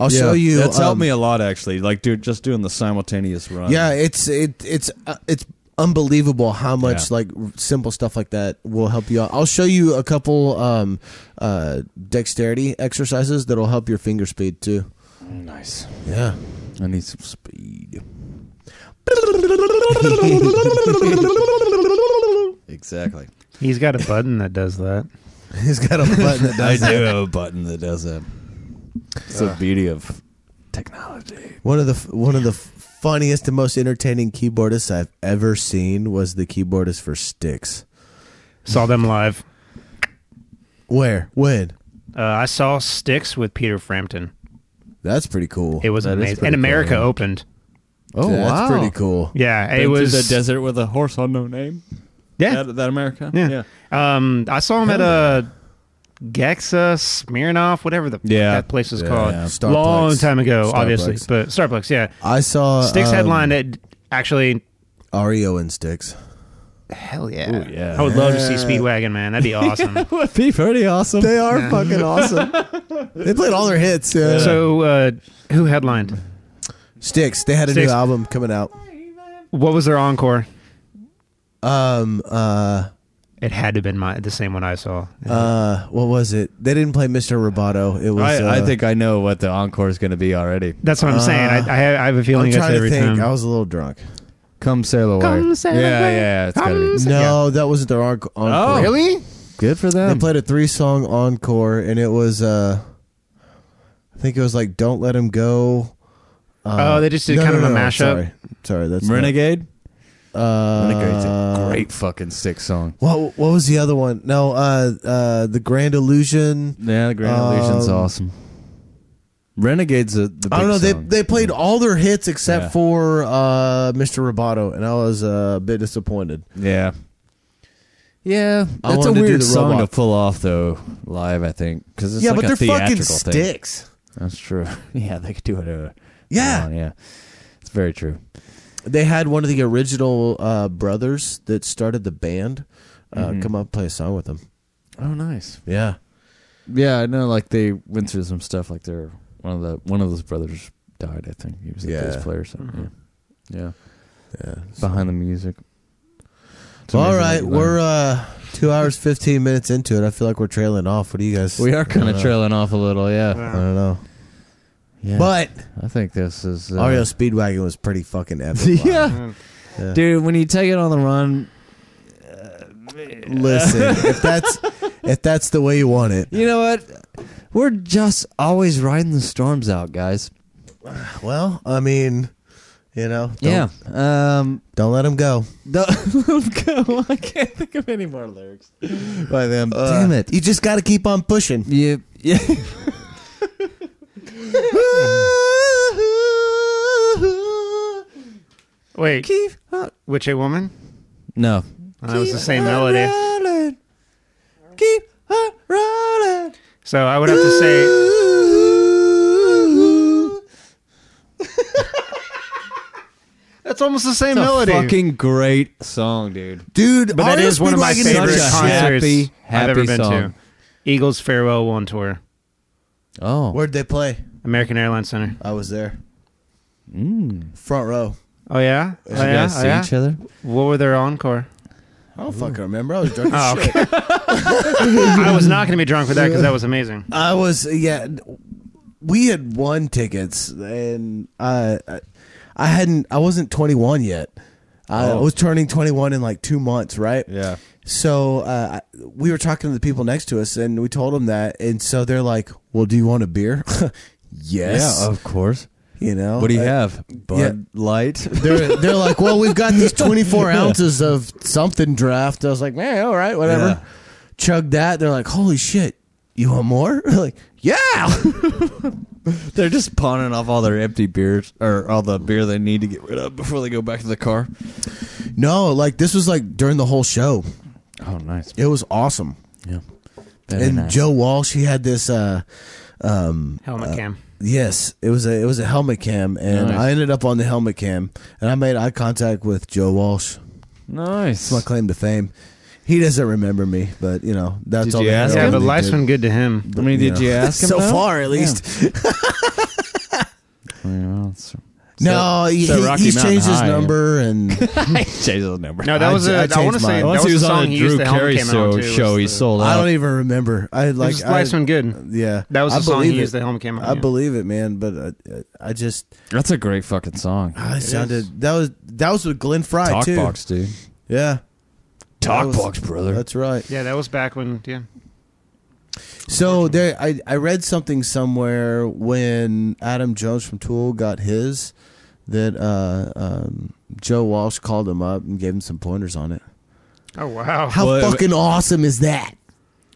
[SPEAKER 1] i'll show you
[SPEAKER 2] That's
[SPEAKER 1] um,
[SPEAKER 2] helped me a lot actually. Like dude just doing the simultaneous run.
[SPEAKER 1] yeah, it's it it's uh, it's unbelievable how much
[SPEAKER 2] Yeah.
[SPEAKER 1] like r- simple stuff like that will help you out. I'll show you a couple um uh dexterity exercises that'll help your finger speed too.
[SPEAKER 2] Nice.
[SPEAKER 1] Yeah.
[SPEAKER 2] I need some speed. exactly.
[SPEAKER 3] He's got a button that does that.
[SPEAKER 1] He's got a button that
[SPEAKER 2] I
[SPEAKER 1] does
[SPEAKER 2] do
[SPEAKER 1] that.
[SPEAKER 2] have a button that does that. It's the beauty of technology.
[SPEAKER 1] One of the f- one of the f- funniest and most entertaining keyboardists I've ever seen was the keyboardist for Styx.
[SPEAKER 3] Saw them live.
[SPEAKER 1] Where? When?
[SPEAKER 3] Uh, I saw Sticks with Peter Frampton.
[SPEAKER 1] That's pretty cool.
[SPEAKER 3] It was
[SPEAKER 2] That is
[SPEAKER 3] amazing.
[SPEAKER 2] pretty
[SPEAKER 3] And
[SPEAKER 2] cool,
[SPEAKER 3] America
[SPEAKER 2] yeah.
[SPEAKER 3] opened.
[SPEAKER 1] oh, that's pretty cool.
[SPEAKER 3] Yeah, it
[SPEAKER 2] Been to
[SPEAKER 3] was
[SPEAKER 2] the desert with a horse on no name.
[SPEAKER 3] Yeah,
[SPEAKER 2] That, that America.
[SPEAKER 3] Yeah. Um, I saw him
[SPEAKER 1] Oh.
[SPEAKER 3] at a Gexa Smirnoff, whatever the
[SPEAKER 2] Yeah.
[SPEAKER 3] that place is
[SPEAKER 2] Yeah,
[SPEAKER 3] called.
[SPEAKER 2] yeah.
[SPEAKER 1] Starplex.
[SPEAKER 3] Long time ago, obviously,
[SPEAKER 1] Starplex.
[SPEAKER 3] but Starplex, yeah.
[SPEAKER 1] I saw
[SPEAKER 3] Sticks
[SPEAKER 1] um, E
[SPEAKER 3] headlined it. Actually,
[SPEAKER 1] REO and Sticks.
[SPEAKER 8] Hell yeah.
[SPEAKER 2] yeah.
[SPEAKER 3] I would love to see Speedwagon, man. That'd be awesome.
[SPEAKER 2] would be pretty awesome.
[SPEAKER 1] They are fucking awesome. They played all their hits. Yeah.
[SPEAKER 3] So, uh, who headlined?
[SPEAKER 1] Sticks. They had a
[SPEAKER 3] Styx.
[SPEAKER 1] new album coming out.
[SPEAKER 3] What was their encore?
[SPEAKER 1] Um. Uh.
[SPEAKER 3] It had to have been my the same one I saw.
[SPEAKER 1] Uh. What was it? They didn't play Mr. Roboto. It was. uh,
[SPEAKER 2] I, I think I know what the encore is going to be already.
[SPEAKER 3] That's what I'm saying. I, I, have, I have a
[SPEAKER 1] I'm
[SPEAKER 3] feeling it's
[SPEAKER 1] trying to
[SPEAKER 3] every
[SPEAKER 1] think.
[SPEAKER 3] time.
[SPEAKER 1] I was a little drunk.
[SPEAKER 2] Come sail away.
[SPEAKER 8] Come sail
[SPEAKER 2] yeah,
[SPEAKER 8] away.
[SPEAKER 2] yeah, it's gotta be.
[SPEAKER 8] Come sail-
[SPEAKER 1] No, that wasn't their encore.
[SPEAKER 2] Oh,
[SPEAKER 8] Really?
[SPEAKER 2] Good for
[SPEAKER 1] They
[SPEAKER 2] them.
[SPEAKER 1] played a three-song encore, and it was. uh I think it was like "Don't Let Him Go." Uh,
[SPEAKER 3] Oh, they just did kind of a mashup?
[SPEAKER 1] Sorry, sorry that's not-
[SPEAKER 2] Renegade.
[SPEAKER 1] uh,
[SPEAKER 2] Renegade's a great fucking sick song.
[SPEAKER 1] What What was the other one? No, uh, uh, the Grand Illusion.
[SPEAKER 2] Yeah, the Grand Illusion's
[SPEAKER 1] Um,
[SPEAKER 2] awesome. Renegade's a, the big
[SPEAKER 1] I don't know. They,
[SPEAKER 2] song.
[SPEAKER 1] they played all their hits except
[SPEAKER 2] Yeah.
[SPEAKER 1] for uh, Mr. Roboto, and I was uh, a bit disappointed.
[SPEAKER 2] Yeah. Yeah,
[SPEAKER 1] I
[SPEAKER 2] that's a
[SPEAKER 1] wanted to do
[SPEAKER 2] weird
[SPEAKER 1] the
[SPEAKER 2] song
[SPEAKER 1] robot.
[SPEAKER 2] to pull off though live. I think because it's
[SPEAKER 1] yeah,
[SPEAKER 2] like
[SPEAKER 1] but
[SPEAKER 2] a
[SPEAKER 1] they're fucking
[SPEAKER 2] theatrical thing.
[SPEAKER 1] sticks.
[SPEAKER 2] That's true. Yeah, they could do it. Uh,
[SPEAKER 1] Yeah.
[SPEAKER 2] on, yeah, it's very true.
[SPEAKER 1] They had one of the original uh, brothers that started the band uh,
[SPEAKER 2] Mm-hmm.
[SPEAKER 1] come up and play a song with them.
[SPEAKER 2] Oh, nice.
[SPEAKER 1] Yeah.
[SPEAKER 2] Yeah, I know. Like they went through some stuff. Like they're one of the one of those brothers died. I think he was a
[SPEAKER 1] Yeah. Mm-hmm.
[SPEAKER 2] bass player or something. Yeah, yeah.
[SPEAKER 1] Yeah.
[SPEAKER 2] Behind the music. It's
[SPEAKER 1] All
[SPEAKER 2] amazing what
[SPEAKER 1] right,
[SPEAKER 2] you
[SPEAKER 1] we're
[SPEAKER 2] learn.
[SPEAKER 1] uh, two hours fifteen minutes into it. I feel like we're trailing off. What do you guys?
[SPEAKER 2] we are kind
[SPEAKER 1] I don't
[SPEAKER 2] of
[SPEAKER 1] know.
[SPEAKER 2] trailing off a little. Yeah,
[SPEAKER 1] I don't know,
[SPEAKER 2] yeah.
[SPEAKER 1] but
[SPEAKER 2] I think this is uh,
[SPEAKER 1] Ario Speedwagon was pretty fucking epic.
[SPEAKER 2] yeah.
[SPEAKER 3] Mm.
[SPEAKER 1] Yeah.
[SPEAKER 2] dude. When you take it on the run,
[SPEAKER 1] Listen, if that's if that's the way you want it,
[SPEAKER 2] you know what? We're just always riding the storms out, guys.
[SPEAKER 1] well, I mean, you know, don't,
[SPEAKER 2] Yeah. Um.
[SPEAKER 1] don't let them go.
[SPEAKER 2] No, go. I can't think of any more lyrics by them.
[SPEAKER 1] Uh,
[SPEAKER 2] Damn it.
[SPEAKER 1] You just got to keep on pushing.
[SPEAKER 2] You, yeah.
[SPEAKER 8] Wait,
[SPEAKER 2] Keep on.
[SPEAKER 8] Witch a woman?
[SPEAKER 2] No.
[SPEAKER 8] That was the same melody.
[SPEAKER 2] Rolling. Keep on rolling.
[SPEAKER 8] So I would have to say that's almost the same melody.
[SPEAKER 2] Fucking great song, dude.
[SPEAKER 1] Dude,
[SPEAKER 8] but that
[SPEAKER 1] Ario
[SPEAKER 8] is one of my
[SPEAKER 1] Speedwagon is
[SPEAKER 8] favorite
[SPEAKER 1] the
[SPEAKER 2] such a
[SPEAKER 1] shit.
[SPEAKER 8] concerts
[SPEAKER 2] happy,
[SPEAKER 8] I've ever
[SPEAKER 2] happy
[SPEAKER 8] been
[SPEAKER 2] song.
[SPEAKER 8] to. Eagles farewell one tour,
[SPEAKER 2] Oh.
[SPEAKER 1] Where'd they play?
[SPEAKER 8] American Airlines Center.
[SPEAKER 1] I was there,
[SPEAKER 2] Mm.
[SPEAKER 1] front row.
[SPEAKER 8] Oh yeah, oh,
[SPEAKER 2] Did you
[SPEAKER 8] yeah,
[SPEAKER 2] guys
[SPEAKER 8] oh,
[SPEAKER 2] see
[SPEAKER 8] yeah.
[SPEAKER 2] each other?
[SPEAKER 8] What were their encore?
[SPEAKER 1] I don't fucking remember. I was drunk.
[SPEAKER 8] Oh, okay. I was not going to be drunk for that because that was amazing.
[SPEAKER 1] I was yeah. We had won tickets, and I I- I hadn't. I wasn't 21 yet. I
[SPEAKER 2] Oh.
[SPEAKER 1] was turning 21 in like two months, right?
[SPEAKER 2] Yeah.
[SPEAKER 1] So uh, I- we were talking to the people next to us, and we told them that, and so they're like, "Well, do you want a beer?" yes.
[SPEAKER 2] Yeah, of course.
[SPEAKER 1] you know
[SPEAKER 2] What do you
[SPEAKER 1] Uh,
[SPEAKER 2] have? Bud
[SPEAKER 1] yeah.
[SPEAKER 2] Light.
[SPEAKER 1] They're they're like, "Well, we've got these 24 ounces of something draft." I was like, "Man, all right, whatever."
[SPEAKER 2] Yeah.
[SPEAKER 1] Chug that. They're like, "Holy shit, you want more?" like, yeah.
[SPEAKER 2] They're just pawning off all their empty beers or all the beer they need to get rid of before they go back to the car.
[SPEAKER 1] No, like this was like during the whole show.
[SPEAKER 2] Oh, nice.
[SPEAKER 1] It was awesome.
[SPEAKER 2] Yeah.
[SPEAKER 1] and Joe Walsh, he had this. uh um
[SPEAKER 8] Helmet cam.
[SPEAKER 1] Yes, it was a it was a helmet cam, and
[SPEAKER 2] Nice.
[SPEAKER 1] I ended up on the helmet cam, and I made eye contact with Joe Walsh.
[SPEAKER 2] nice.
[SPEAKER 1] My claim to fame. He doesn't remember me, but you know that's
[SPEAKER 2] Did
[SPEAKER 1] all.
[SPEAKER 2] you
[SPEAKER 1] the
[SPEAKER 2] ask
[SPEAKER 1] hell
[SPEAKER 8] Yeah,
[SPEAKER 2] him?
[SPEAKER 1] they
[SPEAKER 8] but life's
[SPEAKER 1] did.
[SPEAKER 8] been good to him.
[SPEAKER 2] I mean, did you ask him?
[SPEAKER 1] so
[SPEAKER 2] though?
[SPEAKER 1] far at least.
[SPEAKER 2] I mean, well, it's-
[SPEAKER 1] No, he,
[SPEAKER 2] so
[SPEAKER 1] he-
[SPEAKER 2] Rocky
[SPEAKER 1] he's
[SPEAKER 2] Mountain
[SPEAKER 1] changed his
[SPEAKER 2] High.
[SPEAKER 1] number, and
[SPEAKER 2] Changed his number.
[SPEAKER 8] No, that
[SPEAKER 1] I
[SPEAKER 8] was
[SPEAKER 1] j- I
[SPEAKER 8] a. I want
[SPEAKER 1] changed
[SPEAKER 8] to say
[SPEAKER 1] mine.
[SPEAKER 8] that
[SPEAKER 2] Once
[SPEAKER 8] was
[SPEAKER 2] he was
[SPEAKER 8] the song
[SPEAKER 2] on
[SPEAKER 8] he
[SPEAKER 2] a
[SPEAKER 8] used
[SPEAKER 2] Drew
[SPEAKER 8] the helmet
[SPEAKER 2] Carey
[SPEAKER 8] cam on
[SPEAKER 2] show,
[SPEAKER 8] too,
[SPEAKER 2] show,
[SPEAKER 8] was
[SPEAKER 2] he
[SPEAKER 8] the-
[SPEAKER 2] sold
[SPEAKER 1] I
[SPEAKER 2] out.
[SPEAKER 1] don't even remember. I like
[SPEAKER 8] Just
[SPEAKER 1] I-
[SPEAKER 8] life's been good.
[SPEAKER 1] Yeah,
[SPEAKER 8] That was
[SPEAKER 1] I
[SPEAKER 8] the song
[SPEAKER 1] believe
[SPEAKER 8] he used
[SPEAKER 1] it.
[SPEAKER 8] the helmet cam on.
[SPEAKER 1] I
[SPEAKER 8] yeah.
[SPEAKER 1] believe it, man. But uh, I, I just
[SPEAKER 8] e-
[SPEAKER 2] That's a great fucking song.
[SPEAKER 1] I sounded that was that was with Glenn Fry
[SPEAKER 2] Talk
[SPEAKER 1] too.
[SPEAKER 2] box, dude.
[SPEAKER 1] Yeah,
[SPEAKER 2] Talk
[SPEAKER 1] was-
[SPEAKER 2] box, brother.
[SPEAKER 1] that's right.
[SPEAKER 8] Yeah, that was back when. Yeah,
[SPEAKER 1] So there, I I read something somewhere when Adam Jones from Tool got his that uh, um, Joe Walsh called him up and gave him some pointers on it.
[SPEAKER 8] Oh wow!
[SPEAKER 1] How
[SPEAKER 2] Well, it-
[SPEAKER 1] fucking awesome is that?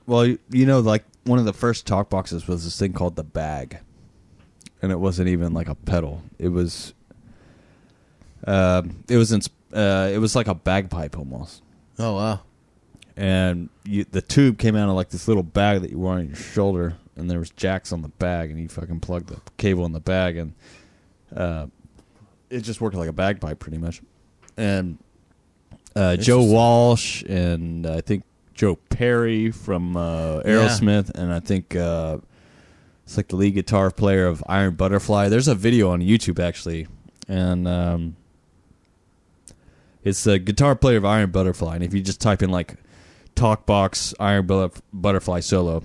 [SPEAKER 2] Well, you- you know, like one of the first talk boxes was this thing called the bag, and it wasn't even like a pedal. It was, uh, it was in, uh, it was like a bagpipe almost,
[SPEAKER 1] Oh wow.
[SPEAKER 2] and you, the tube came out of like this little bag that you wore on your shoulder, and there was jacks on the bag, and you fucking plugged the cable in the bag, and uh, it just worked like a bagpipe pretty much, and uh, Joe
[SPEAKER 1] Interesting.
[SPEAKER 2] Walsh and I think Joe Perry from uh, Aerosmith, and I think uh, it's like the lead guitar player of Iron Butterfly. There's a video on YouTube actually, and um, it's the guitar player of Iron Butterfly. And if you just type in like talk box Iron Butterf- Butterfly solo,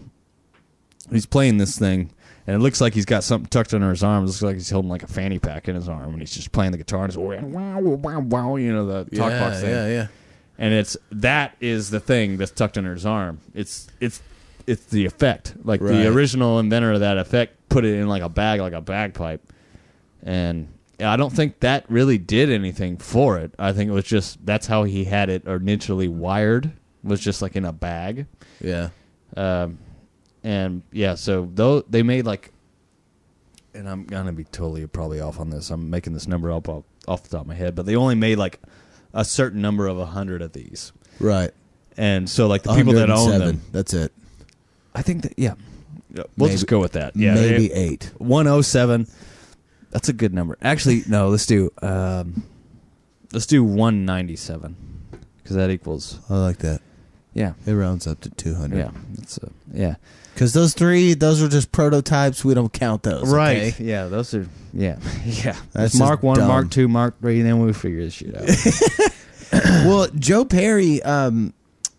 [SPEAKER 2] he's playing this thing. And it looks like he's got something tucked under his arm. It looks like he's holding like a fanny pack in his arm, and he's just playing the guitar. And he's wow, wow, wow, you know the talk box thing
[SPEAKER 1] yeah, yeah.
[SPEAKER 2] and it's that is the thing that's tucked under his arm. It's it's it's the effect. Like
[SPEAKER 1] Right.
[SPEAKER 2] the original inventor of that effect put it in like a bag, like a bagpipe, and I don't think that really did anything for it. I think it was just that's how he had it initially wired was just like in a bag,
[SPEAKER 1] Yeah.
[SPEAKER 2] um, and yeah. So though they made like and I'm gonna be totally probably off on this. I'm making this number up off, off the top of my head, but they only made like a certain number of a hundred of these,
[SPEAKER 1] Right.
[SPEAKER 2] and so like the people that own
[SPEAKER 1] 107.
[SPEAKER 2] them,
[SPEAKER 1] That's it.
[SPEAKER 2] I think that yeah, Yeah, we'll
[SPEAKER 1] Maybe-
[SPEAKER 2] just go with that. Yeah,
[SPEAKER 1] Maybe eight.
[SPEAKER 2] one oh seven. That's a good number. Actually, no. Let's do um, let's do one ninety seven because that equals
[SPEAKER 1] I like that.
[SPEAKER 2] yeah
[SPEAKER 1] It rounds up to 200.
[SPEAKER 2] yeah that's a, yeah
[SPEAKER 1] Because those three, those are just prototypes. We don't count those. okay?
[SPEAKER 2] yeah those are yeah yeah
[SPEAKER 1] That's
[SPEAKER 2] mark
[SPEAKER 1] just
[SPEAKER 2] one
[SPEAKER 1] dumb.
[SPEAKER 2] mark two mark three and then we figure this shit out.
[SPEAKER 1] well, Joe Perry, um,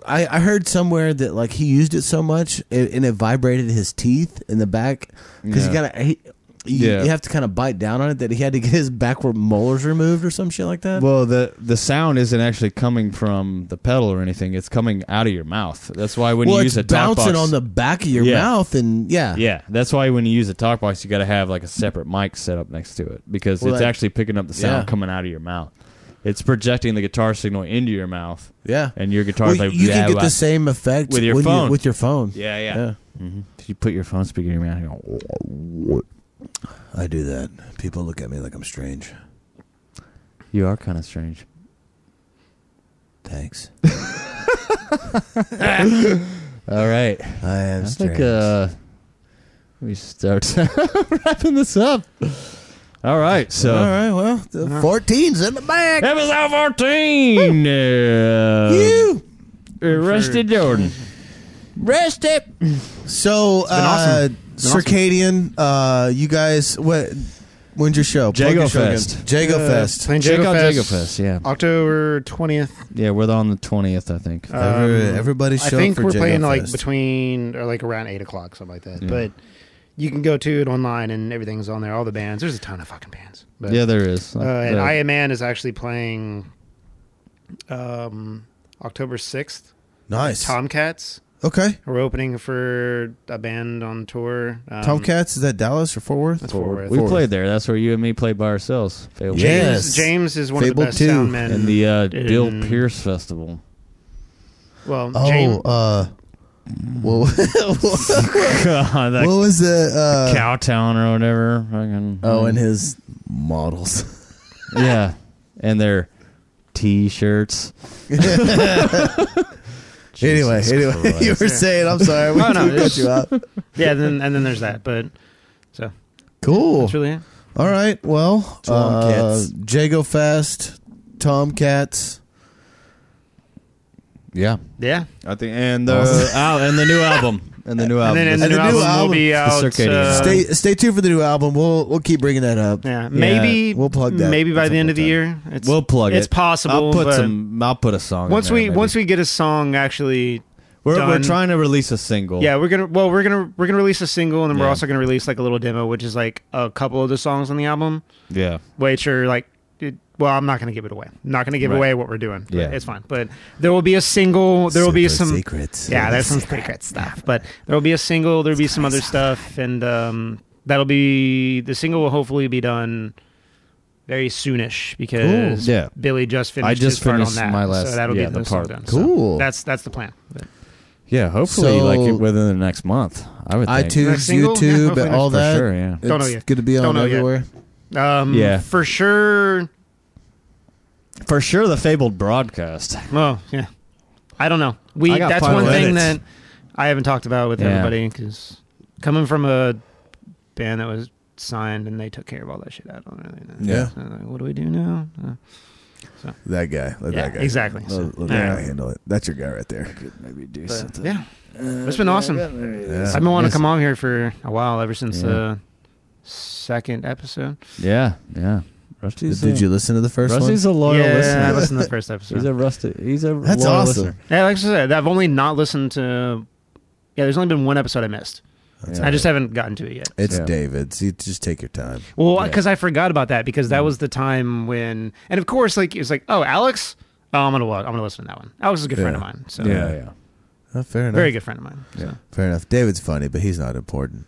[SPEAKER 1] I, I heard somewhere that like he used it so much it, and it vibrated his teeth in the back because
[SPEAKER 2] Yeah.
[SPEAKER 1] you gotta he, you,
[SPEAKER 2] Yeah.
[SPEAKER 1] you have to kind of bite down on it that he had to get his backward molars removed or some shit like that.
[SPEAKER 2] Well, the the sound isn't actually coming from the pedal or anything. It's coming out of your mouth. That's why when
[SPEAKER 1] Well,
[SPEAKER 2] you
[SPEAKER 1] it's
[SPEAKER 2] use a talk
[SPEAKER 1] bouncing
[SPEAKER 2] box,
[SPEAKER 1] on the back of your
[SPEAKER 2] Yeah.
[SPEAKER 1] mouth and yeah,
[SPEAKER 2] yeah, that's why when you use a talk box, you got to have like a separate mic set up next to it because
[SPEAKER 1] Well,
[SPEAKER 2] it's
[SPEAKER 1] that-
[SPEAKER 2] actually picking up the sound
[SPEAKER 1] yeah.
[SPEAKER 2] coming out of your mouth. It's projecting the guitar signal into your mouth,
[SPEAKER 1] yeah.
[SPEAKER 2] and your guitar
[SPEAKER 1] Well,
[SPEAKER 2] is like
[SPEAKER 1] you
[SPEAKER 2] yeah,
[SPEAKER 1] can get
[SPEAKER 2] blah.
[SPEAKER 1] the same effect
[SPEAKER 2] With your
[SPEAKER 1] when you-
[SPEAKER 2] phone.
[SPEAKER 1] with your phone.
[SPEAKER 2] Yeah, yeah.
[SPEAKER 1] yeah.
[SPEAKER 2] Did Mm-hmm. you put your phone speaker in your mouth? and go, "Oh."
[SPEAKER 1] I do that. People look at me like I'm strange.
[SPEAKER 2] You are kind of strange.
[SPEAKER 1] Thanks.
[SPEAKER 2] All right,
[SPEAKER 1] I am
[SPEAKER 2] I
[SPEAKER 1] strange.
[SPEAKER 2] think uh, we start wrapping this up. All right, so.
[SPEAKER 1] All right, well, the 14's in the bag.
[SPEAKER 2] Episode 14. uh,
[SPEAKER 1] You
[SPEAKER 2] Rusty Jordan.
[SPEAKER 1] rest it. So, uh, circadian. Uh, you guys, what? When's your show? Plug
[SPEAKER 2] Jago
[SPEAKER 1] your show
[SPEAKER 2] Fest.
[SPEAKER 1] again. Jago
[SPEAKER 3] Uh,
[SPEAKER 1] Fest.
[SPEAKER 3] playing
[SPEAKER 2] Check
[SPEAKER 3] Jago
[SPEAKER 2] out
[SPEAKER 3] Fest,
[SPEAKER 2] Jago Fest, yeah.
[SPEAKER 3] October 20th.
[SPEAKER 2] Yeah, we're on the 20th, I think.
[SPEAKER 1] Every,
[SPEAKER 3] um,
[SPEAKER 1] Uh, everybody's
[SPEAKER 3] I
[SPEAKER 1] show
[SPEAKER 3] think
[SPEAKER 1] for
[SPEAKER 3] we're
[SPEAKER 1] Jago
[SPEAKER 3] playing like
[SPEAKER 1] Fest.
[SPEAKER 3] between or like around eight o'clock, something like that.
[SPEAKER 2] Yeah.
[SPEAKER 3] But you can go to it online, and everything's on there. All the bands. There's a ton of fucking bands. But,
[SPEAKER 2] yeah, there is.
[SPEAKER 3] Uh, and I Am Man is actually playing um, October 6th.
[SPEAKER 1] nice.
[SPEAKER 3] Tomcats.
[SPEAKER 1] okay,
[SPEAKER 3] We're opening for a band on tour. Um,
[SPEAKER 1] Tomcats is that Dallas or Fort Worth?
[SPEAKER 3] That's Fort Worth.
[SPEAKER 2] we played there. That's where you and me played by ourselves. Failed.
[SPEAKER 1] Yeah. Yes.
[SPEAKER 3] James, James is one of
[SPEAKER 1] Fable
[SPEAKER 3] the best
[SPEAKER 1] two.
[SPEAKER 3] sound men.
[SPEAKER 2] And the uh, Bill
[SPEAKER 3] in-
[SPEAKER 2] Pierce Festival.
[SPEAKER 3] well,
[SPEAKER 1] Oh,
[SPEAKER 3] James,
[SPEAKER 1] uh, well, what
[SPEAKER 2] God, that
[SPEAKER 1] was the? Uh,
[SPEAKER 2] Cowtown or whatever. Fucking,
[SPEAKER 1] oh, and his models.
[SPEAKER 2] yeah. And their t shirts.
[SPEAKER 1] anyway, anyway, you were saying. I'm sorry, we
[SPEAKER 3] No, no,
[SPEAKER 1] we cut you out.
[SPEAKER 3] yeah, then and then there's that, but
[SPEAKER 1] Cool.
[SPEAKER 3] that's really it.
[SPEAKER 1] All right. Well,
[SPEAKER 9] Tomcats.
[SPEAKER 1] uh, Jago Fest, Tomcats.
[SPEAKER 2] Yeah.
[SPEAKER 3] Yeah,
[SPEAKER 9] I think, and
[SPEAKER 2] The,
[SPEAKER 9] the
[SPEAKER 2] al- and the new album. And the new
[SPEAKER 3] and
[SPEAKER 2] album.
[SPEAKER 3] then and the, new, album, will be out.
[SPEAKER 2] circadian
[SPEAKER 3] uh,
[SPEAKER 2] album.
[SPEAKER 1] Stay stay tuned for the new album. We'll we'll keep bringing that up.
[SPEAKER 3] Yeah, maybe
[SPEAKER 1] we'll plug that
[SPEAKER 3] Maybe by
[SPEAKER 1] at
[SPEAKER 3] the
[SPEAKER 1] some
[SPEAKER 3] end of the
[SPEAKER 1] point
[SPEAKER 3] year, it's,
[SPEAKER 2] We'll plug
[SPEAKER 3] it's
[SPEAKER 2] it.
[SPEAKER 3] possible.
[SPEAKER 2] I'll put
[SPEAKER 3] but
[SPEAKER 2] some. I'll put a song.
[SPEAKER 3] once
[SPEAKER 2] in there,
[SPEAKER 3] we once we get a song actually.
[SPEAKER 2] we're, we're
[SPEAKER 3] done-
[SPEAKER 2] trying to release a single.
[SPEAKER 3] Yeah, we're gonna well, we're gonna we're gonna release a single, and then we're
[SPEAKER 2] Yeah.
[SPEAKER 3] also gonna release like a little demo, which is like a couple of the songs on the album,
[SPEAKER 2] yeah.
[SPEAKER 3] which are like. It, well, I'm not going to give it away. I'm not going to give
[SPEAKER 2] Right.
[SPEAKER 3] away what we're doing.
[SPEAKER 2] Yeah.
[SPEAKER 3] it's fine. But there will be a single. There will be
[SPEAKER 1] Super
[SPEAKER 3] some.
[SPEAKER 1] secrets.
[SPEAKER 3] Yeah, there's some secret stuff, but there will be a single. There'll be some other stuff, and um, that'll be the single will hopefully be done very soonish because
[SPEAKER 2] Cool. Yeah.
[SPEAKER 3] Billy just finished.
[SPEAKER 2] I just
[SPEAKER 3] his part
[SPEAKER 2] finished
[SPEAKER 3] on that,
[SPEAKER 2] my last-
[SPEAKER 3] so that'll
[SPEAKER 2] yeah,
[SPEAKER 3] be
[SPEAKER 2] the
[SPEAKER 3] the, song
[SPEAKER 2] part.
[SPEAKER 3] done. So
[SPEAKER 1] Cool.
[SPEAKER 3] that's that's the plan. But
[SPEAKER 2] Yeah. Hopefully,
[SPEAKER 1] So-
[SPEAKER 2] like within the next month, I would. Think.
[SPEAKER 1] iTunes,
[SPEAKER 3] Next single? Yeah,
[SPEAKER 1] YouTube,
[SPEAKER 3] hopefully
[SPEAKER 1] all
[SPEAKER 2] for
[SPEAKER 1] that.
[SPEAKER 2] sure. Yeah.
[SPEAKER 1] It's
[SPEAKER 3] Don't know yet.
[SPEAKER 1] Going to be
[SPEAKER 3] Don't
[SPEAKER 1] on
[SPEAKER 3] know yet.
[SPEAKER 1] everywhere.
[SPEAKER 3] um,
[SPEAKER 2] Yeah.
[SPEAKER 3] for sure.
[SPEAKER 2] For sure, the fabled broadcast.
[SPEAKER 3] Oh yeah, I don't know. We
[SPEAKER 2] I got
[SPEAKER 3] that's
[SPEAKER 2] final
[SPEAKER 3] one thing that
[SPEAKER 2] edits.
[SPEAKER 3] I haven't talked about with
[SPEAKER 2] Yeah.
[SPEAKER 3] everybody because coming from a band that was signed and they took care of all that shit. I don't really know.
[SPEAKER 1] Yeah.
[SPEAKER 3] So, like, what do we do now? Uh,
[SPEAKER 1] That guy. Let
[SPEAKER 3] yeah,
[SPEAKER 1] that guy.
[SPEAKER 3] exactly. So,
[SPEAKER 1] Let, let
[SPEAKER 3] yeah.
[SPEAKER 1] that guy handle it. That's your guy right there.
[SPEAKER 2] Maybe do
[SPEAKER 3] But,
[SPEAKER 2] something.
[SPEAKER 3] yeah, it's been awesome.
[SPEAKER 1] Uh, Yeah.
[SPEAKER 3] I've been wanting
[SPEAKER 2] Yes.
[SPEAKER 3] to come on here for a while, ever since
[SPEAKER 2] Yeah.
[SPEAKER 3] the second episode.
[SPEAKER 2] Yeah. Yeah.
[SPEAKER 1] Did,
[SPEAKER 2] Rusty's
[SPEAKER 1] did you listen to the first
[SPEAKER 2] Rusty's uh, a loyal
[SPEAKER 3] yeah, I
[SPEAKER 2] listener.
[SPEAKER 3] listened to the first episode.
[SPEAKER 2] He's a rusty. He's a.
[SPEAKER 1] one? That's
[SPEAKER 2] loyal
[SPEAKER 1] awesome.
[SPEAKER 2] listener.
[SPEAKER 3] yeah, like I said, I've only not listened to. Yeah, there's only been one episode I missed.
[SPEAKER 2] Yeah.
[SPEAKER 3] I just haven't gotten to it yet.
[SPEAKER 1] It's
[SPEAKER 2] Yeah.
[SPEAKER 1] David's. You just take your time.
[SPEAKER 3] Well,
[SPEAKER 2] Yeah.
[SPEAKER 3] because I forgot about that because that was the time when, and of course, like it was like, oh, Alex, oh, I'm gonna wa- I'm gonna listen to that one. Alex is a good friend of
[SPEAKER 1] Yeah.
[SPEAKER 3] mine, so
[SPEAKER 2] Yeah. Yeah.
[SPEAKER 1] Oh, fair enough.
[SPEAKER 3] very good friend of mine. So
[SPEAKER 2] Yeah.
[SPEAKER 1] Fair enough. David's funny, but he's not important.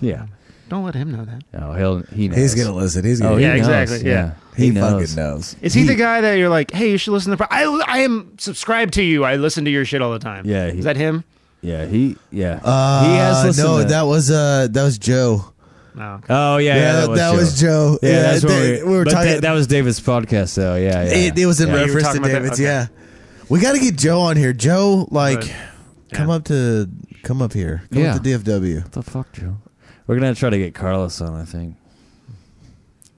[SPEAKER 2] Yeah.
[SPEAKER 3] don't let him know that.
[SPEAKER 2] Oh, he'll. He knows.
[SPEAKER 1] He's gonna listen. He's gonna.
[SPEAKER 2] Oh, he
[SPEAKER 3] Yeah,
[SPEAKER 2] knows.
[SPEAKER 3] exactly, yeah.
[SPEAKER 1] He,
[SPEAKER 2] He knows.
[SPEAKER 1] fucking knows.
[SPEAKER 3] Is he, the guy that you're like, hey, you should listen to? The pro- I I am subscribed to you. I listen to your shit all the time.
[SPEAKER 2] Yeah, he-
[SPEAKER 3] is that him?
[SPEAKER 2] Yeah. He. Yeah.
[SPEAKER 1] Uh,
[SPEAKER 2] he has listened.
[SPEAKER 1] no,
[SPEAKER 2] to-
[SPEAKER 1] that was uh, that was Joe.
[SPEAKER 8] No.
[SPEAKER 2] Oh yeah, yeah,
[SPEAKER 1] that, that was Joe.
[SPEAKER 2] Yeah, that's what
[SPEAKER 1] they-
[SPEAKER 2] we,
[SPEAKER 1] were
[SPEAKER 2] but
[SPEAKER 1] talking.
[SPEAKER 2] That, that was David's podcast, though. Yeah, yeah.
[SPEAKER 1] it, it was in
[SPEAKER 2] Yeah.
[SPEAKER 8] were
[SPEAKER 1] reference to
[SPEAKER 8] talking about that?
[SPEAKER 1] David's.
[SPEAKER 8] Okay.
[SPEAKER 1] Yeah, we got to get Joe on here. Joe, like,
[SPEAKER 8] Right.
[SPEAKER 1] come
[SPEAKER 8] Yeah.
[SPEAKER 1] up to come up here. Come
[SPEAKER 2] Yeah.
[SPEAKER 1] up to DFW.
[SPEAKER 2] What the fuck, Joe? We're gonna try to get Carlos on. I think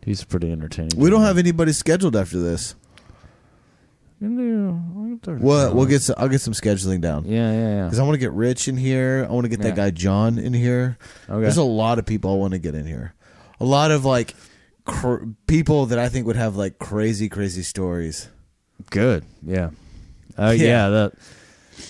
[SPEAKER 2] he's pretty entertaining.
[SPEAKER 1] We don't have anybody scheduled after this. What? We'll get. Some, I'll get some scheduling down
[SPEAKER 2] Yeah, yeah,
[SPEAKER 1] because I want to get Rich in here. I want to get that
[SPEAKER 2] Yeah.
[SPEAKER 1] guy John in here.
[SPEAKER 2] yeah. Okay.
[SPEAKER 1] There's a lot of people I want to get in here. A lot of like cr- people that I think would have like crazy, crazy stories.
[SPEAKER 2] Good. Yeah. Uh,
[SPEAKER 1] Yeah.
[SPEAKER 2] yeah. That.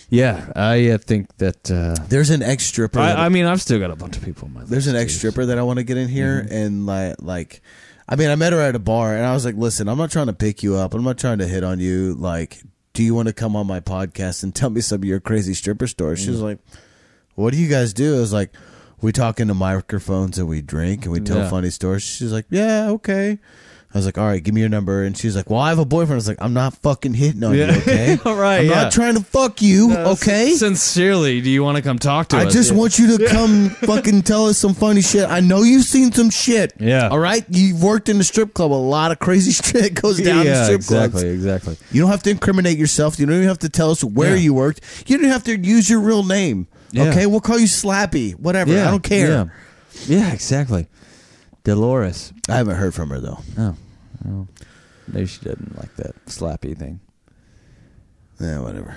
[SPEAKER 2] Yeah, I uh, think that. Uh,
[SPEAKER 1] There's an ex stripper.
[SPEAKER 2] I, I mean, I've still got a bunch of people. In my
[SPEAKER 1] There's an
[SPEAKER 2] list,
[SPEAKER 1] ex
[SPEAKER 2] dude.
[SPEAKER 1] stripper that I want to get in here,
[SPEAKER 2] Mm-hmm.
[SPEAKER 1] and like, like, I mean, I met her at a bar, and I was like, "Listen, I'm not trying to pick you up. I'm not trying to hit on you. Like, do you want to come on my podcast and tell me some of your crazy stripper stories?"
[SPEAKER 2] Mm.
[SPEAKER 1] She was like, "What do you guys do?" I was like, "We talk into microphones and we drink and we tell
[SPEAKER 2] Yeah.
[SPEAKER 1] funny stories." She's like, "Yeah, okay." I was like, "All right, give me your number," and she's like, "Well, I have a boyfriend." I was like, "I'm not fucking hitting on you, okay?
[SPEAKER 2] All right,
[SPEAKER 1] I'm
[SPEAKER 2] yeah.
[SPEAKER 1] not trying to fuck you, okay?"
[SPEAKER 2] Sincerely, do you want to come talk to
[SPEAKER 1] I
[SPEAKER 2] us?
[SPEAKER 1] just want you to come fucking tell us some funny shit. I know you've seen some shit.
[SPEAKER 2] Yeah.
[SPEAKER 1] All right. You've worked in the strip club. A lot of crazy shit goes down in
[SPEAKER 2] yeah,
[SPEAKER 1] strip
[SPEAKER 2] exactly,
[SPEAKER 1] clubs.
[SPEAKER 2] exactly.
[SPEAKER 1] You don't have to incriminate yourself. You don't even have to tell us where
[SPEAKER 2] Yeah.
[SPEAKER 1] you worked. You don't have to use your real name.
[SPEAKER 2] Yeah.
[SPEAKER 1] Okay. We'll call you Slappy. Whatever.
[SPEAKER 2] Yeah,
[SPEAKER 1] I don't care.
[SPEAKER 2] Yeah. yeah, exactly. Dolores.
[SPEAKER 1] I haven't heard from her though.
[SPEAKER 2] Oh, oh, maybe she didn't like that slappy thing.
[SPEAKER 1] Yeah, whatever.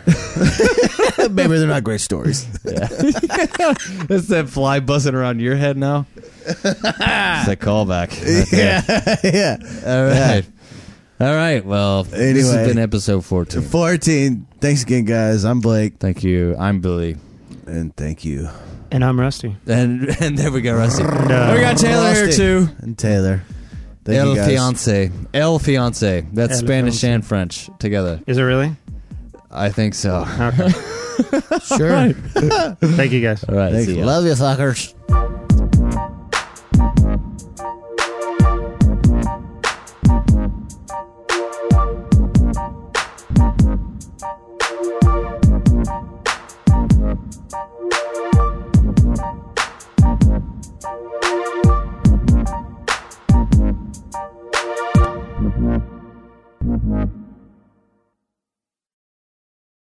[SPEAKER 1] Maybe they're not great stories.
[SPEAKER 2] That's that fly buzzing around your head now. it's a callback. right there.
[SPEAKER 1] yeah.
[SPEAKER 2] All right. All right. Well, this
[SPEAKER 1] Anyway.
[SPEAKER 2] has been episode 14.
[SPEAKER 1] 14. Thanks again, guys. I'm Blake,
[SPEAKER 2] Thank you. I'm Billy.
[SPEAKER 1] and thank you.
[SPEAKER 8] And I'm Rusty.
[SPEAKER 2] And and there we go, Rusty.
[SPEAKER 8] uh,
[SPEAKER 2] we got Taylor here,
[SPEAKER 1] Rusty.
[SPEAKER 2] too.
[SPEAKER 1] And Taylor. Thank
[SPEAKER 2] El
[SPEAKER 1] you guys.
[SPEAKER 2] fiance. El fiance. That's
[SPEAKER 8] El
[SPEAKER 2] Spanish
[SPEAKER 8] fiancé.
[SPEAKER 2] and French together.
[SPEAKER 8] Is it really?
[SPEAKER 2] I think so.
[SPEAKER 8] Okay.
[SPEAKER 1] Sure.
[SPEAKER 8] Thank you guys.
[SPEAKER 2] All right.
[SPEAKER 1] Thanks.
[SPEAKER 2] see ya.
[SPEAKER 1] Love you, fuckers.